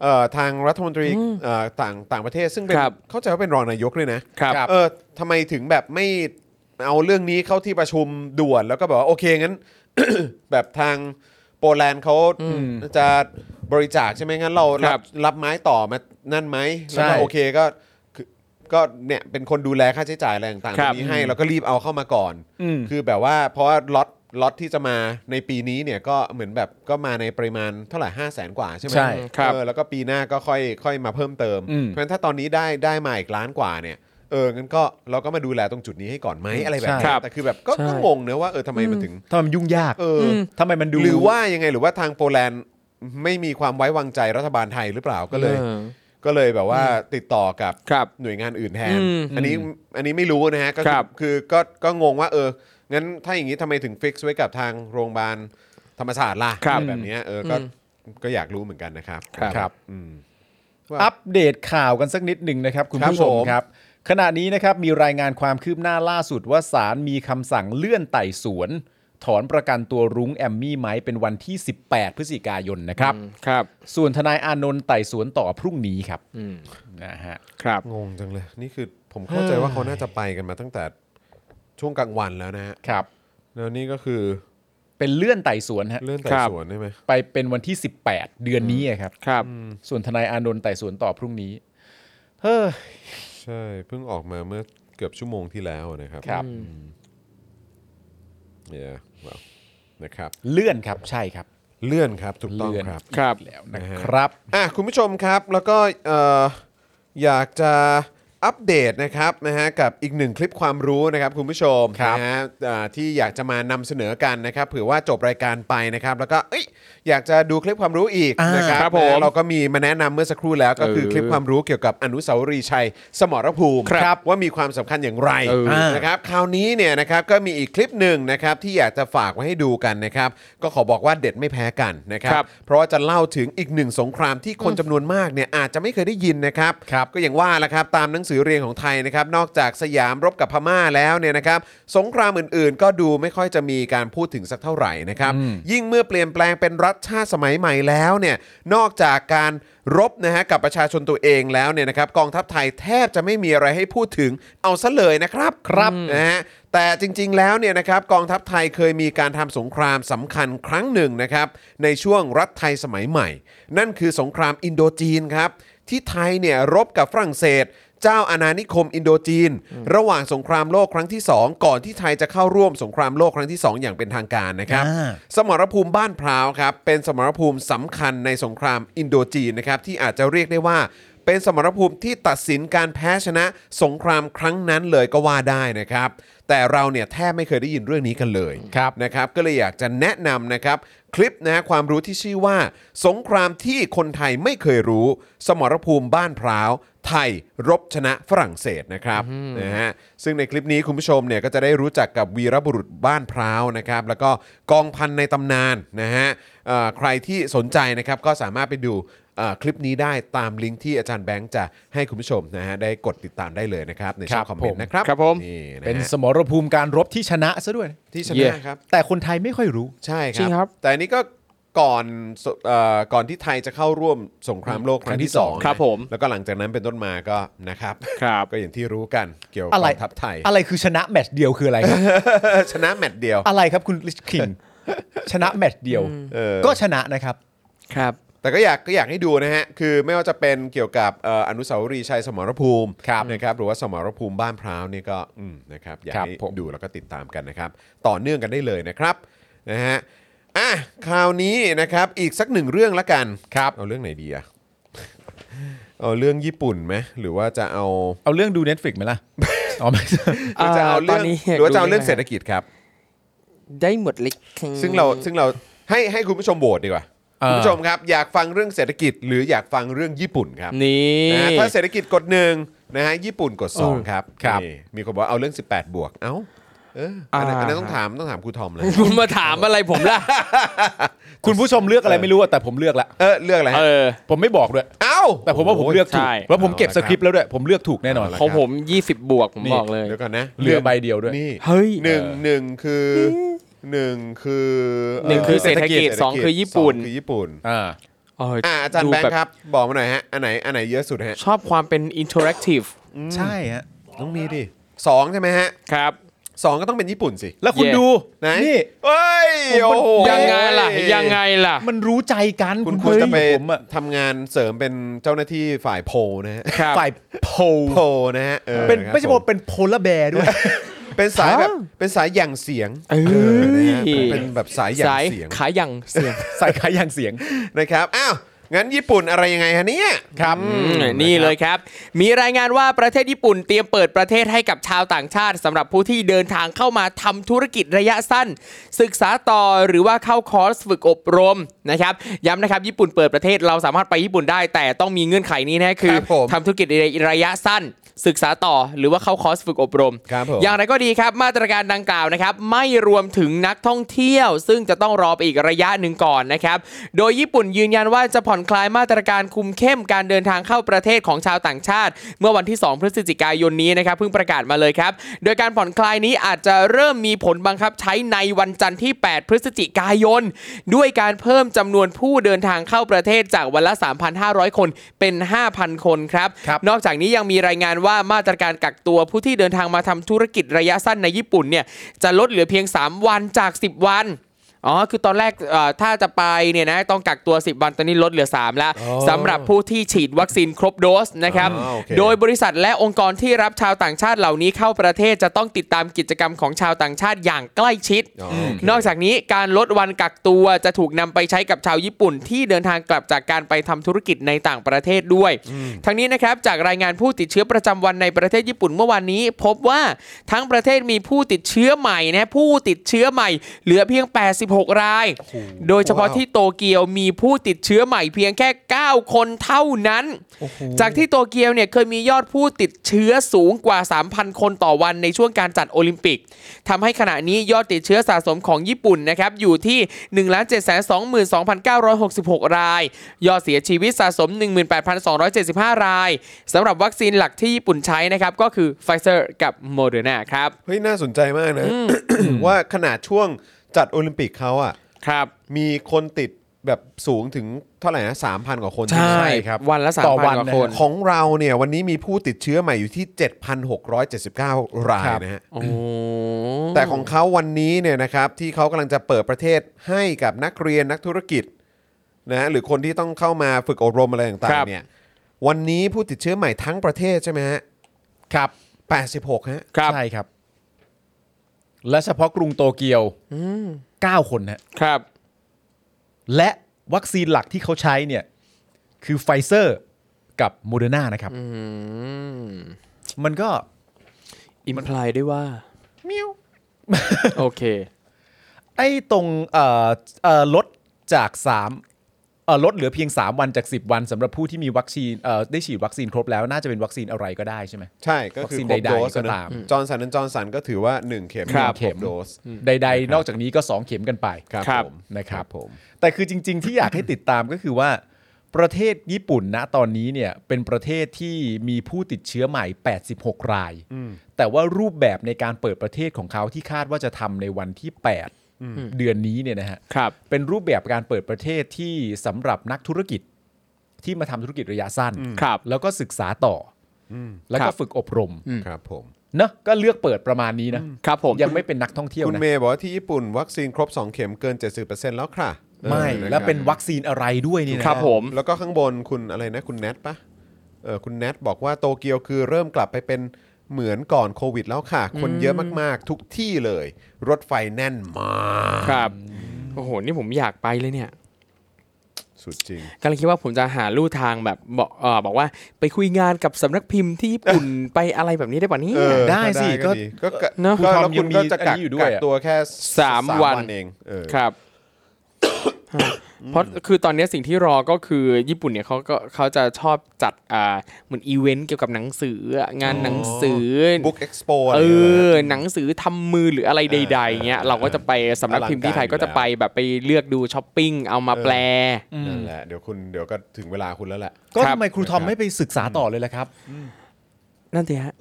Speaker 1: เอ่อทางรัฐมนตรีเอ่อต่างต่างประเทศซึ่งเป็น
Speaker 4: ครับ
Speaker 1: เข้าใจว่าเป็นรองนายกเลยนะครับ เออทำไมถึงแบบไม่เอาเรื่องนี้เข้าที่ประชุมด่วนแล้วก็บอกว่าโอเคงั้น [COUGHS] แบบทางโปแลนด์เขาจะบริจาคใช่ไหมงั้นเรา
Speaker 4: ครั
Speaker 1: รับบ รับไม้ต่อมานั่นไหมแล้วก็
Speaker 3: ใช่
Speaker 1: โอเคก็ ก็เนี่ยเป็นคนดูแลค่าใช้จ่ายอะไรต่างๆต
Speaker 4: ค
Speaker 1: ร
Speaker 4: รับ
Speaker 1: งนี้ให้แล้วก็รีบเอาเข้ามาก่อน คือแบบว่าเพราะว่าล็อตล็อตที่จะมาในปีนี้เนี่ยก็เหมือนแบบก็มาในปริมาณเท่าไหร่ห้าแสนกว่าใช่ไหม
Speaker 3: ใช่
Speaker 4: ครับ
Speaker 1: เออแล้วก็ปีหน้าก็ค่อยค่อยมาเพิ่มเติม
Speaker 3: อืม
Speaker 1: เพราะฉะนั้นถ้าตอนนี้ได้ได้มาอีกล้านกว่าเนี่ยเอองั้นก็เราก็มาดูแลตรงจุดนี้ให้ก่อนไหมอะไรแบบ
Speaker 3: ใช่
Speaker 1: นี้แต่คือแบบก็
Speaker 4: ใช่
Speaker 1: ก็งงเนอะว่าเออทำไมมันถึง
Speaker 3: ทำไมมันยุ่งยาก
Speaker 1: เอออ
Speaker 3: ทำไมมันดู
Speaker 1: หรือว่ายังไงหรือว่าทางโปแลนด์ไม่มีความไว้วางใจรัฐบาลไทยหรือเปล่าก็เลย
Speaker 4: เออ
Speaker 1: ก็เลยแบบว่าติดต่อกับ
Speaker 4: ครับ
Speaker 1: หน่วยงานอื่นแทน
Speaker 4: อืม
Speaker 1: อันนี้อันนี้ไม่รู้นะฮะก็คื
Speaker 4: ครั
Speaker 1: อบ คือก็ก็งงว่าเอองั้นถ้าอย่างนี้ทำไมถึงฟิกซ์ไว้กับทางโรงพยาบาลธรรมศาสตร์ล่ะ
Speaker 4: ครับ
Speaker 1: อะไรแบบเนี้ยเออก็ก็อยากรู้เหมือนกันนะครับ
Speaker 3: ครับ
Speaker 1: อืม
Speaker 3: อัปเดตข่าวกันสักนิดหนึ่งนะครับ คุณผู้ช
Speaker 1: ค
Speaker 3: ม
Speaker 1: รับผม
Speaker 3: ครับ ขณะนี้นะครับมีรายงานความคืบหน้าล่าสุดว่าศาลมีคำสั่งเลื่อนไต่สวน ถอนประกันตัวรุ้งแอมมี่ไหมเป็นวันที่ 18 พฤศจิกายนนะครับ
Speaker 4: ครับ
Speaker 3: ส่วนทนายอานนท์ไต่สวนต่อพรุ่งนี้ครับนะฮะ
Speaker 4: ครับ
Speaker 1: งงจังเลย นี่คือผมเข้าใจว่าเขาน่าจะไปกันมาตั้งแต่ช่วงกลางวันแล้วนะฮะ
Speaker 3: ครับ
Speaker 1: แล้วนี่ก็คือ
Speaker 3: เป็นเลื่อนไต่สวนฮะ
Speaker 1: เลื่อนไต่
Speaker 4: ครับ
Speaker 1: สวนใช่ไหม
Speaker 3: ไปเป็นวันที่ 18 เดือนนี้อะครับ
Speaker 4: ครับ
Speaker 3: ส่วนทนายอานนท์ไต่สวนต่อพรุ่งนี้เฮ้ย
Speaker 1: ใช่เพิ่งออกมาเมื่อเกือบชั่วโมงที่แล้วนะครับ
Speaker 3: ครับ
Speaker 1: เนี่ยว้าวนะครับ
Speaker 3: เลื่อนครับใช่ครับ
Speaker 1: เลื่อนครับถูกต้อง
Speaker 3: เลื่อน
Speaker 1: ครับ
Speaker 4: ครับ
Speaker 3: อีกแล้ว
Speaker 1: นะ
Speaker 3: นะ
Speaker 1: ฮะ
Speaker 3: ครับ
Speaker 1: อ่ะคุณผู้ชมครับแล้วก็เอ่ออยากจะอัปเดตนะครับนะฮะกับอีกหนึ่งคลิปความรู้นะครับคุณผู้ชม
Speaker 3: ครับ
Speaker 1: นะฮะอ่าที่อยากจะมานำเสนอกันนะครับเผื่อว่าจบรายการไปนะครับ แล้วก็เอ้ยอยากจะดูคลิปความรู้อีก
Speaker 3: อ่าน
Speaker 1: นะครับ
Speaker 4: ครับผม
Speaker 1: นะฮะเราก็มีมาแนะนำเมื่อสักครู่แล้วก็คือ
Speaker 4: เออ
Speaker 1: คลิปความรู้เกี่ยวกับอนุสาวรีย์ชัย สมรภูมิ
Speaker 4: ครับ
Speaker 1: ว่ามีความสำคัญอย่างไร
Speaker 4: เออ
Speaker 1: นะครับคราวนี้เนี่ยนะครับก็มีอีกคลิปหนึ่งนะครับที่อยากจะฝากไว้ให้ดูกันนะครับก็ขอบอกว่าเด็ดไม่แพ้กันนะครั
Speaker 4: ครับ บ
Speaker 1: เพราะว่าจะเล่าถึงอีกหนึ่งสงครามที่คนจำนวนมากเนี่ยอาจจะไม่เคยได้ยินนะครับ
Speaker 3: ครับ
Speaker 1: ก็อย่างว่าแหละครับตามหนังสือ อเรียงของไทยนะครับนอกจากสยามรบกับพม่าแล้วเนี่ยนะครับสงครามอื่นๆ ก็ดูไม่ค่อยจะมีการพูดถึงสักเท่าไหร่นะครับยิ่งเมื่อเปลี่ยนแปลงเป็นรัฐชาติสมัยใหม่แล้วเนี่ยนอกจากการรบนะฮะกับประชาชนตัวเองแล้วเนี่ยนะครับกองทัพไทยแทบจะไม่มีอะไรให้พูดถึงเอาซะเลยนะครับครับนะฮะ แต่จริง ๆ แล้วเนี่ยนะครับกองทัพไทยเคยมีการทำสงครามสำคัญครั้งหนึ่งนะครับในช่วงรัฐไทยสมัยใหม่ นั่นคือสงครามอินโดจีนครับที่ไทยเนี่ยรบกับฝรั่งเศส เจ้าอาณานิคมอินโดจีน ระหว่างสงครามโลกครั้งที่ 2 ก่อนที่ไทยจะเข้าร่วมสงครามโลกครั้งที่ 2 อย่างเป็นทางการนะครับ
Speaker 3: อ่า
Speaker 1: สมรภูมิบ้านพร้าวครับเป็นสมรภูมิสำคัญในสงครามอินโดจีนนะครับที่อาจจะเรียกได้ว่า เป็นสมรภูมิที่ตัดสินการแพ้ชนะสงครามครั้งนั้นเลยก็ว่าได้นะครับ แต่เราเนี่ยแทบไม่เคยได้ยินเรื่องนี้กันเลย
Speaker 3: ครับ
Speaker 1: นะครับ ก็เลยอยากจะแนะนำนะครับ คลิปนะฮะความรู้ที่ชื่อว่า สงครามที่คนไทยไม่เคยรู้ สมรภูมิบ้านพร้าว ไทยรบชนะฝรั่งเศสนะครับนะฮะซึ่งในคลิปนี้คุณผู้ชมเนี่ยก็จะได้รู้จักกับวีรบุรุษบ้านพร้าวนะครับ แล้วก็กองพันในตำนานนะฮะเอ่อใครที่สนใจนะครับก็สามารถไปดูเอ่อคลิปนี้ได้ตามลิงก์ที่อาจารย์แบงค์จะให้คุณผู้ชมนะฮะได้กดติดตามได้เลยนะครับในช่อง
Speaker 3: ค
Speaker 1: ค
Speaker 3: รับ
Speaker 1: อมเมน
Speaker 3: ผม
Speaker 1: ต์นะครับ
Speaker 4: ครับผม
Speaker 1: นี่นะฮะ
Speaker 3: เป็นสมรภูมิการรบที่ชนะซะด้วย
Speaker 1: ที่ช
Speaker 4: เย่
Speaker 1: นะครับ
Speaker 3: แต่คนไทยไม่ค่อยรู้
Speaker 1: ใช่ค
Speaker 4: จริ
Speaker 1: รั
Speaker 4: งครับ
Speaker 1: แต่อันนี้ก็ก่อนสเอ่อก่อนที่ไทยจะเข้าร่วมสงครามโลกครั้งที่สองนะครับ
Speaker 4: ผม
Speaker 1: แล้วก็หลังจากนั้นเป็นต้นมาก็นะครับ
Speaker 4: ครับ
Speaker 1: ก็อย่างที่รู้กันเกี่ยวกับ
Speaker 3: อะไร
Speaker 1: กองทัพไทย
Speaker 3: อะไรคือชนะแมตช์เดียวคืออะไร
Speaker 1: [LAUGHS]
Speaker 3: ครับ
Speaker 1: ชนะแมตช์เดียว
Speaker 3: อะไรครับคุณคิงชนะแมตช์เดียว
Speaker 1: เออ
Speaker 3: ก็ชนะนะครับ
Speaker 4: ครับ
Speaker 1: แต่ก็อยากก็อยากให้ดูนะฮะ คือไม่ว่าจะเป็นเกี่ยวกับเอ่ออนุสาวรีย์ชัยสมรภูมินะครับหรือว่าสมรภูมิบ้านพร้าวนี่ก็อืมนะครับอยากให้
Speaker 3: ครับผม
Speaker 1: ดูแล้วก็ติดตามกันนะครับ ต่อเนื่องกันได้เลยนะครับนะฮะอ่ะคราวนี้นะครับอีกสักหนึ่งเรื่องละกันครับเอาเรื่องไหนดีอะ เอาเรื่องญี่ปุ่นไหมหรือว่าจะเอา
Speaker 3: เอาเรื่องดู Netflix ไหมล่ะ [LAUGHS] อ๋อไม่
Speaker 1: หรือจะเอาเรื่อง
Speaker 4: ตอนนี้
Speaker 1: หรือว่าจะเอาเรื่องเศรษฐกิจครับ
Speaker 4: ได้หมดเล็ก
Speaker 1: ซึ่งเราซึ่งเราให้ให้คุณผู้ชมโหวตดีกว่า
Speaker 3: เออ
Speaker 1: คุณผู้ชมครับอยากฟังเรื่องเศรษฐกิจ หรืออยากฟังเรื่องญี่ปุ่นครับ
Speaker 4: นี่
Speaker 1: นะฮะถ้าเศรษฐกิจกดหนึ่งนะฮะญี่ปุ่นกด 2 ครับ
Speaker 3: ครับ
Speaker 1: นี่มีคนบอกว่าเอาเรื่อง 18 บวก เอ้าเอออันนั้น
Speaker 4: อ่า
Speaker 1: อันนั้นต้องถามต้องถามครูทอมเลย
Speaker 4: คุณมาถามอะไรผมล่ะ
Speaker 3: คุณผู้ชมเลือกอะไรไม่รู้อะแต่ผมเลือกละ
Speaker 1: เออเลือกอะไร
Speaker 4: เอ
Speaker 1: ฮะ
Speaker 4: อ
Speaker 3: ผมไม่บอกด้วย
Speaker 1: เอ้า
Speaker 3: แต่ผมว่าผมเลือกถูก
Speaker 4: ใช่
Speaker 3: แล้วผมเก็บสคริปต์แล้วด้วย ผมเลือกถูกแน่นอน
Speaker 1: เาละ
Speaker 4: ของ
Speaker 1: ครับ
Speaker 4: ผม 20 บวกผมบอกเลย
Speaker 1: เดี๋ยวก่อนนะ
Speaker 3: เรือใบเดียวด้วย
Speaker 1: นี่
Speaker 4: เฮ้ย
Speaker 1: หนึ่งหนึ่งคือหนึ่งคือเ
Speaker 4: หนึ่งคือเศรษฐกิจสองคือญี่ปุ่น
Speaker 1: สงคือญี่ปุ่น
Speaker 3: อ่า
Speaker 4: เออ
Speaker 1: อ่ะอาจารย์
Speaker 4: ดู
Speaker 1: แบงค์ครับ บอกมาหน่อยฮะอันไหนอันไหนเยอะสุดฮะ
Speaker 4: ชอบความเป็นอินเทอร์แอคทีฟ
Speaker 3: ใช่ฮะ
Speaker 1: ต้องมีดิสองใช่ไหมฮะ
Speaker 4: ครับ
Speaker 1: สองก็ต้องเป็นญี่ปุ่นสิ
Speaker 3: แล้วคุณ
Speaker 4: เย่
Speaker 3: ดู
Speaker 1: ไหน
Speaker 3: นี่
Speaker 1: เอ้ยโอ้โห
Speaker 4: ยังไงล่ะ ยังไงล่ะ
Speaker 3: มันรู้ใจกัน
Speaker 1: คุณควรจะไป
Speaker 3: เฮ้ยผมอะ
Speaker 1: ทำงานเสริมเป็นเจ้าหน้าที่ฝ่ายโพลนะฮะ
Speaker 4: ครับ
Speaker 3: ฝ่ายโพ
Speaker 1: โพลนะฮะออ
Speaker 3: เป็น
Speaker 1: ครับ
Speaker 3: ไม่ใช่โพ
Speaker 1: ผ
Speaker 3: เป็นโพลาแบร์ด้วย
Speaker 1: เป็นสายแบบเป็นสายอย่างเสียง
Speaker 4: เอ้ย
Speaker 1: เออนะฮะเป็นเป็นแบบสายอย่าง
Speaker 4: สาย
Speaker 1: เสียง
Speaker 4: ขายังเสียง
Speaker 3: สายขายอย่างเสียง
Speaker 1: นะครับอ้าวงั้นญี่ปุ่นอะไรยังไงฮะเนี่ยครับ
Speaker 4: อืมนี่เลยครับ มีรายงานว่าประเทศญี่ปุ่นเตรียมเปิดประเทศให้กับชาวต่างชาติสำหรับผู้ที่เดินทางเข้ามาทำธุรกิจระยะสั้น ศึกษาต่อหรือว่าเข้าคอร์สฝึกอบรมนะครับย้ำนะครับญี่ปุ่นเปิดประเทศเราสามารถไปญี่ปุ่นได้ แต่ต้องมีเงื่อนไขนี้นะคือ
Speaker 1: ครับผม
Speaker 4: ทำธุรกิจระยะสั้น ศึกษาต่อหรือว่าเข้าคอร์สฝึกอบรม
Speaker 1: ครับผม
Speaker 4: อย่างไรก็ดีครับมาตรการดังกล่าวนะครับไม่รวมถึงนักท่องเที่ยว ซึ่งจะต้องรอไปอีกระยะหนึ่งก่อนนะครับโดยญี่ปุ่นยืนยันว่าจะผ่อนคลายมาตรการคุมเข้มการเดินทางเข้าประเทศของชาวต่างชาติ เมื่อวันที่ 2 พฤศจิกายนนี้นะครับเพิ่งประกาศมาเลยครับ โดยการผ่อนคลายนี้อาจจะเริ่มมีผลบังคับใช้ในวันจันทร์ที่ 8 พฤศจิกายน ด้วยการเพิ่มจำนวนผู้เดินทางเข้าประเทศจากวันละ 3,500 คนเป็น 5,000 คนครับ
Speaker 3: ครับ
Speaker 4: นอกจากนี้ยังมีรายงานว่ามาตรการกักตัวผู้ที่เดินทางมาทำธุรกิจระยะสั้นในญี่ปุ่นเนี่ยจะลดเหลือเพียง 3 วันจาก 10 วัน อ๋อ คือตอนแรกเอ่อถ้าจะไปเนี่ยนะต้องกักตัว 10 วัน ตอนนี้ลดเหลือ 3 แล้วสำหรับผู้ที่ฉีดวัคซีนครบโดสนะครับ
Speaker 1: อ๋อโอเค
Speaker 4: โดยบริษัทและองค์กรที่รับชาวต่างชาติเหล่านี้เข้าประเทศจะต้องติดตามกิจกรรมของชาวต่างชาติอย่างใกล้ชิด
Speaker 1: อ๋อโอเคน
Speaker 4: อกจากนี้การลดวันกักตัวจะถูกนำไปใช้กับชาวญี่ปุ่น ที่เดินทางกลับจากการไปทำธุรกิจในต่างประเทศด้วย ทั้งนี้นะครับจากรายงานผู้ติดเชื้อประจำวันในประเทศญี่ปุ่นเมื่อวานนี้ พบว่าทั้งประเทศมีผู้ติดเชื้อใหม่นะผู้ติดเชื้อใหม่เหลือเพียง 16 ราย โดยเฉพาะ
Speaker 1: ว้าว
Speaker 4: ที่โตเกียวมีผู้ติดเชื้อใหม่เพียงแค่ 9 คนเท่านั้น จากที่โตเกียวเนี่ยเคยมียอดผู้ติดเชื้อสูงกว่า 3,000 คนต่อวันในช่วงการจัดโอลิมปิกทำให้ขณะนี้ยอดติดเชื้อสะสมของญี่ปุ่นนะครับอยู่ที่ 1 7 2 2 9 6 6 ราย ยอดเสียชีวิตสะสม 18,275 รายสำหรับวัคซีนหลักที่ญี่ปุ่นใช้นะครับก็คือไฟเซอร์กับโมเดอร์นาครับ
Speaker 1: เฮ้ยน่าสนใจมากนะ [COUGHS] ว่าขนาดช่วงจัดโอลิมปิกเขาอ่ะ
Speaker 4: ครับ
Speaker 1: มีคนติดแบบสูงถึงเท่าไหร่นะสามพันกว่าคน
Speaker 4: ใช่ วันละสาม
Speaker 3: ต่อวั
Speaker 4: พัน
Speaker 3: น
Speaker 4: กว่า
Speaker 3: นะ
Speaker 4: คน
Speaker 1: ของเราเนี่ยวันนี้มีผู้ติดเชื้อใหม่อยู่ที่ 7,679 ราย
Speaker 3: ครับ
Speaker 1: นะฮะ
Speaker 4: โอ้
Speaker 1: แต่ของเขาวันนี้เนี่ยนะครับที่เขากำลังจะเปิดประเทศให้กับนักเรียนนักธุรกิจนะฮะหรือคนที่ต้องเข้ามาฝึกอบรมอะไรต่าง
Speaker 4: ครับ
Speaker 1: ๆเนี่ยวันนี้ผู้ติดเชื้อใหม่ทั้งประเทศใช่ไหมฮะ
Speaker 3: ครับ
Speaker 1: 86ฮะ
Speaker 4: ครับ
Speaker 3: ใช่ครับ และเฉพาะกรุงโตเกียวเก้าคนนะ
Speaker 4: ครับ
Speaker 3: และวัคซีนหลักที่เขาใช้เนี่ย คือไฟเซอร์กับโมเดอร์นานะครับ มันก็
Speaker 4: อิมพลายได้ว่า โอเค
Speaker 3: ไอ้ตรงเอ่อเอ่อลดจาก3เอ่อลดเหลือเพียง 3 วันจาก 10 วันสำหรับผู้ที่มีวัคซีนเอ่อได้ฉีดวัคซีนครบแล้วน่าจะเป็นวัคซีนอะไรก็ได้ใช่ไหม
Speaker 1: ใช่ก็คือ
Speaker 3: วัคซีน
Speaker 1: ครบ
Speaker 3: ใดๆ
Speaker 1: โดส
Speaker 3: ก็
Speaker 1: นะ
Speaker 3: ตาม
Speaker 1: จอร์นสันจอร์นสันก็ถือว่า 1 เข็ม
Speaker 4: ครับ
Speaker 1: เข็มโดส
Speaker 3: ใดๆ นอกจากนี้ก็ 2 เข็มกันไป
Speaker 1: ครับ
Speaker 4: ครับ
Speaker 1: ผม
Speaker 3: นะครับ
Speaker 1: ผม
Speaker 3: แต่คือจริง ๆ ที่อยากให้ติดตามก็คือว่า ประเทศญี่ปุ่นนะตอนนี้เนี่ยเป็นประเทศที่มีผู้ติดเชื้อใหม่ 86 ราย แต่ว่ารูปแบบในการเปิดประเทศของเขาที่คาดว่าจะทำในวันที่ 8 เดือนนี้เนี่ยนะฮะ
Speaker 4: ครับ
Speaker 3: เป็นรูปแบบการเปิดประเทศที่สำหรับนักธุรกิจที่มาทำธุรกิจระยะสั้น
Speaker 4: ครับ
Speaker 3: แล้วก็ศึกษาต่ออแล้ว
Speaker 4: ครั
Speaker 3: ก็
Speaker 4: บ
Speaker 3: ฝึกอบรม
Speaker 1: ครับผม
Speaker 3: เนอะก็เลือกเปิดประมาณนี้นะครับ
Speaker 4: ผม
Speaker 3: ยังไม่เป็นนักท่องเที่ยว
Speaker 1: คุณ
Speaker 3: นะ
Speaker 1: เมย์บอกว่าที่ญี่ปุ่น วัคซีนครบ 2 เข็มเกิน 70%แล้วค่ะ
Speaker 3: ไม่
Speaker 1: ออะ
Speaker 3: แล้วเป็น
Speaker 1: ค
Speaker 3: วัคซีนอะไรด้วยนี่นะครับ
Speaker 4: ผม
Speaker 1: แล้วก็ข้างบนคุณอะไรนะคุณแนทปะเออคุณแนทบอกว่าโตเกียวคือเริ่มกลับไปเป็นเหมือนก่อนโควิดแล้วค่ะ คนเยอะมากๆ ทุกที่เลย รถไฟแน่นมาก
Speaker 4: ครับ โอ้โห นี่ผมอยากไปเลยเนี่ย
Speaker 1: สุดจริง
Speaker 4: กำลังคิดว่าผมจะหาลู่ทางแบบบอกเอ่อบอกว่าไปคุยงานกับสำนักพิมพ์ที่ญี่ปุ่น ไปอะไรแบบนี้ได้ป่ะเนี่ย
Speaker 1: เออ
Speaker 3: ได้สิก็
Speaker 1: ดีก็ก
Speaker 4: เนอะ
Speaker 1: ก็แล้ว
Speaker 3: ยั
Speaker 1: คุณ
Speaker 3: งมี
Speaker 1: ก็จะกั
Speaker 3: อัน
Speaker 1: ก
Speaker 3: นี้อยู่ด้วยอะ
Speaker 1: กักตัวแค่
Speaker 4: สามวัน
Speaker 1: เองเออ
Speaker 4: ครับ เพราะคือตอนนี้สิ่งที่รอก็คือญี่ปุ่นเนี่ยเขาก็เขาจะชอบจัดอ่าเหมือนอีเวนต์เกี่ยวกับหนังสืออะงานหนังสือ
Speaker 1: บุ๊กเอ็กซ์โปอะไร
Speaker 4: เอ
Speaker 1: อย่างเงี้ยนะ
Speaker 4: อหนังสือทำมือหรืออะไรใดๆเงี้ยเราก็จะไปสำนักพิมพ์ที่ไทยก็จะไปแบบไปเลือกดูช้อปปิ้งเอามาแปล
Speaker 1: นั่นแหละเดี๋ยวคุณเดี๋ยวก็ถึงเวลาคุณแล้วแหละ
Speaker 3: ก็
Speaker 4: ครับ
Speaker 3: ทำไมครูทอมไม่ไปศึกษาต่อเลยล่ะครับ
Speaker 4: นั่นสิฮะ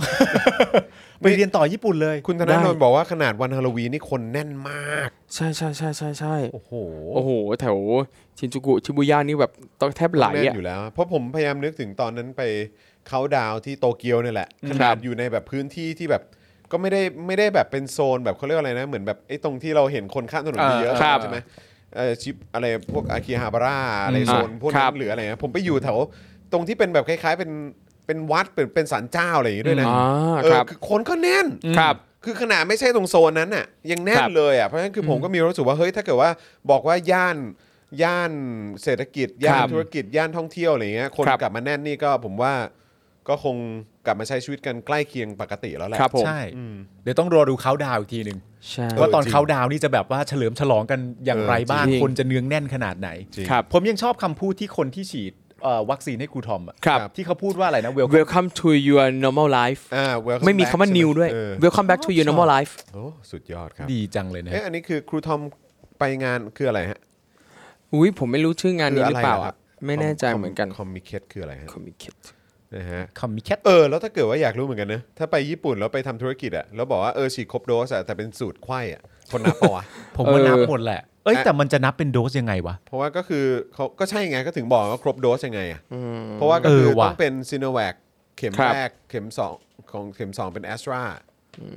Speaker 3: ไปเรียนต่อญี่ปุ่นเลย
Speaker 1: คุณธนา
Speaker 4: ได้
Speaker 1: โนนบอกว่าขนาดวันฮาโลวีนนี่คนแน่นมาก
Speaker 4: ใช่ใช่ใช่ใช่ใช่
Speaker 3: โอ้โห
Speaker 4: โอ้โห แถวชินจูกุชิบุย่านี่แบบต้องแทบไหล
Speaker 1: แน่
Speaker 4: อ่ะ
Speaker 1: นอยู่แล้ว เพราะผมพยายามนึกถึงตอนนั้นไปเขาน์ดาวน์ที่โตเกียวเนี่ยแหละขนาดอยู่ในแบบพื้นที่ที่แบบ ก็ไม่ได้ไม่ได้แบบเป็นโซนแบบเขาเรียกว่าอะไรนะ เหมือนแบบไอ้ตรงที่เราเห็นคนข้ามถนน
Speaker 3: อ่า
Speaker 1: เยอะ
Speaker 4: ครับ
Speaker 1: ใช่ไหมเออชิปอะไรพวกอากิฮาบาระอะไร
Speaker 3: อืม
Speaker 1: โซนพวกนั้นหรืออะไรนะผมไปอยู่แถวตรงที่เป็นแบบคล้าย ๆ เป็นเป็นวัดเป็นเป็นศาลเจ้าอะไรอย่างงี้ด้วยนะ
Speaker 4: อ๋อ
Speaker 1: เออ
Speaker 4: ครับ
Speaker 1: คือคนก็แน่น
Speaker 4: ครับ
Speaker 1: คือขนาดไม่ใช่ตรงโซนนั้นน่ะยังแน่
Speaker 4: คน รับ
Speaker 1: เลยอ่ะเพราะฉะนั้นคือผมก็มีรู้สึกว่าเฮ้ยถ้าเกิดว่าบอกว่าย่านย่านเศรษฐกิจ ย่าน
Speaker 4: ครับ
Speaker 1: ธุรกิจย่านท่องเที่ยวอะไรเงี้ยคน
Speaker 4: ครับ
Speaker 1: กลับมาแน่นนี่ก็ผมว่าก็คงกลับมาใช้ชีวิตกันใกล้เคียงปกติแล้วแหละ
Speaker 4: ครับผม
Speaker 3: ใช่ เดี๋ยวต้องรอดูเขาดาวน์อีกทีหนึ่ง
Speaker 4: ใช่
Speaker 3: ว่าตอน
Speaker 1: จริง
Speaker 3: เขาดาวน์นี่จะแบบว่าเฉลิมฉลองกันอย่าง
Speaker 1: เออ
Speaker 3: ไรบ้าง
Speaker 4: จริง
Speaker 3: คนจะเนืองแน่นขนาดไหน
Speaker 1: จริง
Speaker 4: ครับ
Speaker 3: ผมยังชอบคำพูดที่คนที่ฉีดเอ่อวัคซีนให้ครูทอมอะ
Speaker 4: ครับ
Speaker 3: ที่เขาพูดว่าอะไรนะเวล
Speaker 4: Welcome to your normal life
Speaker 1: อ่า welcome
Speaker 4: ไม่มีคำว่า
Speaker 1: back ใช่ไห
Speaker 4: new ด้วย
Speaker 1: เออ
Speaker 4: Welcome back to your normal life
Speaker 1: โอ้สุดยอดครับ
Speaker 3: ดีจังเลยนะ
Speaker 1: เอ๊ะอันนี้คือครูทอมไปงานคืออะไรฮะ
Speaker 4: อุ้ยผมไม่รู้ชื่องาน
Speaker 1: คื
Speaker 4: นี้หรือเปล่า
Speaker 1: ะค
Speaker 4: อะ
Speaker 1: บ
Speaker 4: ไม่แน่ใจเหมือนกัน
Speaker 1: คอมมิเคตคืออะไรฮะ
Speaker 4: Communicate
Speaker 1: นะฮะ
Speaker 3: คอมมิแคท
Speaker 1: เออแล้วถ้าเกิดว่าอยากรู้เหมือนกันนะถ้าไปญี่ปุ่นแล้วไปทำธุรกิจอะแล้วบอกว่าเออฉีดครบโดสอะแต่เป็นสูตรไข้อะคนนับปะวะ [LAUGHS]
Speaker 3: ผมว่า
Speaker 4: เออ
Speaker 3: นับหมดแหละ เอ้ยแต่มันจะนับเป็นโดสยังไงวะ
Speaker 1: เพราะว่าก็คือเขาก็ใช่ไงก็ถึงบอกว่าครบโดสยังไงอะเพราะว่าก็คือ
Speaker 3: เออว่ะ
Speaker 1: ต้องเป็นซีโนแวคเข็ม
Speaker 4: ครับ
Speaker 1: แรกเข็มสองของเข็มสองเป็นแอสตรา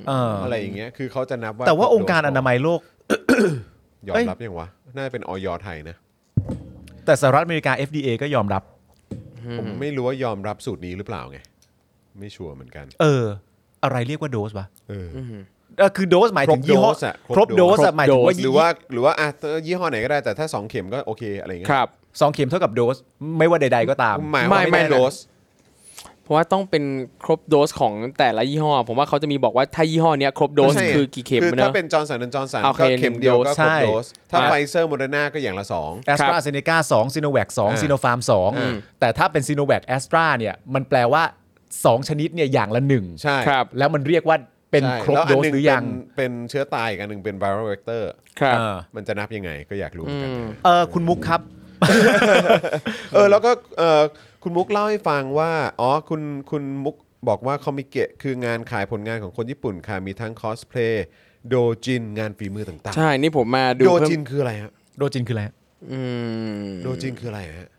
Speaker 3: เออ
Speaker 1: อะไรอย่างเงี้ยคือเขาจะนับว่า
Speaker 3: แต่ว่า
Speaker 1: คบโดส
Speaker 3: องค์การอนามัยโลก
Speaker 1: ยอ
Speaker 3: เอ้
Speaker 1: ม
Speaker 3: ย
Speaker 1: รับยังวะน่าจะเป็นออยไทยนะ
Speaker 3: แต่สหรัฐอเมริกา FDA ก็ยอมรับ
Speaker 1: ผมไม่รู้ว่ายอมรับสูตรนี้หรือเปล่าไงไม่ชัวร์เหมือนกัน
Speaker 3: เออ อะไรเรียกว่าโดสวะ
Speaker 1: เออ
Speaker 3: เออคือโดสหมายถึงยี่ห้อ
Speaker 1: ครบโดสอะค
Speaker 3: ค
Speaker 1: ร
Speaker 3: ร
Speaker 1: บบ โด
Speaker 3: โด
Speaker 1: ส
Speaker 3: สอะหมายถึงว่า
Speaker 1: หรือว่าหรือว่าอ่ะยี่ห้อไหนก็ได้แต่ถ้าสองเข็มก็โอเคอะไรอย่าง
Speaker 4: ค
Speaker 1: เงี้ย
Speaker 4: รับ
Speaker 3: สองเข็มเท่ากับโดส ไม่ว่าใด ๆ ก็ตาม
Speaker 1: หมายความว่า
Speaker 4: ไม่
Speaker 1: ไม่
Speaker 4: ไม่
Speaker 1: ได้โดส
Speaker 4: ราะว่าต้องเป็นครบโดสของแต่ละยี่ห้อ ผมว่าเขาจะมีบอกว่าถ้ายี่ห้อเนี้ยครบโดส
Speaker 1: ไม่ใช่
Speaker 4: คือกี่เข็ม
Speaker 1: คือ
Speaker 4: เน
Speaker 1: ถ้า
Speaker 4: อะ
Speaker 1: เป็นจอร์นสันจอร์นสัน
Speaker 4: โอเค
Speaker 1: ก็เข็มเดียว
Speaker 4: หนึ่ง
Speaker 1: ก็ครบ
Speaker 4: โดส
Speaker 3: ใช่
Speaker 1: โดส ถ้า
Speaker 4: ครับ
Speaker 1: ไฟเซอร์โมเดอร์นาก็อย่างละสอง
Speaker 3: แอสตราเซเนกาสองซีโนแวคสอง
Speaker 1: อ่า
Speaker 3: ซีโนฟาร์มสอง
Speaker 4: อืม
Speaker 3: แต่ถ้าเป็นซีโนแวคแอสตราเนี่ยมันแปลว่าสองชนิดเนี่ยอย่างละหนึ่ง
Speaker 1: ใช่
Speaker 4: ครับ
Speaker 3: แล้วมันเรียกว่าเป็น
Speaker 1: ใช่
Speaker 3: ครบ
Speaker 1: แล้ว
Speaker 3: โดส
Speaker 1: นึ่
Speaker 3: หรือยัง
Speaker 1: เป็นเป็นเชื้อตายอีกอันหนึ่งเป็นไวรัลเวกเตอร์
Speaker 4: ครับ
Speaker 3: เออ
Speaker 1: มันจะนับยังไงก็อยากรู้เหมือนกัน
Speaker 4: อืม
Speaker 3: เออคุณมุกครับ
Speaker 1: เออแล้วก็เออคุณมุกเล่าให้ฟังว่า อ๋อคุณคุณมุกบอกว่าคอมิเกะคืองานขายผลงานของคนญี่ปุ่นค่ะมีทั้งคอสเพลย์โดจินงานฝีมือต่าง
Speaker 4: ใช่ นี่ผมมา
Speaker 1: ๆ
Speaker 4: ดู
Speaker 1: โด
Speaker 4: เพิ่
Speaker 1: จิ
Speaker 4: ม
Speaker 1: นคืออะไรฮะ
Speaker 3: โดจินคืออะไรฮะ
Speaker 4: อืม
Speaker 1: โดจินคืออะไรฮะ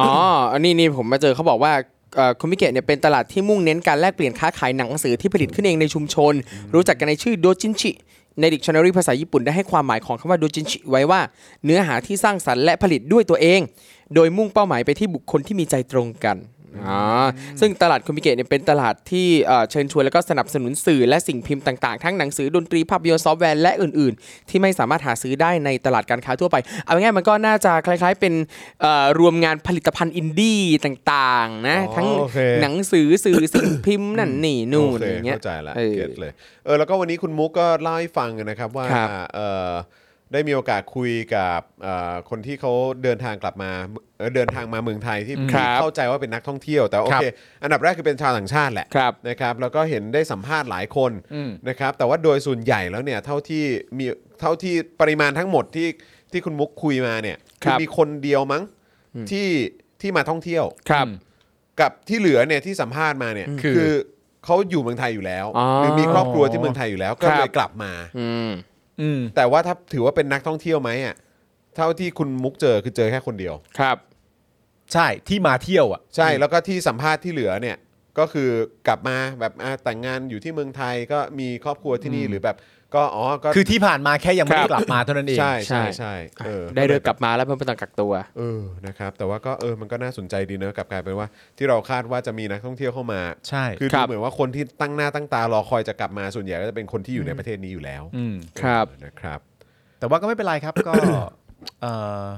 Speaker 4: อ๋อ อันนี้นี่ผมมาเจอเขาบอกว่าคอมิเกะเนี่ยเป็นตลาดที่มุ่งเน้นการแลกเปลี่ยนค้าขายหนังสือที่ผลิตขึ้นเองในชุมชน รู้จักกันในชื่อโดจินชิ ในดิกชันนารีภาษาญี่ปุ่นได้ให้ความหมายของคำว่าโดจินชิไว้ว่า เนื้อหาที่สร้างสรรค์และผลิตด้วยตัวเอง โดยมุ่งเป้าหมายไปที่บุคคลที่มีใจตรงกันอ๋อซึ่งตลาดคอมิเกะเนี่ยเป็นตลาดที่เอ่อเชิญชวนและก็สนับสนุนสื่อและสิ่งพิมพ์ต่างๆ ทั้งหนังสือดนตรีภาพยนตร์ซอฟต์แวร์และอื่น ๆ ที่ไม่สามารถหาซื้อได้ในตลาดการค้าทั่วไป เอาง่ายๆมันก็น่าจะคล้าย ๆ เป็นเอ่อรวมงานผลิตภัณฑ์อินดี้ต่างๆนะ
Speaker 1: อ๋อ
Speaker 4: ทั้ง
Speaker 1: โอเค
Speaker 4: หนังสือสื่อสิ่งพิมพ์นั่นนี่นู่น
Speaker 1: โอเค
Speaker 4: อย่างเงี้ย
Speaker 1: เข้าใจละ
Speaker 4: เออ
Speaker 1: เก็ตเลยเออแล้วก็วันนี้คุณมุกก็เล่าให้ฟังนะครับว่า
Speaker 4: ครับ
Speaker 1: เออได้มีโอกาสคุยกับเอ่อคนที่เขาเดินทางกลับมาเอ่อเดินทางมาเมืองไทยที่
Speaker 4: ครับ
Speaker 1: เข้าใจว่าเป็นนักท่องเที่ยว แต่ว่าโอ
Speaker 3: ครับ
Speaker 1: เคอันดับแรกคือเป็นชาวต่างชาติแหละ
Speaker 4: ครับ
Speaker 1: นะครับแล้วก็เห็นได้สัมภาษณ์หลายคนนะครับแต่ว่าโดยส่วนใหญ่แล้วเนี่ยเท่าที่มีเท่าที่ปริมาณทั้งหมดที่ที่คุณมุกคุยมาเนี่ย
Speaker 4: ครับ
Speaker 1: มีคนเดียวมั้งที่ที่มาท่องเที่ยว
Speaker 4: ครับ
Speaker 1: กับที่เหลือเนี่ยที่สัมภาษณ์มาเนี่ย
Speaker 3: คือ
Speaker 1: คือเขาอยู่เมืองไทยอยู่แล้ว
Speaker 4: อ๋อ
Speaker 1: หรือมีครอบครัวที่เมืองไทยอยู่แล้ว ก็
Speaker 4: ค
Speaker 1: เล
Speaker 4: รั
Speaker 1: ย
Speaker 4: บ
Speaker 1: กลับมา
Speaker 4: อืม
Speaker 3: ืม
Speaker 1: แต่ว่าถ้าถือว่าเป็นนักท่องเที่ยวไหมอ่ะเท่าที่คุณมุกเจอคือเจอแค่คนเดียว
Speaker 4: ครับ
Speaker 3: ใช่ที่มาเที่ยวอ่ะ
Speaker 1: ใช่แล้วก็ที่สัมภาษณ์ที่เหลือเนี่ยก็คือกลับมาแบบอ่ะแต่งงานอยู่ที่เมืองไทยก็มีครอบครัวที่นี่หรือแบบก็อ๋อก็
Speaker 3: คือที่ผ่านมาแค่ยังไม่
Speaker 4: ครับ
Speaker 3: ได้กลับมาเท่านั้นเอง
Speaker 1: ใช่
Speaker 4: ใช่
Speaker 1: ใช่ใช่เออ
Speaker 4: ได้เรือกลับมาแล้วเพิ่มเป็นต่างกักตัว
Speaker 1: เออนะครับแต่ว่าก็เออมันก็น่าสนใจดีเนอะกลับกลายเป็นว่าที่เราคาดว่าจะมีนักท่องเที่ยวเข้ามา
Speaker 3: ใช่
Speaker 1: คือ
Speaker 4: ค
Speaker 1: ดู
Speaker 4: รับ
Speaker 1: เหมือนว่าคนที่ตั้งหน้าตั้งตารอคอยจะกลับมาส่วนใหญ่ก็จะเป็นคนที่อยู่ในประเทศนี้อยู่แล้ว
Speaker 3: ม
Speaker 4: ครับ
Speaker 1: เออนะครับ
Speaker 3: แต่ว่าก็ไม่เป็นไรครับ [COUGHS] ก็เอ่อ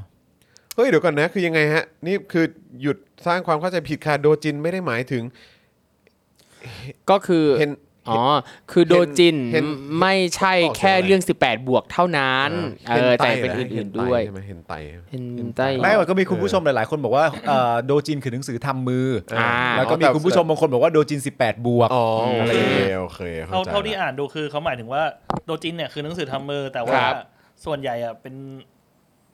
Speaker 1: เฮ้ยเดี๋ยวก่อนนะคือยังไงฮะ นี่คือหยุดสร้างความเข้าใจผิดค่ะโดจินไม่ได้หมายถึง
Speaker 4: ก็คือ
Speaker 1: เห็น
Speaker 4: อ๋อคือโดจิน
Speaker 1: เห็น
Speaker 4: ไม่ใช่แค่เรื่อง 18 บวกเท่านั้
Speaker 1: ั
Speaker 4: นเออแต่เป็นอื่นๆด้วย
Speaker 1: ใช่ไหมเห็นไต
Speaker 4: เห็นได้
Speaker 3: ไม่ว่าก็มีคุณผู้ชมหลายๆ คนบอกว่าเอ่อโดจินคือหนังสือทำมืออา แล้วก็มีคุณผู้ชมบางคนบอกว่าโดจิน 18 บวก
Speaker 1: อ๋อโอเคโอเค
Speaker 5: เท่า
Speaker 1: ใจ
Speaker 5: เท่าที่
Speaker 1: ละ
Speaker 5: อ่านดูคือเขาหมายถึงว่าโดจินเนี่ยคือหนังสือทำมือแต่ว่า
Speaker 4: ครับ
Speaker 5: ส่วนใหญ่อะเป็น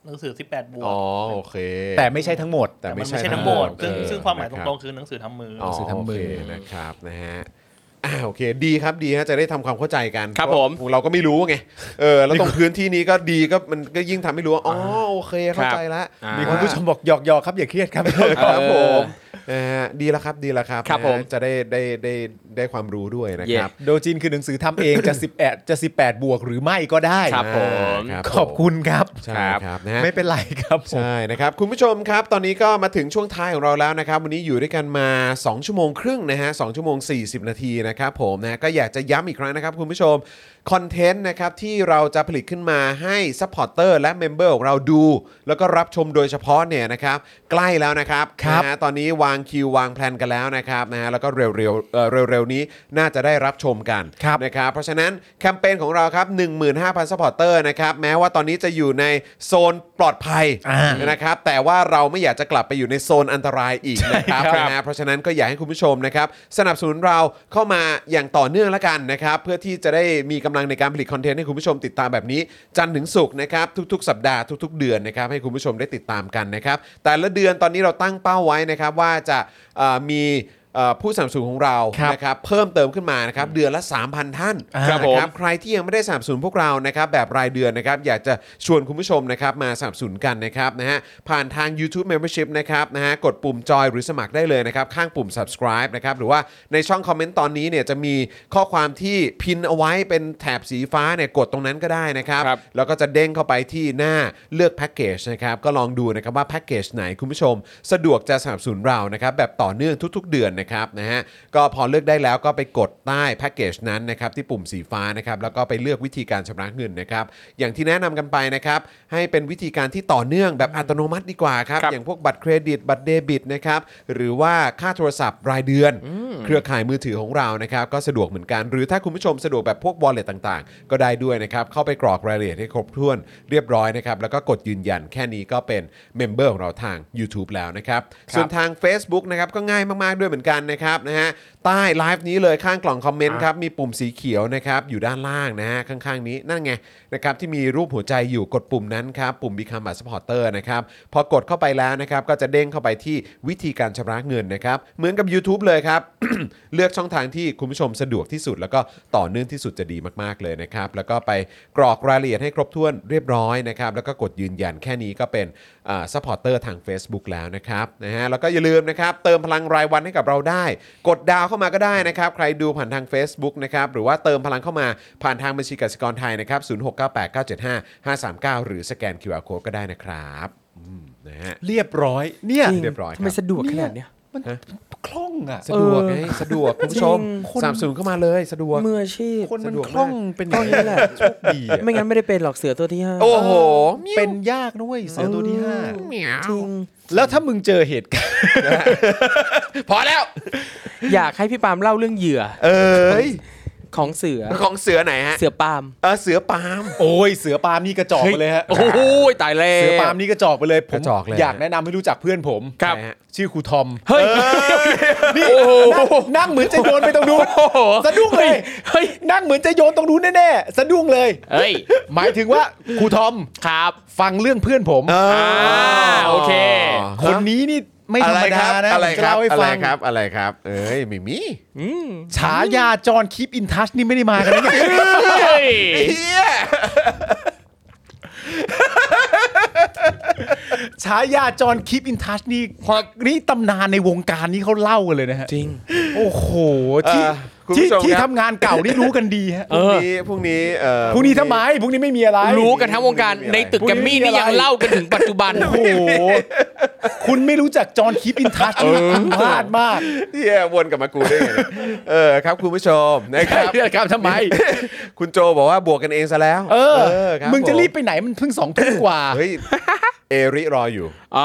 Speaker 5: หนังสือ 18 บวก
Speaker 1: อ๋อโอเค
Speaker 3: แต่ไม่ใช่ทั้งหมด
Speaker 1: แต่
Speaker 5: แต่
Speaker 1: ไม่
Speaker 5: มันไม่
Speaker 1: ใช่
Speaker 5: ใช่ทั้งหมด
Speaker 1: เอ
Speaker 5: ซึ่ง
Speaker 1: อ
Speaker 5: ซึ่งความหมายต
Speaker 1: นะบ
Speaker 5: รงๆคือหนังสือทำมืออ
Speaker 1: อ๋อ
Speaker 3: สื่อทำมือ
Speaker 1: โเคนะครับนะฮะอ่าโอเคดีครับดีฮะจะได้ทำความเข้าใจกัน
Speaker 4: ครับผม
Speaker 1: เพาะเราก็ไม่รู้ไงเออแล้วตรงพื้นที่นี้ก็ดีก็มันก็ยิ่งทำให้รู้ว่าอ๋อโอเคเข้าใจละ
Speaker 4: อ่ามี
Speaker 3: มีคุณผู้ชมบอกหยอกๆครับอย่าเครียดครับ
Speaker 1: ครับผม
Speaker 4: เออ
Speaker 1: นะฮะดีแล้วครับดีแล้วครับ
Speaker 4: ครับ
Speaker 1: นะฮะ
Speaker 4: ผม
Speaker 1: จะได้ได้ได้ได้ความรู้ด้วยนะครับ
Speaker 3: โดจินคือหนังสือทำเองจะ 18 จะ 18 บวกหรือไม่ก็ได้
Speaker 4: ครับ ผม
Speaker 1: า
Speaker 3: ขอบคุณครับ
Speaker 1: ใช่ครับนะฮะ
Speaker 3: ไม่เป็นไรครับผม
Speaker 1: ใช่นะครับ คุณผู้ชมครับ ตอนนี้ก็มาถึงช่วงท้ายของเราแล้วนะครับ วันนี้อยู่ด้วยกันมา 2 ชั่วโมงครึ่งนะฮะสชั่วโมง 40 นาทีนะครับผมนะก็อยากจะย้ำอีกครั้งนะครับ คุณผู้ชม คอนเทนต์นะครับที่เราจะผลิตขึ้นมาให้ซัพพอร์เตอร์และเมมเบอร์ของเราดู แล้วก็รับชมโดยเฉพาะเนี่ยนะครับ ใกล้แล้วนะครับ
Speaker 3: ครับ
Speaker 1: นะฮะตอนนี้วางคิววางแพลนกันแล้วนะครับนะฮะแล้วก็เร็วๆเอ่อเร็วๆนี้น่าจะได้รับชมกัน
Speaker 3: ครับ
Speaker 1: นะครับเพราะฉะนั้นแคมเปญของเราครับ 15,000ซัพพอร์เตอร์นะครับแม้ว่าตอนนี้จะอยู่ในโซนปลอดภัย
Speaker 3: อ่าน
Speaker 1: นะครับแต่ว่าเราไม่อยากจะกลับไปอยู่ในโซนอันตรายอีกนะครับ
Speaker 3: ใช่ครับ
Speaker 1: นะฮะเพราะฉะนั้นก็อยากให้คุณผู้ชมนะครับสนับสนุนเราเข้ามาอย่างต่อเนื่องละกันนะครับเพื่อที่จะได้มีกำลังในการผลิตคอนเทนต์ให้คุณผู้ชมติดตามแบบนี้ จันทร์ถึงศุกร์นะครับทุกๆ สัปดาห์ทุก ๆ เดือนนะครับให้คุณผู้ชมได้ติดตามกันนะครับแต่ละเดือนตอนนี้เราตั้งเป้าไว้นะครับว่าจะเอ่อมีเอ่อผู้สนับสนุนของเรา
Speaker 3: ครับ
Speaker 1: นะครับเพิ่มเติมขึ้นมานะครับเดือนละ 3,000 ท่าน
Speaker 4: ครับผม
Speaker 1: นะใครที่ยังไม่ได้สนับสนุนพวกเรานะครับแบบรายเดือนนะครับอยากจะชวนคุณผู้ชมนะครับมาสนับสนุนกันนะครับนะฮะผ่านทาง YouTube Membership นะครับนะฮะกดปุ่มจอยหรือสมัครได้เลยนะครับข้างปุ่ม subscribe นะครับหรือว่าในช่องคอมเมนต์ตอนนี้เนี่ยจะมีข้อความที่พินเอาไว้เป็นแถบสีฟ้าเนี่ยกดตรงนั้นก็ได้นะครับ
Speaker 4: ครับ
Speaker 1: แล้วก็จะเด้งเข้าไปที่หน้าเลือกแพ็กเกจนะครับก็ลองดูนะครับว่าแพ็กเกจไหนคุณผู้ชม สะดวกจะสนับสนุนเรานะครับแบบต่อเนื่องทุก ๆ เดือน นะครับนะฮะก็พอเลือกได้แล้วก็ไปกดใต้แพ็กเกจนั้นนะครับที่ปุ่มสีฟ้านะครับแล้วก็ไปเลือกวิธีการชำระเงินนะครับอย่างที่แนะนำกันไปนะครับให้เป็นวิธีการที่ต่อเนื่องแบบอัตโนมัติดีกว่าครับ
Speaker 4: ครับ
Speaker 1: อย่างพวกบัตรเครดิต บัตรเดบิตนะครับหรือว่าค่าโทรศัพท์รายเดือน เครือข่ายมือถือของเรานะครับก็สะดวกเหมือนกัน หรือถ้าคุณผู้ชมสะดวกแบบพวก wallet ต่างๆ ก็ได้ด้วยนะครับ เข้าไปกรอกรายละเอียดให้ครบถ้วนเรียบร้อยนะครับ แล้วก็กดยืนยันแค่นี้ก็เป็นเมมเบอร์ของเราทาง YouTube แล้วนะครับ ส่วนทาง Facebook นะครับก็ง่ายมากๆด้วยเหมือนกันนะครับนะฮะใต้ไลฟ์นี้เลยข้างกล่องคอมเมนต์ครับมีปุ่มสีเขียวนะครับอยู่ด้านล่างนะฮะข้างๆนี้นั่นไงนะครับที่มีรูปหัวใจอยู่กดปุ่มนั้นครับปุ่ม Become a supporter นะครับพอกดเข้าไปแล้วนะครับก็จะเด้งเข้าไปที่วิธีการชำระเงินนะครับเหมือนกับ YouTube เลยครับ [COUGHS] เลือกช่องทางที่คุณผู้ชมสะดวกที่สุด แล้วก็ต่อเนื่องที่สุดจะดีมากๆเลยนะครับ แล้วก็ไปกรอกรายละเอียดให้ครบถ้วนเรียบร้อยนะครับ แล้วก็กดยืนยันแค่นี้ก็เป็นซัพพอร์เตอร์ทาง Facebook แล้วนะครับนะฮะแล้วก็อย่าลืมนะครับเติมพลังรายวันให้กับเราได้ กดดาวเข้ามาก็ได้นะครับ ใครดูผ่านทาง Facebook นะครับหรือว่าเติมพลังเข้ามาผ่านทางบัญชีกสิกรไทยนะครับ0698975539 หรือสแกน QR Code ก็ได้นะครับอืมนะฮะ
Speaker 3: เรียบร้อยเนี่ย
Speaker 4: จง
Speaker 1: เรียบร้อยครับ
Speaker 4: ทำไมสะดวกขนาดเนี้ย
Speaker 3: มันคล่องอ่ะ
Speaker 1: สะดวกไงสะดวกคุณผู้ชม
Speaker 4: จริงคน
Speaker 1: สามสูงเข้ามาเลยสะดวก
Speaker 4: มืออาชีพ
Speaker 3: คนมัน
Speaker 1: สะดวกมาก
Speaker 3: คล่องเป็นอ
Speaker 4: คล่
Speaker 3: ย่าง
Speaker 4: องนี่แหละ
Speaker 3: โชคดีอะ
Speaker 4: ไม่งั้นไม่ได้เป็นหรอกเสือตัวที่ห้า
Speaker 1: โอ้โห
Speaker 3: เป็นยากนะเว้ยเสือตัวที่ห้า
Speaker 1: เหมียว
Speaker 4: จริง
Speaker 3: แล้วถ้ามึงเจอเหตุการณ์
Speaker 1: พอแล้ว
Speaker 4: อยากให้พี่ปาล์มเล่าเรื่องเหยื่อ
Speaker 1: เอ้ย
Speaker 4: ของเสือ
Speaker 1: ของเสือไหนฮะ
Speaker 4: เสือปาล์ม
Speaker 1: เออเสือปาล์ม
Speaker 3: โอ้ยเสือปาล์มนี่กระจอกไปเลยฮะ
Speaker 4: โอ้โหตายแล้ว
Speaker 3: เสือปาล์มนี่กระจอกไปเลยผ
Speaker 1: ก
Speaker 3: ม
Speaker 1: ระจอกเลย
Speaker 3: อยากแนะนำให้รู้จักเพื่อนผม
Speaker 1: ครับ
Speaker 3: นะฮะชื่อครูทอม
Speaker 4: เฮ้ย
Speaker 3: นี่นั่งนั่งเหมือนจะโยนไปตรงนู้นสะดุ้งเลย
Speaker 4: เฮ้ย
Speaker 3: นั่งเหมือนจะโยนตรงนู้นแน่ๆสะดุ้งเลย
Speaker 4: เฮ้ย
Speaker 3: หมายถึงว่าครูทอม
Speaker 4: ครับ
Speaker 3: ฟังเรื่องเพื่อนผม
Speaker 4: อ่าโอเค
Speaker 3: คนนี้นี่ไม่ธร
Speaker 1: อะไร
Speaker 3: รม
Speaker 1: ค
Speaker 3: ดา
Speaker 1: รับ
Speaker 3: นะ
Speaker 1: อะไร
Speaker 3: ผม
Speaker 1: ค
Speaker 3: จะ
Speaker 1: รับ
Speaker 3: เล่าให้
Speaker 1: อะไร
Speaker 3: ฟัง
Speaker 1: ครับอะไรครับ เอ้ยไม่มี
Speaker 4: อืม
Speaker 3: ฉายาจอห์นคีปอินทัชนี่ไม่ได้มากันนะเนี่ย
Speaker 1: [LAUGHS]
Speaker 4: เฮ้ย
Speaker 1: เฮีย
Speaker 3: ฉายาจอห์นคีปอินทัชนี่นี่ตำนานในวงการนี้เขาเล่ากันเลยนะฮะ
Speaker 4: จริง
Speaker 3: โอ้โห
Speaker 1: เอ่
Speaker 3: ที่
Speaker 1: อคุณ
Speaker 3: ที่
Speaker 1: ผู้ชม
Speaker 3: ที่
Speaker 1: ครับ
Speaker 3: ทำงานเก่านี่รู้กันดีฮะ
Speaker 4: เอ
Speaker 1: พรุ่ง
Speaker 4: อ
Speaker 1: นี้พรุ่งนี้เอ่อ
Speaker 3: พรุ่งนี้ทำไมพรุ่งนี้ไม่มีอะไร
Speaker 4: รู้กันทั้งวงการในตึกแกรมมี่นี่ยังเล่ากันถึงปัจจุบัน
Speaker 3: โอ้โห คุณไม่รู้จักจอห์นคีปอินทัชคุณพลาดมาก
Speaker 1: [LAUGHS] เฮียวนกลับมากูได้ไงเนี่ยเออครับคุณผู้ชมนะครับ
Speaker 3: เรื่องการทำไม
Speaker 1: คุณโจบอกว่าบวกกันเองซะแล้ว
Speaker 3: เออ
Speaker 1: คบ
Speaker 3: มึงจะ
Speaker 1: ผ
Speaker 3: รีบไปไหนมันเพิ่งสองทุ่มกว่า
Speaker 1: เฮ้ยเอริรออยู่
Speaker 4: เอ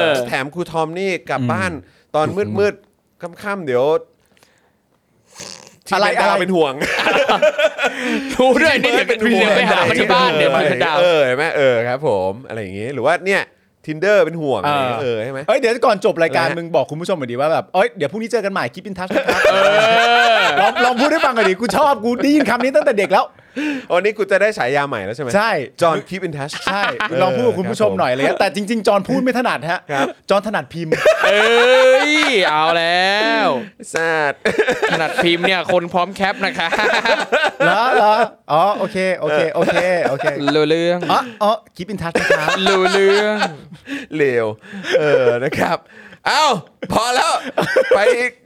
Speaker 4: อ
Speaker 1: แถมครูทอมนี่กลับบ้านตอนมืดๆค่ำๆเดี๋ยวที่
Speaker 3: อะไร
Speaker 1: แม่ดาว
Speaker 3: อะไร
Speaker 1: เป็นห่วง
Speaker 4: รู้ด้วยนี่เดี๋ยวเป็นเดี๋ยวไปหามาที่บ้านเดี๋ยวมันจะดาว
Speaker 1: เออเห็นไหมเออครับผมอะไรอย่างงี้หรือว่าเนี่ย tinder เป็นห่วงอะไรอย่างเงี้ย
Speaker 3: เอ
Speaker 1: เอ
Speaker 3: อ
Speaker 1: อใช่ไหม
Speaker 3: เอ้ยเดี๋ยวก่อนจบรายการ
Speaker 1: อะไรฮะ
Speaker 3: มึงบอกคุณผู้ชมหน่อยดีว่าแบบเอ้ยเดี๋ยวพรุ่งนี้เจอกันใหม่คีปอินทัชลองลองพูดให้ฟังหน่อยดิกูชอบกูได้ยินคำนี้ตั้งแต่เด็กแล้ว
Speaker 1: วันนี้กูจะได้ฉายาใหม่แล้วใช่ไหม
Speaker 3: ใช่
Speaker 1: จอห์นคีปอินทัช
Speaker 3: ใช่ลองพูดกับคุณผู้ชมหน่อยเลยนะแต่จริง ๆ จอห์นพูดไม่ถนัดฮะ
Speaker 1: ครับ
Speaker 3: จอห์นถนัดพิมพ์
Speaker 4: เอ้ย เอาแล้ว
Speaker 1: แซด
Speaker 4: ขนาดพิมพ์เนี่ยคนพร้อมแคปนะคะ
Speaker 3: เหรอเหรออ๋อโอเคโอเคโอเคโอเค
Speaker 4: รู้เรื่อง
Speaker 3: อ๋ออ๋อคีปอินทัชนะครับ
Speaker 4: รู้เรื่อง
Speaker 1: เลวเออ นะครับ เอ้า พอแล้ว ไป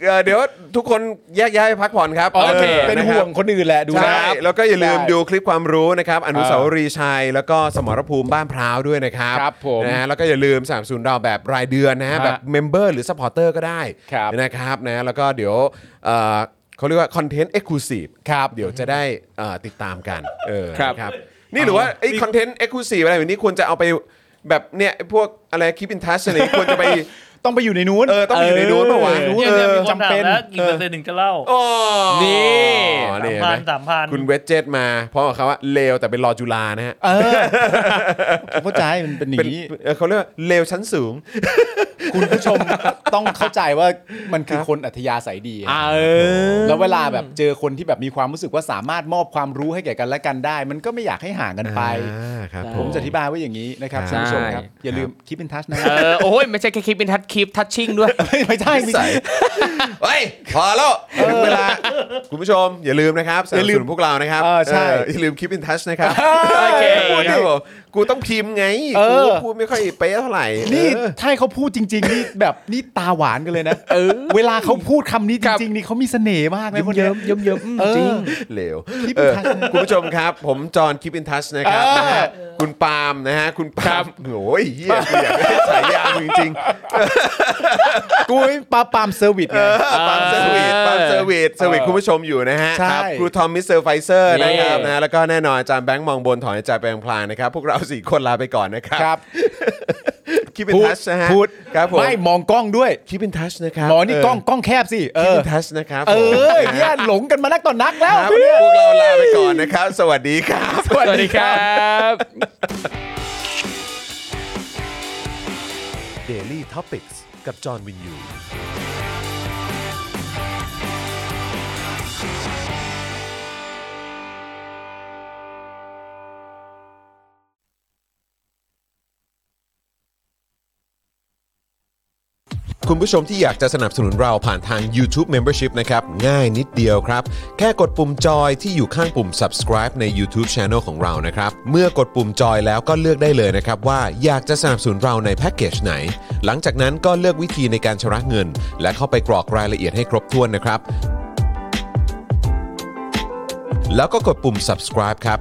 Speaker 1: เอ่อเดี๋ยวทุกคนแยกย้ายไปพักผ่อนครับ
Speaker 4: โอเค
Speaker 3: เป็น
Speaker 1: นะค
Speaker 3: ห่
Speaker 1: รั
Speaker 3: ว
Speaker 1: บ
Speaker 3: งคนอื่นแหละดูนะ
Speaker 1: ใช่แล้วก็อย่าลืม
Speaker 3: ได้
Speaker 1: ดูคลิปความรู้นะครับ อนุสาวรีย์ชัย แล้วก็สมรภูมิบ้านพร้าวด้วยนะครับ
Speaker 3: ครับผม
Speaker 1: นะฮะแล้วก็อย่าลืมสามศูนย์ดาวแบบรายเดือนนะฮะ
Speaker 3: ฮะ
Speaker 1: แบบเมมเบอร์หรือสปอร์เตอร์ก็ได้
Speaker 3: ครับ
Speaker 1: นะครับนะแล้วก็เดี๋ยวเอ่อเขาเรียกว่าคอนเทนต์เอ็กซ์คลูซีฟครับเดี๋ยวจะได้เอ่อติดตามกันเออ
Speaker 4: ครับ
Speaker 1: นะนี่หรือว่าไอ้คอนเทนต์เอ็กซ์คลูซีฟอะไรแบบนี้ควรจะเอาไปแบบ [LAUGHS] เนี่ยไอ้พวกอะไรคลิปอินทัชอะไรควรจะไป
Speaker 3: ต้องไปอยู่ในนู้น
Speaker 1: เออต้องอยู่ในนู้นปะวะ
Speaker 3: เออ
Speaker 5: เนี่ย
Speaker 3: เอ
Speaker 5: เนี่ย
Speaker 3: อ
Speaker 5: มีคน
Speaker 3: จำ
Speaker 5: ถาม
Speaker 3: เป็น
Speaker 5: แล้วกี่เปอร์เซ็นต์ถึงจะเล่า
Speaker 1: โอ้
Speaker 4: นี่
Speaker 1: นี่เห็น
Speaker 5: สามพั
Speaker 1: ไห
Speaker 5: นสามพัน
Speaker 1: คุณเวจเจตมาเพราะเขาว่าเลวแต่เป็นรอจุฬานะฮะ
Speaker 3: เออผมเข้าใจมันเป็นอ
Speaker 1: เป็น
Speaker 3: ย่างนี้
Speaker 1: เออเขาเรียกว่าเลวชั้นสูง
Speaker 3: คุณผู้ชมต้องเข้าใจว่ามันคือคนอัธยาศัยดี
Speaker 4: อ่าเออ
Speaker 3: แล้วเวลาแบบเจอคนที่แบบมีความรู้สึกว่าสามารถมอบความรู้ให้แก่กันและกันได้ มันก็ไม่อยากให้ห่างกันไป
Speaker 1: อ่าครับผ
Speaker 3: ผม
Speaker 1: ม
Speaker 3: จะอธิบายไว่าอย่างนี้นะครับ
Speaker 1: ใช่
Speaker 3: คุณผู้ชมครับ
Speaker 4: ครับ
Speaker 3: อย่าลืมคิดเป็นทัชนะ
Speaker 4: เออ โอ้ยไม่ใช่แค่คลิปเป็นทัชคลิปทัชชิ่งด้วย
Speaker 3: ไม่ใช่ไม่ใช่
Speaker 1: เฮ้ยพอแล้วถึงเวลา คุณผู้ชมอย่าลืมนะครับสนับสนุนพวกเรานะครับ
Speaker 3: เออใช่
Speaker 1: เอออย่าลืมคลิปอินทัชนะครับ
Speaker 4: โอเค
Speaker 1: ครับผม กูต้องพิมพ์ไง
Speaker 3: เอ
Speaker 1: กู
Speaker 3: อ
Speaker 1: ก็พูดไม่ค่อยเป๊ะเท่าไหร่
Speaker 3: นี่
Speaker 1: เออ
Speaker 3: ถ้าให้เขาพูดจริง ๆ นี่ [LAUGHS] แบบนี่ตาหวานกันเลยนะ
Speaker 4: เออ
Speaker 3: เวลาเขาพูดคำนี้จ
Speaker 4: ครับ
Speaker 3: ริง ๆ นี่เขามีเสน่ห์มากเลยคนเนี้
Speaker 4: เยิ้
Speaker 3: ย
Speaker 4: มๆเยิ้มๆเยิ้มๆอืม
Speaker 3: เออ
Speaker 4: จริง
Speaker 1: เหลว
Speaker 3: คิด
Speaker 1: เอ
Speaker 3: ไม่
Speaker 1: อ
Speaker 3: ทัน
Speaker 1: คุณผู้ชมครับ ผมจอห์นคิปอินทัชนะครับนะฮะคุณปาล์มนะฮะ คุณปาล์มโอ้ยเฮียกูอยากได้ฉายามึงจริง
Speaker 3: กูไอ้ปาปามเซอร์วิส
Speaker 1: ๆเอ
Speaker 3: ไง
Speaker 1: อปาล์มเซอร์วิสปาล์มเซอร์วิสเซอร์วิสคุณผู้ชมอยู่นะฮะ
Speaker 3: ใช่
Speaker 1: ครับครูทอมมิสเตอร์ไฟเซอร์
Speaker 4: นี่
Speaker 1: นะครับนะแล้วก็แน่นอนอาจารย์แบงค์มองบนถอนอาจารย์แบงค์พลางนะครับ พวกเราสี่คนลาไปก่อนนะครับ [LAUGHS]
Speaker 3: ครับ
Speaker 1: คิปอิน
Speaker 3: พูด
Speaker 1: ทัชนะฮะ
Speaker 3: พูด
Speaker 1: ครับผม
Speaker 3: ไม่มองกล้องด้วย
Speaker 1: คิปอินทัชนะครับ
Speaker 3: หมอนี่กล้องกล้องแคบสิเอ
Speaker 1: คิป
Speaker 3: อ
Speaker 1: อินทัชนะครับผ
Speaker 3: เอ
Speaker 1: ม
Speaker 3: อเนี่ยหลงกันมานักต่อนักแล้ว
Speaker 1: ครับพวกเราลาไปก่อนนะครับ สวัสดีครับ
Speaker 4: สวัสดีครับ
Speaker 1: Daily Topics กับจอห์นวินยูคุณผู้ชมที่อยากจะสนับสนุนเราผ่านทาง YouTube Membership นะครับ ง่ายนิดเดียวครับ แค่กดปุ่มจอยที่อยู่ข้างปุ่ม subscribe ใน YouTube Channel ของเรานะครับ เมื่อกดปุ่มจอยแล้วก็เลือกได้เลยนะครับ ว่าอยากจะสนับสนุนเราในแพ็กเกจไหน หลังจากนั้นก็เลือกวิธีในการชำระเงิน และเข้าไปกรอกรายละเอียดให้ครบถ้วนนะครับ แล้วก็กดปุ่ม subscribe ครับ